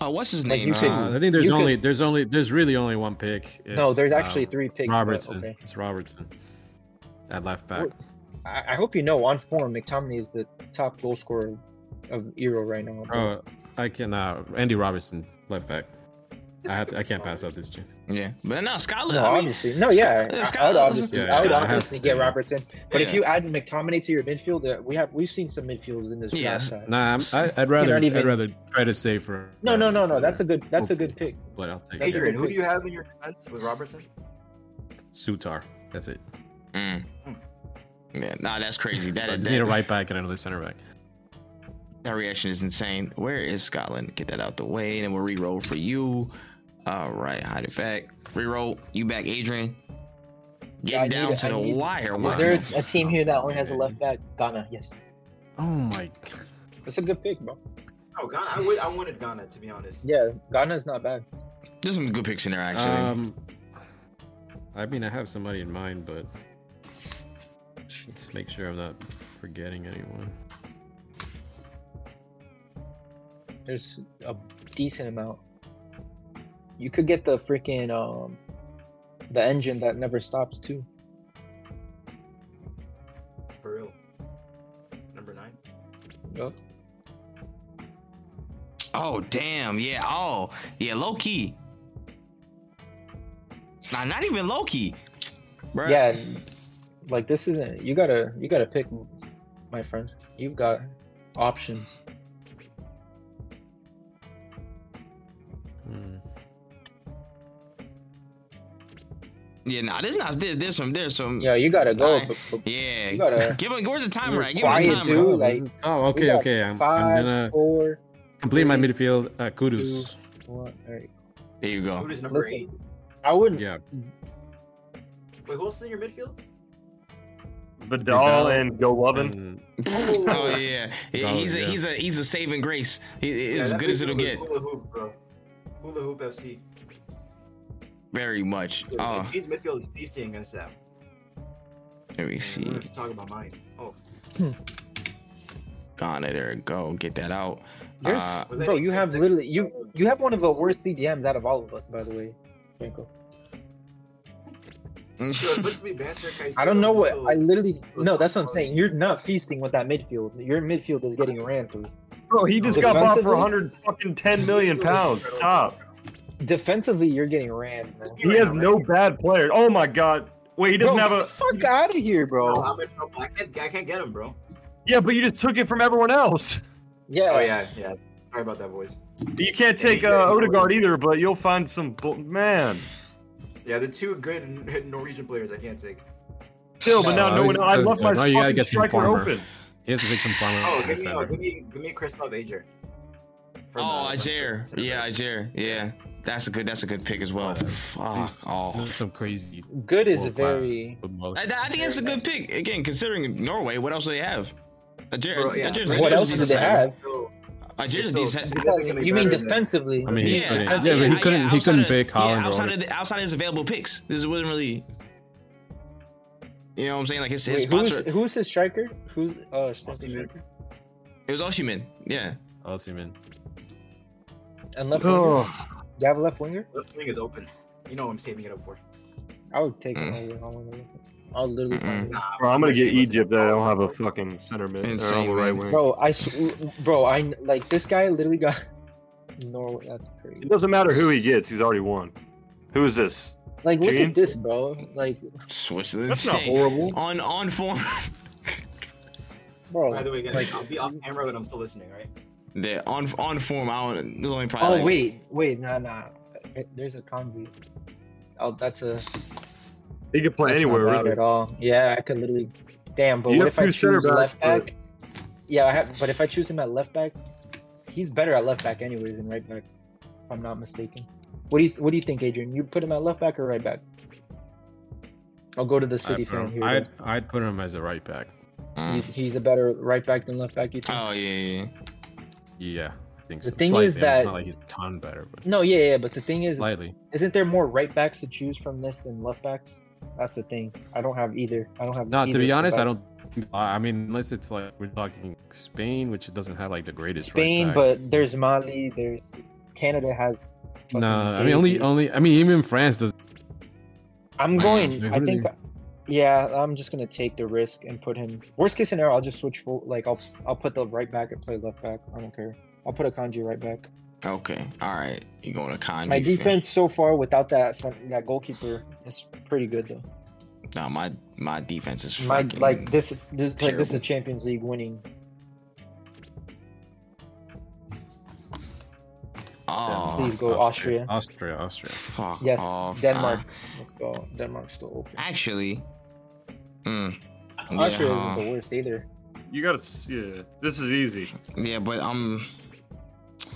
Speaker 1: Oh, what's his
Speaker 2: Like,
Speaker 1: name?
Speaker 2: you
Speaker 1: Uh,
Speaker 2: could-
Speaker 5: Uh, I think there's
Speaker 2: you could-
Speaker 5: only there's only there's really only one pick.
Speaker 2: no,
Speaker 5: It's,
Speaker 2: there's
Speaker 1: uh,
Speaker 2: actually
Speaker 5: um,
Speaker 2: three picks. but
Speaker 5: Robertson.
Speaker 2: okay.
Speaker 5: It's Robertson. At left back.
Speaker 2: What- I, I hope you know on form, McTominay is the top goal scorer of Euro right now. bro.
Speaker 5: Oh, I can. Uh, Andy Robertson, left back. I have to, I can't pass up this chance.
Speaker 1: yeah, but no, Scotland.
Speaker 2: No,
Speaker 1: I mean,
Speaker 2: obviously, no,
Speaker 1: Scott-
Speaker 2: yeah.
Speaker 1: yeah,
Speaker 2: I-
Speaker 1: Scott
Speaker 2: I would
Speaker 1: Robertson.
Speaker 2: obviously,
Speaker 5: Yeah,
Speaker 2: I would
Speaker 5: Scott
Speaker 2: obviously
Speaker 5: Robertson,
Speaker 2: get
Speaker 5: yeah.
Speaker 2: Robertson. But if
Speaker 1: Yeah.
Speaker 2: you add McTominay to your midfield, uh, we have we've seen some midfields in this
Speaker 1: Yeah.
Speaker 2: draft. side.
Speaker 5: Nah, I'm, I, I'd rather
Speaker 2: even-
Speaker 5: I'd rather try to save for.
Speaker 2: No, no, no, no. That's a good. That's a good pick.
Speaker 5: But I'll take
Speaker 2: Adrian.
Speaker 5: it.
Speaker 4: Adrian, who do you have in your defense with Robertson?
Speaker 5: Sutar. That's it.
Speaker 1: mm. Yeah, nah, that's
Speaker 2: *laughs*
Speaker 1: crazy. That,
Speaker 5: so I
Speaker 1: that,
Speaker 5: just need a right back and another center back.
Speaker 1: that reaction is insane. Where is Scotland? Get that out the way, and then we'll re-roll for you. All right, hide it back. Re-roll. You back, Adrian.
Speaker 2: Yeah, I
Speaker 1: Getting down
Speaker 2: need-
Speaker 1: to
Speaker 2: I
Speaker 1: the
Speaker 2: need-
Speaker 1: wire. Wow.
Speaker 2: Is there a team here that only has a left back? Ghana. Yes,
Speaker 5: Oh my god.
Speaker 2: that's a good pick, bro.
Speaker 4: Oh, Ghana. I, would, I wanted Ghana to be honest.
Speaker 2: Yeah, Ghana is not bad.
Speaker 1: There's some good picks in there, actually.
Speaker 5: Um, I mean, I have somebody in mind, but let's make sure I'm not forgetting anyone.
Speaker 2: There's a decent amount. You could get the freaking um, the engine that never stops too.
Speaker 4: For real. Number nine.
Speaker 1: Oh damn, yeah. Oh yeah, low key. Nah, not even low key. Bruh.
Speaker 2: Yeah, like this isn't. You gotta you gotta pick, my friend. You've got options.
Speaker 5: Hmm.
Speaker 1: yeah. Nah, there's not. There, there's some. There's some. Yeah.
Speaker 2: Yeah, you gotta go.
Speaker 1: Alright.
Speaker 2: but- but You
Speaker 1: yeah. *laughs*
Speaker 2: gotta
Speaker 1: Give him. Where's the timer
Speaker 2: You're
Speaker 1: at? Give him the
Speaker 2: quiet,
Speaker 1: timer.
Speaker 2: dude. like,
Speaker 5: oh,
Speaker 2: we
Speaker 5: okay,
Speaker 2: got
Speaker 5: okay. I'm, I'm
Speaker 2: 5
Speaker 5: gonna
Speaker 2: four,
Speaker 5: complete my
Speaker 2: three,
Speaker 5: midfield. Uh, kudos.
Speaker 2: one. All right.
Speaker 1: There you go.
Speaker 4: Who is number eight?
Speaker 2: Listen, I wouldn't.
Speaker 5: Yeah.
Speaker 4: Wait, who else is in your midfield?
Speaker 3: Vidal and Golovin.
Speaker 5: and- Uh,
Speaker 1: Oh yeah. yeah
Speaker 5: Oh,
Speaker 1: he's a
Speaker 5: yeah.
Speaker 1: he's a he's a saving grace. He,
Speaker 4: Yeah,
Speaker 1: as
Speaker 4: that
Speaker 1: good as it'll
Speaker 4: midfield is
Speaker 1: get.
Speaker 4: Hula hoop, bro. Hula hoop FC.
Speaker 1: Very much.
Speaker 4: Dude,
Speaker 1: Oh,
Speaker 4: His midfield is decent against that.
Speaker 1: let me
Speaker 4: I
Speaker 1: see.
Speaker 4: wonder if you talk about mine. Oh,
Speaker 1: Ghana. There it go. Get that
Speaker 4: *laughs*
Speaker 1: out.
Speaker 2: There's,
Speaker 1: Uh,
Speaker 4: Was that
Speaker 2: bro,
Speaker 4: eight?
Speaker 2: you
Speaker 4: Was
Speaker 2: have
Speaker 4: that-
Speaker 2: literally you you have one of the worst CDMs out of all of us, by the way. Franco.
Speaker 1: Oh,
Speaker 4: dude, let's be banter. Caicedo
Speaker 2: *laughs* I don't know
Speaker 4: is
Speaker 2: what
Speaker 4: still-
Speaker 2: I literally no. That's what I'm saying. You're not feasting with that midfield. Your midfield is getting ran through.
Speaker 3: Bro, he just got bought for
Speaker 2: Defensively?
Speaker 3: 110 million pounds. Stop.
Speaker 2: Defensively, you're getting ran. Bro.
Speaker 4: Just be
Speaker 3: He
Speaker 4: right
Speaker 3: has
Speaker 4: now,
Speaker 3: no
Speaker 4: right?
Speaker 3: bad player. Oh my god. Wait, he doesn't
Speaker 2: Bro,
Speaker 3: have
Speaker 2: get
Speaker 3: a.
Speaker 2: the fuck out of here, bro.
Speaker 4: No, I'm in trouble. I can't, I can't get him, bro.
Speaker 3: Yeah, but you just took it from everyone else.
Speaker 2: Yeah.
Speaker 4: Oh yeah, yeah. Sorry about that, boys.
Speaker 3: You can't take uh, Odegaard either, but you'll find some. Bull- Man.
Speaker 4: Yeah, the two good N- *laughs* Norwegian players I can't take.
Speaker 3: Still, but now no one. I left my
Speaker 5: Now you gotta
Speaker 3: fucking
Speaker 5: get some
Speaker 3: striker
Speaker 5: farmer.
Speaker 3: open.
Speaker 5: He has to pick some farmer.
Speaker 4: Oh,
Speaker 5: and
Speaker 4: give me, oh,
Speaker 5: defender.
Speaker 4: give me, give me Christoph Ager. From,
Speaker 1: Oh,
Speaker 4: uh,
Speaker 1: Ajer.
Speaker 4: from-
Speaker 1: Yeah, Ajer. Yeah. That's a good. That's a good pick as well.
Speaker 5: Whatever.
Speaker 1: Fuck.
Speaker 5: He's
Speaker 1: Oh.
Speaker 5: some crazy
Speaker 2: Good is
Speaker 5: World
Speaker 2: very.
Speaker 5: footballer.
Speaker 1: I, I think it's a good pick. Again, considering Norway, what else do they have? A Jer-
Speaker 4: Bro, yeah.
Speaker 1: a Jer's-
Speaker 4: Right.
Speaker 1: Jer's
Speaker 2: What
Speaker 1: a
Speaker 2: else do
Speaker 1: decent
Speaker 2: they
Speaker 1: center.
Speaker 2: have?
Speaker 4: So,
Speaker 1: A Jer's a
Speaker 4: They're
Speaker 1: decent
Speaker 4: still
Speaker 1: center.
Speaker 4: significantly
Speaker 2: You mean
Speaker 4: better than-
Speaker 2: defensively?
Speaker 5: I mean, he
Speaker 1: Yeah,
Speaker 5: couldn't.
Speaker 1: I-
Speaker 5: Yeah, but
Speaker 1: yeah,
Speaker 5: he couldn't.
Speaker 1: yeah,
Speaker 5: he
Speaker 1: outside
Speaker 5: couldn't
Speaker 1: of-
Speaker 5: pick Holland
Speaker 1: Yeah,
Speaker 5: or
Speaker 1: outside
Speaker 5: Odegaard.
Speaker 1: of the, outside of his available picks, this wasn't really. You know what I'm saying? Like his, his
Speaker 2: Wait, who's
Speaker 1: sponsor,
Speaker 2: who's his striker? Who's uh striker?
Speaker 4: Austin
Speaker 2: striker?
Speaker 1: it was Oshiman. Yeah,
Speaker 5: Osimhen.
Speaker 2: And left winger.
Speaker 3: Oh,
Speaker 2: You have a left winger?
Speaker 4: Left wing is open. You know what I'm saving it up for.
Speaker 2: I would take him
Speaker 1: Mm.
Speaker 2: over Holland. I'll literally find him.
Speaker 3: bro, I'm gonna get Egypt. that I don't have a fucking center mid. I don't have
Speaker 1: Insane,
Speaker 3: a right
Speaker 1: man.
Speaker 3: wing.
Speaker 2: Bro, I sw- bro, I kn- like this guy literally got *laughs* Norway. That's
Speaker 3: It
Speaker 2: crazy.
Speaker 3: doesn't matter who he gets. He's already won. Who is this?
Speaker 2: Like, look
Speaker 3: James?
Speaker 2: at this, bro. Like,
Speaker 1: Switzerland.
Speaker 3: That's not
Speaker 1: Dang.
Speaker 3: horrible.
Speaker 1: On on form. *laughs*
Speaker 2: bro.
Speaker 4: By the way, guys,
Speaker 2: Oh. like-
Speaker 4: I'll be off camera, but I'm still listening, right?
Speaker 1: yeah, on on form. I don't. There's only probably.
Speaker 2: oh
Speaker 1: like-
Speaker 2: wait, wait, nah, nah. There's a combi. Oh, that's a.
Speaker 3: He could play
Speaker 2: that's
Speaker 3: anywhere.
Speaker 2: not bad
Speaker 3: Really.
Speaker 2: at all. Yeah, I could literally. Damn, but
Speaker 3: You
Speaker 2: what
Speaker 3: have
Speaker 2: if I
Speaker 3: two center
Speaker 2: choose left
Speaker 3: backs,
Speaker 2: back? Yeah, I have, but if I choose him at left back, he's better at left back anyways than right back. If I'm not mistaken. What do you What do you think, Adrian? You put him at left back or right back? I'll go to the
Speaker 5: I'd
Speaker 2: city
Speaker 5: put,
Speaker 2: fan
Speaker 5: him,
Speaker 2: here.
Speaker 5: I'd, I'd put him as a right back.
Speaker 2: He-
Speaker 1: Mm.
Speaker 2: he's a better right back than left back. You think?
Speaker 1: Oh yeah, yeah, yeah.
Speaker 5: Yeah, I think
Speaker 2: The
Speaker 5: so.
Speaker 2: thing
Speaker 5: Slightly.
Speaker 2: is
Speaker 5: I mean, it's
Speaker 2: that-
Speaker 5: not like he's a ton better, but
Speaker 2: no, yeah, yeah. But the thing is,
Speaker 5: slightly.
Speaker 2: isn't there more right backs to choose from this than left backs? That's the thing. I don't have either. I don't have.
Speaker 5: No, to
Speaker 2: either
Speaker 5: be honest, I
Speaker 2: left
Speaker 5: don't. I I mean, unless it's like we're talking Spain, which doesn't have like the
Speaker 2: back.
Speaker 5: greatest. right
Speaker 2: Spain,
Speaker 5: back.
Speaker 2: but there's Mali. There's Canada has. fucking
Speaker 5: no, I mean only
Speaker 2: Davies.
Speaker 5: only. I mean even France does.
Speaker 2: I'm
Speaker 1: Man,
Speaker 2: going.
Speaker 5: they
Speaker 2: I think.
Speaker 5: really-
Speaker 2: Yeah, I'm just gonna take the risk and put him. Worst case scenario, I'll just switch full. Like I'll I'll put the right back and play left back. I don't care. I'll put a kanji right back.
Speaker 1: Okay, all right. You going to Kanji?
Speaker 2: My
Speaker 1: fan.
Speaker 2: defense so far without that cen- that goalkeeper is pretty good though.
Speaker 1: No, my my defense is
Speaker 2: My
Speaker 1: freaking
Speaker 2: like this this like this
Speaker 1: terrible.
Speaker 2: is a Champions League winning.
Speaker 1: *laughs* Oh,
Speaker 2: Please go Austria.
Speaker 5: Austria, Austria. *laughs*
Speaker 1: Fuck
Speaker 2: Yes,
Speaker 5: Oh,
Speaker 1: off.
Speaker 2: Denmark.
Speaker 1: Uh,
Speaker 2: Let's go. Denmark's still open.
Speaker 1: actually, mm, yeah,
Speaker 2: Austria
Speaker 1: huh.
Speaker 2: isn't the worst either.
Speaker 3: You gotta see. This is easy.
Speaker 1: yeah, but um,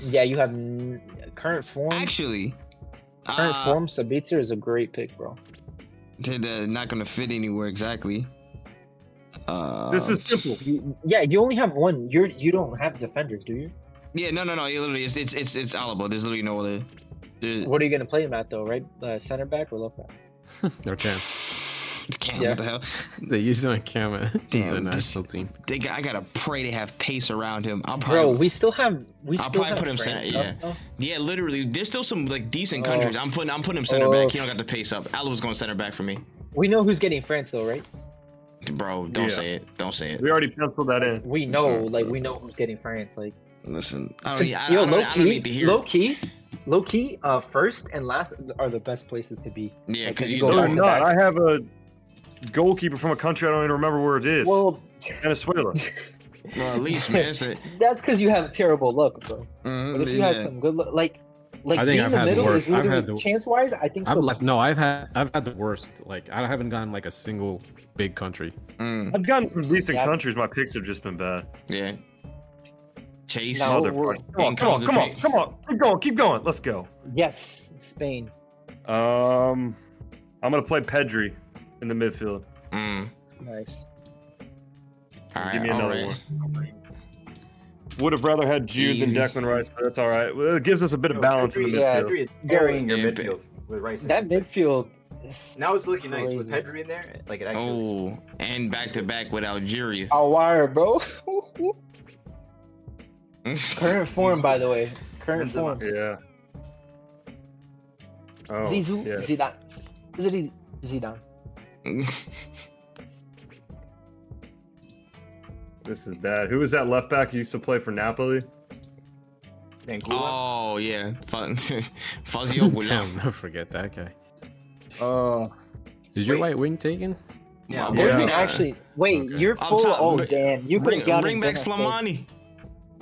Speaker 2: Yeah, you have n- current form.
Speaker 1: actually,
Speaker 2: current
Speaker 1: uh,
Speaker 2: form. Sabitzer is a great pick, bro.
Speaker 1: they're- they're not gonna fit anywhere exactly. Uh,
Speaker 2: Um,
Speaker 3: This is simple.
Speaker 2: You, yeah, you only have one. You're you don't have defenders, do you?
Speaker 1: yeah, no, no, no. Yeah, literally, it's it's it's it's Alaba. There's literally no other. There's,
Speaker 2: What are you gonna play him at though? Right, uh, center back or left back?
Speaker 5: Your cam.
Speaker 1: *laughs* It's Cam,
Speaker 2: Yeah.
Speaker 1: What the hell?
Speaker 5: They use him on camera. *laughs*
Speaker 1: Damn,
Speaker 5: the
Speaker 1: this-
Speaker 5: national team.
Speaker 1: They got, I gotta pray they have pace around him. I'll probably
Speaker 2: Bro, we still have we
Speaker 1: I'll
Speaker 2: still
Speaker 1: probably
Speaker 2: have
Speaker 1: put him
Speaker 2: France
Speaker 1: center,
Speaker 2: up, though.
Speaker 1: Yeah, literally. There's still some like decent
Speaker 2: Oh.
Speaker 1: countries. I'm putting I'm putting him center
Speaker 2: Oh.
Speaker 1: back. He don't got the pace up. Alaba's going center back for me.
Speaker 2: We know who's getting France though, right?
Speaker 1: Bro, don't
Speaker 3: Yeah.
Speaker 1: say it. Don't say it.
Speaker 3: We already penciled that in.
Speaker 2: We know, like we know who's getting France. Like
Speaker 1: Listen, I
Speaker 2: to-
Speaker 1: don't, Oh, I,
Speaker 2: yo,
Speaker 1: I don't,
Speaker 2: low
Speaker 1: I don't need to
Speaker 2: key,
Speaker 1: hear.
Speaker 2: low
Speaker 1: it.
Speaker 2: key, low key. Uh, first and last are the best places to be.
Speaker 1: Yeah,
Speaker 2: like,
Speaker 1: because
Speaker 2: if
Speaker 1: you
Speaker 2: you
Speaker 1: go.
Speaker 2: go
Speaker 3: No,
Speaker 2: back to
Speaker 3: I'm
Speaker 2: back.
Speaker 3: not. I have a goalkeeper from a country I don't even remember where it is.
Speaker 2: Well, *laughs*
Speaker 3: Venezuela.
Speaker 1: Well, at least man, it's a,
Speaker 2: that's because you have terrible luck, bro.
Speaker 1: mm,
Speaker 2: *laughs* But if you had
Speaker 1: yeah.
Speaker 2: some good luck, like, like
Speaker 5: I
Speaker 2: being
Speaker 5: think I've
Speaker 2: in the
Speaker 5: had the
Speaker 2: middle
Speaker 5: worst-
Speaker 2: is
Speaker 5: I've had
Speaker 2: literally
Speaker 5: the-
Speaker 2: chance wise. I think
Speaker 5: I've
Speaker 2: so.
Speaker 5: lost, no, I've had I've had the worst. Like I haven't gotten like a single big country.
Speaker 1: Mm,
Speaker 3: I've gotten from decent
Speaker 2: Yeah.
Speaker 3: countries. My picks have just been bad.
Speaker 1: yeah. Chase.
Speaker 2: No.
Speaker 3: Motherfucker. Come
Speaker 1: In
Speaker 3: on, come
Speaker 1: comes
Speaker 3: on,
Speaker 1: the
Speaker 3: come on,
Speaker 1: pick.
Speaker 3: come on. Keep going, keep going. Let's go.
Speaker 2: Yes, Spain.
Speaker 3: Um, I'm gonna play Pedri in the midfield.
Speaker 1: Mm,
Speaker 2: Nice.
Speaker 1: all right,
Speaker 3: Give me
Speaker 1: all
Speaker 3: another
Speaker 1: right.
Speaker 3: one. Would have rather had Jude
Speaker 1: Easy.
Speaker 3: than Declan Rice, but that's all right. Well, it gives us a bit of balance in the
Speaker 2: Pedri, yeah,
Speaker 3: midfield.
Speaker 4: Pedri is
Speaker 2: Very-
Speaker 4: carrying your
Speaker 1: Yeah,
Speaker 4: midfield with Rice.
Speaker 2: That midfield. is-
Speaker 4: now it's looking nice with
Speaker 2: Crazy.
Speaker 4: Pedri in there. Like it actually. looks-
Speaker 1: Oh, and back to back with Algeria.
Speaker 2: I'll wire, bro. *laughs*
Speaker 1: Current
Speaker 3: Uh,
Speaker 1: *laughs*
Speaker 2: Current form, by the way. Current
Speaker 4: Benzema.
Speaker 2: form.
Speaker 3: Yeah. Oh,
Speaker 2: Zizou,
Speaker 3: yeah.
Speaker 2: Zidane. Zidane. Zidane.
Speaker 3: this is bad. Who was that left back who used to play for Napoli?
Speaker 4: Angola.
Speaker 1: oh yeah, Fun- *laughs* Fuzzy
Speaker 5: *laughs* Damn,
Speaker 1: Ogula.
Speaker 5: I forget that guy.
Speaker 3: Oh,
Speaker 5: Is your
Speaker 4: Wait.
Speaker 5: right wing taken?
Speaker 4: Yeah,
Speaker 1: My
Speaker 2: Those
Speaker 1: boy.
Speaker 2: are Actually, wait,
Speaker 5: Okay.
Speaker 2: you're
Speaker 1: I'm
Speaker 2: full.
Speaker 1: top-
Speaker 2: oh
Speaker 1: bring-
Speaker 2: damn, you could
Speaker 1: bring,
Speaker 2: have got
Speaker 1: bring back Slimani.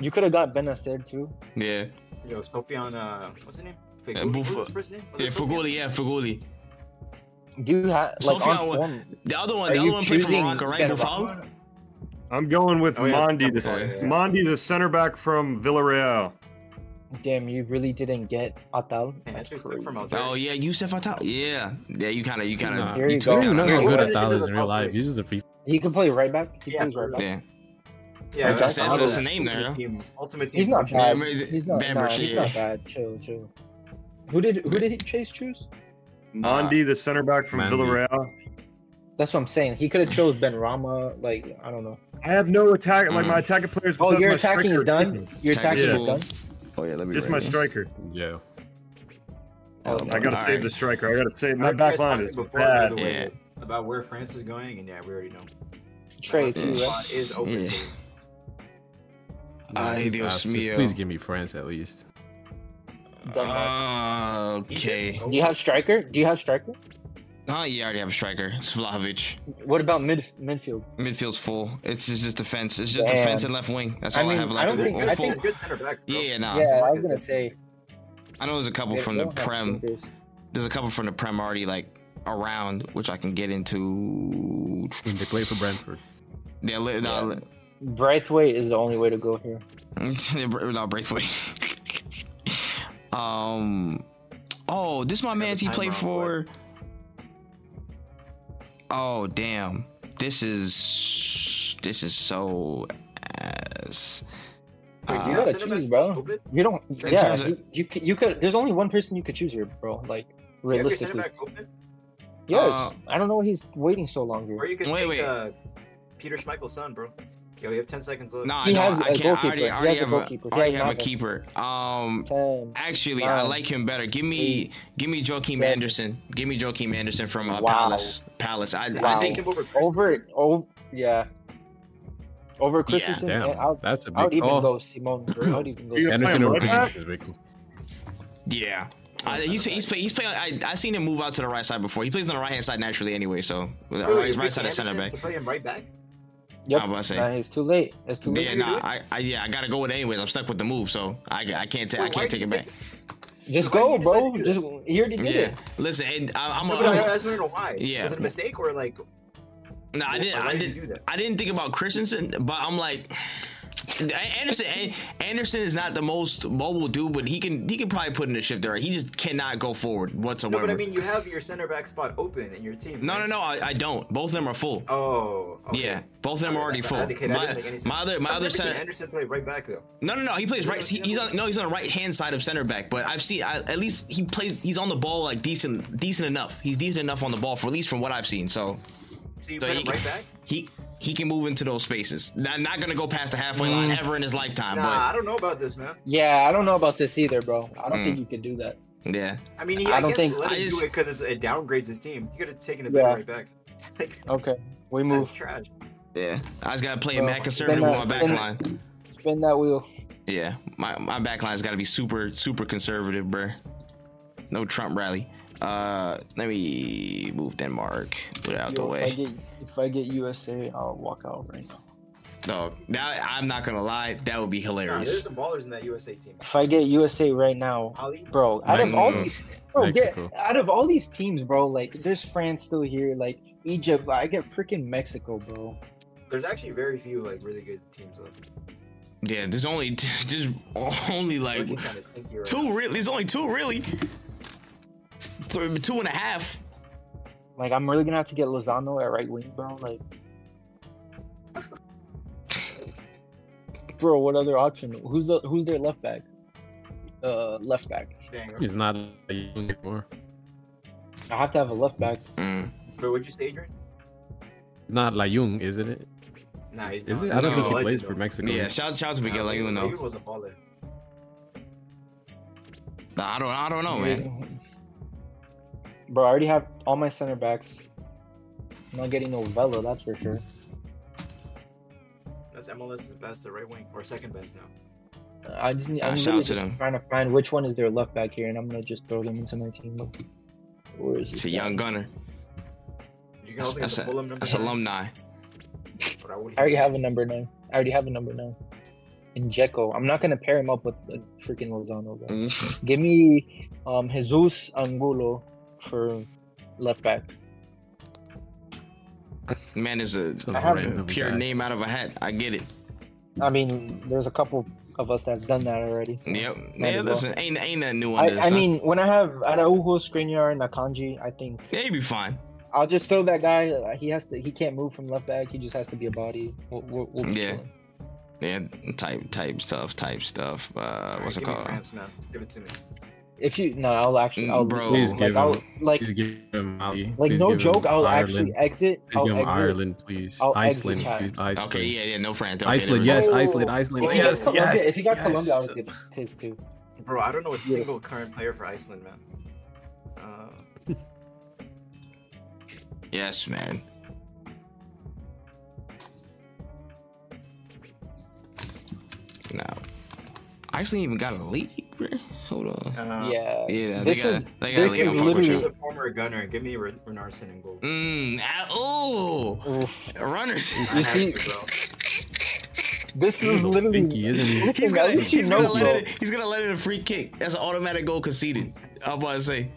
Speaker 2: You could have got Benacer too.
Speaker 1: Yeah,
Speaker 4: Yo, Sofian. Uh, what's his name? Feguli-
Speaker 1: Uh, Buffa.
Speaker 4: what's his first name? Was
Speaker 1: yeah,
Speaker 4: it Sofian?
Speaker 1: Fuguli, yeah, Fuguli.
Speaker 2: Do you have like
Speaker 1: Sofian
Speaker 2: on
Speaker 1: wa-
Speaker 2: form?
Speaker 1: The other one,
Speaker 2: Are
Speaker 1: the other
Speaker 2: you
Speaker 1: one played for
Speaker 2: choosing
Speaker 1: Morocco, right?
Speaker 2: Benrahma?
Speaker 1: Buffon.
Speaker 3: I'm going with
Speaker 4: Oh, yeah, it's
Speaker 3: Mondi. The
Speaker 4: Napoli, yeah.
Speaker 3: Mondi, the center back from Villarreal.
Speaker 2: Damn, you really didn't get Atal.
Speaker 4: Man,
Speaker 2: That's
Speaker 4: that's just like
Speaker 2: crazy.
Speaker 4: from Algeria.
Speaker 1: Oh yeah, Yusef Atal. Yeah, yeah. You kind of, you kind of.
Speaker 5: Nah,
Speaker 2: Here you
Speaker 5: you don't
Speaker 2: go.
Speaker 5: even know how
Speaker 4: Here-
Speaker 5: good
Speaker 4: what is
Speaker 5: a
Speaker 4: it
Speaker 5: is
Speaker 4: that's
Speaker 5: in real
Speaker 4: up
Speaker 5: life.
Speaker 4: there?
Speaker 5: He's just a free.
Speaker 2: He can play right back. He
Speaker 4: Yeah,
Speaker 2: plays right back.
Speaker 1: Yeah.
Speaker 4: Yeah,
Speaker 2: That's- that's- that's
Speaker 1: a name there,
Speaker 4: Ultimate
Speaker 1: huh?
Speaker 4: Team- Ultimate team.
Speaker 2: He's not
Speaker 4: coach.
Speaker 2: bad.
Speaker 1: I mean,
Speaker 2: He's not,
Speaker 1: Van
Speaker 2: nah,
Speaker 1: Persie,
Speaker 2: he's not
Speaker 1: yeah.
Speaker 2: bad. Chill, chill. Who did who did he Chase choose?
Speaker 3: Mondi, the center back from
Speaker 5: Mondi.
Speaker 3: Villarreal.
Speaker 2: That's what I'm saying. He could have chose Ben Rama. Like I don't know.
Speaker 3: I have no attack. Like
Speaker 1: Mm.
Speaker 3: my attacking players.
Speaker 2: Oh,
Speaker 3: besides
Speaker 2: your
Speaker 3: my
Speaker 2: attacking
Speaker 3: striker
Speaker 2: is
Speaker 3: are
Speaker 2: done.
Speaker 3: kicking.
Speaker 2: Your
Speaker 1: Attacking
Speaker 2: attacking is
Speaker 3: is
Speaker 2: done.
Speaker 1: Oh yeah, let me.
Speaker 3: Just my striker.
Speaker 5: Yeah.
Speaker 3: I gotta
Speaker 1: All
Speaker 3: save
Speaker 1: right.
Speaker 3: the striker. I gotta save
Speaker 4: I
Speaker 3: my
Speaker 4: know you
Speaker 3: back
Speaker 4: guys
Speaker 3: line
Speaker 4: talked
Speaker 3: is
Speaker 4: before, by
Speaker 3: bad.
Speaker 4: the way, About where France is going, and yeah, we already know.
Speaker 2: Trey
Speaker 4: This
Speaker 2: too, right?
Speaker 4: spot is open.
Speaker 1: Yeah.
Speaker 5: Yeah,
Speaker 1: Ay,
Speaker 5: just-
Speaker 1: Dios
Speaker 5: just
Speaker 1: mío.
Speaker 5: Please give me France at least.
Speaker 2: Denmark.
Speaker 1: Okay.
Speaker 2: Do you have striker? Do you have striker?
Speaker 1: Oh yeah, I already have a striker. It's Vlahovic.
Speaker 2: What about mid midfield?
Speaker 1: Midfield's full. It's, it's just defense. It's just
Speaker 2: Damn.
Speaker 1: defense and left wing. That's
Speaker 2: I
Speaker 1: all I,
Speaker 2: mean,
Speaker 1: have
Speaker 2: I
Speaker 1: left.
Speaker 2: don't think-
Speaker 1: Or
Speaker 2: I
Speaker 1: full.
Speaker 2: think-
Speaker 4: There's good center backs, bro.
Speaker 1: yeah, yeah, nah.
Speaker 2: yeah, I
Speaker 4: Denmark
Speaker 2: was
Speaker 4: is
Speaker 2: gonna
Speaker 4: good.
Speaker 2: say.
Speaker 1: I know there's a couple
Speaker 2: they
Speaker 1: from the
Speaker 2: don't have
Speaker 1: prem.
Speaker 2: strikers.
Speaker 1: There's a couple from the prem already like around, which I can get into.
Speaker 5: When they play for Brentford.
Speaker 1: Yeah, li- nah, li-
Speaker 2: Braithwaite is the only way to go here.
Speaker 1: *laughs* no, Braithwaite. um, oh, this my man. He
Speaker 4: time
Speaker 1: played
Speaker 4: wrong,
Speaker 1: for. Oh damn. This is this is so ass.
Speaker 2: Wait,
Speaker 1: Uh,
Speaker 2: you gotta
Speaker 4: Cinemax
Speaker 2: choose, bro.
Speaker 4: open?
Speaker 2: You don't.
Speaker 1: In
Speaker 2: yeah,
Speaker 1: terms of-
Speaker 2: you, you c- you could. There's only one person you could choose here, bro. Like
Speaker 4: Do you have your
Speaker 2: realistically,
Speaker 4: cinematic open?
Speaker 2: yes.
Speaker 1: Uh,
Speaker 2: I don't know. why He's waiting so long
Speaker 4: Or
Speaker 2: here.
Speaker 4: you could
Speaker 1: Wait,
Speaker 4: take
Speaker 1: wait.
Speaker 4: Uh, Peter Schmeichel's son, bro. Yo, we have 10 seconds left.
Speaker 1: Nah,
Speaker 2: He
Speaker 1: no,
Speaker 2: has
Speaker 1: I
Speaker 2: a
Speaker 1: can't. I already, I
Speaker 2: goalkeeper. He
Speaker 1: already
Speaker 2: has a
Speaker 1: have a,
Speaker 2: goalkeeper. He
Speaker 1: I already
Speaker 2: has
Speaker 1: have a
Speaker 2: Navas.
Speaker 1: keeper. Um,
Speaker 2: Ten.
Speaker 1: actually, I
Speaker 2: Nine.
Speaker 1: like him better. Give me, give me Joakim
Speaker 2: Seven.
Speaker 1: Anderson. Give me Joakim Anderson from uh,
Speaker 2: Wow.
Speaker 1: Palace. Palace. I, I
Speaker 2: Wow.
Speaker 1: think.
Speaker 4: over
Speaker 2: Over. Over. Yeah. Over Christensen.
Speaker 5: Damn,
Speaker 2: and I, would-
Speaker 5: that's a
Speaker 2: I would
Speaker 5: big
Speaker 2: even
Speaker 5: call.
Speaker 2: go Simone. Bro. I would even go.
Speaker 3: You-
Speaker 5: Anderson
Speaker 3: Playing
Speaker 5: over
Speaker 3: right back?
Speaker 5: Christensen is big.
Speaker 1: Yeah. I, he's he's, play, he's playing. I I seen him move out to the right side before. He plays on the right hand side naturally anyway. So or he's right side of center back.
Speaker 4: To play him right back?
Speaker 2: Yep.
Speaker 1: I was about to say.
Speaker 2: Nah, it's too late. It's too late.
Speaker 1: Yeah, nah, I, I yeah, I gotta go with it anyways. I'm stuck with the move, so I, I can't ta- I
Speaker 4: Wait, why
Speaker 1: can't take it
Speaker 4: did you
Speaker 1: back.
Speaker 2: Just
Speaker 4: Why
Speaker 2: go,
Speaker 4: did you decide
Speaker 2: bro.
Speaker 4: to do
Speaker 2: Just he already did
Speaker 1: Yeah,
Speaker 2: it.
Speaker 1: listen, and I, I'm
Speaker 4: No, but I, I
Speaker 1: a,
Speaker 4: just want to know why.
Speaker 1: Yeah.
Speaker 4: Was it a mistake or like?
Speaker 1: no, I didn't,
Speaker 4: why
Speaker 1: I
Speaker 4: did you
Speaker 1: didn't,
Speaker 4: do that?
Speaker 1: I didn't think about Christensen, but I'm like, Anderson, An- Anderson is not the most mobile dude, but he can he can probably put in a shift there. He just cannot go forward
Speaker 4: No,
Speaker 1: whatsoever.
Speaker 4: but I mean, you have your center back spot open in your team.
Speaker 1: no,
Speaker 4: right?
Speaker 1: no, no, I, I don't. Both of them are full.
Speaker 4: Oh. okay.
Speaker 1: Yeah, both of them
Speaker 4: Okay,
Speaker 1: are already
Speaker 4: that-
Speaker 1: full.
Speaker 4: that- okay, that didn't
Speaker 1: My,
Speaker 4: make any sense.
Speaker 1: my other my
Speaker 4: I've
Speaker 1: other
Speaker 4: never seen
Speaker 1: center.
Speaker 4: Anderson play right back though.
Speaker 1: No, no, no. He plays right. He,
Speaker 4: seen him
Speaker 1: he's
Speaker 4: play?
Speaker 1: on no. He's on the right hand side of center back. But I've seen I, at least he plays. He's on the ball like decent, decent enough. He's decent enough on the ball for at least from what I've seen. So
Speaker 4: So you
Speaker 1: So
Speaker 4: put
Speaker 1: he
Speaker 4: him
Speaker 1: can-
Speaker 4: right back?
Speaker 1: he he can move into those spaces. Not, not gonna go past the halfway line ever in his lifetime.
Speaker 4: Nah, I don't know about this, man.
Speaker 2: Yeah, I don't know about this either, bro. I don't
Speaker 1: Mm.
Speaker 2: think you could do that.
Speaker 1: But yeah,
Speaker 4: I mean, he,
Speaker 2: I
Speaker 4: I,
Speaker 2: don't
Speaker 4: guess
Speaker 2: think-
Speaker 4: let
Speaker 1: I
Speaker 4: him
Speaker 1: just-
Speaker 4: do it because it downgrades his team. He could have taken it
Speaker 2: Yeah.
Speaker 4: back right back. *laughs* like,
Speaker 2: Okay, we
Speaker 4: that's
Speaker 2: move.
Speaker 4: trash.
Speaker 1: yeah. I just gotta play a
Speaker 2: Well,
Speaker 1: mad conservative
Speaker 2: then,
Speaker 1: with
Speaker 2: uh,
Speaker 1: my back
Speaker 2: then-
Speaker 1: line.
Speaker 2: Spin that wheel.
Speaker 1: Yeah, my my back line's gotta be super super conservative, bruh. No Trump rally. Uh, let me move Denmark. Put it out the
Speaker 2: Yo,
Speaker 1: way.
Speaker 2: If I get if I get USA, I'll walk out right now.
Speaker 1: Dog. Now I'm not gonna lie. That would be
Speaker 4: Nah, there's
Speaker 1: hilarious.
Speaker 4: some ballers in that USA team.
Speaker 2: If I get USA right now,
Speaker 4: Ali,
Speaker 2: bro, out of all
Speaker 1: Mexico.
Speaker 2: these, bro, get,
Speaker 5: Mexico.
Speaker 2: out of all these teams, bro, like there's France still here, like Egypt. I get freaking Mexico, bro.
Speaker 4: there's actually very few like really good teams left.
Speaker 1: Yeah, there's only *laughs* just only like
Speaker 4: Looking kind of stinky right now.
Speaker 1: two. Really, there's only two really. Th- two and a half.
Speaker 2: Like I'm really gonna have to get Lozano at right wing, bro. Like, bro, what other option? Who's the who's their left back? Uh, left back.
Speaker 4: Dang,
Speaker 5: He's not a young anymore.
Speaker 2: I have to have a left back.
Speaker 1: Mm.
Speaker 4: But would you say Adrian?
Speaker 5: Not Layung, is it?
Speaker 4: Nah, he's
Speaker 5: Is
Speaker 4: not.
Speaker 5: it? I don't
Speaker 1: No.
Speaker 5: think he
Speaker 4: Legend,
Speaker 5: plays
Speaker 4: though.
Speaker 5: for Mexico.
Speaker 1: Yeah, shout shout out to Miguel
Speaker 4: Nah,
Speaker 1: Layun
Speaker 4: Layun
Speaker 1: though.
Speaker 4: was a baller.
Speaker 1: Nah, I don't I don't know man.
Speaker 2: Bro, I already have all my center backs. I'm not getting no Velo, that's for sure.
Speaker 4: That's MLS's best or right wing or second best now.
Speaker 2: I just need,
Speaker 1: Ah,
Speaker 2: I'm
Speaker 1: shout
Speaker 2: really
Speaker 1: out to
Speaker 2: just
Speaker 1: them.
Speaker 2: trying to find which one is their left back here, and I'm gonna just throw them into my team. Where is
Speaker 1: It's
Speaker 2: this?
Speaker 1: a
Speaker 2: guy?
Speaker 1: young gunner.
Speaker 4: You can
Speaker 1: That's,
Speaker 4: also get
Speaker 1: that's,
Speaker 4: the
Speaker 1: a,
Speaker 4: Fulham number.
Speaker 1: that's
Speaker 4: nine,
Speaker 1: alumni.
Speaker 4: but I would
Speaker 2: I already have a number nine. I already have a number nine. And Jeko, I'm not gonna pair him up with the freaking Lozano.
Speaker 1: Mm.
Speaker 2: Bro. Give me um Jesus Angulo for left back.
Speaker 1: Man is a
Speaker 5: Some
Speaker 2: I have
Speaker 5: random
Speaker 1: pure
Speaker 5: guy.
Speaker 1: name out of a hat. I get it.
Speaker 2: I mean, there's a couple of us that have done that already. so-
Speaker 1: Yep.
Speaker 2: Might
Speaker 1: Yeah,
Speaker 2: as well.
Speaker 1: listen, ain't ain't that new under the
Speaker 2: I, I
Speaker 1: sun.
Speaker 2: mean, when I have Araujo, Skriniar, and Akanji, I think
Speaker 1: yeah, you be fine.
Speaker 2: I'll just throw that guy. uh, He has to. He can't move from left back. He just has to be a body. We'll, we'll, we'll be
Speaker 1: Yeah.
Speaker 2: chilling.
Speaker 1: Yeah, type type stuff, type stuff. Uh,
Speaker 4: Alright,
Speaker 1: what's it
Speaker 4: give me
Speaker 1: called?
Speaker 4: France, man. Give it to me.
Speaker 2: If you no, I'll actually.
Speaker 1: Mm,
Speaker 2: I'll,
Speaker 1: bro.
Speaker 5: Please
Speaker 2: like,
Speaker 5: give
Speaker 2: I'll,
Speaker 5: him-
Speaker 2: like,
Speaker 5: Please give him Ali.
Speaker 2: like
Speaker 5: Please
Speaker 2: no
Speaker 5: give him
Speaker 2: joke. I'll
Speaker 5: Ireland.
Speaker 2: actually exit.
Speaker 5: Please
Speaker 2: I'll
Speaker 5: give him
Speaker 2: exit.
Speaker 5: Ireland, please.
Speaker 2: I'll exit
Speaker 5: Iceland,
Speaker 2: Chad.
Speaker 5: please. Iceland.
Speaker 1: Okay, yeah, yeah, no France. Okay,
Speaker 5: Iceland,
Speaker 1: never mind.
Speaker 5: yes,
Speaker 2: Oh.
Speaker 5: Iceland, Iceland.
Speaker 2: If he got
Speaker 5: yes,
Speaker 2: *laughs* Colombia,
Speaker 5: yes,
Speaker 2: if he got
Speaker 5: yes.
Speaker 2: Colombia, I would get pissed too.
Speaker 4: Bro, I don't know a
Speaker 2: Yeah.
Speaker 4: single current player for Iceland, man. Uh,
Speaker 1: Yes, man. Now, Iceland even got a league, bro. Hold on.
Speaker 4: uh,
Speaker 2: yeah.
Speaker 1: Yeah, they
Speaker 2: this
Speaker 1: got,
Speaker 2: is-
Speaker 1: they got a
Speaker 2: this
Speaker 1: league.
Speaker 2: is
Speaker 1: I'm fucking with
Speaker 4: Give
Speaker 1: you.
Speaker 4: the former gunner. Give me Ren- Renarsson and goal.
Speaker 1: Mm, ah, ooh,
Speaker 2: Oof. *laughs*
Speaker 1: runners. *laughs*
Speaker 4: I
Speaker 2: You
Speaker 4: have
Speaker 2: see-
Speaker 4: to, bro.
Speaker 2: This
Speaker 5: He's
Speaker 2: is
Speaker 5: a little
Speaker 2: literally.
Speaker 5: stinky, isn't he?
Speaker 2: *laughs* Listen,
Speaker 1: He's
Speaker 2: at
Speaker 1: gonna,
Speaker 2: least you
Speaker 1: he's,
Speaker 2: know,
Speaker 1: gonna
Speaker 2: bro.
Speaker 1: let it, he's gonna let in a free kick. That's an automatic goal conceded. I'm about to say.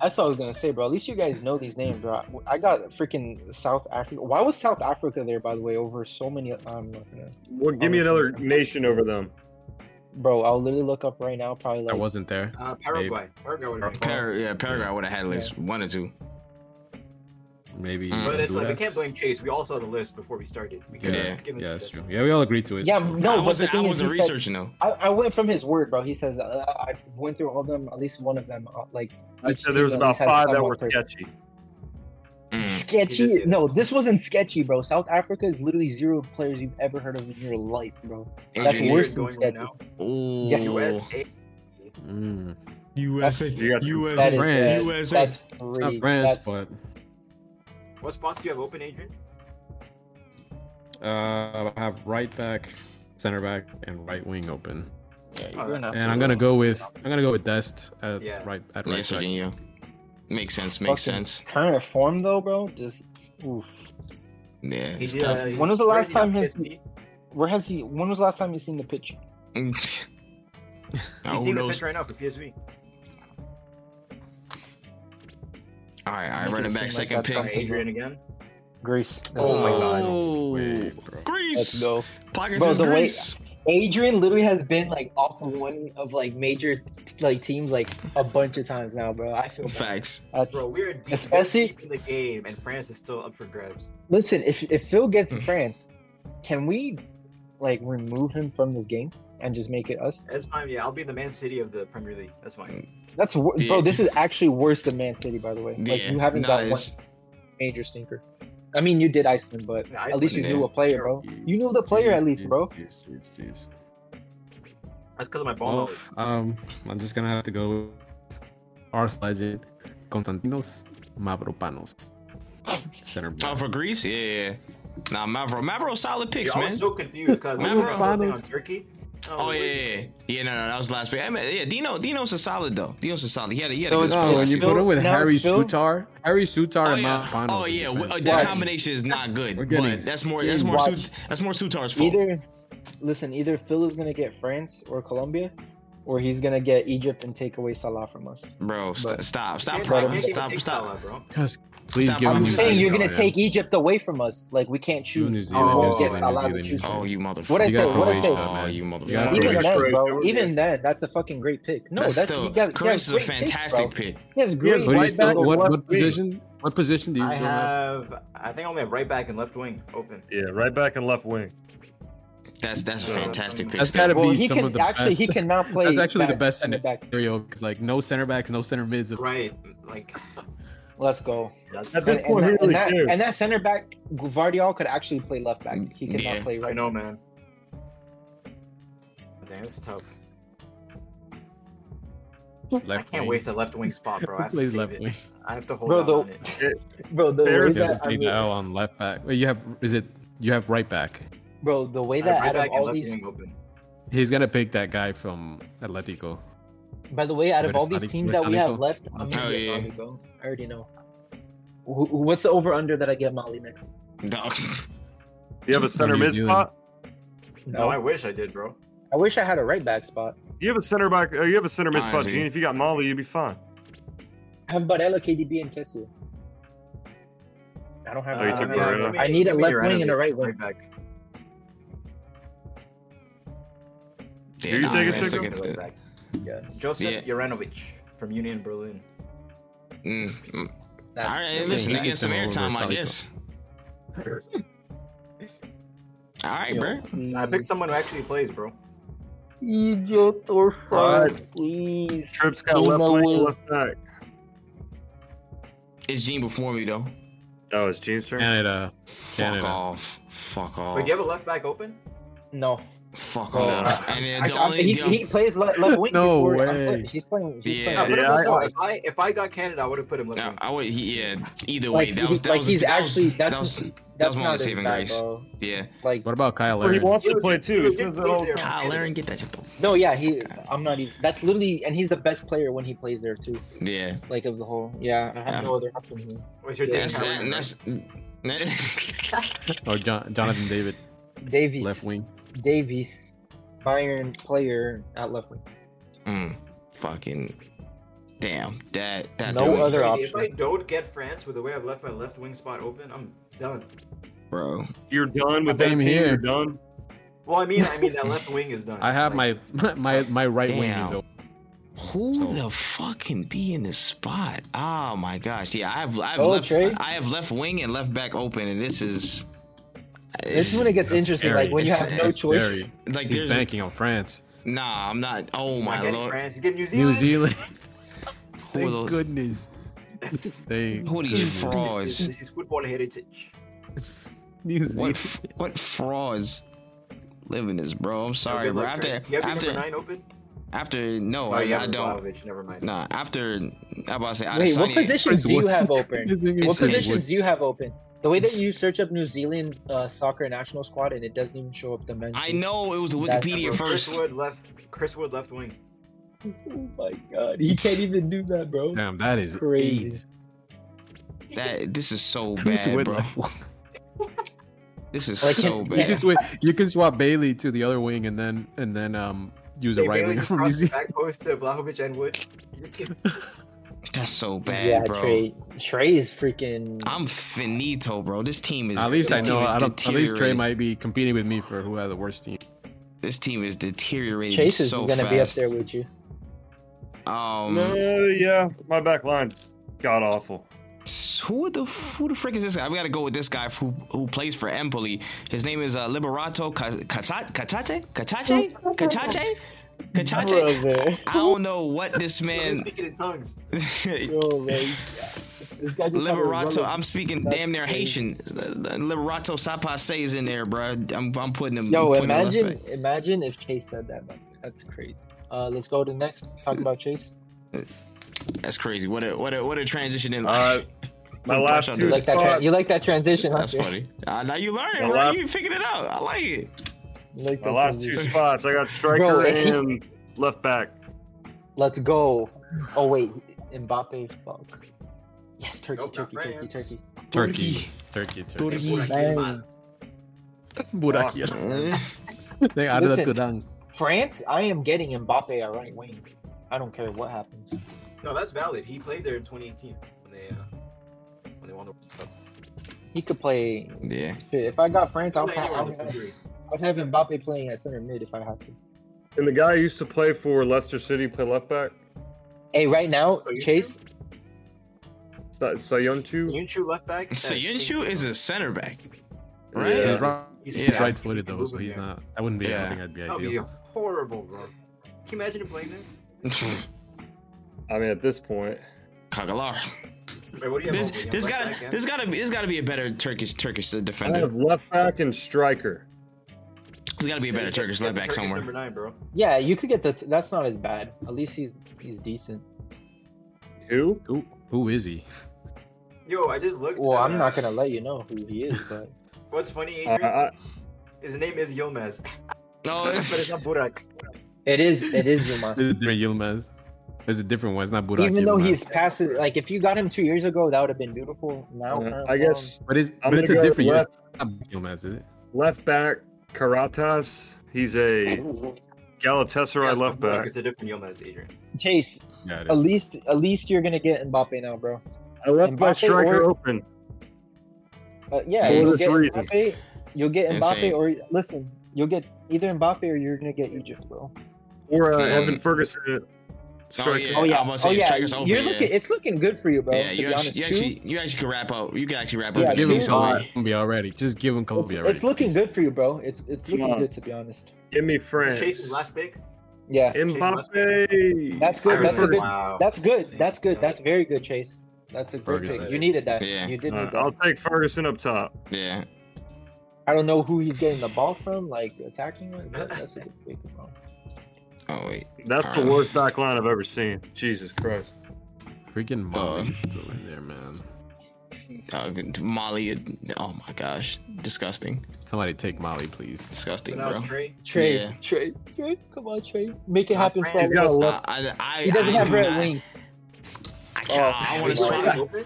Speaker 2: That's what I was gonna say, bro. At least you guys know these names, bro. I got freaking South Africa. Why was South Africa there, by the way, over so many? um, I'm not gonna.
Speaker 3: Well, give me another nation over them.
Speaker 2: Bro, I'll literally look up right now. Probably
Speaker 5: I
Speaker 2: like
Speaker 5: wasn't there.
Speaker 4: Uh, Paraguay. Paraguay would have been
Speaker 1: Par- yeah, Paraguay would have had at least one or two.
Speaker 5: maybe.
Speaker 1: Mm.
Speaker 5: you
Speaker 4: But
Speaker 5: know,
Speaker 4: it's
Speaker 5: do
Speaker 4: like I
Speaker 5: that.
Speaker 4: can't blame Chase. We all saw the list before we started. We could've
Speaker 1: Yeah.
Speaker 4: given us the
Speaker 5: Yeah, that's
Speaker 4: best
Speaker 5: true.
Speaker 4: list.
Speaker 5: Yeah, we all agreed to it.
Speaker 2: Yeah,
Speaker 5: so-
Speaker 1: I
Speaker 2: no, but the
Speaker 1: wasn't, I
Speaker 2: thing is,
Speaker 1: wasn't
Speaker 2: he said-
Speaker 1: researching though.
Speaker 2: I, I went from his word, bro. He says uh, I went through all of them, at least one of them. Uh, like
Speaker 3: I
Speaker 2: each
Speaker 3: said there was
Speaker 2: team at
Speaker 3: about
Speaker 2: least has
Speaker 3: five that
Speaker 2: someone
Speaker 3: were
Speaker 2: per-
Speaker 3: sketchy.
Speaker 2: Hmm.
Speaker 1: Mm.
Speaker 4: He did say
Speaker 2: sketchy.
Speaker 4: that.
Speaker 2: No, this wasn't sketchy, bro. South Africa is literally zero players you've ever heard of in your life, bro. That's
Speaker 4: Engineer
Speaker 1: Engineer.
Speaker 2: worse than
Speaker 4: going
Speaker 2: sketchy.
Speaker 1: Ooh.
Speaker 2: Yes.
Speaker 4: USA.
Speaker 5: Mm.
Speaker 2: USA.
Speaker 3: You got some
Speaker 2: That is
Speaker 5: France.
Speaker 2: uh,
Speaker 1: USA.
Speaker 2: That's
Speaker 5: It's not
Speaker 2: pretty.
Speaker 5: France,
Speaker 2: that's,
Speaker 4: What spots do you have open, Adrian?
Speaker 5: but uh, I have right back, center back, and right wing open.
Speaker 2: yeah,
Speaker 4: Oh,
Speaker 2: you're
Speaker 4: that's
Speaker 2: not-
Speaker 5: And I'm gonna go with I'm gonna go with Dest as
Speaker 4: Yeah.
Speaker 5: right at
Speaker 1: Yeah,
Speaker 5: right back.
Speaker 1: Serginho. Makes sense. Makes
Speaker 2: fucking
Speaker 1: sense.
Speaker 2: Current form though, bro. Just oof.
Speaker 1: Yeah, it's
Speaker 4: He's,
Speaker 1: tough.
Speaker 4: uh,
Speaker 2: When was the
Speaker 4: where
Speaker 2: last
Speaker 4: is he now?
Speaker 2: time his-
Speaker 4: PSV?
Speaker 2: Where has he? When was the last time you seen the pitch? *laughs*
Speaker 1: Mm. Now,
Speaker 4: He's
Speaker 1: who
Speaker 4: seeing the
Speaker 1: knows?
Speaker 4: pitch right now for PSV.
Speaker 1: All right, all right.
Speaker 2: Make
Speaker 1: Running
Speaker 2: it
Speaker 1: back,
Speaker 2: seem like
Speaker 1: second
Speaker 2: that's
Speaker 1: pick.
Speaker 2: something.
Speaker 4: Adrian again.
Speaker 2: Greece.
Speaker 1: Oh my
Speaker 2: god.
Speaker 1: god.
Speaker 5: Wait, bro.
Speaker 2: Let's
Speaker 1: Greece.
Speaker 2: go.
Speaker 1: Pockets
Speaker 2: Bro,
Speaker 1: is
Speaker 2: the way-
Speaker 1: Greece.
Speaker 2: Adrian literally has been like off one of like major like teams like a bunch of times now, bro. I feel bad.
Speaker 1: Facts.
Speaker 2: That's,
Speaker 4: Bro, we're deep,
Speaker 2: Especially-
Speaker 4: deep in the game, and France is still up for grabs.
Speaker 2: listen. If if Phil gets
Speaker 5: Hmm.
Speaker 1: Mm.
Speaker 2: France, can we like remove him from this game and just make it us?
Speaker 4: That's fine. Yeah, I'll be the Man City of the Premier League. That's fine.
Speaker 2: That's wor- bro.
Speaker 1: Yeah.
Speaker 2: This is actually worse than Man City, by the way. Like
Speaker 1: yeah,
Speaker 2: you haven't
Speaker 1: nah,
Speaker 2: got one
Speaker 1: it's-
Speaker 2: major stinker. I mean, you did Iceland, but
Speaker 4: Yeah,
Speaker 2: at least you
Speaker 1: Iceland,
Speaker 2: knew
Speaker 1: yeah.
Speaker 2: a player, bro. You knew the player at least, bro.
Speaker 5: Jeez, jeez, jeez.
Speaker 4: That's because of my ball
Speaker 5: Well,
Speaker 4: knowledge.
Speaker 5: um, I'm just gonna have to go with Ars Legend, Constantinos Mavropanos. Center
Speaker 1: Oh,
Speaker 5: back.
Speaker 1: for Greece? Yeah, yeah. yeah. Nah, Mavro. Mavro, solid picks,
Speaker 4: Yeah, I
Speaker 1: man.
Speaker 4: was so confused because I
Speaker 1: Remember-
Speaker 4: was something on Turkey. and I was
Speaker 1: Oh
Speaker 4: like,
Speaker 1: yeah,
Speaker 4: wait,
Speaker 1: yeah, yeah. yeah. No, no, that was the last pick. I mean, yeah, Dino, Dino's a solid though. Dino's a solid. He had a, he had a
Speaker 2: So
Speaker 1: good
Speaker 2: it's-
Speaker 1: split
Speaker 5: No,
Speaker 1: last
Speaker 5: when Oh, you
Speaker 1: season.
Speaker 5: put it with
Speaker 2: Now
Speaker 5: Harry
Speaker 2: it's Phil?
Speaker 5: Sutar, Harry Sutar
Speaker 1: Oh
Speaker 5: and
Speaker 1: yeah,
Speaker 5: Mavropanos.
Speaker 1: oh
Speaker 5: in
Speaker 1: yeah. w- uh,
Speaker 5: defense.
Speaker 1: that
Speaker 2: Watch.
Speaker 1: combination is not good.
Speaker 5: We're getting
Speaker 1: But that's more that's
Speaker 5: skin
Speaker 1: more
Speaker 2: watch.
Speaker 1: Su- that's more Sutar's fault.
Speaker 2: Either listen, either Phil is gonna get France or Colombia, or he's gonna get Egypt and take away Salah from us.
Speaker 1: Bro, st-
Speaker 2: But-
Speaker 1: stop,
Speaker 4: I
Speaker 1: stop,
Speaker 4: can't- I
Speaker 1: problem,
Speaker 4: can't even
Speaker 1: stop,
Speaker 4: take
Speaker 1: stop.
Speaker 4: Salah, bro.
Speaker 5: Guys, please
Speaker 1: Stop.
Speaker 5: give
Speaker 1: I'm
Speaker 5: me
Speaker 2: I'm
Speaker 5: New
Speaker 2: saying you're
Speaker 5: Zealand,
Speaker 2: gonna
Speaker 5: man.
Speaker 2: take Egypt away from us. Like we can't
Speaker 5: You
Speaker 2: choose.
Speaker 5: New
Speaker 2: we
Speaker 5: Zealand,
Speaker 2: won't
Speaker 5: New
Speaker 2: get
Speaker 5: Zealand,
Speaker 2: Salah
Speaker 5: New
Speaker 2: to
Speaker 5: Zealand,
Speaker 2: choose.
Speaker 5: New
Speaker 1: Oh,
Speaker 2: from.
Speaker 1: you motherfucker!
Speaker 2: What I said, what I said.
Speaker 1: Oh, you
Speaker 5: You gotta
Speaker 1: motherfucker!
Speaker 5: Croatia,
Speaker 2: Even
Speaker 5: Croatia,
Speaker 2: then, bro.
Speaker 3: Croatia.
Speaker 2: Even then, that's a fucking great pick. No,
Speaker 1: That's
Speaker 2: that's,
Speaker 1: still
Speaker 2: you got,
Speaker 1: Chris is
Speaker 2: you
Speaker 1: a
Speaker 2: got great picks,
Speaker 1: fantastic
Speaker 2: bro.
Speaker 1: pick.
Speaker 2: He has great.
Speaker 3: Yeah,
Speaker 5: Who do you
Speaker 3: Right back
Speaker 5: still, what,
Speaker 3: and
Speaker 5: what
Speaker 3: left wing.
Speaker 5: position? What position do you
Speaker 4: I
Speaker 5: go left?
Speaker 4: have, I think only have right back and left wing open.
Speaker 3: Yeah, right back and left wing.
Speaker 1: That's that's a
Speaker 4: Yeah.
Speaker 1: fantastic pick.
Speaker 5: That's
Speaker 1: still.
Speaker 5: gotta
Speaker 2: well,
Speaker 5: be
Speaker 2: he
Speaker 5: some
Speaker 2: can
Speaker 5: of the
Speaker 2: actually
Speaker 5: best.
Speaker 2: he cannot play.
Speaker 5: That's actually the
Speaker 2: back-
Speaker 5: best
Speaker 2: center back.
Speaker 5: scenario because like no center backs, no center mids.
Speaker 4: Right, like
Speaker 2: Let's go.
Speaker 4: that's.
Speaker 3: At
Speaker 2: And,
Speaker 3: this
Speaker 2: and
Speaker 3: point, who
Speaker 2: that, and
Speaker 3: really
Speaker 2: that-
Speaker 3: cares?
Speaker 2: and that center back Guardiol could actually play left back. He cannot
Speaker 1: Mm, Yeah.
Speaker 2: play
Speaker 4: I
Speaker 2: right.
Speaker 4: know, man. Damn, it's tough. I
Speaker 5: Left
Speaker 4: can't
Speaker 5: wing.
Speaker 4: waste a left wing spot,
Speaker 1: *laughs*
Speaker 4: bro. I have to
Speaker 5: Plays
Speaker 4: save
Speaker 5: left
Speaker 4: it.
Speaker 5: wing.
Speaker 4: I have to hold
Speaker 2: Bro,
Speaker 4: out
Speaker 2: though-
Speaker 4: on it.
Speaker 2: Bro, the
Speaker 3: Bears
Speaker 2: way
Speaker 5: There's
Speaker 3: Yeah,
Speaker 2: that
Speaker 5: a
Speaker 2: I mean,
Speaker 5: L on left back. Wait, you have is it? You have right back.
Speaker 2: bro, the way
Speaker 4: I have
Speaker 2: that
Speaker 4: right
Speaker 2: out
Speaker 4: back
Speaker 2: of
Speaker 4: and
Speaker 2: all
Speaker 4: left
Speaker 2: these,
Speaker 4: wing open.
Speaker 5: He's gonna pick that guy from Atletico.
Speaker 2: by the way, out of
Speaker 5: Where's
Speaker 2: all these
Speaker 5: Sonic-
Speaker 2: teams
Speaker 5: where's
Speaker 2: that we have
Speaker 5: Sonico?
Speaker 2: left, I'm
Speaker 1: Oh, yeah.
Speaker 2: gonna get Mali, bro. I already know. Wh- wh- What's the over under that I get Mali next?
Speaker 1: Dog.
Speaker 3: You have a center
Speaker 5: New
Speaker 3: mid
Speaker 5: Zealand.
Speaker 3: spot.
Speaker 4: No, I wish I did, bro.
Speaker 2: I wish I had a right back spot.
Speaker 3: You have a center back. Or you have a center mid spot,
Speaker 1: Honestly.
Speaker 3: Gene. If you got Molly, you'd be fine.
Speaker 2: I have Barella, KDB, and Kessie. I don't have.
Speaker 3: Oh, you
Speaker 2: I
Speaker 4: Uh,
Speaker 3: took
Speaker 2: don't
Speaker 4: yeah,
Speaker 2: have-
Speaker 3: Barella.
Speaker 4: give me-
Speaker 2: I need a
Speaker 4: give me
Speaker 2: left
Speaker 4: your
Speaker 2: wing and a
Speaker 4: enemy,
Speaker 2: right wing.
Speaker 4: back.
Speaker 1: *laughs* Yeah,
Speaker 3: you
Speaker 1: nah,
Speaker 3: take a
Speaker 1: man, it's
Speaker 3: second?
Speaker 1: looking-
Speaker 4: Right back. Joseph
Speaker 1: Yeah.
Speaker 4: Juranovic from Union Berlin.
Speaker 1: Mm, mm. All
Speaker 2: That's-
Speaker 1: right, listen,
Speaker 5: yeah,
Speaker 1: they
Speaker 5: you
Speaker 1: get some
Speaker 5: can
Speaker 1: airtime, I
Speaker 5: oversell it.
Speaker 1: guess. *laughs* All right,
Speaker 2: Yo,
Speaker 1: bro.
Speaker 4: I picked
Speaker 2: please.
Speaker 4: someone who actually plays, bro.
Speaker 2: Egypt or France, please.
Speaker 3: Tripp's got
Speaker 2: Leave
Speaker 3: left
Speaker 2: my
Speaker 3: wing,
Speaker 2: wing.
Speaker 3: and left back.
Speaker 1: It's Gene before me though.
Speaker 3: Oh, it's Gene's turn.
Speaker 5: Canada.
Speaker 1: Fuck
Speaker 5: Canada.
Speaker 1: off. Fuck off.
Speaker 4: Wait, do you have a left back open?
Speaker 2: No.
Speaker 1: Fuck
Speaker 2: Oh,
Speaker 1: off.
Speaker 2: I-
Speaker 1: And then
Speaker 2: I-
Speaker 1: the
Speaker 2: I-
Speaker 1: only
Speaker 2: he,
Speaker 1: the-
Speaker 2: he plays left, left wing.
Speaker 5: No
Speaker 2: before- I'm
Speaker 5: way.
Speaker 2: play- he's playing. He's
Speaker 1: Yeah.
Speaker 4: No,
Speaker 2: playing
Speaker 4: but
Speaker 3: Yeah,
Speaker 4: I'm
Speaker 3: I-
Speaker 4: like, no, if I if I got Canada, I would have put him left
Speaker 1: I,
Speaker 4: wing.
Speaker 1: I would. He, yeah. Either
Speaker 2: Like,
Speaker 1: way, that
Speaker 2: he-
Speaker 1: was that
Speaker 2: like,
Speaker 1: was.
Speaker 2: he's
Speaker 1: that
Speaker 2: actually-
Speaker 1: was, that
Speaker 2: that's-
Speaker 1: was, that
Speaker 2: That's
Speaker 1: was my
Speaker 2: not
Speaker 1: only
Speaker 2: his
Speaker 1: saving
Speaker 2: bad,
Speaker 1: grace.
Speaker 2: bro.
Speaker 1: Yeah.
Speaker 2: Like,
Speaker 5: What about Kyle
Speaker 3: Well, he
Speaker 5: Aaron?
Speaker 3: wants
Speaker 4: Dude,
Speaker 3: to play
Speaker 4: dude,
Speaker 3: too.
Speaker 4: dude,
Speaker 3: He's
Speaker 4: dude,
Speaker 3: been
Speaker 4: please
Speaker 3: all-
Speaker 4: there.
Speaker 1: Kyle Aaron, get that shit though.
Speaker 2: no, yeah, he. I'm not even. That's literally, and he's the best player when he plays there too.
Speaker 1: Yeah.
Speaker 2: Like of the whole. Yeah, I have
Speaker 1: Yeah.
Speaker 2: no other option here.
Speaker 4: What's your
Speaker 2: Yeah,
Speaker 4: saying?
Speaker 1: That's that.
Speaker 4: Kyrie,
Speaker 1: and
Speaker 4: right?
Speaker 1: That's. that-
Speaker 5: Or John, Oh,
Speaker 4: *laughs*
Speaker 5: Jonathan David,
Speaker 2: Davies.
Speaker 5: left wing.
Speaker 2: Davies, Bayern player at left wing.
Speaker 1: *laughs* mm, fucking. Damn. That. That.
Speaker 2: No
Speaker 1: dude,
Speaker 2: other
Speaker 4: Crazy. If I
Speaker 2: option.
Speaker 4: don't get France with the way I've left my left wing spot open, I'm done.
Speaker 1: Bro.
Speaker 3: You're done with that
Speaker 5: Same
Speaker 3: team.
Speaker 5: here.
Speaker 3: You're done.
Speaker 4: Well, I mean, I mean that left wing is done.
Speaker 5: *laughs* I have my
Speaker 4: Like,
Speaker 5: my my right wing is
Speaker 1: Damn.
Speaker 5: open.
Speaker 1: Who the fuck can be in this spot? Oh my gosh! Yeah, I've I've
Speaker 4: Oh,
Speaker 2: Go,
Speaker 1: left
Speaker 2: Trey.
Speaker 1: I have left wing and left back open, and this is
Speaker 2: This is when it gets interesting,
Speaker 5: scary.
Speaker 2: like when you
Speaker 1: It's-
Speaker 2: have no
Speaker 5: It's
Speaker 2: choice.
Speaker 5: scary.
Speaker 1: like
Speaker 5: He's
Speaker 1: there's
Speaker 5: banking on France,
Speaker 1: nah. I'm not. Oh
Speaker 4: He's not
Speaker 1: my
Speaker 4: getting
Speaker 1: lord!
Speaker 4: France. He's getting New
Speaker 5: New
Speaker 4: Zealand. *laughs*
Speaker 5: Zealand.
Speaker 1: Who are those?
Speaker 5: goodness. They
Speaker 1: Who are these
Speaker 5: goodness.
Speaker 1: frauds?
Speaker 4: This, this is football heritage.
Speaker 5: New
Speaker 1: What
Speaker 5: Zealand.
Speaker 1: f- what frauds live in this, bro? I'm
Speaker 4: No,
Speaker 1: sorry,
Speaker 4: good
Speaker 1: bro.
Speaker 4: luck, Trey.
Speaker 1: After
Speaker 4: you have your
Speaker 1: after
Speaker 4: number nine open.
Speaker 1: after no, I,
Speaker 4: you
Speaker 1: I
Speaker 4: have
Speaker 1: don't.
Speaker 4: Oh, Vlahovic, Never mind.
Speaker 1: Nah, after I about to say
Speaker 2: Wait, what
Speaker 1: Adesanya-
Speaker 2: positions do you
Speaker 1: *laughs*
Speaker 5: What-
Speaker 2: have open?
Speaker 5: This thing is
Speaker 2: What
Speaker 1: It's-
Speaker 2: positions do you have open? The way that
Speaker 1: it's-
Speaker 2: you search up New Zealand uh, soccer national squad and it doesn't even show up the men.
Speaker 1: I
Speaker 2: team.
Speaker 1: know it was the
Speaker 2: That's
Speaker 1: Wikipedia
Speaker 4: Bro, Chris
Speaker 1: first.
Speaker 4: Wood left. Chris Wood left wing.
Speaker 2: Oh my god, he can't even do that, bro.
Speaker 5: Damn, that is
Speaker 2: Crazy.
Speaker 5: AIDS.
Speaker 1: That this is so
Speaker 5: Chris
Speaker 1: bad, bro.
Speaker 5: Whitlock.
Speaker 1: *laughs* This is
Speaker 2: Like,
Speaker 1: so
Speaker 2: you
Speaker 5: You
Speaker 1: bad.
Speaker 5: can switch. You can swap Bailey to the other wing, and then and then um use a
Speaker 4: They
Speaker 5: right
Speaker 4: barely
Speaker 5: winger from New
Speaker 4: crossed the
Speaker 5: Zealand.
Speaker 4: *laughs* back post to Vlahovic and Wood. He just *laughs* gets-
Speaker 1: That's so bad,
Speaker 2: yeah,
Speaker 1: bro.
Speaker 2: Trey. Trey is freaking.
Speaker 1: I'm finito, bro. This team is
Speaker 5: At least
Speaker 1: this
Speaker 5: I
Speaker 1: team
Speaker 5: know.
Speaker 1: is
Speaker 5: I don't, at least Trey
Speaker 1: deteriorating.
Speaker 5: might be competing with me for who had the worst team.
Speaker 1: This team is deteriorating
Speaker 2: Chase is
Speaker 1: so
Speaker 2: gonna
Speaker 1: fast.
Speaker 2: be up there with you.
Speaker 1: Um,
Speaker 3: Uh, yeah, my back line's god awful.
Speaker 1: who the f- who the frick is this guy? We got to go with this guy who who plays for Empoli. His name is uh, Liberato Ca- Cazza- Cacace, Cacace, Cacace, Cacace.
Speaker 2: Brother.
Speaker 1: I don't know what this
Speaker 4: He's
Speaker 1: man.
Speaker 4: speaking in tongues.
Speaker 1: *laughs*
Speaker 2: Yo, man. Oh This guy just had a run
Speaker 1: Liberato,
Speaker 2: of-
Speaker 1: I'm speaking
Speaker 2: That's
Speaker 1: damn near
Speaker 2: crazy.
Speaker 1: Haitian. Liberato Sapase is in there, bro. I'm, I'm putting him.
Speaker 2: Yo,
Speaker 1: I'm putting him left
Speaker 2: imagine, imagine if Chase said that. Man. That's crazy. Uh, let's go to next. Talk about Chase.
Speaker 1: back. That's crazy. What a what a what a transition in
Speaker 3: Uh,
Speaker 1: life.
Speaker 3: my
Speaker 1: Good
Speaker 3: last
Speaker 1: push on
Speaker 3: two
Speaker 2: You
Speaker 1: that.
Speaker 2: like that? Tra- you like that transition? huh,
Speaker 1: *laughs* That's
Speaker 2: Chase?
Speaker 1: funny. Uh, now you learning,
Speaker 3: My
Speaker 1: bro.
Speaker 3: last-
Speaker 1: you figured it out. I like it.
Speaker 2: You like
Speaker 3: My
Speaker 2: that
Speaker 3: last two
Speaker 2: transition?
Speaker 3: spots, I got striker
Speaker 2: Bro, if he-
Speaker 3: and left back.
Speaker 2: Let's go. Oh wait, Mbappe. Fuck. Yes, Turkey,
Speaker 4: Nope, not
Speaker 2: Turkey, Turkey,
Speaker 4: France.
Speaker 2: Turkey.
Speaker 5: Turkey, Turkey, Turkey.
Speaker 1: Turkey.
Speaker 4: Burak Yilmaz.
Speaker 5: Burak Yilmaz.
Speaker 1: Uh,
Speaker 5: *laughs* They added
Speaker 2: Listen.
Speaker 5: up to Dang.
Speaker 2: France. I am getting Mbappe at right wing. I don't care what happens.
Speaker 4: No, that's valid. He played there in 2018 when they uh, when they won the World Cup.
Speaker 2: He could play.
Speaker 1: yeah.
Speaker 2: Shit, if I got France, I'll,
Speaker 4: Play anywhere
Speaker 2: I'll,
Speaker 4: in the country.
Speaker 2: I'd have Mbappe playing at center mid if I have to.
Speaker 3: And the guy who used to play for Leicester City play left back.
Speaker 2: Hey, right now,
Speaker 4: Oh, you
Speaker 2: Chase.
Speaker 3: Sa- Sayuncu.
Speaker 4: Yunchu left back.
Speaker 1: So
Speaker 4: That's-
Speaker 1: Yunchu is a center
Speaker 5: *laughs*
Speaker 1: back, right?
Speaker 3: Yeah.
Speaker 5: He's, right,
Speaker 4: He's
Speaker 1: Yeah.
Speaker 5: he's
Speaker 4: fast.
Speaker 5: right-footed
Speaker 4: He can
Speaker 5: though,
Speaker 4: move
Speaker 5: so
Speaker 4: him
Speaker 5: he's
Speaker 4: there.
Speaker 5: not. I wouldn't be. I
Speaker 1: Yeah.
Speaker 5: don't think I'd be
Speaker 4: That would
Speaker 5: ideal.
Speaker 4: be horrible, bro. Can you imagine him playing there?
Speaker 3: I mean, at this point,
Speaker 1: Kagalar.
Speaker 4: Wait, what do you have?
Speaker 1: This this
Speaker 4: open? You have left
Speaker 1: gotta
Speaker 4: back and-
Speaker 1: this gotta be this gotta be a better Turkish Turkish
Speaker 3: I have
Speaker 1: defender.
Speaker 3: left back and striker.
Speaker 1: There's gotta be a better
Speaker 4: Yeah,
Speaker 1: Turkish
Speaker 4: get
Speaker 1: left
Speaker 4: the
Speaker 1: back
Speaker 4: Turkish
Speaker 1: somewhere.
Speaker 4: Number nine, bro.
Speaker 2: Yeah, you could get that. That's not as bad. At least he's he's decent.
Speaker 3: Who?
Speaker 5: Who, who is he?
Speaker 4: Yo, I just looked.
Speaker 2: Well,
Speaker 4: at,
Speaker 2: I'm
Speaker 4: uh,
Speaker 2: not Uh, gonna let you know who he is, but
Speaker 4: What's funny,
Speaker 3: I,
Speaker 4: Adrian?
Speaker 3: Uh, I,
Speaker 4: His name is Yilmaz,
Speaker 1: No,
Speaker 4: but Oh, it's
Speaker 1: it's-
Speaker 4: not Burak.
Speaker 2: it is it is
Speaker 5: This is
Speaker 2: Yilmaz.
Speaker 5: different Yilmaz. It's a different one. It's not Burak.
Speaker 2: Even though
Speaker 5: Yilmaz.
Speaker 2: he's passive, like if you got him two years ago, that would have been beautiful. Now,
Speaker 3: uh,
Speaker 2: current
Speaker 3: I
Speaker 2: form,
Speaker 3: guess
Speaker 5: but it's
Speaker 3: I'm
Speaker 5: but
Speaker 3: gonna
Speaker 5: it's a
Speaker 3: go
Speaker 5: different
Speaker 3: left,
Speaker 5: Yilmaz. Not Yilmaz, is it?
Speaker 3: left back. Karatas. He's a
Speaker 4: Yeah,
Speaker 3: Galatasaray
Speaker 4: it's not
Speaker 3: left
Speaker 4: Burak,
Speaker 3: back.
Speaker 4: It's a different Yilmaz, Adrian.
Speaker 2: Chase.
Speaker 5: Yeah, it
Speaker 2: At
Speaker 5: is.
Speaker 2: least at least you're gonna get Mbappe now, bro.
Speaker 3: I left my
Speaker 2: Mbappe
Speaker 3: striker
Speaker 2: or-
Speaker 3: open.
Speaker 2: Uh, yeah,
Speaker 1: For
Speaker 2: you'll
Speaker 3: this
Speaker 2: get
Speaker 3: reason.
Speaker 2: Mbappe. You'll get Mbappe,
Speaker 1: Insane.
Speaker 2: or listen, you'll get either Mbappe or you're gonna get Egypt, bro.
Speaker 3: Or uh,
Speaker 1: Mm.
Speaker 3: Evan Ferguson. at
Speaker 1: oh
Speaker 3: Striker.
Speaker 1: yeah,
Speaker 2: oh yeah,
Speaker 1: I'm gonna
Speaker 2: oh
Speaker 1: say
Speaker 2: yeah.
Speaker 1: striker's open.
Speaker 2: you're
Speaker 1: yeah.
Speaker 2: looking. It's looking good for you, bro.
Speaker 1: *laughs* yeah,
Speaker 2: to
Speaker 1: you actually,
Speaker 2: be honest,
Speaker 1: you
Speaker 2: Two-
Speaker 1: actually you actually could wrap up. You could actually wrap
Speaker 2: Yeah,
Speaker 1: up.
Speaker 5: Give him
Speaker 2: two-
Speaker 1: so
Speaker 5: Colombia Colombia already. Just give him Colombia
Speaker 2: it's,
Speaker 5: already.
Speaker 2: it's looking
Speaker 5: please.
Speaker 2: good for you, bro. It's it's looking
Speaker 3: Yeah.
Speaker 2: good to be honest.
Speaker 3: Give me France.
Speaker 4: Chase's last pick.
Speaker 2: Yeah,
Speaker 3: Mbappe.
Speaker 2: That's good,
Speaker 4: Iron
Speaker 2: that's a
Speaker 4: Ferguson.
Speaker 2: good-
Speaker 4: Wow.
Speaker 2: that's good. That's good. That's very good, Chase. That's a great
Speaker 5: Ferguson.
Speaker 2: pick. You needed that.
Speaker 1: Yeah.
Speaker 2: You did
Speaker 3: Uh,
Speaker 2: need
Speaker 3: I'll
Speaker 2: that.
Speaker 3: take Ferguson up top.
Speaker 1: yeah,
Speaker 2: I don't know who he's getting the ball from, like attacking. Like, *laughs* but that's a good pick, bro.
Speaker 1: oh wait,
Speaker 3: That's the
Speaker 1: Alright.
Speaker 3: worst back line I've ever seen. Jesus Christ.
Speaker 1: Dog.
Speaker 5: Freaking Molly still in there, man.
Speaker 1: uh, Molly. Oh my gosh, disgusting,
Speaker 5: Somebody take Molly, please.
Speaker 1: disgusting,
Speaker 4: So now it's
Speaker 1: bro.
Speaker 4: Trey.
Speaker 2: Trey,
Speaker 1: Yeah.
Speaker 2: Trey, Trey, come on, Trey, make it
Speaker 4: Uh,
Speaker 2: happen for
Speaker 4: France-
Speaker 2: us.
Speaker 3: He's got
Speaker 2: bro.
Speaker 1: Uh, I, I,
Speaker 2: He doesn't
Speaker 1: I
Speaker 2: have
Speaker 1: do
Speaker 2: red
Speaker 1: not-
Speaker 2: wing.
Speaker 1: I, can't-
Speaker 3: Oh.
Speaker 1: I want to
Speaker 4: Is Molly
Speaker 1: swap.
Speaker 4: open?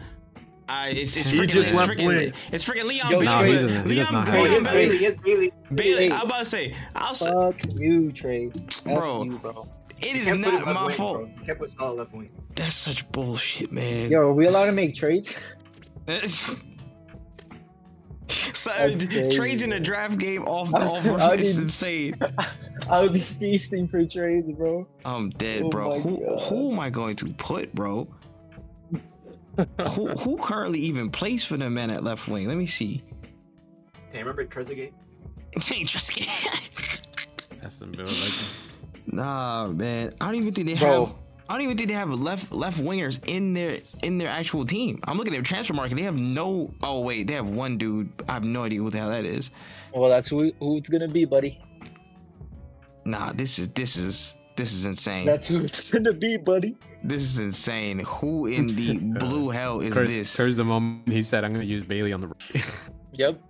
Speaker 1: I, it's it's
Speaker 5: He
Speaker 1: freaking
Speaker 5: just
Speaker 1: it's
Speaker 3: left
Speaker 1: freaking
Speaker 3: wing.
Speaker 1: it's freaking Leon
Speaker 2: Yo,
Speaker 5: Nah,
Speaker 1: Bailey.
Speaker 5: he doesn't- he does
Speaker 1: Leon
Speaker 5: not have
Speaker 4: Oh, he
Speaker 1: Bailey.
Speaker 4: has
Speaker 2: Hey,
Speaker 4: Bailey. He has Bailey.
Speaker 1: Bailey.
Speaker 2: Hey. Uh,
Speaker 1: I'm about to say, I'll say
Speaker 2: Fuck you, Trey. F
Speaker 1: Bro.
Speaker 2: you, bro.
Speaker 1: it
Speaker 4: He
Speaker 1: is
Speaker 4: can't put his
Speaker 1: not
Speaker 4: left
Speaker 1: my
Speaker 4: wing,
Speaker 1: fault.
Speaker 4: bro. He can't put Salah left wing.
Speaker 1: That's such *laughs* bullshit, man.
Speaker 2: Yo, are we allowed to make trades?
Speaker 1: So,
Speaker 2: That's crazy.
Speaker 1: trades in a draft game off the
Speaker 2: *laughs* I-
Speaker 1: offer
Speaker 2: I
Speaker 1: is
Speaker 2: didn't-
Speaker 1: insane.
Speaker 2: *laughs* I would be feasting for trades, bro.
Speaker 1: I'm dead,
Speaker 2: Oh
Speaker 1: bro.
Speaker 2: my
Speaker 1: Who
Speaker 2: God.
Speaker 1: who am I going to put,
Speaker 2: *laughs*
Speaker 1: bro? who who currently even plays for the men at left wing? Let me see. *laughs*
Speaker 4: Hey, remember Trezeguet?
Speaker 1: Team Trusky.
Speaker 5: That's the bill. Like,
Speaker 1: nah, man. I don't even think they
Speaker 2: Bro.
Speaker 1: have. I don't even think they have left left wingers in their in their actual team. I'm looking at their transfer market. They have no. Oh wait, they have one dude. I have no idea who the hell that is.
Speaker 2: Well, that's who, who it's gonna be, buddy.
Speaker 1: Nah, this is this is this is insane.
Speaker 2: That's who it's gonna be, buddy.
Speaker 1: this is insane. Who in
Speaker 2: *laughs*
Speaker 1: the blue hell is
Speaker 5: curse,
Speaker 1: this?
Speaker 5: curse the moment he said, "I'm going to use Bailey on the." right."
Speaker 2: Yep.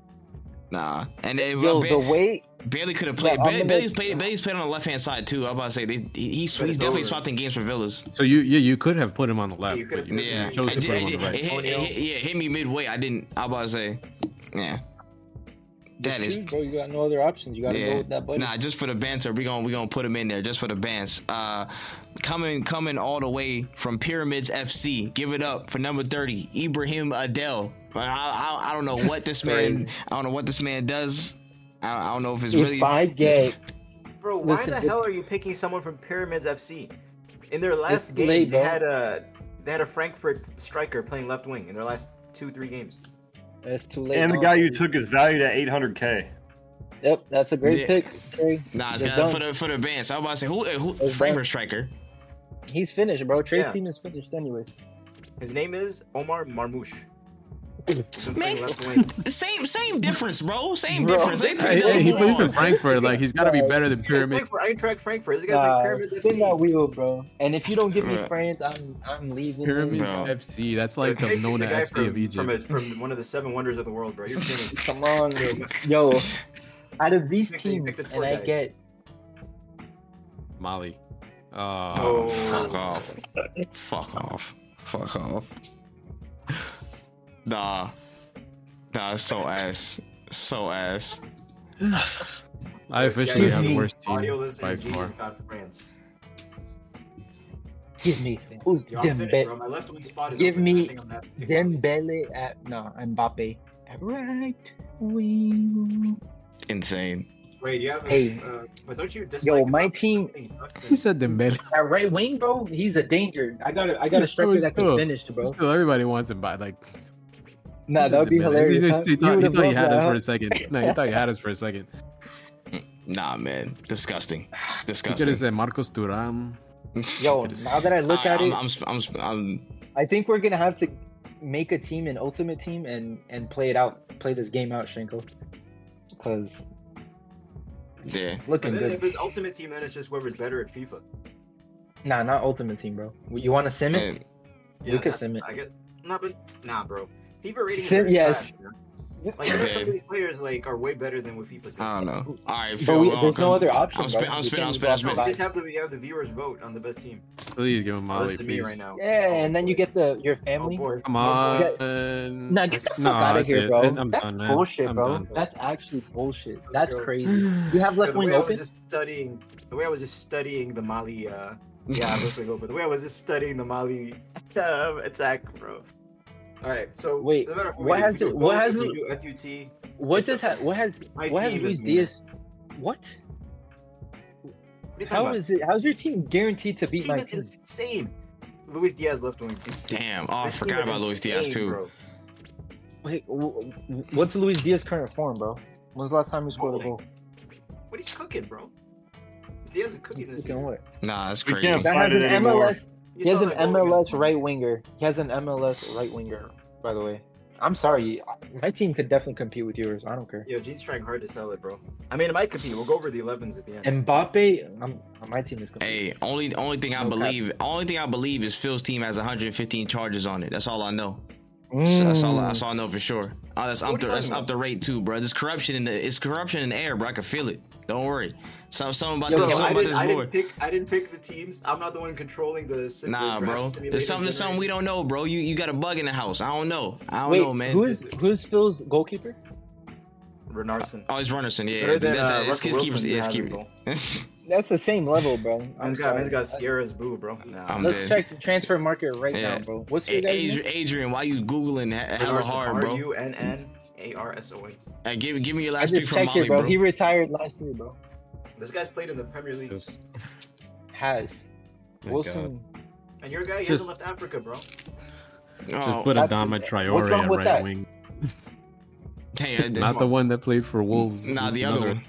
Speaker 1: Nah, and it,
Speaker 2: Yo,
Speaker 1: ba-
Speaker 2: the way
Speaker 1: Bailey could have played.
Speaker 2: I'm
Speaker 1: Bailey,
Speaker 2: gonna-
Speaker 1: Bailey's played. Bailey's played on the left hand side too. I'm about to say they, he, he's,
Speaker 4: But
Speaker 1: he's
Speaker 4: it's
Speaker 1: definitely
Speaker 4: over.
Speaker 1: swapped in games for Villas.
Speaker 5: so you, you you could have put him on the left.
Speaker 4: you could
Speaker 5: but
Speaker 4: have put
Speaker 5: you
Speaker 1: Yeah,
Speaker 5: chose to
Speaker 1: It-
Speaker 5: put him on
Speaker 1: it-
Speaker 5: the right.
Speaker 1: it hit- it hit- yeah, it hit me midway. I didn't. I'm about to say, yeah. That
Speaker 2: Just
Speaker 1: is
Speaker 2: choose, bro. You got no other options. You gotta
Speaker 1: Yeah.
Speaker 2: go with that buddy.
Speaker 1: Nah, just for the banter, we gonna we gonna put him in there just for the bands. Uh, coming coming all the way from Pyramids FC. Give it up for number thirty, Ibrahim Adele. I, I, I don't know what this man. I don't know what this man does. I, I don't know if it's
Speaker 2: if
Speaker 1: really.
Speaker 2: I get
Speaker 4: Bro, why
Speaker 2: Listen,
Speaker 4: the
Speaker 2: it-
Speaker 4: hell are you picking someone from Pyramids FC? In their last game,
Speaker 2: late,
Speaker 4: they
Speaker 2: bro.
Speaker 4: had a they had a Frankfurt striker playing left wing in their last two three games.
Speaker 2: it's too late.
Speaker 3: And the
Speaker 2: now.
Speaker 3: guy you took is valued at 800k.
Speaker 2: Yep, that's a great
Speaker 1: Yeah.
Speaker 2: pick, Trey.
Speaker 1: Nah, it's
Speaker 2: They're
Speaker 1: got,
Speaker 2: done.
Speaker 1: for the for the bands. I was about to say who who
Speaker 2: They're
Speaker 1: Framer
Speaker 2: done.
Speaker 1: striker.
Speaker 2: He's finished, bro. Trey's
Speaker 4: Yeah.
Speaker 2: team is finished, anyways.
Speaker 4: His name is Omar Marmouche. He's been playing
Speaker 1: Man.
Speaker 4: left wing.
Speaker 1: Same same difference, bro. Same
Speaker 2: Bro.
Speaker 1: difference. They
Speaker 5: Hey,
Speaker 1: picked
Speaker 5: hey,
Speaker 1: up.
Speaker 5: he
Speaker 1: who
Speaker 5: plays
Speaker 1: on?
Speaker 5: in Frankfurt. Like he's got to be better than
Speaker 4: This guy's
Speaker 5: Pyramid.
Speaker 4: playing for Eintracht Frankfurt. This guy's
Speaker 2: Nah,
Speaker 4: like Pyramids
Speaker 2: spin that
Speaker 4: FC.
Speaker 2: wheel, bro. And if you don't give me
Speaker 1: Right.
Speaker 2: France, I'm I'm leaving.
Speaker 5: Pyramids
Speaker 1: Bro.
Speaker 5: FC. That's like
Speaker 4: Hey,
Speaker 5: the
Speaker 4: it's a
Speaker 5: Nona
Speaker 4: guy
Speaker 5: FC
Speaker 4: from,
Speaker 5: of Egypt.
Speaker 4: From, a, from one of the seven wonders of the world, bro. You're
Speaker 5: *laughs*
Speaker 4: kidding.
Speaker 2: Come on, bro. yo. Out of these
Speaker 4: Pick the- pick
Speaker 2: teams,
Speaker 4: the tour
Speaker 2: and I
Speaker 4: guide.
Speaker 2: get
Speaker 5: Mali. Uh,
Speaker 1: Oh,
Speaker 4: Oh.
Speaker 1: fuck off. Fuck off. Fuck off. Nah. Nah, it's so ass. So ass.
Speaker 5: I officially
Speaker 2: Yeah,
Speaker 5: have the
Speaker 2: you-
Speaker 5: worst
Speaker 4: Audio
Speaker 5: team by
Speaker 4: listeners,
Speaker 5: far.
Speaker 4: Jesus got France.
Speaker 2: give me who's
Speaker 4: Yo, I'm finished, bro.
Speaker 2: Dembe-
Speaker 4: My left wing spot is
Speaker 2: Give
Speaker 4: open.
Speaker 2: me
Speaker 4: I think I'm gonna have to pick somebody.
Speaker 2: Dembele at no Mbappe at right wing.
Speaker 1: Insane.
Speaker 4: Wait, you have a,
Speaker 2: Hey.
Speaker 4: uh, but don't you dislike
Speaker 2: Yo,
Speaker 4: him?
Speaker 2: my team
Speaker 4: He sucks
Speaker 5: He
Speaker 4: and-
Speaker 5: said Dembele.
Speaker 2: at right wing, bro. He's a danger. I got I got a
Speaker 5: He's so
Speaker 2: striker that can
Speaker 5: good.
Speaker 2: finish, *laughs* bro.
Speaker 5: *laughs* Still, everybody wants him by like.
Speaker 2: Nah, that would be
Speaker 5: Dembele.
Speaker 2: hilarious.
Speaker 5: He,
Speaker 2: huh?
Speaker 5: just- he
Speaker 2: You
Speaker 5: thought, he
Speaker 2: would've
Speaker 5: thought he
Speaker 2: loved
Speaker 5: had
Speaker 2: that,
Speaker 5: us
Speaker 2: huh?
Speaker 5: for a second. No, he thought he had us for a second.
Speaker 1: Nah, man. Disgusting.
Speaker 5: He could
Speaker 1: Disgusting.
Speaker 5: have said Marcos Turam.
Speaker 1: *laughs*
Speaker 2: Yo,
Speaker 5: Could've
Speaker 2: now that I look
Speaker 1: I,
Speaker 2: at
Speaker 1: am
Speaker 2: it,
Speaker 1: I'm, sp- I'm, sp- I'm,
Speaker 2: I think we're gonna have to make a team, an ultimate team, and and play it out, play this game out, Shinko, because
Speaker 1: yeah.
Speaker 2: it's
Speaker 4: But
Speaker 2: looking
Speaker 4: then if
Speaker 2: good.
Speaker 4: his ultimate team, then it's just whoever's better at FIFA.
Speaker 2: Nah, not ultimate team, bro. You want to sim it?
Speaker 1: Man,
Speaker 2: We could
Speaker 4: that's-
Speaker 2: sim it.
Speaker 4: I get, nah, but nah, bro. FIFA rating.
Speaker 2: Sim- yes.
Speaker 4: Like you know, some
Speaker 1: Babe.
Speaker 4: of these players like are way better than what FIFA says.
Speaker 5: Um,
Speaker 1: I don't know. All right,
Speaker 2: But
Speaker 1: Phil.
Speaker 2: we,
Speaker 1: we're
Speaker 2: there's no
Speaker 1: gonna-
Speaker 2: other option.
Speaker 1: I'm
Speaker 2: bro.
Speaker 1: spin- I'm spinning, I'm
Speaker 2: We can't just
Speaker 1: spinning, I'm
Speaker 2: go
Speaker 1: spinning.
Speaker 2: off
Speaker 4: We
Speaker 2: the
Speaker 4: just have the we have the viewers vote on the best team.
Speaker 5: Please give him Mali.
Speaker 4: Listen to me
Speaker 5: Please.
Speaker 4: right now.
Speaker 2: bat. Yeah, and then you get the your
Speaker 4: Oh,
Speaker 2: family.
Speaker 4: boy.
Speaker 5: Come
Speaker 4: Oh, boy.
Speaker 2: Yeah.
Speaker 5: on.
Speaker 2: Nah, get the fuck
Speaker 5: Nah,
Speaker 2: out of
Speaker 5: that's
Speaker 2: here,
Speaker 5: it.
Speaker 2: bro.
Speaker 5: I'm
Speaker 2: That's
Speaker 5: done, man.
Speaker 2: bullshit,
Speaker 5: I'm
Speaker 2: bro.
Speaker 5: done.
Speaker 2: That's actually bullshit.
Speaker 4: Let's
Speaker 2: That's
Speaker 4: go.
Speaker 5: *sighs*
Speaker 2: crazy. You have
Speaker 4: Yeah,
Speaker 2: left
Speaker 4: the
Speaker 2: wing
Speaker 4: way I
Speaker 2: open.
Speaker 4: was just studying. The way I was just studying the
Speaker 2: *laughs*
Speaker 4: Mali. Uh, yeah, left wing open. The way I was just studying the Mali um, attack, bro. All right, so
Speaker 2: Wait,
Speaker 4: no matter
Speaker 2: what
Speaker 4: we do,
Speaker 2: has
Speaker 4: we do
Speaker 2: it- what
Speaker 4: vote,
Speaker 2: has
Speaker 4: we
Speaker 2: it-
Speaker 4: do FUT?
Speaker 2: What
Speaker 4: It's
Speaker 2: does
Speaker 4: a-
Speaker 2: ha- what has
Speaker 4: my
Speaker 2: what has
Speaker 4: team is
Speaker 2: Luis Diaz? What?
Speaker 4: What are you talking
Speaker 2: How
Speaker 4: about?
Speaker 2: is it? How's your team guaranteed to
Speaker 4: This
Speaker 2: beat
Speaker 4: team
Speaker 2: my
Speaker 4: is
Speaker 2: team?
Speaker 4: insane. Luis Diaz left wing.
Speaker 1: Damn. Oh, I
Speaker 4: This team
Speaker 1: forgot
Speaker 4: is
Speaker 1: about Luis Diaz,
Speaker 4: insane,
Speaker 1: too.
Speaker 4: bro.
Speaker 2: Wait, wh- wh- what's Luis Diaz's current form, bro? When's the last time he scored a
Speaker 4: Bowling.
Speaker 2: goal?
Speaker 4: What he's cooking, bro? Diaz is cooking
Speaker 2: He's
Speaker 4: this
Speaker 2: cooking
Speaker 4: season.
Speaker 2: what?
Speaker 1: Nah, that's
Speaker 3: We
Speaker 1: crazy.
Speaker 3: can't
Speaker 2: That
Speaker 3: find
Speaker 2: has an
Speaker 3: it anymore.
Speaker 2: MLS.
Speaker 4: You
Speaker 2: He has
Speaker 4: saw
Speaker 2: an
Speaker 4: that goal against
Speaker 2: MLS right winger. He has an MLS right winger. By the way, I'm sorry. My team could definitely compete with yours. I don't care.
Speaker 4: Yo, G's trying hard to sell it, bro. I mean, it might compete. We'll go over the 11s at the end.
Speaker 2: Mbappe, I'm, my team is going.
Speaker 1: Hey, only only thing I
Speaker 2: No cap.
Speaker 1: believe, only thing I believe is Phil's team has 115 charges on it. That's all I know. That's all I,
Speaker 2: Mm.
Speaker 1: that's all I know for sure. Oh, that's up
Speaker 4: Mm. What are
Speaker 1: the
Speaker 4: you
Speaker 1: that's
Speaker 4: talking
Speaker 1: up the rate too, bro. There's corruption in the it's corruption in the air, bro. I can feel it. Don't worry. Some something about
Speaker 2: Yo,
Speaker 1: this,
Speaker 4: Bro,
Speaker 1: something
Speaker 4: I,
Speaker 1: about
Speaker 4: didn't,
Speaker 1: this
Speaker 4: I didn't
Speaker 1: board.
Speaker 4: pick. I didn't pick the teams. I'm not the one controlling the. sim- the
Speaker 1: Nah,
Speaker 4: draft
Speaker 1: bro.
Speaker 4: simulator
Speaker 1: There's something there's something we
Speaker 4: generation.
Speaker 1: don't know, bro. You you got a bug in the house. I don't know. I don't
Speaker 2: Wait,
Speaker 1: know, man.
Speaker 2: who is who's Phil's goalkeeper?
Speaker 4: Renarson.
Speaker 1: Oh, it's Runnerson. Yeah,
Speaker 4: Better than,
Speaker 1: that's,
Speaker 4: uh,
Speaker 1: that's
Speaker 4: Russell
Speaker 1: his keeper's.
Speaker 4: Wilson
Speaker 1: Yeah, his
Speaker 4: having
Speaker 1: keeper.
Speaker 4: goal.
Speaker 1: *laughs*
Speaker 2: That's the same level, bro. I'm
Speaker 4: Man's got, man's got
Speaker 2: sorry.
Speaker 4: Sierra's boo, bro. Nah.
Speaker 1: I'm
Speaker 2: Let's
Speaker 1: dead.
Speaker 2: check the transfer market right
Speaker 1: Yeah.
Speaker 2: now, bro. What's your
Speaker 1: Hey,
Speaker 2: guys?
Speaker 1: Adrian,
Speaker 2: name?
Speaker 1: Adrian, why you googling he- hella
Speaker 4: Renarson,
Speaker 1: hard, bro?
Speaker 4: R-U-N-N A R S O N.
Speaker 1: Hey, give give me your
Speaker 2: I
Speaker 1: last pick
Speaker 2: just
Speaker 1: from
Speaker 2: checked it,
Speaker 1: Molly,
Speaker 2: bro.
Speaker 1: bro.
Speaker 2: He retired last year, bro.
Speaker 4: This guy's played in the Premier League,
Speaker 5: Just,
Speaker 2: Has
Speaker 5: my God.
Speaker 2: Wilson.
Speaker 4: and your guy he
Speaker 5: Just-
Speaker 4: hasn't left Africa, bro.
Speaker 5: Just
Speaker 1: Oh,
Speaker 5: put
Speaker 2: that's-
Speaker 5: Adama
Speaker 2: what's wrong
Speaker 5: Traore at
Speaker 2: with
Speaker 5: right
Speaker 2: that?
Speaker 5: wing.
Speaker 1: hey, I did-
Speaker 4: *laughs*
Speaker 5: Not the one that played for Wolves.
Speaker 1: Nah, the
Speaker 5: Another-
Speaker 1: other one.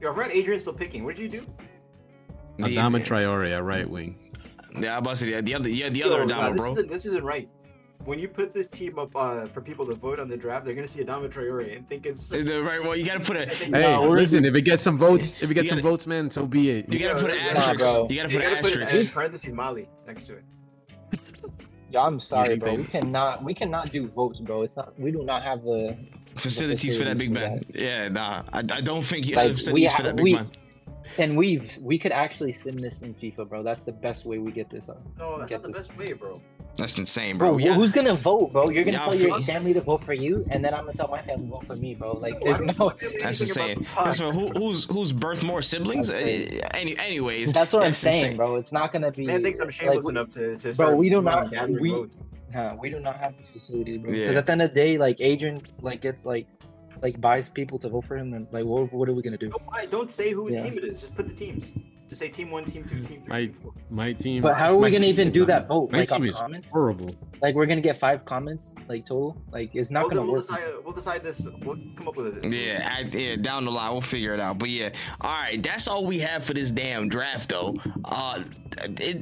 Speaker 4: Yo, I've read Adrian's still picking. What did you do?
Speaker 1: The-
Speaker 5: Adama Traore at right wing.
Speaker 1: Yeah, I was about to say the- the other, yeah, the
Speaker 4: Yo,
Speaker 1: other
Speaker 4: nah,
Speaker 1: Adama,
Speaker 4: this
Speaker 1: bro.
Speaker 4: Isn't, this isn't right. When you put this team up uh, for people to vote on the draft, they're gonna see Adama Traore and think it's.
Speaker 1: Uh, The right, well, you gotta put a
Speaker 4: Hey,
Speaker 5: Hey,
Speaker 3: Nah, we're-
Speaker 5: listen, if it gets some votes, if it
Speaker 1: You
Speaker 5: gets some
Speaker 1: gotta-
Speaker 5: votes, man, so be it.
Speaker 1: you gotta put an
Speaker 4: Nah,
Speaker 1: asterisk.
Speaker 2: bro.
Speaker 1: You gotta
Speaker 4: you
Speaker 1: put an
Speaker 4: gotta put
Speaker 1: asterisk.
Speaker 4: in parentheses Mali next to it.
Speaker 2: Yeah, I'm sorry,
Speaker 5: Easy,
Speaker 2: bro.
Speaker 5: baby.
Speaker 2: We cannot we cannot do votes, bro. It's not we do not have the
Speaker 1: facilities for that big man.
Speaker 2: Facilities
Speaker 1: Yeah, nah, I, I don't think you
Speaker 2: Like,
Speaker 1: have
Speaker 2: we
Speaker 1: facilities for
Speaker 2: ha-
Speaker 1: that big
Speaker 2: we-
Speaker 1: man.
Speaker 2: and we we could actually sim this in FIFA, bro. That's the best way we get this up.
Speaker 4: No, that's
Speaker 2: Get
Speaker 4: not the
Speaker 2: this-
Speaker 4: best way, bro.
Speaker 1: That's insane,
Speaker 2: Bro,
Speaker 1: bro.
Speaker 2: wh-
Speaker 1: yeah.
Speaker 2: who's gonna vote, bro? You're gonna
Speaker 1: Yeah,
Speaker 2: tell
Speaker 1: I
Speaker 2: your
Speaker 1: feel-
Speaker 2: family to vote for you, and then I'm gonna tell my family to vote for me, bro. Like,
Speaker 4: Why
Speaker 2: there's
Speaker 4: does
Speaker 2: no.
Speaker 4: this tell me
Speaker 1: That's
Speaker 4: anything about
Speaker 1: insane.
Speaker 4: the pod?
Speaker 1: That's what, who, who's who's birth more siblings?
Speaker 2: That's crazy.
Speaker 1: Uh, any, anyways,
Speaker 2: That's what I'm
Speaker 1: that's
Speaker 2: saying,
Speaker 1: insane.
Speaker 2: bro. It's not gonna be.
Speaker 4: Man thinks I'm
Speaker 2: like,
Speaker 4: shameless
Speaker 2: we-
Speaker 4: enough to, to start
Speaker 2: we do
Speaker 4: going
Speaker 2: not-
Speaker 4: and gathering
Speaker 2: we-
Speaker 4: votes.
Speaker 2: Huh, we do not have the facilities, bro. Because
Speaker 1: Yeah.
Speaker 2: at the end of the day, like Adrian, like gets like, like buys people to vote for him, and like, what, what are we gonna do?
Speaker 4: No, why? Don't say whose
Speaker 2: Yeah.
Speaker 4: team it is. Just put the teams. Just say team one, team two, team three,
Speaker 5: I-
Speaker 4: team four.
Speaker 5: My team.
Speaker 2: But how are we
Speaker 5: my
Speaker 2: gonna
Speaker 5: team
Speaker 2: even
Speaker 5: is
Speaker 2: do
Speaker 5: not-
Speaker 2: that vote?
Speaker 5: My
Speaker 2: Like
Speaker 5: team
Speaker 2: on
Speaker 5: is
Speaker 2: comments?
Speaker 5: horrible.
Speaker 2: Like we're gonna get five comments, like total. Like it's not
Speaker 4: We'll,
Speaker 2: gonna
Speaker 4: we'll
Speaker 2: work.
Speaker 4: decide. We'll decide this. We'll come up with this.
Speaker 1: Yeah, I, yeah, down the line we'll figure it out. But yeah, all right, that's all we have for this damn draft, though. Uh, it,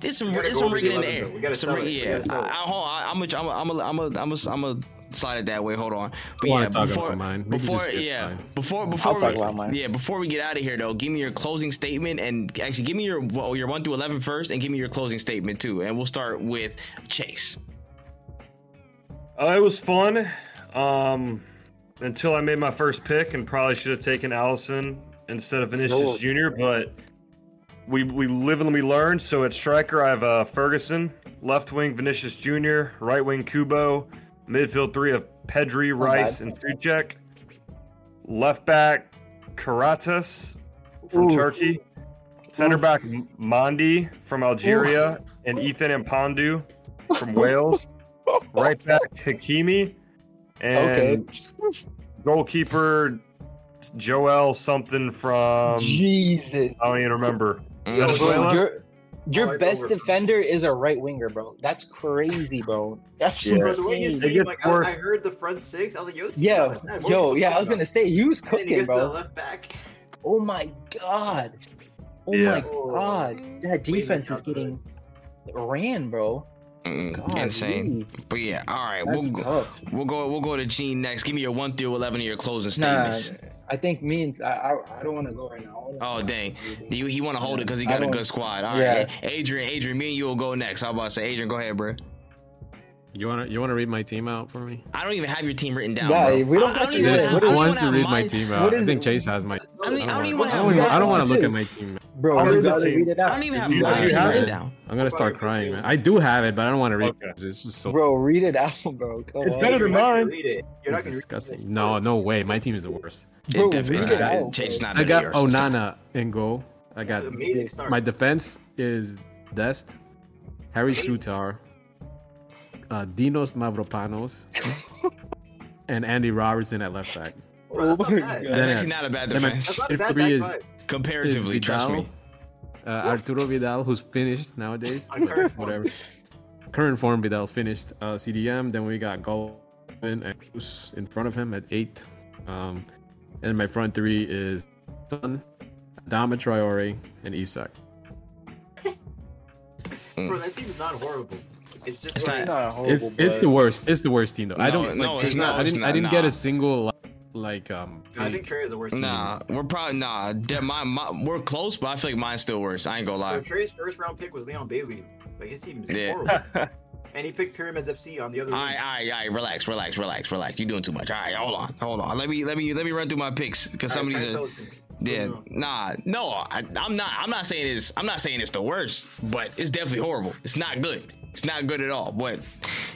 Speaker 1: there's some,
Speaker 4: We gotta
Speaker 1: there's
Speaker 4: go
Speaker 1: some
Speaker 4: over
Speaker 1: rigging in the
Speaker 4: the 11,
Speaker 1: air.
Speaker 4: though. We gotta
Speaker 1: some
Speaker 4: sell
Speaker 1: rig-
Speaker 4: it. We
Speaker 1: yeah.
Speaker 4: gotta sell it.
Speaker 1: I, hold on. I'm gonna, I'm gonna, I'm gonna, slide it that way. Hold on. But
Speaker 5: wanna
Speaker 1: yeah,
Speaker 5: talk about
Speaker 1: before,
Speaker 5: mine. We can
Speaker 1: before,
Speaker 5: just skip
Speaker 1: yeah,
Speaker 5: mine.
Speaker 1: before, before,
Speaker 2: talk
Speaker 1: we,
Speaker 2: about mine.
Speaker 1: yeah, before we get out of here, though, give me your closing statement and actually give me your well, your one through 11 first, and give me your closing statement too. And we'll start with Chase.
Speaker 3: Uh, it was fun um, until I made my first pick and probably should have taken Allison instead of Vinicius
Speaker 2: Oh.
Speaker 3: Jr. But we we live and we learn. So at striker, I have uh, Ferguson, left wing Vinicius Jr., right wing Kubo, midfield three of Pedri, Rice, and Suchek, left back Karatas from
Speaker 2: Ooh.
Speaker 3: Turkey, center back M- Mondi from Algeria, and Ethan Mpandu
Speaker 2: *laughs*
Speaker 3: from Wales, right back Hakimi, and goalkeeper Joel something
Speaker 2: Um,
Speaker 3: from
Speaker 2: Jesus.
Speaker 3: I don't even remember.
Speaker 1: Mm.
Speaker 3: That's what I love.
Speaker 2: your your
Speaker 4: Oh, it's
Speaker 2: best
Speaker 4: over.
Speaker 2: defender is a right winger, bro. That's crazy, bro. That's
Speaker 3: Yeah.
Speaker 4: Bro, the way his
Speaker 2: insane.
Speaker 3: They
Speaker 4: team,
Speaker 3: get
Speaker 4: like, I,
Speaker 3: worse.
Speaker 4: I heard the front six. I was like, yo, this team's
Speaker 2: Yeah,
Speaker 4: not that bad. What
Speaker 2: yo,
Speaker 4: was
Speaker 2: yeah. I was
Speaker 4: going
Speaker 2: gonna
Speaker 4: on?
Speaker 2: say he was
Speaker 4: And then he
Speaker 2: cooking,
Speaker 4: gets to the
Speaker 2: bro.
Speaker 4: left back.
Speaker 2: Oh my god. Oh
Speaker 3: Yeah.
Speaker 2: my god. That
Speaker 4: Wait,
Speaker 2: defense
Speaker 4: that's
Speaker 2: is getting ran, bro.
Speaker 1: Mm,
Speaker 2: God,
Speaker 1: insane.
Speaker 2: really?
Speaker 1: But yeah, all right,
Speaker 2: That's
Speaker 1: we'll go,
Speaker 2: tough.
Speaker 1: We'll go. We'll go to Gene next. Give me your one through eleven of your closing
Speaker 2: Nah,
Speaker 1: statements.
Speaker 2: I think me and I, I, I don't want to go right now. I wanna-
Speaker 1: Oh dang, Do you, he want to hold it because he
Speaker 2: I
Speaker 1: got a
Speaker 2: don't-
Speaker 1: good squad. All right,
Speaker 2: Yeah.
Speaker 1: Adrian, Adrian, me and you will go next. I was about to say, Adrian, go ahead, bro.
Speaker 5: You wanna you wanna read my team out for me?
Speaker 1: I don't even have your team written down.
Speaker 2: Yeah,
Speaker 1: bro.
Speaker 2: we don't
Speaker 1: I, I don't
Speaker 2: got your-
Speaker 1: even
Speaker 2: Yeah,
Speaker 1: have- I
Speaker 5: Who
Speaker 2: what
Speaker 1: don't
Speaker 5: wants
Speaker 1: even
Speaker 5: to
Speaker 1: have
Speaker 5: read my
Speaker 1: mine.
Speaker 5: team
Speaker 2: what
Speaker 5: out? I
Speaker 2: is-
Speaker 5: think Chase has my.
Speaker 1: I don't, I don't even
Speaker 5: I
Speaker 1: want to
Speaker 5: don't
Speaker 1: have.
Speaker 5: wanna-
Speaker 1: mine.
Speaker 5: I don't want to
Speaker 2: This
Speaker 5: look at
Speaker 2: is-
Speaker 5: my team.
Speaker 2: bro,
Speaker 3: How
Speaker 2: you
Speaker 3: is it
Speaker 2: gotta
Speaker 3: team?
Speaker 2: read it
Speaker 1: I
Speaker 2: out.
Speaker 1: don't even have
Speaker 3: You
Speaker 1: my
Speaker 3: do
Speaker 1: team
Speaker 3: have
Speaker 1: written
Speaker 5: it?
Speaker 1: down.
Speaker 5: I'm gonna
Speaker 4: What
Speaker 5: start
Speaker 4: about your
Speaker 5: crying,
Speaker 4: skills?
Speaker 5: man. I do have it, but I don't want to read
Speaker 3: Okay.
Speaker 5: it. 'cause It's just so
Speaker 2: Bro, read it out, *laughs* bro. Come
Speaker 3: It's
Speaker 2: on.
Speaker 3: better
Speaker 4: You're
Speaker 3: than
Speaker 4: not gonna
Speaker 3: mine.
Speaker 4: read it. You're not gonna read this.
Speaker 5: disgusting. No, no way. My team is the worst.
Speaker 2: Bro,
Speaker 1: It definitely
Speaker 2: read
Speaker 1: is
Speaker 2: it
Speaker 1: not-
Speaker 2: out,
Speaker 1: Chase
Speaker 2: bro.
Speaker 1: not.
Speaker 5: I
Speaker 1: in
Speaker 5: got
Speaker 1: yours, so-
Speaker 5: Onana in goal. I got
Speaker 4: Amazing start.
Speaker 5: my defense is Dest, Harry Sutar, uh, Dinos Mavropanos, and Andy Robertson at left back.
Speaker 4: Bro, that's not
Speaker 2: Oh my
Speaker 4: bad.
Speaker 2: God.
Speaker 1: That's
Speaker 5: Yeah.
Speaker 1: actually not a bad
Speaker 5: Then my
Speaker 1: defense
Speaker 4: That's not
Speaker 5: If
Speaker 4: bad
Speaker 5: three
Speaker 4: back
Speaker 5: is-
Speaker 4: five.
Speaker 5: Is
Speaker 1: comparatively. Trust
Speaker 5: Vidal,
Speaker 1: me.
Speaker 5: Uh, Arturo Vidal, who's finished nowadays.
Speaker 4: on
Speaker 5: *laughs*
Speaker 4: current form.
Speaker 5: whatever. Current form Vidal finished uh, CDM. Then we got Golovin and Cruz in front of him at eight. Um, and my front three is Son, Adama Traore, and Isak.
Speaker 4: Bro, that team's not horrible. It's just
Speaker 1: It's
Speaker 4: like,
Speaker 1: not-
Speaker 2: not horrible.
Speaker 5: It's it's the worst. It's the worst team though. I
Speaker 1: No,
Speaker 5: don't.
Speaker 1: no,
Speaker 5: like,
Speaker 1: it's
Speaker 5: there's
Speaker 1: not-
Speaker 5: I
Speaker 1: it's
Speaker 5: didn't. I
Speaker 1: not,
Speaker 5: didn't get
Speaker 1: nah.
Speaker 5: a single like um.
Speaker 4: I think Trey is the worst.
Speaker 1: Nah, we're probably nah. de- My, my, we're close, but I feel like mine's still worse. I ain't gonna
Speaker 4: Team. Bro,
Speaker 1: lie.
Speaker 4: Trey's first round pick was Leon Bailey. Like his team is
Speaker 1: Yeah.
Speaker 4: horrible.
Speaker 1: *laughs*
Speaker 4: and he picked Pyramids FC on the other.
Speaker 1: All
Speaker 4: wing.
Speaker 1: right, all right, all right. Relax, relax, relax, relax. You're doing too much. All right, hold on, hold on. Let me, let me, let me run through my picks because some of
Speaker 4: All right,
Speaker 1: these
Speaker 4: Trey
Speaker 1: are.
Speaker 4: sell it to me.
Speaker 1: Yeah,
Speaker 4: No, no.
Speaker 1: nah, no. I, I'm not. I'm not saying it's. I'm not saying it's the worst, but it's definitely horrible. It's not good. It's not good at all. But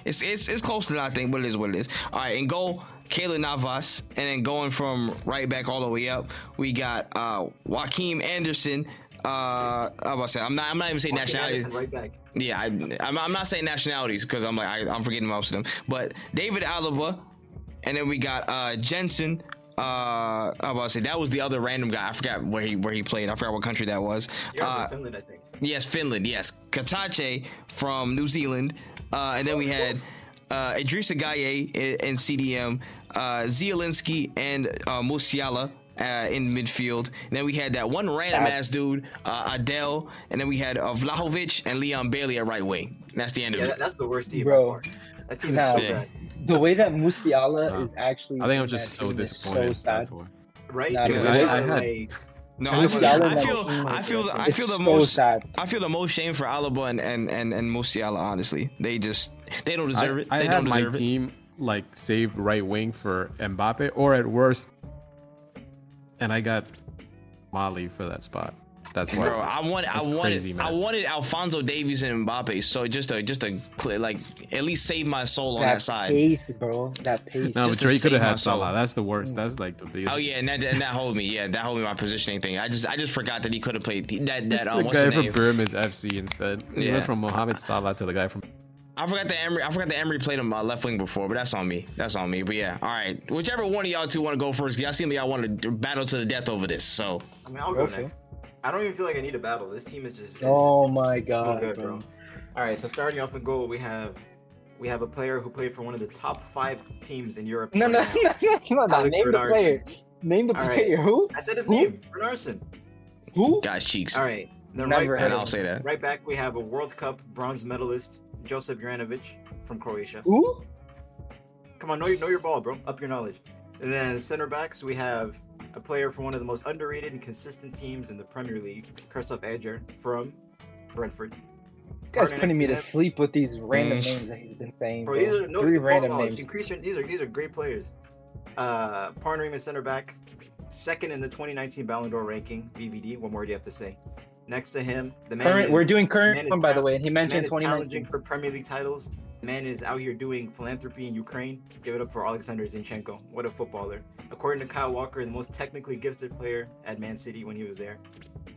Speaker 1: it's it's it's close to I think. But it is what it is. All right, and goal, Kayla Navas, and then going from right back all the way up, we got uh Joaquim Anderson, Uh, I was saying I'm not. I'm not even saying
Speaker 4: Marcus
Speaker 1: nationality.
Speaker 4: Anderson right back.
Speaker 1: Yeah, I, I'm, I'm not saying nationalities because I'm like I, I'm forgetting most of them. But David Alaba, and then we got uh, Jensen. Uh, I was about to say that was the other random guy. I forgot where he where he played. I forgot what country that was.
Speaker 4: Yeah,
Speaker 1: Uh,
Speaker 4: Finland, I think.
Speaker 1: Yes, Finland. Yes, Katache from New Zealand, uh, and
Speaker 2: Oh,
Speaker 1: then we had uh, Idrissa Gaye in, in CDM, uh, Zielinski and uh, Musiala. Uh, in midfield, and then we had that one random ass dude, uh, Adele, and then we had uh, Vlahovic and Leon Bailey at right wing. And that's the end of
Speaker 4: Yeah,
Speaker 1: it.
Speaker 4: that, that's the worst team
Speaker 2: Bro.
Speaker 4: Bro. by far. That team
Speaker 2: Nah.
Speaker 4: is so
Speaker 1: Yeah.
Speaker 4: bad,
Speaker 2: The way that Musiala
Speaker 5: Nah.
Speaker 2: is actually.
Speaker 5: I think I'm
Speaker 2: in that
Speaker 5: just so
Speaker 2: team is
Speaker 5: disappointed.
Speaker 2: So sad.
Speaker 5: that's why.
Speaker 4: right?
Speaker 2: Nah,
Speaker 4: Because
Speaker 5: dude, I-
Speaker 4: it's
Speaker 5: I had-
Speaker 4: like-
Speaker 1: No, I,
Speaker 2: Musiala
Speaker 1: feel,
Speaker 2: in
Speaker 1: I
Speaker 2: that
Speaker 1: feel,
Speaker 2: team,
Speaker 1: I
Speaker 2: like,
Speaker 1: feel, I
Speaker 2: it's
Speaker 1: feel the
Speaker 2: so
Speaker 1: most,
Speaker 2: sad.
Speaker 1: I feel the most shame for Alaba and and and, and Musiala. Honestly, they just they don't deserve
Speaker 5: I,
Speaker 1: it.
Speaker 5: I
Speaker 1: they
Speaker 5: had
Speaker 1: don't
Speaker 5: my
Speaker 1: deserve it.
Speaker 5: team like saved right wing for Mbappe, or at worst, and I got Mali for that spot. That's why.
Speaker 1: Bro, I wanted, I
Speaker 5: That's
Speaker 1: wanted,
Speaker 5: crazy, man.
Speaker 1: I wanted Alfonso Davies and Mbappe. So just to, just to clear, like at least save my soul on
Speaker 2: that
Speaker 1: that side.
Speaker 2: pace, bro. That pace.
Speaker 5: no, but
Speaker 1: just to
Speaker 5: Drake
Speaker 1: save
Speaker 5: could have
Speaker 1: my
Speaker 5: had
Speaker 1: soul.
Speaker 5: Salah. That's the worst. That's like the biggest.
Speaker 1: Oh yeah, and that and that hold me. Yeah, that hold me my positioning thing. I just I just forgot that he could have played that that
Speaker 5: the
Speaker 1: um what's
Speaker 5: guy
Speaker 1: the
Speaker 5: from
Speaker 1: name?
Speaker 5: Pyramids FC instead. He
Speaker 1: Yeah.
Speaker 5: went from Mohamed Salah to the guy from.
Speaker 1: I forgot that Emery I forgot that Emery played him uh, left wing before, but that's on me. That's on me. But yeah, all right. Whichever one of y'all two want to go first, 'cause y'all seem like y'all want to battle to the death over this. So
Speaker 4: I mean, I'll go
Speaker 2: Okay.
Speaker 4: next. I don't even feel like I need a battle. This team is just. Is,
Speaker 2: Oh my god,
Speaker 4: so good,
Speaker 2: bro.
Speaker 4: bro. All right, so starting off in goal, we have we have a player who played for one of the top five teams in Europe.
Speaker 2: No,
Speaker 4: right
Speaker 2: no, *laughs*
Speaker 4: now.
Speaker 2: no, no, no, no.
Speaker 4: Alex
Speaker 2: Name the
Speaker 4: Renarsen.
Speaker 2: player. Name the
Speaker 4: All right.
Speaker 2: player. Who?
Speaker 4: I said his
Speaker 2: Who?
Speaker 4: name, Renarsson.
Speaker 2: Who?
Speaker 1: guys, cheeks.
Speaker 4: All right, and then
Speaker 2: Never
Speaker 4: right
Speaker 2: heard
Speaker 1: And
Speaker 4: back,
Speaker 2: of
Speaker 1: I'll say that.
Speaker 4: right back we have a World Cup bronze medalist, Josip Juranovic from Croatia.
Speaker 2: Who?
Speaker 4: Come on, know your know your ball, bro. Up your knowledge. And then center backs, we have a player from one of the most underrated and consistent teams in the Premier League, Christoph Edger from Brentford.
Speaker 2: This guy's
Speaker 4: Partner
Speaker 2: putting me
Speaker 4: next
Speaker 2: to
Speaker 4: him.
Speaker 2: sleep with these random
Speaker 1: Mm.
Speaker 2: names that he's been saying.
Speaker 4: Bro,
Speaker 2: bro.
Speaker 4: these are no
Speaker 2: Three
Speaker 4: ball
Speaker 2: random
Speaker 4: knowledge.
Speaker 2: names.
Speaker 4: Increase your, these are these are great players. Uh, Parnering at center back, second in the 2019 Ballon d'Or ranking. BVD. What more do you have to say? Next to him, the man.
Speaker 2: Current,
Speaker 4: is,
Speaker 2: we're doing
Speaker 4: man
Speaker 2: current
Speaker 4: is
Speaker 2: one, by the
Speaker 4: proud-
Speaker 2: way, and he
Speaker 4: the man
Speaker 2: mentioned
Speaker 4: is challenging
Speaker 2: 2019.
Speaker 4: for Premier League titles. The man is out here doing philanthropy in Ukraine. Give it up for Alexander Zinchenko. What a footballer! According to Kyle Walker, the most technically gifted player at Man City when he was there.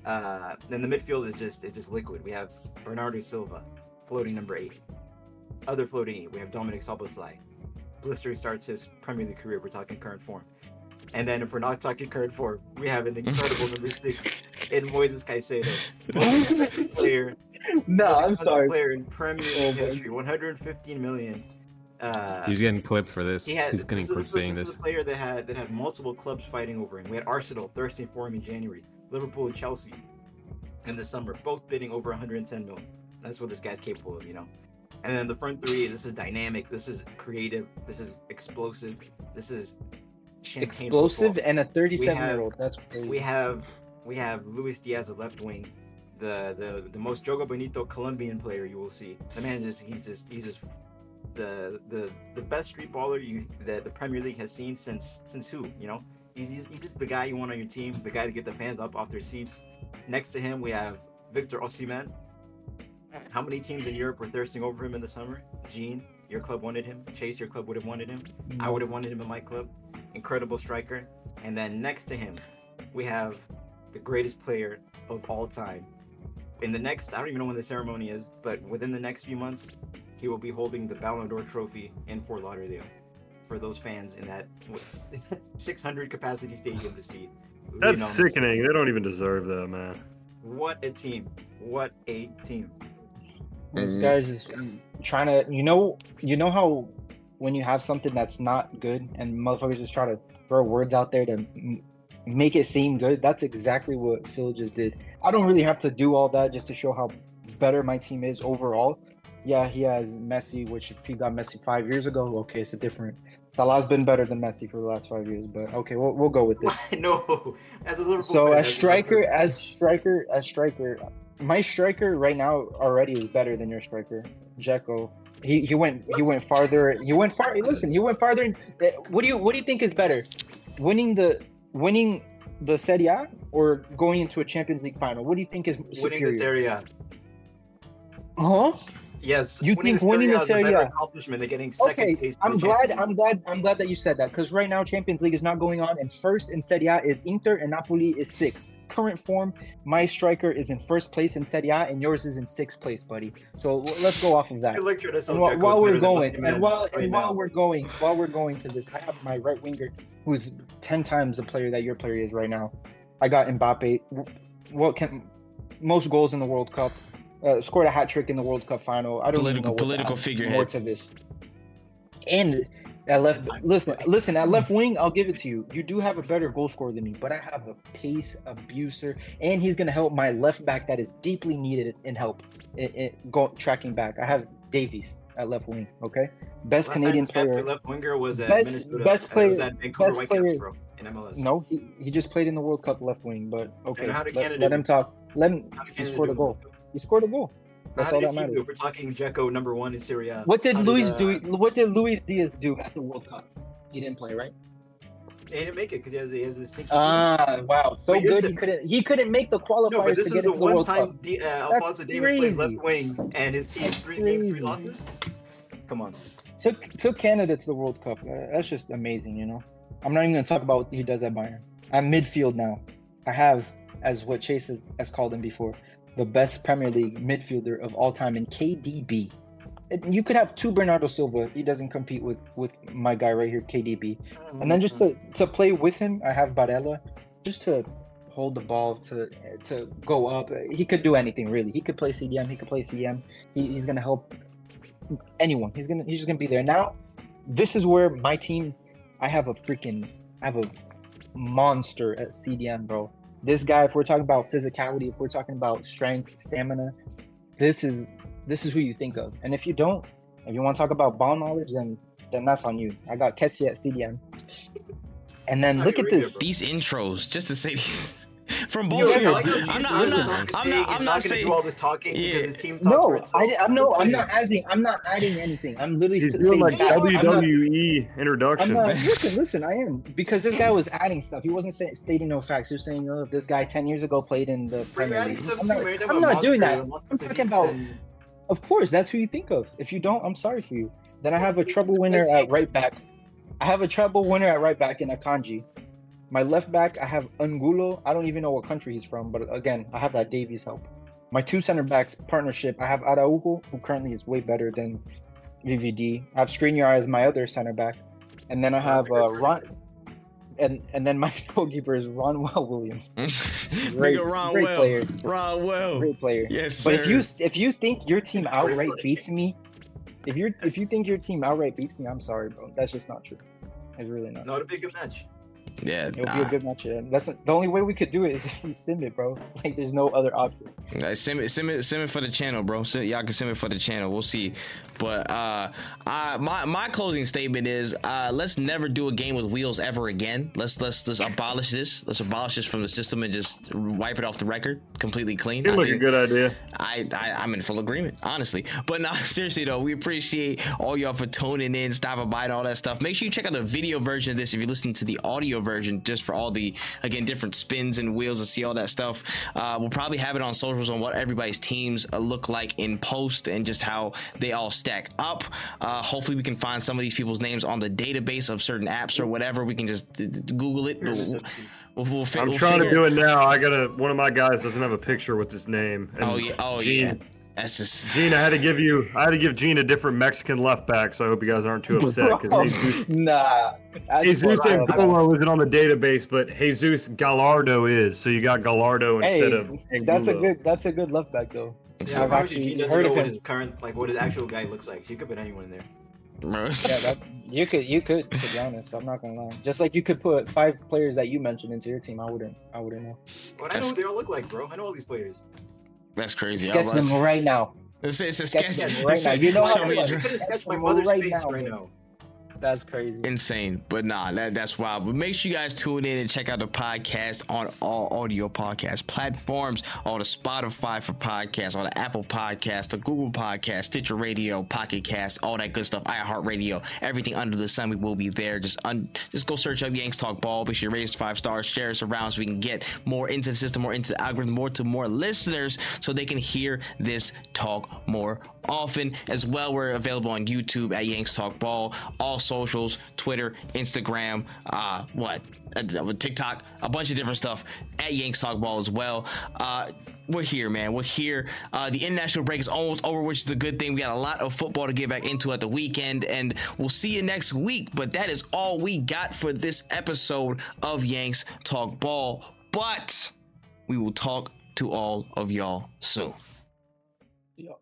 Speaker 4: Uh, then the midfield is just is just liquid. We have Bernardo Silva, floating number eight. Other floating eight, we have Dominic Soboslai. Blistering starts his Premier League career. If we're talking current form, and then if we're not talking current form, we have an incredible number six in Moises Caicedo, most effective player
Speaker 2: No,
Speaker 4: most
Speaker 2: I'm
Speaker 4: expensive
Speaker 2: sorry.
Speaker 4: Player in Premier
Speaker 2: Oh,
Speaker 4: League
Speaker 2: man.
Speaker 4: history, 115 million. Uh,
Speaker 5: He's getting clipped for this.
Speaker 4: he had.
Speaker 5: He's getting
Speaker 4: this, is-
Speaker 5: clipped
Speaker 4: this,
Speaker 5: saying
Speaker 4: is
Speaker 5: this.
Speaker 4: a player that had that had multiple clubs fighting over him. We had Arsenal thirsting for him in January, Liverpool and Chelsea in the summer, both bidding over 110 million. That's what this guy's capable of, you know. And then the front three. This is dynamic. This is creative. This is explosive. This is champagne
Speaker 2: Explosive
Speaker 4: football.
Speaker 2: and a 37
Speaker 4: have-
Speaker 2: year old. That's crazy.
Speaker 4: We have we have Luis Diaz at left wing, the the the most Jogo Bonito Colombian player you will see. The man just he's just he's just the the the best street baller you that the Premier League has seen since since who you know. He's, he's, he's just the guy you want on your team, the guy to get the fans up off their seats. Next to him, we have Victor Osimhen. How many teams in Europe were thirsting over him in the summer? Gene, your club wanted him. Chase, your club would have wanted him.
Speaker 2: Mm.
Speaker 4: I would have wanted him in my club. Incredible striker. And then next to him, we have the greatest player of all time. In the next, I don't even know when the ceremony is, but within the next few months, he will be holding the Ballon d'Or trophy in Fort Lauderdale for those fans in that *laughs* 600 capacity stadium to see.
Speaker 3: That's
Speaker 4: Lionel Messi.
Speaker 3: sickening. They don't even deserve that, man.
Speaker 4: What a team. What a team. *laughs*
Speaker 2: This
Speaker 1: Mhm.
Speaker 2: guy's just trying to, you know, you know how when you have something that's not good and motherfuckers just try to throw words out there to m- make it seem good. That's exactly what Phil just did. I don't really have to do all that just to show how better my team is overall. Yeah, he has Messi, which if he got Messi five years ago, okay, it's a different. Salah's been better than Messi for the last five years, but okay, we'll, we'll go with this.
Speaker 4: no, as a Liverpool
Speaker 2: So
Speaker 4: fan,
Speaker 2: as
Speaker 4: that's-
Speaker 2: striker, as striker, as striker, my striker right now already is better than your striker, Jekko. He he went he went farther. He went far. Listen, he went farther. In, eh, what do you what do you think is better, winning the winning the Serie A or going into a Champions League final? What do you think is
Speaker 4: winning this
Speaker 2: superior?
Speaker 4: area.
Speaker 2: Huh?
Speaker 4: Yes.
Speaker 2: You think winning
Speaker 4: Serie
Speaker 2: the
Speaker 4: A is a
Speaker 2: Serie
Speaker 4: better
Speaker 2: A-
Speaker 4: accomplishment than getting second
Speaker 2: Okay,
Speaker 4: place. in
Speaker 2: I'm
Speaker 4: the
Speaker 2: glad.
Speaker 4: Champions
Speaker 2: I'm glad. I'm glad that you said that because right now Champions League is not going on, and first in Serie A is Inter, and Napoli is sixth. current form, my striker is in first place in Serie A, and yours is in sixth place, buddy. So w- let's go off of that.
Speaker 4: I lectured us
Speaker 2: And
Speaker 4: on
Speaker 2: while,
Speaker 4: Jacko's
Speaker 2: while
Speaker 4: better
Speaker 2: we're
Speaker 4: than
Speaker 2: going,
Speaker 4: Muslim
Speaker 2: and
Speaker 4: Man
Speaker 2: while
Speaker 4: right
Speaker 2: and while
Speaker 4: now.
Speaker 2: we're going, while we're going to this, I have my right winger, who's ten times the player that your player is right now. I got Mbappe. What can most goals in the World Cup? Uh, scored a hat trick in the World Cup final. I don't even
Speaker 1: Political-
Speaker 2: know what to
Speaker 1: political
Speaker 2: add
Speaker 1: figurehead.
Speaker 2: More to this, and at left, listen, listen. At left wing, I'll give it to you. You do have a better goal scorer than me, but I have a pace abuser, and he's going to help my left back that is deeply needed in help in, in go tracking back. I have Davies at left wing. Okay, best
Speaker 4: Last time
Speaker 2: Canadian
Speaker 4: this happened,
Speaker 2: player.
Speaker 4: the Left winger was at
Speaker 2: Best-
Speaker 4: Minnesota.
Speaker 2: best
Speaker 4: uh, was
Speaker 2: player-
Speaker 4: at Vancouver
Speaker 2: best
Speaker 4: Whitecaps,
Speaker 2: player-
Speaker 4: bro, in MLS.
Speaker 2: No, he, he just played in the World Cup left wing, but okay.
Speaker 4: how did
Speaker 2: let-
Speaker 4: Canada
Speaker 2: let
Speaker 4: do?
Speaker 2: him talk. Let him.
Speaker 4: How did
Speaker 2: He
Speaker 4: Canada
Speaker 2: scored a
Speaker 4: do?
Speaker 2: goal. He scored a goal. That's
Speaker 4: How
Speaker 2: all that
Speaker 4: did he do?
Speaker 2: matters.
Speaker 4: If we're talking Jacko number one in Syria,
Speaker 2: What did
Speaker 4: How
Speaker 2: Luis
Speaker 4: uh,
Speaker 2: do? What did Luis Diaz do at the World Cup? He didn't play, right?
Speaker 4: He didn't make it because he has, he has a stinky
Speaker 2: Ah, wow! So
Speaker 4: But
Speaker 2: good
Speaker 4: you're
Speaker 2: he
Speaker 4: saying-
Speaker 2: couldn't. He couldn't make the qualifiers
Speaker 4: team. No, but this
Speaker 2: to
Speaker 4: is
Speaker 2: get
Speaker 4: the
Speaker 2: into the
Speaker 4: one
Speaker 2: World Cup.
Speaker 4: time D, uh, Alfonso Davis plays
Speaker 2: crazy.
Speaker 4: left wing and his team
Speaker 2: That's
Speaker 4: three named three
Speaker 2: crazy.
Speaker 4: losses. Come on.
Speaker 2: took took Canada to the World Cup. Uh, That's just amazing, you know. I'm not even going to talk about what he does at Bayern. I'm midfield now. I have, as what Chase has, has called him before, the best Premier League midfielder of all time in KDB. And you could have two Bernardo Silva. He doesn't compete with with my guy right here, KDB. And then just to, to play with him, I have Barella, just to hold the ball to to go up. He could do anything really. He could play CDM. He could play CM. He, he's gonna help anyone. He's gonna he's just gonna be there. Now, this is where my team. I have a freaking I have a monster at CDM, bro. This guy, if we're talking about physicality, if we're talking about strength, stamina, this is this is who you think of. And if you don't, if you want to talk about ball knowledge, then then that's on you. I got Kessie at CDM. And then
Speaker 4: Sorry,
Speaker 2: look at
Speaker 4: Rubio,
Speaker 2: this.
Speaker 4: bro.
Speaker 1: these intros, just to say *laughs* from
Speaker 4: Yo,
Speaker 1: both of
Speaker 4: yeah,
Speaker 1: you.
Speaker 4: like, Jesus,
Speaker 1: I'm not, I'm
Speaker 4: listen,
Speaker 1: not,
Speaker 4: Marcus
Speaker 1: I'm not,
Speaker 4: Hayes is
Speaker 1: I'm
Speaker 4: not
Speaker 1: not
Speaker 4: gonna
Speaker 1: saying.
Speaker 4: do all this talking
Speaker 1: Yeah.
Speaker 4: because his team talks for
Speaker 2: No,
Speaker 4: itself.
Speaker 2: I, I'm no, I'm
Speaker 4: This
Speaker 2: not
Speaker 4: guy-
Speaker 2: adding. I'm not adding anything. I'm literally
Speaker 3: He's
Speaker 2: t-
Speaker 3: doing
Speaker 2: saying
Speaker 3: like E.
Speaker 2: facts. I'm not-
Speaker 3: WWE introduction.
Speaker 2: I'm not listen, listen, I am because this guy was adding stuff. He wasn't saying, stating no facts. You're saying, oh, this guy ten years ago played in the
Speaker 4: Bro, you're
Speaker 2: Premier
Speaker 4: adding
Speaker 2: League.
Speaker 4: stuff
Speaker 2: I'm
Speaker 4: too,
Speaker 2: not,
Speaker 4: man. You're talking
Speaker 2: I'm
Speaker 4: about
Speaker 2: not doing
Speaker 4: Moscow
Speaker 2: that.
Speaker 4: and Moscow
Speaker 2: I'm talking
Speaker 4: physiques
Speaker 2: about.
Speaker 4: and-
Speaker 2: Of course, that's who you think of. If you don't, I'm sorry for you. Then I have a trouble winner at right back. I have a trouble winner at right back in Akanji. My left back, I have Angulo. I don't even know what country he's from, but again, I have that Davies help. My two center backs partnership, I have Araujo, who currently is way better than VVD. I have Skriniar as my other center back, and then I
Speaker 4: That's
Speaker 2: have
Speaker 4: a good
Speaker 2: uh, Ron. And and then my *laughs* goalkeeper is Ronwell
Speaker 1: *laughs*
Speaker 2: Williams.
Speaker 1: Nigga, Ron
Speaker 2: great
Speaker 1: Well,
Speaker 2: player,
Speaker 1: Ron Well.
Speaker 2: great player.
Speaker 1: Oh, Yes, sir.
Speaker 2: But if you if you think your team outright
Speaker 4: Really?
Speaker 2: beats me, if you are if you think your team outright beats me, I'm sorry, bro. That's just not true. It's really not.
Speaker 4: No, it'll be a good match.
Speaker 1: yeah,
Speaker 2: It'll be a
Speaker 1: nah.
Speaker 2: good match. Yeah. That's the only way we could do it is *laughs* if we send it, bro. Like there's no other option.
Speaker 1: Uh, send it, send it, send it for the channel, bro. Send, y'all can send it for the channel. We'll see. But uh, I, my my closing statement is uh, let's never do a game with wheels ever again. Let's let's let's abolish this. Let's abolish this from the system and just wipe it off the record completely clean.
Speaker 3: Seemed
Speaker 1: I
Speaker 3: like a
Speaker 1: think-
Speaker 3: good idea.
Speaker 1: I, I I'm in full agreement, honestly. But no, *laughs* seriously though, we appreciate all y'all for tuning in, stopping by, and all that stuff. Make sure you check out the video version of this if you're listening to the audio version, just for all the again different spins and wheels and see all that stuff. Uh, we'll probably have it on socials on what everybody's teams uh, look like in post and just how they all stack up. Uh, hopefully, we can find some of these people's names on the database of certain apps or whatever. We can just d- d- Google it. But
Speaker 4: Here's just
Speaker 1: we'll,
Speaker 4: a team.
Speaker 1: we'll, we'll, fi-
Speaker 3: I'm
Speaker 1: we'll
Speaker 3: trying to
Speaker 1: figure-
Speaker 3: do it now. I gotta. One of my guys doesn't have a picture with his name. And
Speaker 1: Oh yeah, oh
Speaker 3: Gene,
Speaker 1: yeah. That's just. *laughs*
Speaker 3: Gene, I had to give you. I had to give Gene a different Mexican left back. So I hope you guys aren't too upset.
Speaker 2: Bro,
Speaker 3: Because Jesus,
Speaker 2: nah. that's
Speaker 3: Jesus
Speaker 2: wild, bro.
Speaker 3: Angulo isn't on the database, but Jesus Gallardo is. So you got Gallardo
Speaker 2: Hey,
Speaker 3: instead of.
Speaker 2: that's a
Speaker 3: Angulo.
Speaker 2: good that's a good left back though.
Speaker 4: Yeah, I
Speaker 2: I've
Speaker 4: promise you,
Speaker 2: actually
Speaker 4: Gene doesn't
Speaker 2: heard
Speaker 4: know
Speaker 2: of
Speaker 4: what
Speaker 2: him.
Speaker 4: his current, like, what his actual guy looks like. So you could put anyone in there.
Speaker 1: bro.
Speaker 2: Yeah, that, you could you could to be honest. I'm not gonna lie. Just like you could put five players that you mentioned into your team, I wouldn't I wouldn't know.
Speaker 4: But I know what they all look like, bro. I know all these players.
Speaker 1: That's crazy. I
Speaker 2: Sketch
Speaker 1: was-
Speaker 2: them right now.
Speaker 1: It's, it's a
Speaker 2: Sketch
Speaker 1: sketch.
Speaker 2: them right
Speaker 1: it's
Speaker 2: now.
Speaker 1: a-
Speaker 2: You know how
Speaker 1: show me
Speaker 4: I
Speaker 1: a
Speaker 2: much-
Speaker 1: dr-
Speaker 4: couldn't sketch my
Speaker 2: Right
Speaker 4: mother's
Speaker 2: now,
Speaker 4: face right
Speaker 2: bro.
Speaker 4: now.
Speaker 2: That's crazy.
Speaker 1: insane, but nah, that, that's wild. But make sure you guys tune in and check out the podcast on all audio podcast platforms, all the Spotify for podcasts, all the Apple Podcasts, the Google Podcasts, Stitcher Radio, Pocket Cast, all that good stuff. iHeartRadio, everything under the sun, we will be there. Just un- just go search up Yanks Talk Ball. Make sure you raise five stars, share us around so we can get more into the system, more into the algorithm, more to more listeners, so they can hear this talk more often. As well, we're available on YouTube at Yanks Talk Ball. Also. socials, Twitter, Instagram, uh, what, uh, TikTok, a bunch of different stuff at Yanks Talk Ball as well. Uh, we're here, man. We're here. Uh, the international break is almost over, which is a good thing. We got a lot of football to get back into at the weekend, and we'll see you next week. But that is all we got for this episode of Yanks Talk Ball. But we will talk to all of y'all soon.